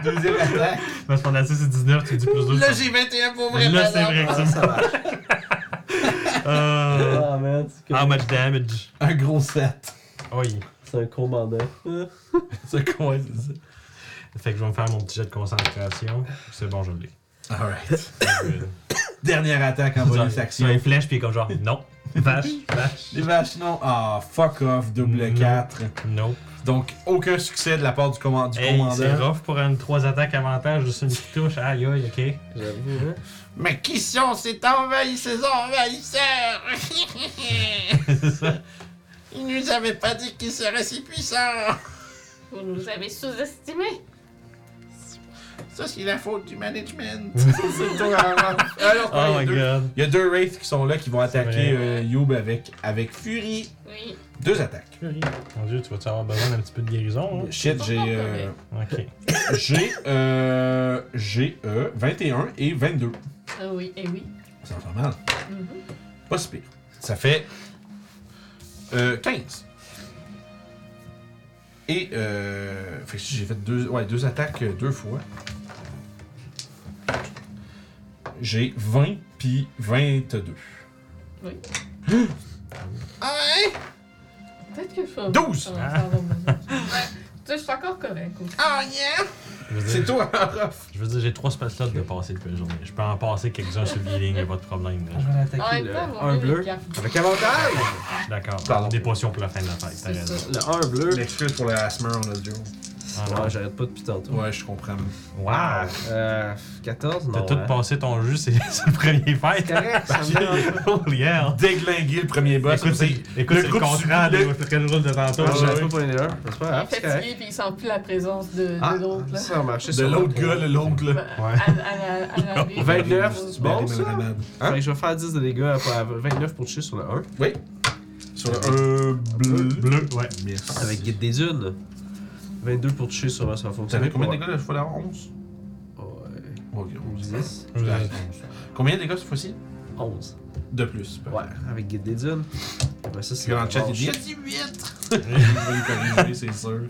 [SPEAKER 1] Deuxième attaque.
[SPEAKER 4] Parce qu'on a 6 et 19, tu dis plus 2.
[SPEAKER 1] Là, j'ai 21 pour vrai.
[SPEAKER 4] Là, c'est vrai que
[SPEAKER 2] Ah,
[SPEAKER 4] tu
[SPEAKER 2] ça marche.
[SPEAKER 4] Euh,
[SPEAKER 2] Ah, man, c'est
[SPEAKER 4] How
[SPEAKER 2] comme-
[SPEAKER 4] much damage?
[SPEAKER 1] Un gros 7.
[SPEAKER 4] Oui.
[SPEAKER 2] c'est un commandant.
[SPEAKER 1] C'est quoi, c'est
[SPEAKER 4] Fait que je vais me faire mon petit jet de concentration. C'est bon, je l'ai.
[SPEAKER 1] ça? Alright. Dernière attaque en bonus
[SPEAKER 4] Sur
[SPEAKER 1] action.
[SPEAKER 4] une flèche, puis il est comme genre, non. Vache, vache.
[SPEAKER 1] Les vaches, non. Ah, fuck off, double
[SPEAKER 4] Non.
[SPEAKER 1] 4.
[SPEAKER 4] Nope.
[SPEAKER 1] Donc, aucun succès de la part du, command- du
[SPEAKER 4] Hey, c'est
[SPEAKER 1] commandant.
[SPEAKER 4] rough pour une 3 attaques avantage, juste une qui touche. Aïe, aïe, ok.
[SPEAKER 2] J'avoue, hein.
[SPEAKER 1] Mais qui sont ces envahisseurs envahisseurs
[SPEAKER 4] c'est ça.
[SPEAKER 1] Ils nous avaient pas dit qu'ils seraient si puissants
[SPEAKER 3] Vous nous avez sous-estimé.
[SPEAKER 1] Ça, c'est la faute du management. c'est le tour à Ralph. Alors, il, y a
[SPEAKER 4] Oh my
[SPEAKER 1] deux,
[SPEAKER 4] god.
[SPEAKER 1] il y a deux Wraiths qui sont là qui vont
[SPEAKER 4] C'est
[SPEAKER 1] attaquer
[SPEAKER 4] vrai.
[SPEAKER 1] euh, Youb avec, avec furie.
[SPEAKER 3] Oui.
[SPEAKER 1] Deux attaques.
[SPEAKER 4] Mon dieu, tu vas-tu avoir besoin d'un petit peu de guérison?
[SPEAKER 1] Shit, j'ai. euh,
[SPEAKER 4] Hein? Ok.
[SPEAKER 1] j'ai. Euh, j'ai euh, 21 et 22.
[SPEAKER 3] Ah oui, et oui.
[SPEAKER 1] Ça va pas mal.
[SPEAKER 3] Mhm.
[SPEAKER 1] Pas si pire. Ça fait. euh, 15. Et. Euh, fait que j'ai fait deux, ouais, deux attaques euh, deux fois. J'ai 20 puis 22.
[SPEAKER 3] Oui.
[SPEAKER 1] Aïe!
[SPEAKER 3] Peut-être que je vais.
[SPEAKER 1] 12.
[SPEAKER 3] commencer à avoir besoin. Ouais. Tu sais, je suis encore correct. aussi.
[SPEAKER 1] Oh yeah!
[SPEAKER 4] Je veux
[SPEAKER 1] C'est
[SPEAKER 4] dire,
[SPEAKER 1] toi, Raph!
[SPEAKER 4] je veux dire, j'ai trois spell slots de passer depuis la journée. Je peux en passer quelques-uns sur le healing, y'a pas de problème. là.
[SPEAKER 2] Je vais
[SPEAKER 3] En
[SPEAKER 2] l'attaquer.
[SPEAKER 3] même
[SPEAKER 2] le
[SPEAKER 3] temps, mon
[SPEAKER 2] 1
[SPEAKER 3] Dieu,
[SPEAKER 2] euh, bleu.
[SPEAKER 3] il gaffe.
[SPEAKER 1] Avec avantage!
[SPEAKER 4] Je suis d'accord.
[SPEAKER 1] Pardon.
[SPEAKER 4] Des potions pour la fin de la fête, t'as
[SPEAKER 3] C'est
[SPEAKER 4] raison.
[SPEAKER 3] ça.
[SPEAKER 2] Le 1 bleu.
[SPEAKER 1] L'excuse pour le Asmer on a duo.
[SPEAKER 4] Ah,
[SPEAKER 2] Ouais,
[SPEAKER 4] non.
[SPEAKER 2] j'arrête pas depuis tantôt.
[SPEAKER 1] Ouais, je comprends.
[SPEAKER 4] Wow!
[SPEAKER 2] Euh, 14, non.
[SPEAKER 4] T'as tout
[SPEAKER 2] hein.
[SPEAKER 4] passé ton jeu, c'est c'est le premier
[SPEAKER 2] C'est
[SPEAKER 4] fight.
[SPEAKER 2] correct, ça me dérange pas.
[SPEAKER 4] Holy hell!
[SPEAKER 1] Déglinguer le premier boss.
[SPEAKER 4] Écoute, c'est
[SPEAKER 1] c'est-
[SPEAKER 4] écoute, c'est le
[SPEAKER 1] groupe
[SPEAKER 4] contraire
[SPEAKER 1] subit
[SPEAKER 4] de
[SPEAKER 1] le-
[SPEAKER 4] votre roll de tantôt.
[SPEAKER 2] Ah,
[SPEAKER 1] ouais,
[SPEAKER 2] j'arrête
[SPEAKER 1] ouais.
[SPEAKER 2] pas pour les heures. C'est pas
[SPEAKER 3] Il est
[SPEAKER 2] grave, Ah, c'est correct.
[SPEAKER 3] fatigué puis il sent plus la présence de, de
[SPEAKER 2] Ah,
[SPEAKER 3] l'autre. là.
[SPEAKER 2] ça a marché
[SPEAKER 1] De
[SPEAKER 2] sur
[SPEAKER 1] l'autre gars, le- l'autre là.
[SPEAKER 3] Bah,
[SPEAKER 4] Ouais.
[SPEAKER 3] à- à- à- à l'arrivée.
[SPEAKER 2] 29,
[SPEAKER 1] C'est
[SPEAKER 2] bon,
[SPEAKER 1] bien,
[SPEAKER 2] ça?
[SPEAKER 1] malade.
[SPEAKER 2] Fait
[SPEAKER 1] Hein?
[SPEAKER 2] que je vais faire 10 de dégâts à à 29 pour toucher sur le 1.
[SPEAKER 1] Oui. Sur le euh, bleu.
[SPEAKER 4] Bleu, ouais.
[SPEAKER 1] Merci.
[SPEAKER 2] Avec Guide des Unes. 22 pour toucher sur un, ça va
[SPEAKER 1] Vous avez
[SPEAKER 2] fonctionner.
[SPEAKER 1] combien de dégâts la fois la 11
[SPEAKER 2] Ouais.
[SPEAKER 1] Ok, 11.
[SPEAKER 2] 11, 10.
[SPEAKER 4] Vous avez-
[SPEAKER 1] Combien de dégâts cette fois-ci
[SPEAKER 2] 11.
[SPEAKER 1] De plus.
[SPEAKER 2] Ouais, avec Guide des Dunes. Ouais, ça,
[SPEAKER 1] Parce
[SPEAKER 2] c'est
[SPEAKER 1] que dans le chat, il dit
[SPEAKER 2] Guide.
[SPEAKER 1] 18 Il va lui corriger, c'est sûr.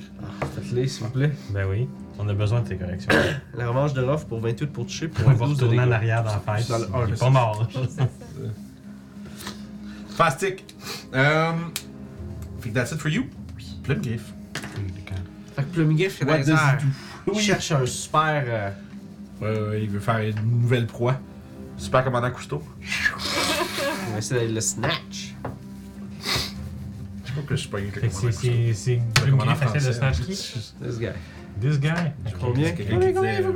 [SPEAKER 2] Faites-les, s'il vous plaît.
[SPEAKER 4] Ben oui, on a besoin de tes corrections.
[SPEAKER 2] La revanche de l'offre pour 28 pour toucher pour
[SPEAKER 4] On
[SPEAKER 2] un
[SPEAKER 4] va
[SPEAKER 2] 12 de
[SPEAKER 4] retourner en
[SPEAKER 2] dégâts.
[SPEAKER 4] arrière dans la fête.
[SPEAKER 2] Dans le- ah,
[SPEAKER 4] Il
[SPEAKER 2] mais
[SPEAKER 4] est
[SPEAKER 2] ça-
[SPEAKER 4] pas mort.
[SPEAKER 1] Fastic. Um, fait que that's it for you. Plein de griffes.
[SPEAKER 2] Fait que Plumgiff, il
[SPEAKER 1] What
[SPEAKER 2] est
[SPEAKER 1] does
[SPEAKER 2] dans
[SPEAKER 1] it do?
[SPEAKER 2] Il cherche un super. euh,
[SPEAKER 1] Ouais, ouais, Euh, il veut faire une nouvelle proie. Super commandant Cousteau.
[SPEAKER 2] On va essayer d'aller le snatch.
[SPEAKER 1] Je crois que je suis pas un
[SPEAKER 4] Fait que c'est- c'est. C'est une
[SPEAKER 1] commandant
[SPEAKER 4] grille facile de
[SPEAKER 1] français, hein.
[SPEAKER 4] snatch qui?
[SPEAKER 2] This guy.
[SPEAKER 4] This guy?
[SPEAKER 2] Combien?
[SPEAKER 1] Quelqu'un qui disait, euh,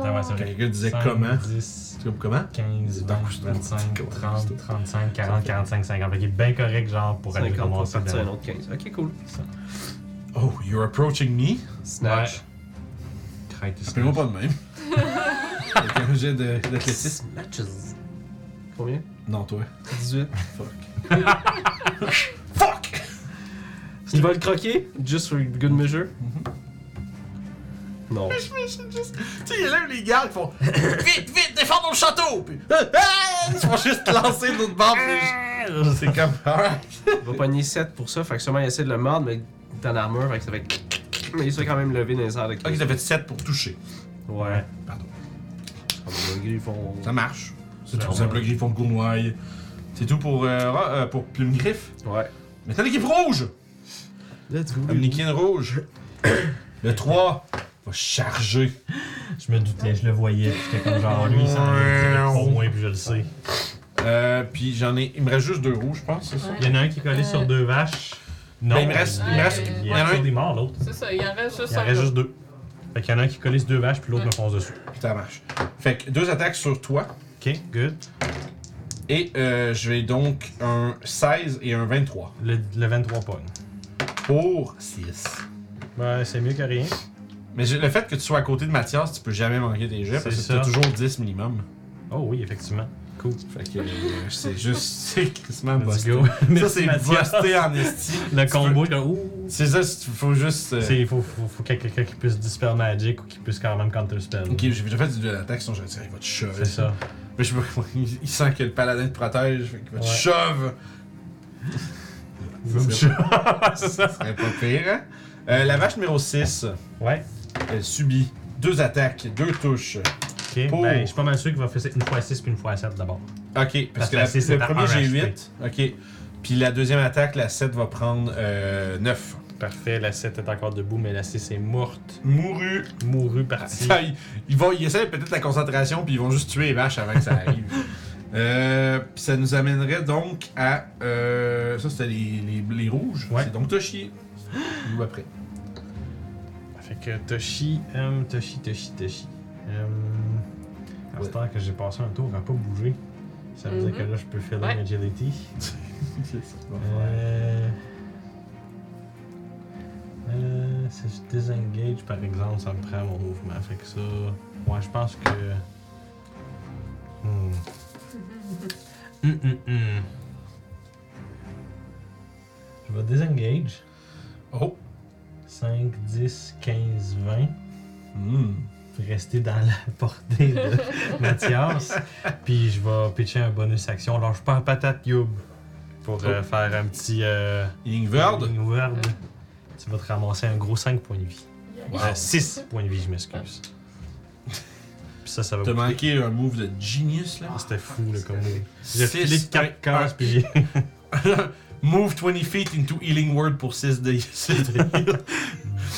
[SPEAKER 4] Attends, ouais, c'est vrai.
[SPEAKER 1] quelqu'un disait
[SPEAKER 4] Cinq,
[SPEAKER 1] comment.
[SPEAKER 4] dix,
[SPEAKER 1] C'est comme comment
[SPEAKER 4] 15,
[SPEAKER 1] Dans
[SPEAKER 4] 20,
[SPEAKER 1] Cousteau,
[SPEAKER 4] 25,
[SPEAKER 1] comment
[SPEAKER 4] 30,
[SPEAKER 1] Cousteau.
[SPEAKER 4] 35, 40, 45, 50. Fait qu'il est bien correct, genre, pour aller
[SPEAKER 2] 50 pour
[SPEAKER 4] commencer
[SPEAKER 2] partir un
[SPEAKER 4] de.
[SPEAKER 2] autre 15. Ok, cool.
[SPEAKER 1] Oh, you're approaching me.
[SPEAKER 2] Snatch.
[SPEAKER 1] Appelez-moi pas de même. Avec un jet de- d'athlétisme.
[SPEAKER 2] Snatches. Combien
[SPEAKER 1] Non, toi.
[SPEAKER 2] 18.
[SPEAKER 1] Fuck.
[SPEAKER 2] Il va le croquer, just for good measure. Non.
[SPEAKER 1] Tu sais, il y a là les gardes qui font Vite, vite, défendre le château! Puis, Ah, ah! ils font juste lancer de l'autre bord.
[SPEAKER 4] Ah,
[SPEAKER 1] puis- C'est comme, ah alright.
[SPEAKER 2] Il va pogner 7 pour ça, fait que sûrement il essaie de le mordre, mais il est en armure, fait que ça fait. Mais il se fait quand même lever dans les airs de
[SPEAKER 1] Ok, t'as fait 7 pour toucher.
[SPEAKER 2] Ouais.
[SPEAKER 1] Pardon.
[SPEAKER 2] Ah, ben, le griffon.
[SPEAKER 1] Ça marche. C'est tout
[SPEAKER 4] Ouais.
[SPEAKER 1] simple, le griffon de Gournoye. C'est tout pour, euh, Ra- euh, pour Plume Griffe.
[SPEAKER 2] Ouais.
[SPEAKER 1] Maintenant, l'équipe rouge!
[SPEAKER 2] Let's go.
[SPEAKER 1] Omnikin rouge. Le 3 va charger.
[SPEAKER 4] Je me doutais, je le voyais. J'étais comme genre, lui, il s'en est direct pour moi, puis je le sais.
[SPEAKER 1] Euh, puis j'en ai. Il me reste juste deux rouges, je pense, c'est ça?
[SPEAKER 4] Il y en a un qui est collé
[SPEAKER 3] Euh,
[SPEAKER 4] sur deux vaches. Non,
[SPEAKER 1] Ben, il me reste-
[SPEAKER 3] il me reste-
[SPEAKER 4] Il
[SPEAKER 1] il
[SPEAKER 4] y
[SPEAKER 1] y en a
[SPEAKER 4] a
[SPEAKER 1] un-
[SPEAKER 4] sur des morts, l'autre.
[SPEAKER 3] C'est ça, il en reste juste
[SPEAKER 4] Il en
[SPEAKER 3] un.
[SPEAKER 4] reste juste deux. Fait qu'il y en a un qui collé sur deux vaches, puis l'autre me fonce dessus.
[SPEAKER 1] Ça marche. Fait que deux attaques sur toi.
[SPEAKER 4] Ok, good.
[SPEAKER 1] Et euh, je vais donc un 16 et un 23
[SPEAKER 4] Le, le 23 pogne.
[SPEAKER 1] pour 6.
[SPEAKER 4] Ben, c'est mieux que rien.
[SPEAKER 1] Mais j'ai- le fait que tu sois à côté de Mathias, tu peux jamais manquer des jets parce
[SPEAKER 4] C'est
[SPEAKER 1] que t'as
[SPEAKER 4] ça.
[SPEAKER 1] toujours 10 minimum.
[SPEAKER 4] Oh oui, effectivement. Cool.
[SPEAKER 1] Fait que euh, c'est juste. C'est crissement
[SPEAKER 4] Let's
[SPEAKER 1] busté.
[SPEAKER 4] go.
[SPEAKER 1] Ça,
[SPEAKER 4] Merci,
[SPEAKER 1] c'est
[SPEAKER 4] Mathias.
[SPEAKER 1] busté en esti.
[SPEAKER 4] Le
[SPEAKER 1] Tu
[SPEAKER 4] combo,
[SPEAKER 1] peux-
[SPEAKER 4] je- ouh.
[SPEAKER 1] C'est ça, il faut juste. euh,
[SPEAKER 4] C'est- Il faut, faut, faut qu'il y ait quelqu'un qui puisse dispel magic ou qui puisse quand même counter spell.
[SPEAKER 1] Ok, j'ai déjà fait du duel attaque, sinon j'aurais dit, il va te
[SPEAKER 4] C'est
[SPEAKER 1] shove.
[SPEAKER 4] ça.
[SPEAKER 1] Mais je sais pas, il il sent que le paladin te protège, fait qu'il va te
[SPEAKER 4] Ouais.
[SPEAKER 1] shove.
[SPEAKER 4] C'est ça. C'est ça.
[SPEAKER 1] C'est pas pire, hein? Euh, la vache numéro 6,
[SPEAKER 4] Ouais.
[SPEAKER 1] elle subit deux attaques, deux touches.
[SPEAKER 4] Ok.
[SPEAKER 1] Pour-
[SPEAKER 4] Ben, je suis pas mal sûr qu'il va faire une fois 6 puis une fois 7 d'abord.
[SPEAKER 1] Ok, parce
[SPEAKER 4] Parce
[SPEAKER 1] que
[SPEAKER 4] que
[SPEAKER 1] la-
[SPEAKER 4] c'est- c'est
[SPEAKER 1] le
[SPEAKER 4] à
[SPEAKER 1] premier
[SPEAKER 4] un
[SPEAKER 1] j'ai
[SPEAKER 4] HP.
[SPEAKER 1] 8. Ok. Puis la deuxième attaque, la 7 va prendre euh, 9.
[SPEAKER 4] Parfait. La 7 est encore debout, mais la 6 est morte.
[SPEAKER 1] Mouru.
[SPEAKER 4] Mourue, partie.
[SPEAKER 1] Ça, ils, ils vont, ils essaient peut-être la concentration, puis ils vont juste tuer les vaches avant que ça arrive. Euh, puis ça nous amènerait donc à. euh, ça, c'était les, les- les rouges.
[SPEAKER 4] Ouais.
[SPEAKER 1] C'est donc Toshi. Ou après.
[SPEAKER 4] Fait que Toshi, hum, Toshi, Toshi, Toshi. Hum, à ce
[SPEAKER 1] Ouais.
[SPEAKER 4] temps que j'ai passé un tour à pas bouger, ça veut dire
[SPEAKER 3] Mhm.
[SPEAKER 4] que là je peux faire
[SPEAKER 3] Ouais.
[SPEAKER 4] agility.
[SPEAKER 1] C'est ça.
[SPEAKER 4] Euh... Euh... si je disengage par exemple, ça me prend mon mouvement. Fait que ça. Ouais, je pense que. Hmm. Hum, hum, hum. Je vais disengage.
[SPEAKER 10] Oh.
[SPEAKER 4] 5, 10, 15, 20.
[SPEAKER 10] Hmm.
[SPEAKER 4] Faut Rester dans la portée de Mathias. Puis je vais pitcher un bonus action. Alors je pars patate Youb. Pour
[SPEAKER 1] Oh.
[SPEAKER 4] euh, faire un petit. Euh,
[SPEAKER 1] Ingverd?
[SPEAKER 4] Une word. Tu vas te ramasser un gros 5 points de vie. 6 points de vie, je m'excuse. Puis ça, ça va
[SPEAKER 1] T'as
[SPEAKER 4] coûter-
[SPEAKER 1] manqué un move de genius, là.
[SPEAKER 4] Ah, C'était fou, là, comme move. J'ai
[SPEAKER 1] Six,
[SPEAKER 4] filé de 4 cases, puis j'ai.
[SPEAKER 1] move 20 feet into healing word pour 6 de six de heal.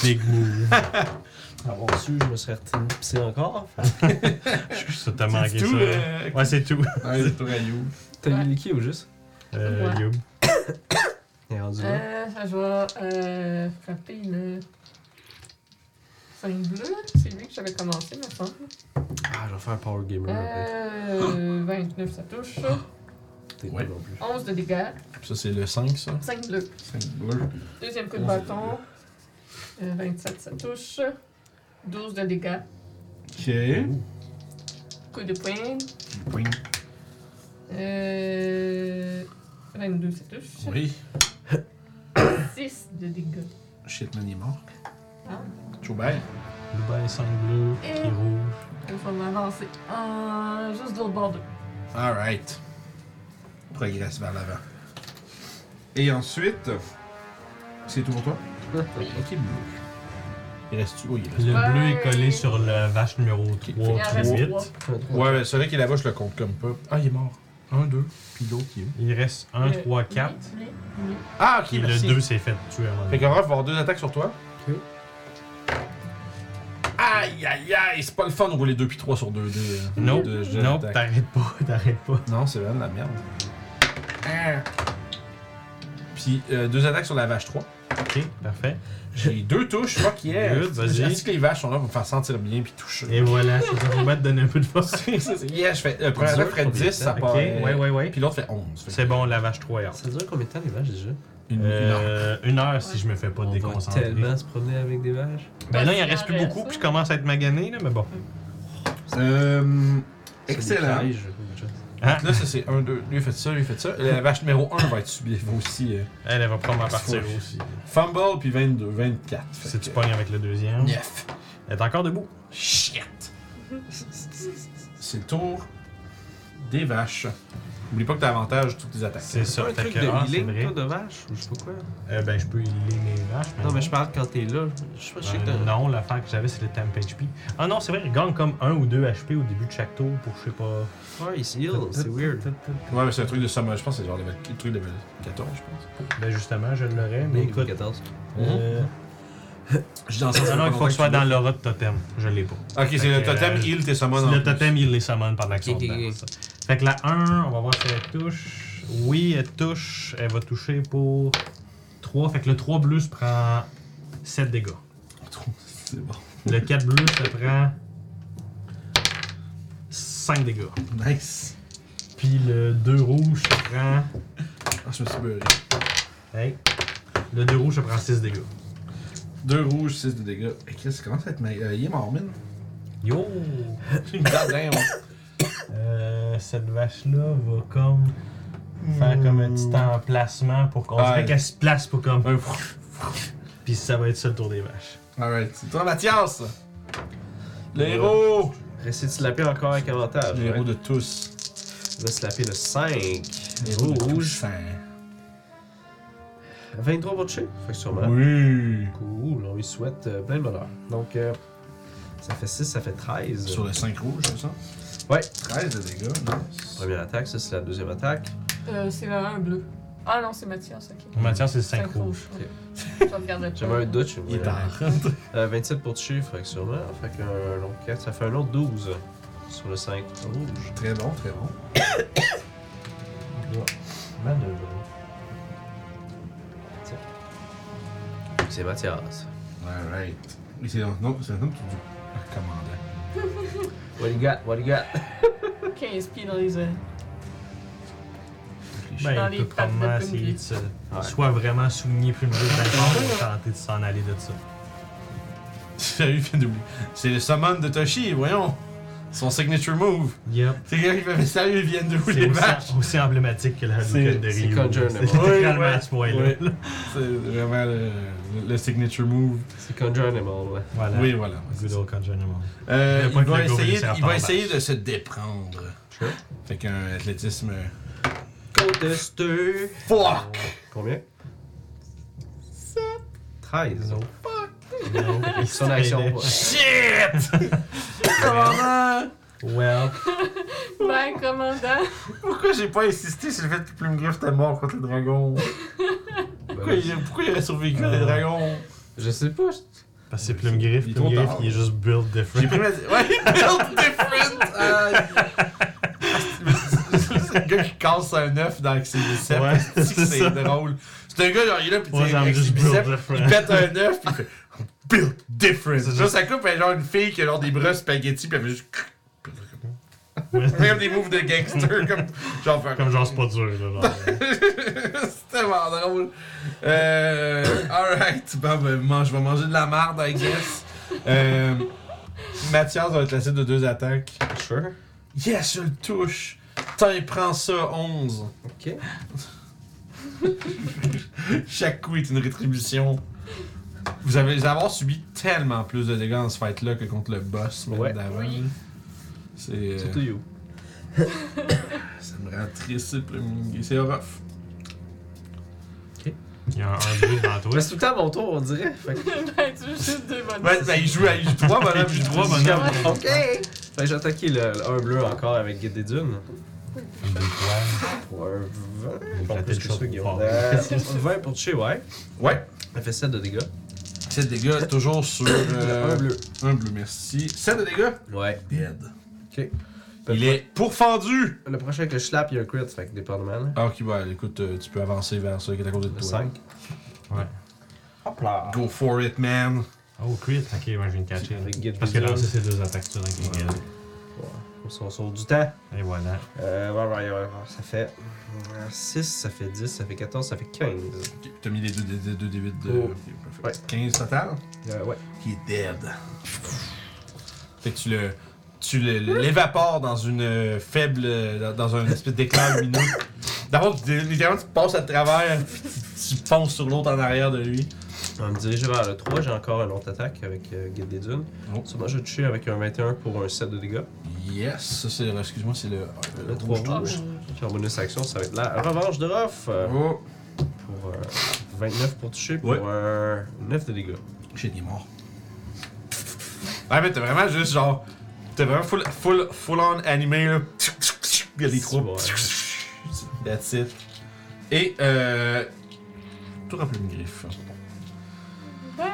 [SPEAKER 4] Big move.
[SPEAKER 2] Avoir su, je me serais retenu pissé encore.
[SPEAKER 4] Ça t'a manqué, ça.
[SPEAKER 1] tout,
[SPEAKER 4] hein?
[SPEAKER 1] euh,
[SPEAKER 4] Ouais, c'est tout.
[SPEAKER 1] Ouais, c'est tout rayou.
[SPEAKER 2] T'as mis qui au juste
[SPEAKER 4] Euh, Youb.
[SPEAKER 2] Il est rendu là.
[SPEAKER 3] Euh, je vais euh, frapper le 5 bleu. C'est lui que j'avais commencé, me semble.
[SPEAKER 2] Ah, je vais faire un Power Gamer. là,
[SPEAKER 3] Euh, 29, ça touche.
[SPEAKER 2] peut-être. T'es
[SPEAKER 1] ouais.
[SPEAKER 2] pas non plus.
[SPEAKER 3] 11 de dégâts.
[SPEAKER 1] Ça, c'est le 5, ça.
[SPEAKER 3] 5 bleus.
[SPEAKER 1] Cinq bleus.
[SPEAKER 3] Deuxième coup de bâton. Euh, 27, ça touche. 12 de dégâts.
[SPEAKER 1] Ok.
[SPEAKER 3] Coup de poing.
[SPEAKER 1] Poing.
[SPEAKER 3] Euh, 22, ça touche.
[SPEAKER 1] Oui.
[SPEAKER 3] 6 de dégâts.
[SPEAKER 1] Shit, man, il est mort.
[SPEAKER 3] Ah.
[SPEAKER 1] Choubert.
[SPEAKER 4] Le bain 5 bleu, qui est
[SPEAKER 3] Et-
[SPEAKER 4] rouge.
[SPEAKER 3] Il faut m'avancer. Euh, juste de l'autre bord de.
[SPEAKER 1] Alright. Progresse vers l'avant. Et ensuite, c'est tout pour toi? Ok, bleu. Il reste-tu? Oui, il reste.
[SPEAKER 4] Le bleu
[SPEAKER 3] Ouais.
[SPEAKER 4] est collé sur le vache numéro 3,
[SPEAKER 3] Il en reste
[SPEAKER 4] 8.
[SPEAKER 3] trois.
[SPEAKER 1] Ouais, mais celui qui est là-bas, je le compte comme pas. Ah, il est mort. Un, deux, puis l'autre, il est où?
[SPEAKER 4] Il reste 1,
[SPEAKER 3] Le-
[SPEAKER 4] 3, 4.
[SPEAKER 1] Ah, ok,
[SPEAKER 4] Puis le
[SPEAKER 1] merci.
[SPEAKER 4] 2 s'est fait tuer avant.
[SPEAKER 1] Fait qu'on va avoir deux attaques sur toi.
[SPEAKER 2] Ok.
[SPEAKER 1] Aïe, aïe, aïe, c'est pas le fun de rouler 2 puis 3 sur 2 dés. euh,
[SPEAKER 4] Nope,
[SPEAKER 1] de jets
[SPEAKER 4] nope,
[SPEAKER 1] d'attaque.
[SPEAKER 4] t'arrêtes pas, t'arrêtes pas.
[SPEAKER 1] Non, c'est vraiment de la merde. Ah. Puis euh, deux attaques sur la vache 3.
[SPEAKER 4] Ok, parfait.
[SPEAKER 1] J'ai deux touches, fuck yeah.
[SPEAKER 4] Good, vas-y.
[SPEAKER 1] J'ai dit que les vaches sont là pour me faire sentir bien puis toucher.
[SPEAKER 4] Et voilà, c'est ça, faut mettre donner un peu de force.
[SPEAKER 1] C'est- c'est- yeah, je fais. Le premier
[SPEAKER 2] Dur
[SPEAKER 1] attaque ferait
[SPEAKER 2] pour les
[SPEAKER 1] 10, ça
[SPEAKER 2] attaques.
[SPEAKER 1] part. euh,
[SPEAKER 4] Ok, ouais, ouais, ouais.
[SPEAKER 1] Puis l'autre fait 11. Fait
[SPEAKER 4] C'est bon, la vache 3 heures.
[SPEAKER 2] Ça dure combien de temps les vaches déjà
[SPEAKER 1] une, une heure.
[SPEAKER 4] Euh, une heure si je me fais pas
[SPEAKER 2] On va
[SPEAKER 4] déconcentrer.
[SPEAKER 2] tellement se promener avec des vaches.
[SPEAKER 4] Ben là, il
[SPEAKER 3] Il
[SPEAKER 4] en
[SPEAKER 3] en
[SPEAKER 4] reste plus
[SPEAKER 3] reste,
[SPEAKER 4] beaucoup, puis
[SPEAKER 3] hein.
[SPEAKER 4] je commence à être magané, là, mais bon.
[SPEAKER 1] Euh,
[SPEAKER 2] C'est des
[SPEAKER 1] excellent.
[SPEAKER 2] pièges, quelque chose.
[SPEAKER 4] Hein?
[SPEAKER 1] Là, ça c'est 1, 2. Lui, il fait ça, lui, il fait ça. La vache numéro 1 va être subive aussi. euh,
[SPEAKER 4] Elle, elle va probablement
[SPEAKER 1] Parce
[SPEAKER 4] partir
[SPEAKER 1] que-
[SPEAKER 4] aussi.
[SPEAKER 1] Fumble, puis 22, 24. Fait
[SPEAKER 4] Si tu
[SPEAKER 1] que-
[SPEAKER 4] pognes avec le deuxième.
[SPEAKER 1] Neuf.
[SPEAKER 4] Elle est encore debout.
[SPEAKER 1] Shit! C'est le tour des vaches. Oublie pas que t'as avantage toutes tes attaques.
[SPEAKER 4] C'est ça.
[SPEAKER 2] Pas un
[SPEAKER 4] Fait
[SPEAKER 2] truc
[SPEAKER 4] que,
[SPEAKER 2] de
[SPEAKER 4] ah, c'est
[SPEAKER 2] healing,
[SPEAKER 4] vrai.
[SPEAKER 2] toi, de vache ou je sais pas quoi.
[SPEAKER 4] Euh, ben, je peux healer mes vaches.
[SPEAKER 2] Non, mais je parle quand t'es là. Je sais pas, je sais que
[SPEAKER 4] Ben,
[SPEAKER 2] t'as.
[SPEAKER 4] non, l'affaire que j'avais, c'est le temp HP. Ah non, c'est vrai, il gagne comme 1 ou 2 HP au début de chaque tour pour, je sais pas.
[SPEAKER 2] Ouais, il heal, c'est weird.
[SPEAKER 1] Ouais, mais c'est un truc de somme. Je pense que c'est genre level- le truc level 14, je pense.
[SPEAKER 4] Ben, justement, je l'aurais, mais
[SPEAKER 2] Mais
[SPEAKER 4] écoute.
[SPEAKER 2] 14. Hum.
[SPEAKER 4] euh,
[SPEAKER 1] Je dis dans le sens
[SPEAKER 4] Non,
[SPEAKER 1] ça
[SPEAKER 4] non,
[SPEAKER 1] fait
[SPEAKER 4] il faut
[SPEAKER 1] longtemps
[SPEAKER 4] que je sois
[SPEAKER 1] tu
[SPEAKER 4] dans
[SPEAKER 1] l'as.
[SPEAKER 4] l'aura de totem. Je l'ai pas.
[SPEAKER 1] Ok, c'est
[SPEAKER 4] Fait
[SPEAKER 1] le
[SPEAKER 4] que,
[SPEAKER 1] totem,
[SPEAKER 4] euh,
[SPEAKER 1] il, tes summons. en plus.
[SPEAKER 4] Le totem, il les summon pendant qu'ils sont
[SPEAKER 2] Ok, ok,
[SPEAKER 4] dedans.
[SPEAKER 2] ok.
[SPEAKER 4] ben, c'est ça. Fait que la 1, on va voir si elle touche. Oui, elle touche. Elle va toucher pour 3. Fait que le 3 bleu se prend 7 dégâts.
[SPEAKER 1] C'est bon.
[SPEAKER 4] Le 4 bleu se prend 5 dégâts.
[SPEAKER 1] Nice.
[SPEAKER 4] Puis le 2 rouge se prend.
[SPEAKER 1] Ah, je me suis beurré.
[SPEAKER 4] Hey. Le 2 rouge se prend 6 dégâts.
[SPEAKER 1] Deux rouges, 6 de dégâts. Et Chris, comment ça va être. ma- euh, il est mort, mine.
[SPEAKER 4] Yo!
[SPEAKER 1] Goddamn.
[SPEAKER 4] Euh, cette vache-là va comme faire comme un petit emplacement pour qu'on dirait
[SPEAKER 1] Ouais.
[SPEAKER 4] qu'elle se place pour comme.
[SPEAKER 1] Un
[SPEAKER 4] Puis ça va être ça le tour des vaches.
[SPEAKER 1] Alright, c'est toi, Mathias. Le héros.
[SPEAKER 2] Restez de slapper encore avec avantage.
[SPEAKER 1] Le héros de tous.
[SPEAKER 2] On va slapper le 5.
[SPEAKER 1] Le héros de
[SPEAKER 2] Rouge.
[SPEAKER 1] tous.
[SPEAKER 2] 23 pour toucher. Fait que sûrement.
[SPEAKER 1] Oui.
[SPEAKER 2] Cool, on lui souhaite euh, plein de bonheur. Donc, euh, ça fait 6, ça fait 13.
[SPEAKER 1] Sur le 5 rouge, c'est ça?
[SPEAKER 2] Ouais.
[SPEAKER 1] 13 de dégâts, nice.
[SPEAKER 2] Première attaque, ça c'est la deuxième attaque.
[SPEAKER 3] Euh, c'est le 1 bleu. Ah non, c'est Mathias, ok.
[SPEAKER 4] Mathias, c'est 5
[SPEAKER 3] Cinq
[SPEAKER 4] rouges.
[SPEAKER 3] ouais. Je regardais pas.
[SPEAKER 2] J'avais un Dutch.
[SPEAKER 1] Il est en
[SPEAKER 2] Euh, 27 pour toucher, fait que sûrement. Fait que, euh, donc, quatre, ça fait un autre 12 sur le 5 rouge.
[SPEAKER 1] Très bon, très bon.
[SPEAKER 4] Manœuvre.
[SPEAKER 2] C'est Mathias.
[SPEAKER 1] Alright. Et c'est un nom, c'est un nom tout du Ah, commandant.
[SPEAKER 2] What you got? What you got?
[SPEAKER 3] 15 pieds dans les airs. Dans
[SPEAKER 4] Ben,
[SPEAKER 3] les
[SPEAKER 4] il peut
[SPEAKER 3] pattes de
[SPEAKER 4] probablement
[SPEAKER 3] Pimbley.
[SPEAKER 4] essayer de se.
[SPEAKER 2] Ouais.
[SPEAKER 4] ben, Soit vraiment souligné plus le jeu de la jambe, ou tenter de s'en aller de ça.
[SPEAKER 1] Sérieux, il vient d'oublier. C'est le summon de Toshi, voyons. Son signature move.
[SPEAKER 4] Yep.
[SPEAKER 1] C'est quelqu'un qui fait sérieux, il vient d'où
[SPEAKER 4] C'est
[SPEAKER 1] les vaches.
[SPEAKER 4] aussi, aussi emblématique que la
[SPEAKER 1] C'est-
[SPEAKER 4] Hadouken de
[SPEAKER 2] c'est
[SPEAKER 4] Ryu.
[SPEAKER 2] Conjure
[SPEAKER 4] C'est
[SPEAKER 2] Animal.
[SPEAKER 4] littéralement
[SPEAKER 1] Ouais,
[SPEAKER 4] à ce point-là.
[SPEAKER 1] ouais. C'est vraiment le, le signature move.
[SPEAKER 2] C'est Conjure Animal, ouais.
[SPEAKER 4] Voilà.
[SPEAKER 1] Oui, voilà. ouais, c'est
[SPEAKER 4] Good
[SPEAKER 1] ça.
[SPEAKER 4] old Conjure Animal.
[SPEAKER 1] Euh,
[SPEAKER 4] Le
[SPEAKER 1] il
[SPEAKER 4] point
[SPEAKER 1] va
[SPEAKER 4] de la
[SPEAKER 1] essayer,
[SPEAKER 4] gorille, c'est
[SPEAKER 1] il va
[SPEAKER 4] en
[SPEAKER 1] essayer
[SPEAKER 4] bas.
[SPEAKER 1] de se déprendre. Fait qu'un athlétisme.
[SPEAKER 2] Contesteur.
[SPEAKER 1] Fuck!
[SPEAKER 2] Combien 13. donc.
[SPEAKER 4] Ils
[SPEAKER 2] Son action. ouais.
[SPEAKER 1] Shit! Commandant!
[SPEAKER 4] Well,
[SPEAKER 3] Ben, commandant.
[SPEAKER 1] Pourquoi j'ai pas insisté sur le fait que Plume Griff était mort contre les dragons?
[SPEAKER 2] Ben
[SPEAKER 1] Euh, Pourquoi, il, pourquoi il aurait survécu à les dragons?
[SPEAKER 2] Je sais pas.
[SPEAKER 4] parce que c'est Plume Griff.
[SPEAKER 1] Il est
[SPEAKER 4] Plume
[SPEAKER 1] trop
[SPEAKER 4] Griff,
[SPEAKER 1] tard.
[SPEAKER 4] il est juste build
[SPEAKER 1] J'ai
[SPEAKER 4] different.
[SPEAKER 1] pris ma. Ouais, build different! Euh... c'est le gars qui casse un œuf dans ses biceps.
[SPEAKER 4] Ouais,
[SPEAKER 1] c'est
[SPEAKER 4] c'est ça.
[SPEAKER 1] c'est drôle. C'est un gars, genre, il est là, pis
[SPEAKER 4] Ouais,
[SPEAKER 1] tu
[SPEAKER 4] ça me
[SPEAKER 1] avec ses
[SPEAKER 4] juste build
[SPEAKER 1] biceps, il
[SPEAKER 4] different.
[SPEAKER 1] pète un œuf, pis il fait build different.
[SPEAKER 4] C'est
[SPEAKER 1] Genre,
[SPEAKER 4] juste-
[SPEAKER 1] ça coupe, elle, genre, une fille qui a genre des bras spaghetti, pis elle fait juste. Elle fait comme des moves de gangster, comme. Genre, faire
[SPEAKER 4] Comme genre, c'est pas dur, là. genre.
[SPEAKER 1] c'est tellement drôle. Euh, alright. Bon, ben, man- je vais manger de la marde, I guess. Euh, Mathias va être la cible de deux attaques.
[SPEAKER 2] Sure.
[SPEAKER 1] Yes, je le touche. Tiens, prends ça, 11.
[SPEAKER 2] Ok.
[SPEAKER 1] Chaque coup est une rétribution. Vous avez vous avoir subi tellement plus de dégâts dans ce fight-là que contre le boss même
[SPEAKER 2] Ouais.
[SPEAKER 1] d'avant.
[SPEAKER 11] Oui.
[SPEAKER 1] C'est. euh,
[SPEAKER 2] Surtout you.
[SPEAKER 1] ça me rend triste, le Mingi. C'est rough.
[SPEAKER 4] Il y a un un bruit devant toi.
[SPEAKER 2] C'est tout le temps mon tour, on dirait. Fait que-
[SPEAKER 3] ben, tu veux juste deux
[SPEAKER 4] Ah,
[SPEAKER 3] bonnes.
[SPEAKER 1] Ouais, ben, il joue à il joue trois bonhommes.
[SPEAKER 4] Il joue trois bonhommes.
[SPEAKER 2] Ok! Fait que j'ai attaqué le, le 1 bleu encore avec Guide des Dunes.
[SPEAKER 4] Une des fois,
[SPEAKER 2] Pour un 20.
[SPEAKER 4] Vous
[SPEAKER 2] Bon,
[SPEAKER 4] flattez
[SPEAKER 2] plus
[SPEAKER 4] le
[SPEAKER 2] que
[SPEAKER 4] chat
[SPEAKER 2] ça,
[SPEAKER 4] trop
[SPEAKER 2] Guillaume.
[SPEAKER 4] fort.
[SPEAKER 2] Euh, 20 pour toucher, ouais.
[SPEAKER 1] Ouais.
[SPEAKER 2] Ça fait 7 de dégâts.
[SPEAKER 1] 7 dégâts, toujours sur.
[SPEAKER 2] Le
[SPEAKER 1] euh,
[SPEAKER 2] 1 bleu.
[SPEAKER 1] Un bleu, merci. 7 de dégâts.
[SPEAKER 2] Ouais.
[SPEAKER 1] Dead.
[SPEAKER 2] Ok.
[SPEAKER 1] Il est pourfendu.
[SPEAKER 2] Le prochain que je slappe, il y a un crit, fait que dépendamment. là.
[SPEAKER 1] Ah, ok, bah écoute, euh, tu peux avancer vers celui qui est à côté de
[SPEAKER 2] Le
[SPEAKER 1] toi.
[SPEAKER 2] 5.
[SPEAKER 4] Ouais.
[SPEAKER 2] Hop là!
[SPEAKER 1] Go for it, man.
[SPEAKER 4] Oh, Chris, ok, moi je viens de catcher.
[SPEAKER 2] Avec Guide
[SPEAKER 4] Parce
[SPEAKER 2] des
[SPEAKER 4] que là,
[SPEAKER 2] Dunes.
[SPEAKER 4] c'est deux attaques, ça, donc il gagne.
[SPEAKER 2] On s'en sauve du temps.
[SPEAKER 4] Et voilà.
[SPEAKER 2] Euh, ouais, ouais, ouais, ouais, Ça fait 6, ça fait 10, ça fait 14, ça fait 15.
[SPEAKER 1] Ok, T'as mis les 2 d 2 d de.
[SPEAKER 2] Oh.
[SPEAKER 1] ok, parfait.
[SPEAKER 2] Ouais.
[SPEAKER 1] 15 total.
[SPEAKER 2] Euh, ouais.
[SPEAKER 1] Il est dead. Fait que tu le. Tu le- le- l'évapores dans une euh, faible. euh, dans- dans un espèce d'éclair lumineux. D'abord, tu- littéralement, tu passes à travers, puis tu, tu fonces sur l'autre en arrière de lui.
[SPEAKER 2] On va me diriger vers le 3, j'ai encore une autre attaque avec euh, Guide des Dunes.
[SPEAKER 1] Oh.
[SPEAKER 2] Sûrement, je vais toucher avec un 21 pour un 7 de dégâts.
[SPEAKER 1] Yes, ça c'est. le- Excuse-moi, c'est le. euh,
[SPEAKER 2] Le 3
[SPEAKER 3] Oh,
[SPEAKER 2] rouge. Puis en bonus action, ça va être la revanche de Ruff euh,
[SPEAKER 1] Oh,
[SPEAKER 2] pour euh, 29 pour toucher pour
[SPEAKER 1] Ouais.
[SPEAKER 2] un 9 de dégâts.
[SPEAKER 1] J'ai des morts. Ouais, mais t'es vraiment juste genre. T'es vraiment full, full, full on animé là. Il y a des trous.
[SPEAKER 2] Ouais.
[SPEAKER 1] That's it. Et euh. Tout rempli une griffe.
[SPEAKER 3] Ben,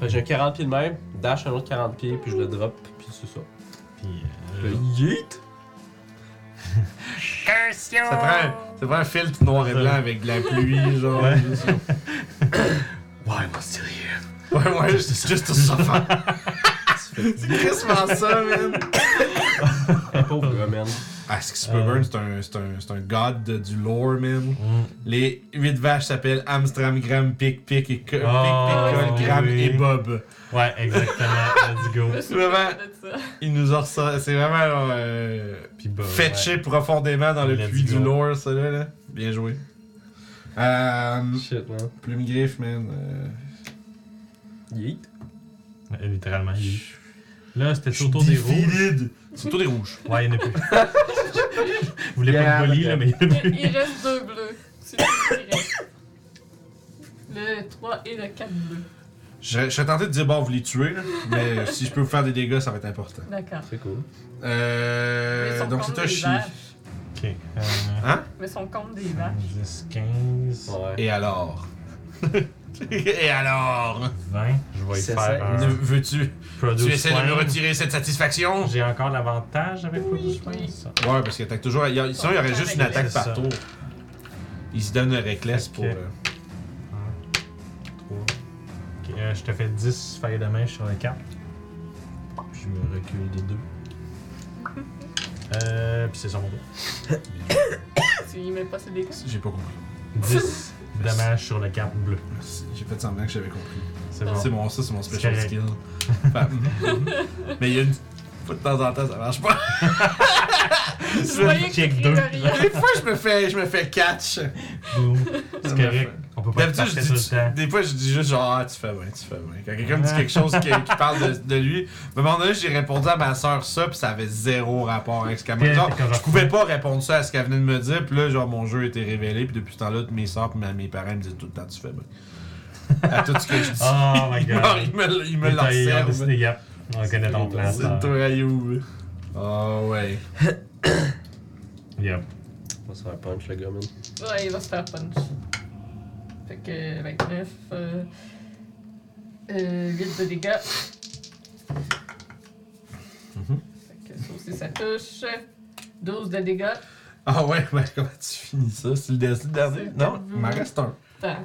[SPEAKER 2] Fait que j'ai un 40 pieds de même, dash un autre 40 pieds, puis je le drop, puis c'est ça.
[SPEAKER 4] Puis.
[SPEAKER 2] Le
[SPEAKER 4] euh,
[SPEAKER 2] yeet!
[SPEAKER 1] Ça prend, un- ça prend un filtre noir et blanc avec de la pluie, genre.
[SPEAKER 4] Ouais.
[SPEAKER 1] juste, genre.
[SPEAKER 2] Why am I still here?
[SPEAKER 1] Ouais, ouais, juste juste tout ça faire. C'est crissement ça, man.
[SPEAKER 2] Pauvre gars, man.
[SPEAKER 1] Ah, ce qui se peut burn, c'est un, c'est un, c'est un god de- du lore, man.
[SPEAKER 4] Euh. mm.
[SPEAKER 1] Les 8 vaches s'appellent Amstram, Gram, Pic, Pic et Co- Pic, Pic,
[SPEAKER 4] Oh,
[SPEAKER 1] Col, Gram
[SPEAKER 4] oui.
[SPEAKER 1] et Bob.
[SPEAKER 4] Ouais, exactement. Let's go.
[SPEAKER 1] C'est vraiment, il nous en ressort. C'est vraiment genre, euh,
[SPEAKER 4] Puis bah.
[SPEAKER 1] fetché profondément dans le
[SPEAKER 4] Let's
[SPEAKER 1] puits du
[SPEAKER 4] go.
[SPEAKER 1] lore, ça là. là. Bien joué. Euh,
[SPEAKER 2] Shit, man.
[SPEAKER 1] plume griffe, man. euh,
[SPEAKER 2] Yeet.
[SPEAKER 4] ouais. Littéralement. il est- Là, c'était
[SPEAKER 1] je
[SPEAKER 4] sur le tour des
[SPEAKER 1] suis
[SPEAKER 4] rouges.
[SPEAKER 1] divided. C'est tous des rouges.
[SPEAKER 4] Ouais, il n'y en a plus. Vous voulez
[SPEAKER 2] Yeah,
[SPEAKER 4] pas de bully,
[SPEAKER 2] okay.
[SPEAKER 4] là, mais il n'y en a plus.
[SPEAKER 3] Il il reste deux bleus. C'est tout ce qui reste. Le 3 et le 4 bleus.
[SPEAKER 1] Je, je serais tenté de dire, bon, vous les tuez, là, mais si je peux vous faire des dégâts, ça va être important.
[SPEAKER 3] D'accord.
[SPEAKER 2] C'est cool.
[SPEAKER 3] Mais
[SPEAKER 1] Euh,
[SPEAKER 3] son
[SPEAKER 1] donc
[SPEAKER 3] compte
[SPEAKER 1] c'est un
[SPEAKER 3] des
[SPEAKER 1] chien.
[SPEAKER 3] vaches.
[SPEAKER 4] Ok. Euh,
[SPEAKER 1] Hein?
[SPEAKER 3] Mais son compte des vaches.
[SPEAKER 4] 10, 15,
[SPEAKER 2] Ouais.
[SPEAKER 1] Et alors? et alors?
[SPEAKER 4] 20. Je vais y
[SPEAKER 2] C'est
[SPEAKER 4] faire
[SPEAKER 2] ça.
[SPEAKER 1] Ne
[SPEAKER 4] un
[SPEAKER 1] veux-tu?
[SPEAKER 4] Produce
[SPEAKER 1] Tu essaies de me
[SPEAKER 4] Fang.
[SPEAKER 1] retirer cette satisfaction?
[SPEAKER 4] J'ai encore l'avantage avec Produce Fang,
[SPEAKER 3] oui.
[SPEAKER 4] ça.
[SPEAKER 1] Ouais, parce qu'il attaque toujours. il y a- sinon, il y aurait juste une attaque
[SPEAKER 4] C'est ça.
[SPEAKER 1] par tour. Il se donne le reckless
[SPEAKER 4] Ok.
[SPEAKER 1] pour. euh,
[SPEAKER 4] 3. euh, je te fais 10 failles de main sur le 4. Puis je me recule des 2. Euh, puis c'est ça mon tour.
[SPEAKER 3] Tu y mets pas ses dégâts.
[SPEAKER 1] J'ai pas compris.
[SPEAKER 4] 10. Dommage sur la carte bleue.
[SPEAKER 1] Merci. J'ai fait semblant que j'avais compris.
[SPEAKER 4] C'est bon.
[SPEAKER 1] C'est bon, ça, c'est mon special
[SPEAKER 4] C'est
[SPEAKER 1] skill. Fait, mhm, mhm. Mais il y a une. Fois de temps en temps, ça marche pas.
[SPEAKER 12] Je voyais que
[SPEAKER 4] check
[SPEAKER 12] t'écris
[SPEAKER 4] deux.
[SPEAKER 12] de rien.
[SPEAKER 1] Des fois, je me fais, je me fais catch.
[SPEAKER 4] Boum.
[SPEAKER 1] Ça
[SPEAKER 4] C'est
[SPEAKER 1] me
[SPEAKER 4] correct. On peut pas
[SPEAKER 1] D'habitude, je
[SPEAKER 4] passer
[SPEAKER 1] dis-
[SPEAKER 4] sur le temps.
[SPEAKER 1] Des fois, je dis juste genre, ah, tu fais bien, tu fais bien. Quand quelqu'un me dit quelque chose qui, qui parle de, de lui, à un moment donné, j'ai répondu à ma soeur ça, puis ça avait zéro rapport avec ce qu'elle m'a dit. Genre,
[SPEAKER 4] T'es correct.
[SPEAKER 1] je pouvais pas répondre ça à ce qu'elle venait de me dire, puis là, genre, mon jeu était révélé, puis depuis ce temps-là, mes soeurs et mes parents me disent tout le temps, tu fais bien. À tout ce que je dis.
[SPEAKER 4] Oh my
[SPEAKER 1] ils
[SPEAKER 4] god.
[SPEAKER 1] me- ils me, ils me
[SPEAKER 4] Détaillé, on
[SPEAKER 1] l'enservent.
[SPEAKER 4] décide, yep. On connaît ton plan.
[SPEAKER 1] C'est
[SPEAKER 4] Star.
[SPEAKER 1] toi, You. Ah ouais.
[SPEAKER 4] Yep.
[SPEAKER 2] On va se faire punch, le gars, man.
[SPEAKER 3] Ouais, il va se faire punch. Fait que 29, euh, euh, 8 de dégâts.
[SPEAKER 4] Mm-hmm.
[SPEAKER 3] Fait que ça aussi ça touche. 12 de dégâts.
[SPEAKER 1] Ah ouais, mais comment tu finis ça? C'est le, dernier- le dernier?
[SPEAKER 3] C'est le
[SPEAKER 1] Non, il m'en
[SPEAKER 3] dernier.
[SPEAKER 1] reste un.
[SPEAKER 3] Attends.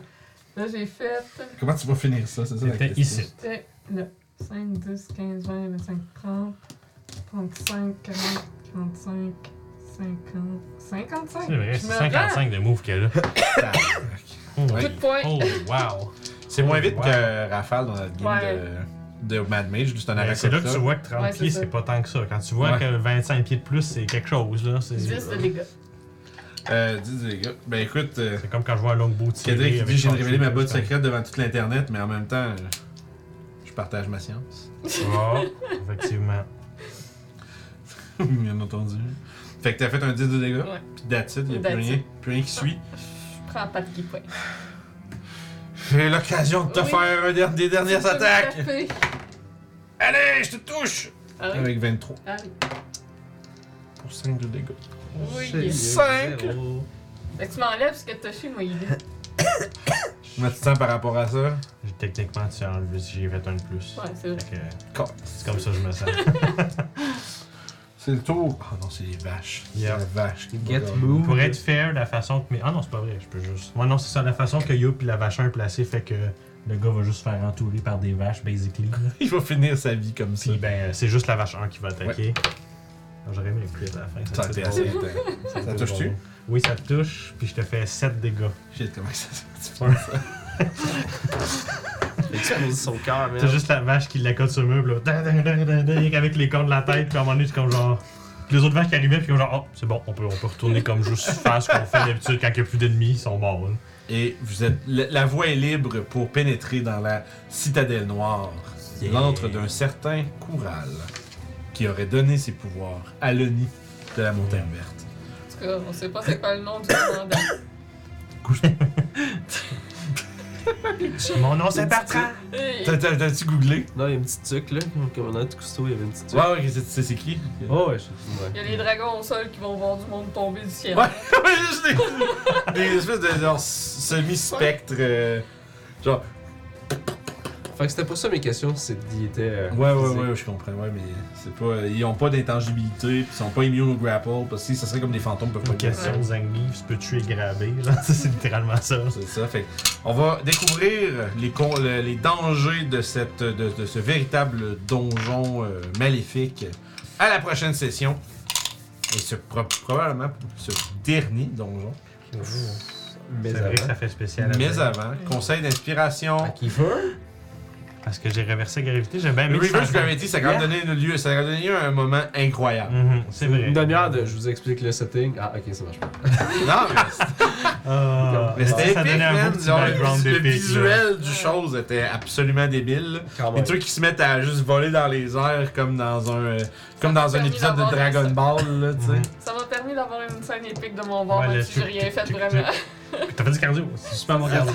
[SPEAKER 3] Là j'ai fait.
[SPEAKER 1] Comment tu vas finir ça? C'est ça la
[SPEAKER 4] C'était
[SPEAKER 1] question.
[SPEAKER 4] ici.
[SPEAKER 3] J'étais là. 5, 10, 15, 20, 25, 30, 35, 40, 45, 50, 55.
[SPEAKER 4] C'est vrai,
[SPEAKER 3] Je
[SPEAKER 4] c'est
[SPEAKER 3] me
[SPEAKER 4] 55 de move qu'elle a.
[SPEAKER 1] Ouais.
[SPEAKER 3] Coup de poing.
[SPEAKER 4] Oh wow.
[SPEAKER 1] C'est moins vite
[SPEAKER 4] Wow.
[SPEAKER 1] que Rafale dans notre game
[SPEAKER 3] Ouais.
[SPEAKER 1] de, de Mad Mage, juste un
[SPEAKER 4] Mais
[SPEAKER 1] arrêt
[SPEAKER 4] Ben, C'est là que tu vois que 30
[SPEAKER 3] Ouais, c'est
[SPEAKER 4] pieds,
[SPEAKER 3] ça.
[SPEAKER 4] c'est pas tant que ça. Quand tu vois
[SPEAKER 1] Ouais.
[SPEAKER 4] que 25 pieds de plus, c'est quelque chose. là. C'est
[SPEAKER 3] 10 de dégâts.
[SPEAKER 1] Euh, dis les gars. Ben écoute, euh,
[SPEAKER 4] c'est comme quand je vois un longbow tirer.
[SPEAKER 1] Kedrick qui
[SPEAKER 4] avec
[SPEAKER 1] dit j'ai
[SPEAKER 4] son
[SPEAKER 1] révélé ma botte
[SPEAKER 4] chien.
[SPEAKER 1] secrète devant toute l'internet, mais en même temps, euh, je partage ma science.
[SPEAKER 4] Oh, effectivement.
[SPEAKER 1] Bien entendu. Fait que t'as fait un 10 de dégâts,
[SPEAKER 3] Ouais.
[SPEAKER 1] pis that's it, y'a plus
[SPEAKER 3] That's
[SPEAKER 1] rien,
[SPEAKER 3] it.
[SPEAKER 1] plus rien qui suit.
[SPEAKER 3] Je prends pas de qui poing.
[SPEAKER 1] J'ai l'occasion de te
[SPEAKER 3] Oui.
[SPEAKER 1] faire un der- des dernières attaques!
[SPEAKER 3] Allez,
[SPEAKER 1] Allez, je te touche!
[SPEAKER 3] Allez.
[SPEAKER 1] Avec 23
[SPEAKER 3] Allez.
[SPEAKER 1] pour 5 de dégâts.
[SPEAKER 3] Oui.
[SPEAKER 1] Cinq.
[SPEAKER 2] Zéro.
[SPEAKER 3] Fait que tu m'enlèves ce que t'as chez moi, il est.
[SPEAKER 1] Comment tu te sens par rapport à ça?
[SPEAKER 4] J'ai- Techniquement, tu as enlevé si j'ai fait un de plus.
[SPEAKER 3] Ouais, c'est vrai.
[SPEAKER 4] Fait que
[SPEAKER 1] Cool.
[SPEAKER 4] C'est comme ça que je me sens.
[SPEAKER 1] C'est le tour. Ah non, c'est les vaches. C'est
[SPEAKER 4] Yeah.
[SPEAKER 1] la vache qui
[SPEAKER 2] Get
[SPEAKER 1] regarde.
[SPEAKER 2] moved.
[SPEAKER 4] Pour être fair, la façon que. Mais ah non, c'est pas vrai, je peux juste. Moi non, c'est ça, la façon que Youp et la vachin est placée fait que le gars va juste se faire entourer par des vaches, basically.
[SPEAKER 1] Il va finir sa vie comme ça.
[SPEAKER 4] Puis ben, euh, c'est juste la vache 1 qui va attaquer. Ah, J'aurais aimé les plus à la fin.
[SPEAKER 1] Ça a
[SPEAKER 4] te
[SPEAKER 1] été
[SPEAKER 4] touche
[SPEAKER 1] assez
[SPEAKER 4] pas.
[SPEAKER 1] intense.
[SPEAKER 4] Ça te
[SPEAKER 1] Ça
[SPEAKER 4] touche
[SPEAKER 1] touche-tu?
[SPEAKER 4] pas. Oui, ça te touche, puis je te fais 7 dégâts.
[SPEAKER 1] Shit, comment ça se fait?
[SPEAKER 4] Ouais.
[SPEAKER 2] Explose son cœur, man.
[SPEAKER 4] C'est juste la vache qui l'accote sur le meuble, là. Dun, dun, dun, dun, dun, avec les cornes de la tête, puis à un moment donné, c'est comme genre. Puis les autres vaches qui arrivaient, puis comme genre, oh, c'est bon, on peut, on peut retourner comme juste faire ce qu'on fait d'habitude quand il n'y a plus d'ennemis, ils sont morts. là.
[SPEAKER 1] Et vous êtes, le- la voie est libre pour pénétrer dans la citadelle noire,
[SPEAKER 4] Yeah.
[SPEAKER 1] l'antre d'un certain Coural, qui aurait donné ses pouvoirs à l'ONI de la Montagne Verte.
[SPEAKER 3] En tout cas, on sait pas c'est quoi le nom du commandant.
[SPEAKER 4] Mon nom, c'est Bertrand!
[SPEAKER 3] Hey,
[SPEAKER 1] T'as- t'as- T'as-tu googlé?
[SPEAKER 2] Non, il y a une petite tuque, là. Comme on a un petit cousteau, il y avait une petite tuque.
[SPEAKER 1] Ouais, ouais, c'est- c'est c'est qui?
[SPEAKER 2] Oh, ouais, je sais.
[SPEAKER 3] Il y
[SPEAKER 2] Ouais.
[SPEAKER 3] a les dragons au sol qui vont voir du monde tomber du ciel.
[SPEAKER 1] Ouais, ouais, juste des, des espèces de genre, semi-spectre. euh, genre,
[SPEAKER 2] Fait que c'était pour ça mes questions, c'est d'y était. euh,
[SPEAKER 1] ouais, ouais,
[SPEAKER 2] physique.
[SPEAKER 1] ouais, je comprends, ouais, mais c'est pas. Ils ont pas d'intangibilité, pis ils sont pas immunes au grapple, parce que ça serait comme des fantômes ils peuvent pas
[SPEAKER 4] Une question, Zangief, tu peux tuer et grabber, là. Ça, c'est littéralement ça.
[SPEAKER 1] C'est ça. Fait que on va découvrir les, con- le- les dangers de, cette, de, de ce véritable donjon euh, maléfique à la prochaine session. Et ce pro- probablement ce dernier donjon.
[SPEAKER 2] Mais
[SPEAKER 4] C'est vrai que ça
[SPEAKER 2] avant.
[SPEAKER 4] fait spécial. à
[SPEAKER 1] Mais
[SPEAKER 4] dire.
[SPEAKER 1] avant, conseil
[SPEAKER 2] À
[SPEAKER 1] d'inspiration.
[SPEAKER 2] qui veut?
[SPEAKER 4] Parce que j'ai reversé gravité, j'ai bien
[SPEAKER 1] Le
[SPEAKER 4] aimé le
[SPEAKER 1] reverse
[SPEAKER 4] changement.
[SPEAKER 1] gravity, ça a quand même donné lieu, ça a donné lieu à un moment incroyable.
[SPEAKER 4] Mhm, C'est vrai.
[SPEAKER 2] Une demi-heure de je vous explique le setting. Ah, ok, ça marche pas.
[SPEAKER 1] Non, mais, c'est-
[SPEAKER 4] Ah,
[SPEAKER 1] mais c'était
[SPEAKER 4] ça
[SPEAKER 1] épique,
[SPEAKER 4] donnait un
[SPEAKER 1] man.
[SPEAKER 4] beau petit
[SPEAKER 1] Genre,
[SPEAKER 4] background
[SPEAKER 1] le, le
[SPEAKER 4] d'épique, là.
[SPEAKER 1] visuel du chose était absolument débile.
[SPEAKER 2] Quand
[SPEAKER 1] Les
[SPEAKER 2] même.
[SPEAKER 1] trucs qui se mettent à juste voler dans les airs comme dans un euh, comme dans un
[SPEAKER 3] permis
[SPEAKER 1] épisode de
[SPEAKER 3] d'avoir
[SPEAKER 1] Dragon
[SPEAKER 3] des-
[SPEAKER 1] Ball là, tu sais.
[SPEAKER 4] Mhm.
[SPEAKER 3] Ça m'a permis d'avoir une scène épique de mon bord,
[SPEAKER 4] Ouais,
[SPEAKER 3] même
[SPEAKER 4] le
[SPEAKER 3] si j'ai
[SPEAKER 4] tuk,
[SPEAKER 3] rien
[SPEAKER 4] tuk,
[SPEAKER 3] fait
[SPEAKER 4] tuk,
[SPEAKER 3] vraiment.
[SPEAKER 4] T'as fait du cardio. C'est super mon cardio.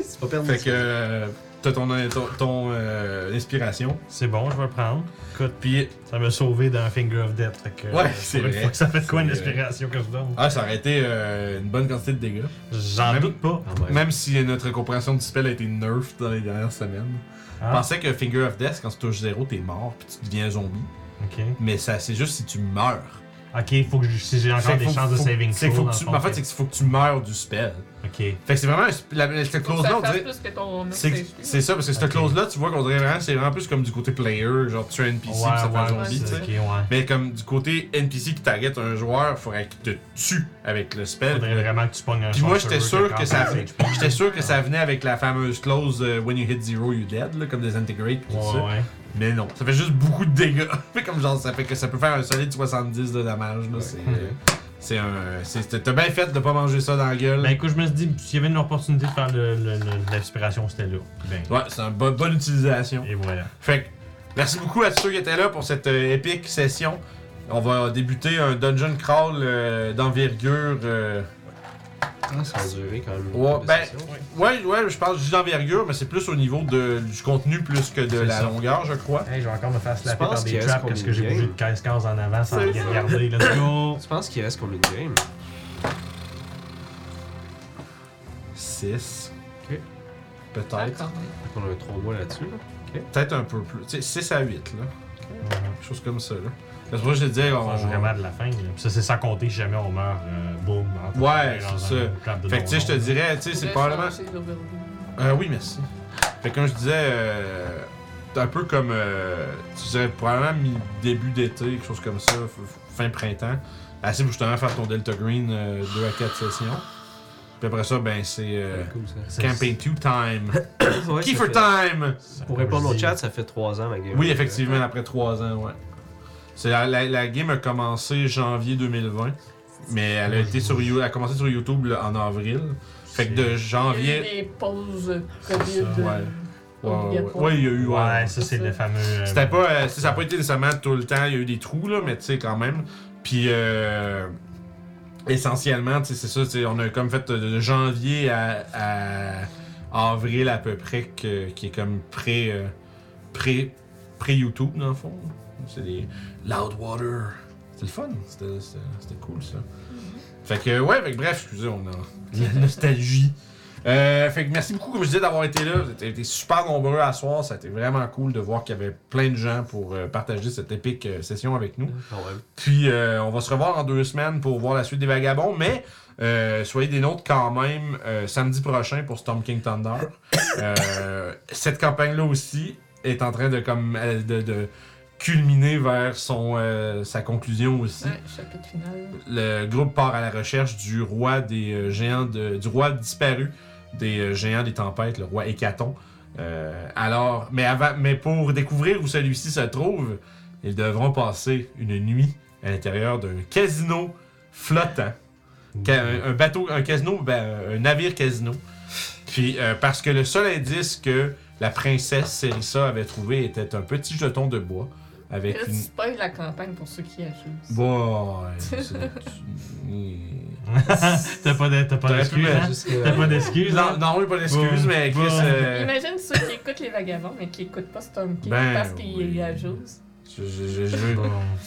[SPEAKER 2] C'est pas
[SPEAKER 4] Mhm.
[SPEAKER 2] permis.
[SPEAKER 1] Fait que euh, t'as ton ton, ton, euh, inspiration.
[SPEAKER 4] C'est bon, je vais le prendre. Écoute,
[SPEAKER 1] Puis
[SPEAKER 4] ça m'a sauvé d'un finger of death. Fait que,
[SPEAKER 1] Ouais,
[SPEAKER 4] pour
[SPEAKER 1] c'est
[SPEAKER 4] une
[SPEAKER 1] vrai.
[SPEAKER 4] fois que ça fait de quoi
[SPEAKER 1] C'est
[SPEAKER 4] une
[SPEAKER 1] vrai.
[SPEAKER 4] inspiration que je donne
[SPEAKER 1] ah, ça aurait été euh, une bonne quantité de dégâts.
[SPEAKER 4] J'en
[SPEAKER 1] Même- Ah,
[SPEAKER 4] doute pas.
[SPEAKER 2] Quand même.
[SPEAKER 1] Même si notre compréhension du spell a été nerf dans les dernières semaines. Je
[SPEAKER 4] Ah,
[SPEAKER 1] pensais que Finger of Death, quand tu touches zéro, t'es mort puis tu deviens zombie.
[SPEAKER 4] ok.
[SPEAKER 1] Mais ça, c'est juste si tu meurs.
[SPEAKER 4] Ok, faut que je, si j'ai encore
[SPEAKER 1] Fait que
[SPEAKER 4] des
[SPEAKER 1] faut-
[SPEAKER 4] chances de
[SPEAKER 1] faut-
[SPEAKER 4] saving
[SPEAKER 1] c'est que
[SPEAKER 4] throw.
[SPEAKER 1] faut
[SPEAKER 4] dans
[SPEAKER 1] que
[SPEAKER 4] le
[SPEAKER 1] tu-
[SPEAKER 4] fond,
[SPEAKER 1] En fait, c'est qu'il faut que tu meurs du spell.
[SPEAKER 4] Ok.
[SPEAKER 1] Fait que c'est vraiment. un sp- la- la- Cette
[SPEAKER 3] Faut que ça
[SPEAKER 1] clause-là, on
[SPEAKER 3] fasse
[SPEAKER 1] dirait.
[SPEAKER 3] plus que ton
[SPEAKER 1] C'est c'est ça, parce que cette
[SPEAKER 4] Ok.
[SPEAKER 1] clause-là, tu vois qu'on dirait vraiment, c'est vraiment plus comme du côté player, genre tu es un NPC, pis ça fait un
[SPEAKER 4] ouais,
[SPEAKER 1] zombie, tu
[SPEAKER 4] c'est-
[SPEAKER 1] sais.
[SPEAKER 4] ok, ouais.
[SPEAKER 1] Mais comme du côté NPC qui target un joueur, faudrait qu'il te tue avec le spell.
[SPEAKER 4] Faudrait vraiment que tu pognes un
[SPEAKER 1] Puis moi,
[SPEAKER 4] sorcerer
[SPEAKER 1] j'étais sûr
[SPEAKER 4] qui a
[SPEAKER 1] que ça,
[SPEAKER 4] 46
[SPEAKER 1] j'étais sûr que ça venait avec la fameuse clause euh, When you hit zero, you dead, là, comme Desintegrate pis tout
[SPEAKER 4] Ouais,
[SPEAKER 1] ça.
[SPEAKER 4] ouais.
[SPEAKER 1] Mais non, ça fait juste beaucoup de dégâts. Fait comme genre, ça fait que ça peut faire un solide 70 de dommage. Là, c'est, euh, c'est un, c'est- t'as- t'as bien fait de pas manger ça dans la gueule.
[SPEAKER 4] Ben écoute, je me suis dit, s'il y avait une opportunité de faire le- le- le- l'expiration, c'était là. Ben,
[SPEAKER 1] Ouais, c'est une bonne, bonne utilisation.
[SPEAKER 4] et voilà.
[SPEAKER 1] Fait que, merci beaucoup à tous ceux qui étaient là pour cette euh, épique session. On va débuter un dungeon crawl euh, d'envergure. euh,
[SPEAKER 2] Ah, ça a duré quand même.
[SPEAKER 1] Ouais,
[SPEAKER 2] une
[SPEAKER 1] ben,
[SPEAKER 2] session.
[SPEAKER 1] Ouais, ouais, je parle juste d'envergure, mais c'est plus au niveau de, du contenu plus que de
[SPEAKER 4] C'est
[SPEAKER 1] la
[SPEAKER 4] ça.
[SPEAKER 1] longueur, je crois.
[SPEAKER 4] Hey, je vais encore me faire slapper
[SPEAKER 2] Je pense
[SPEAKER 4] par des
[SPEAKER 2] qu'il reste
[SPEAKER 4] traps parce que j'ai
[SPEAKER 2] combien de
[SPEAKER 4] bougé de 15 cases en avant sans
[SPEAKER 3] C'est
[SPEAKER 4] rien
[SPEAKER 3] ça.
[SPEAKER 4] regarder. Let's go!
[SPEAKER 2] Tu penses qu'il reste combien de games
[SPEAKER 1] 6.
[SPEAKER 2] Ok.
[SPEAKER 3] Ah,
[SPEAKER 1] Peut-être.
[SPEAKER 2] On a un 3 mois là-dessus. là.
[SPEAKER 1] Peut-être un peu plus. Tu sais, 6 à 8, là.
[SPEAKER 4] Ouais.
[SPEAKER 1] Quelque chose comme ça, là. Parce que moi, je te dis, on.
[SPEAKER 4] On joue vraiment de la fin. là. Puis ça, c'est sans compter si jamais on meurt, euh, boum. en-
[SPEAKER 1] Ouais,
[SPEAKER 4] dans
[SPEAKER 1] c'est
[SPEAKER 4] un
[SPEAKER 1] ça.
[SPEAKER 4] trap de
[SPEAKER 1] Fait que, tu sais, je te
[SPEAKER 4] donjon, là.
[SPEAKER 1] dirais, tu sais, c'est probablement. Euh, oui, merci. Fait que comme je disais, euh, c'est un peu comme, euh, tu dirais, probablement mi-début d'été, quelque chose comme ça, f- f- fin printemps, assez pour justement faire ton Delta Green 2 à 4 sessions. Puis après ça, ben c'est euh,
[SPEAKER 2] C'est cool, ça.
[SPEAKER 4] C'est-
[SPEAKER 1] Campaign 2 time.
[SPEAKER 2] Ouais, ça
[SPEAKER 1] Kiefer
[SPEAKER 2] fait-
[SPEAKER 1] time!
[SPEAKER 4] c'est-
[SPEAKER 2] Pour
[SPEAKER 4] comme
[SPEAKER 2] répondre
[SPEAKER 4] je
[SPEAKER 2] au
[SPEAKER 4] dis,
[SPEAKER 2] chat, ça fait 3 ans ma game.
[SPEAKER 1] Oui, effectivement, après 3 ans, ouais. C'est la, la- la game a commencé janvier 2020, mais elle a, été sur, You- elle a commencé sur YouTube là, en avril. Fait que de janvier.
[SPEAKER 3] Des pauses COVID.
[SPEAKER 4] C'est
[SPEAKER 1] ça, ouais.
[SPEAKER 3] euh,
[SPEAKER 1] Ouais, ouais, ouais.
[SPEAKER 3] obligatoires.
[SPEAKER 1] Ouais, il y a eu.
[SPEAKER 4] Ouais, ça, c'est le fameux. euh,
[SPEAKER 1] C'était pas. euh, tu sais, ça n'a pas été nécessairement tout le temps, il y a eu des trous, là, mais tu sais, quand même. Puis, euh, essentiellement, tu sais, c'est ça, tu sais, on a comme fait de de janvier à, à avril à peu près, que- qui est comme pré, euh, pré, pré-YouTube, dans le fond. C'est des Loudwater. C'était le fun, c'était, c'était- c'était cool, ça. Fait que, ouais, fait que bref, excusez, on a de la nostalgie. Euh, fait que merci beaucoup, comme je disais, d'avoir été là. Vous avez été super nombreux à soir. Ça a été vraiment cool de voir qu'il y avait plein de gens pour euh, partager cette épique euh, session avec nous.
[SPEAKER 2] Quand même.
[SPEAKER 1] Puis euh, on va se revoir en deux semaines pour voir la suite des Vagabonds, mais euh, soyez des nôtres quand même euh, samedi prochain pour Storm King Thunder. Euh, cette campagne-là aussi est en train de comme euh, de, de culminer vers son euh, sa conclusion aussi.
[SPEAKER 3] Ouais, chapitre final.
[SPEAKER 1] Le groupe part à la recherche du roi des euh, géants de, du roi disparu des euh, géants des tempêtes, le roi Hécaton. Euh, alors, mais avant, mais pour découvrir où celui-ci se trouve, ils devront passer une nuit à l'intérieur d'un casino flottant, Ca- un, un bateau, un casino, ben, un navire casino. Puis euh, parce que le seul indice que la princesse Serissa avait trouvé était un petit jeton de bois avec
[SPEAKER 3] Là, tu
[SPEAKER 1] une
[SPEAKER 3] spoil la campagne pour ceux qui ajoutent.
[SPEAKER 1] Boy, c'est- tu-
[SPEAKER 4] T'as pas de- t'as pas
[SPEAKER 1] T'aurais
[SPEAKER 4] d'excuses,
[SPEAKER 1] pu, euh,
[SPEAKER 4] hein?
[SPEAKER 2] Juste
[SPEAKER 4] T'as pas
[SPEAKER 2] que.
[SPEAKER 4] d'excuses, hein?
[SPEAKER 1] Non, non, oui, pas d'excuse,
[SPEAKER 4] Bon.
[SPEAKER 1] mais Chris.
[SPEAKER 4] Bon.
[SPEAKER 1] euh,
[SPEAKER 3] Imagine ceux qui écoutent les vagabonds mais qui écoutent pas Storm King
[SPEAKER 1] Ben
[SPEAKER 3] parce qu'ils
[SPEAKER 1] oui.
[SPEAKER 3] ajoutent.
[SPEAKER 1] je, je, je, je,
[SPEAKER 4] Bon,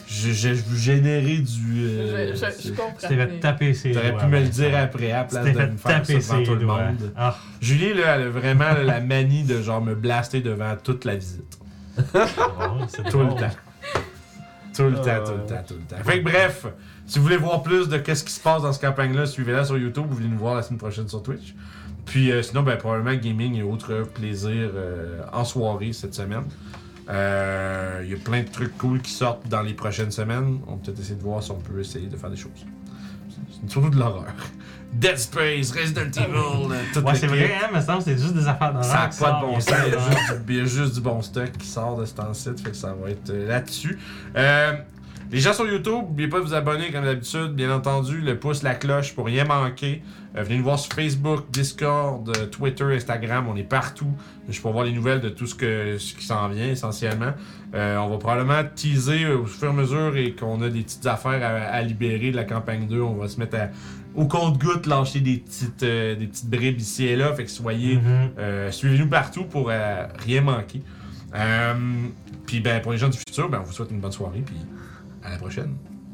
[SPEAKER 1] je, je- je vous générer du. euh,
[SPEAKER 3] je, je, je comprends.
[SPEAKER 4] Tu t'es fait
[SPEAKER 3] mais-
[SPEAKER 4] taper ses
[SPEAKER 1] T'aurais
[SPEAKER 4] doigts,
[SPEAKER 1] pu me le
[SPEAKER 4] ouais.
[SPEAKER 1] dire après, à la
[SPEAKER 4] Tu
[SPEAKER 1] place
[SPEAKER 4] t'es
[SPEAKER 1] de
[SPEAKER 4] fait
[SPEAKER 1] me faire ça
[SPEAKER 4] taper
[SPEAKER 1] devant
[SPEAKER 4] ses
[SPEAKER 1] tout le
[SPEAKER 4] doigts.
[SPEAKER 1] monde.
[SPEAKER 4] Ah,
[SPEAKER 1] Julie, là, elle a vraiment là, la manie de genre me blaster devant toute la visite.
[SPEAKER 4] bon, c'est
[SPEAKER 1] Tout le
[SPEAKER 4] bon.
[SPEAKER 1] temps. Tout le
[SPEAKER 2] Euh.
[SPEAKER 1] temps, tout le temps, tout le temps. Fait que bref, si vous voulez voir plus de qu'est-ce qui se passe dans cette campagne-là, suivez-la sur YouTube ou venez nous voir la semaine prochaine sur Twitch. Puis euh, sinon, ben, probablement gaming et autres plaisirs euh, en soirée cette semaine. Euh, Il y a plein de trucs cool qui sortent dans les prochaines semaines. On va peut-être essayer de voir si on peut essayer de faire des choses. C'est Surtout de l'horreur. Dead Space, Resident Evil, euh, tout
[SPEAKER 4] Ouais,
[SPEAKER 1] le
[SPEAKER 4] c'est
[SPEAKER 1] kit.
[SPEAKER 4] vrai, hein, mais ça, c'est juste des affaires d'horreur.
[SPEAKER 1] Ça n'a
[SPEAKER 4] qui
[SPEAKER 1] pas de
[SPEAKER 4] sortent,
[SPEAKER 1] bon
[SPEAKER 4] Ah, il y
[SPEAKER 1] sens.
[SPEAKER 4] a hein.
[SPEAKER 1] Il y,
[SPEAKER 4] pas
[SPEAKER 1] a
[SPEAKER 4] de-
[SPEAKER 1] juste, du- il y a juste du bon stock qui sort de ce temps-ci. Fait que ça va être euh, là-dessus. Euh, les gens sur YouTube, n'oubliez pas de vous abonner comme d'habitude. Bien entendu, le pouce, la cloche pour rien manquer. Euh, venez nous voir sur Facebook, Discord, euh, Twitter, Instagram. On est partout. Je peux voir les nouvelles de tout ce, que, ce qui s'en vient essentiellement. Euh, on va probablement teaser euh, au fur et à mesure et qu'on a des petites affaires à, à libérer de la campagne 2. On va se mettre à- au compte-goutte, lâcher des petites, euh, des petites bribes ici et là. Fait que soyez
[SPEAKER 4] Mhm.
[SPEAKER 1] euh, Suivez-nous partout pour euh, rien manquer. Euh, puis ben, pour les gens du futur, ben, on vous souhaite une bonne soirée. Puis à la prochaine.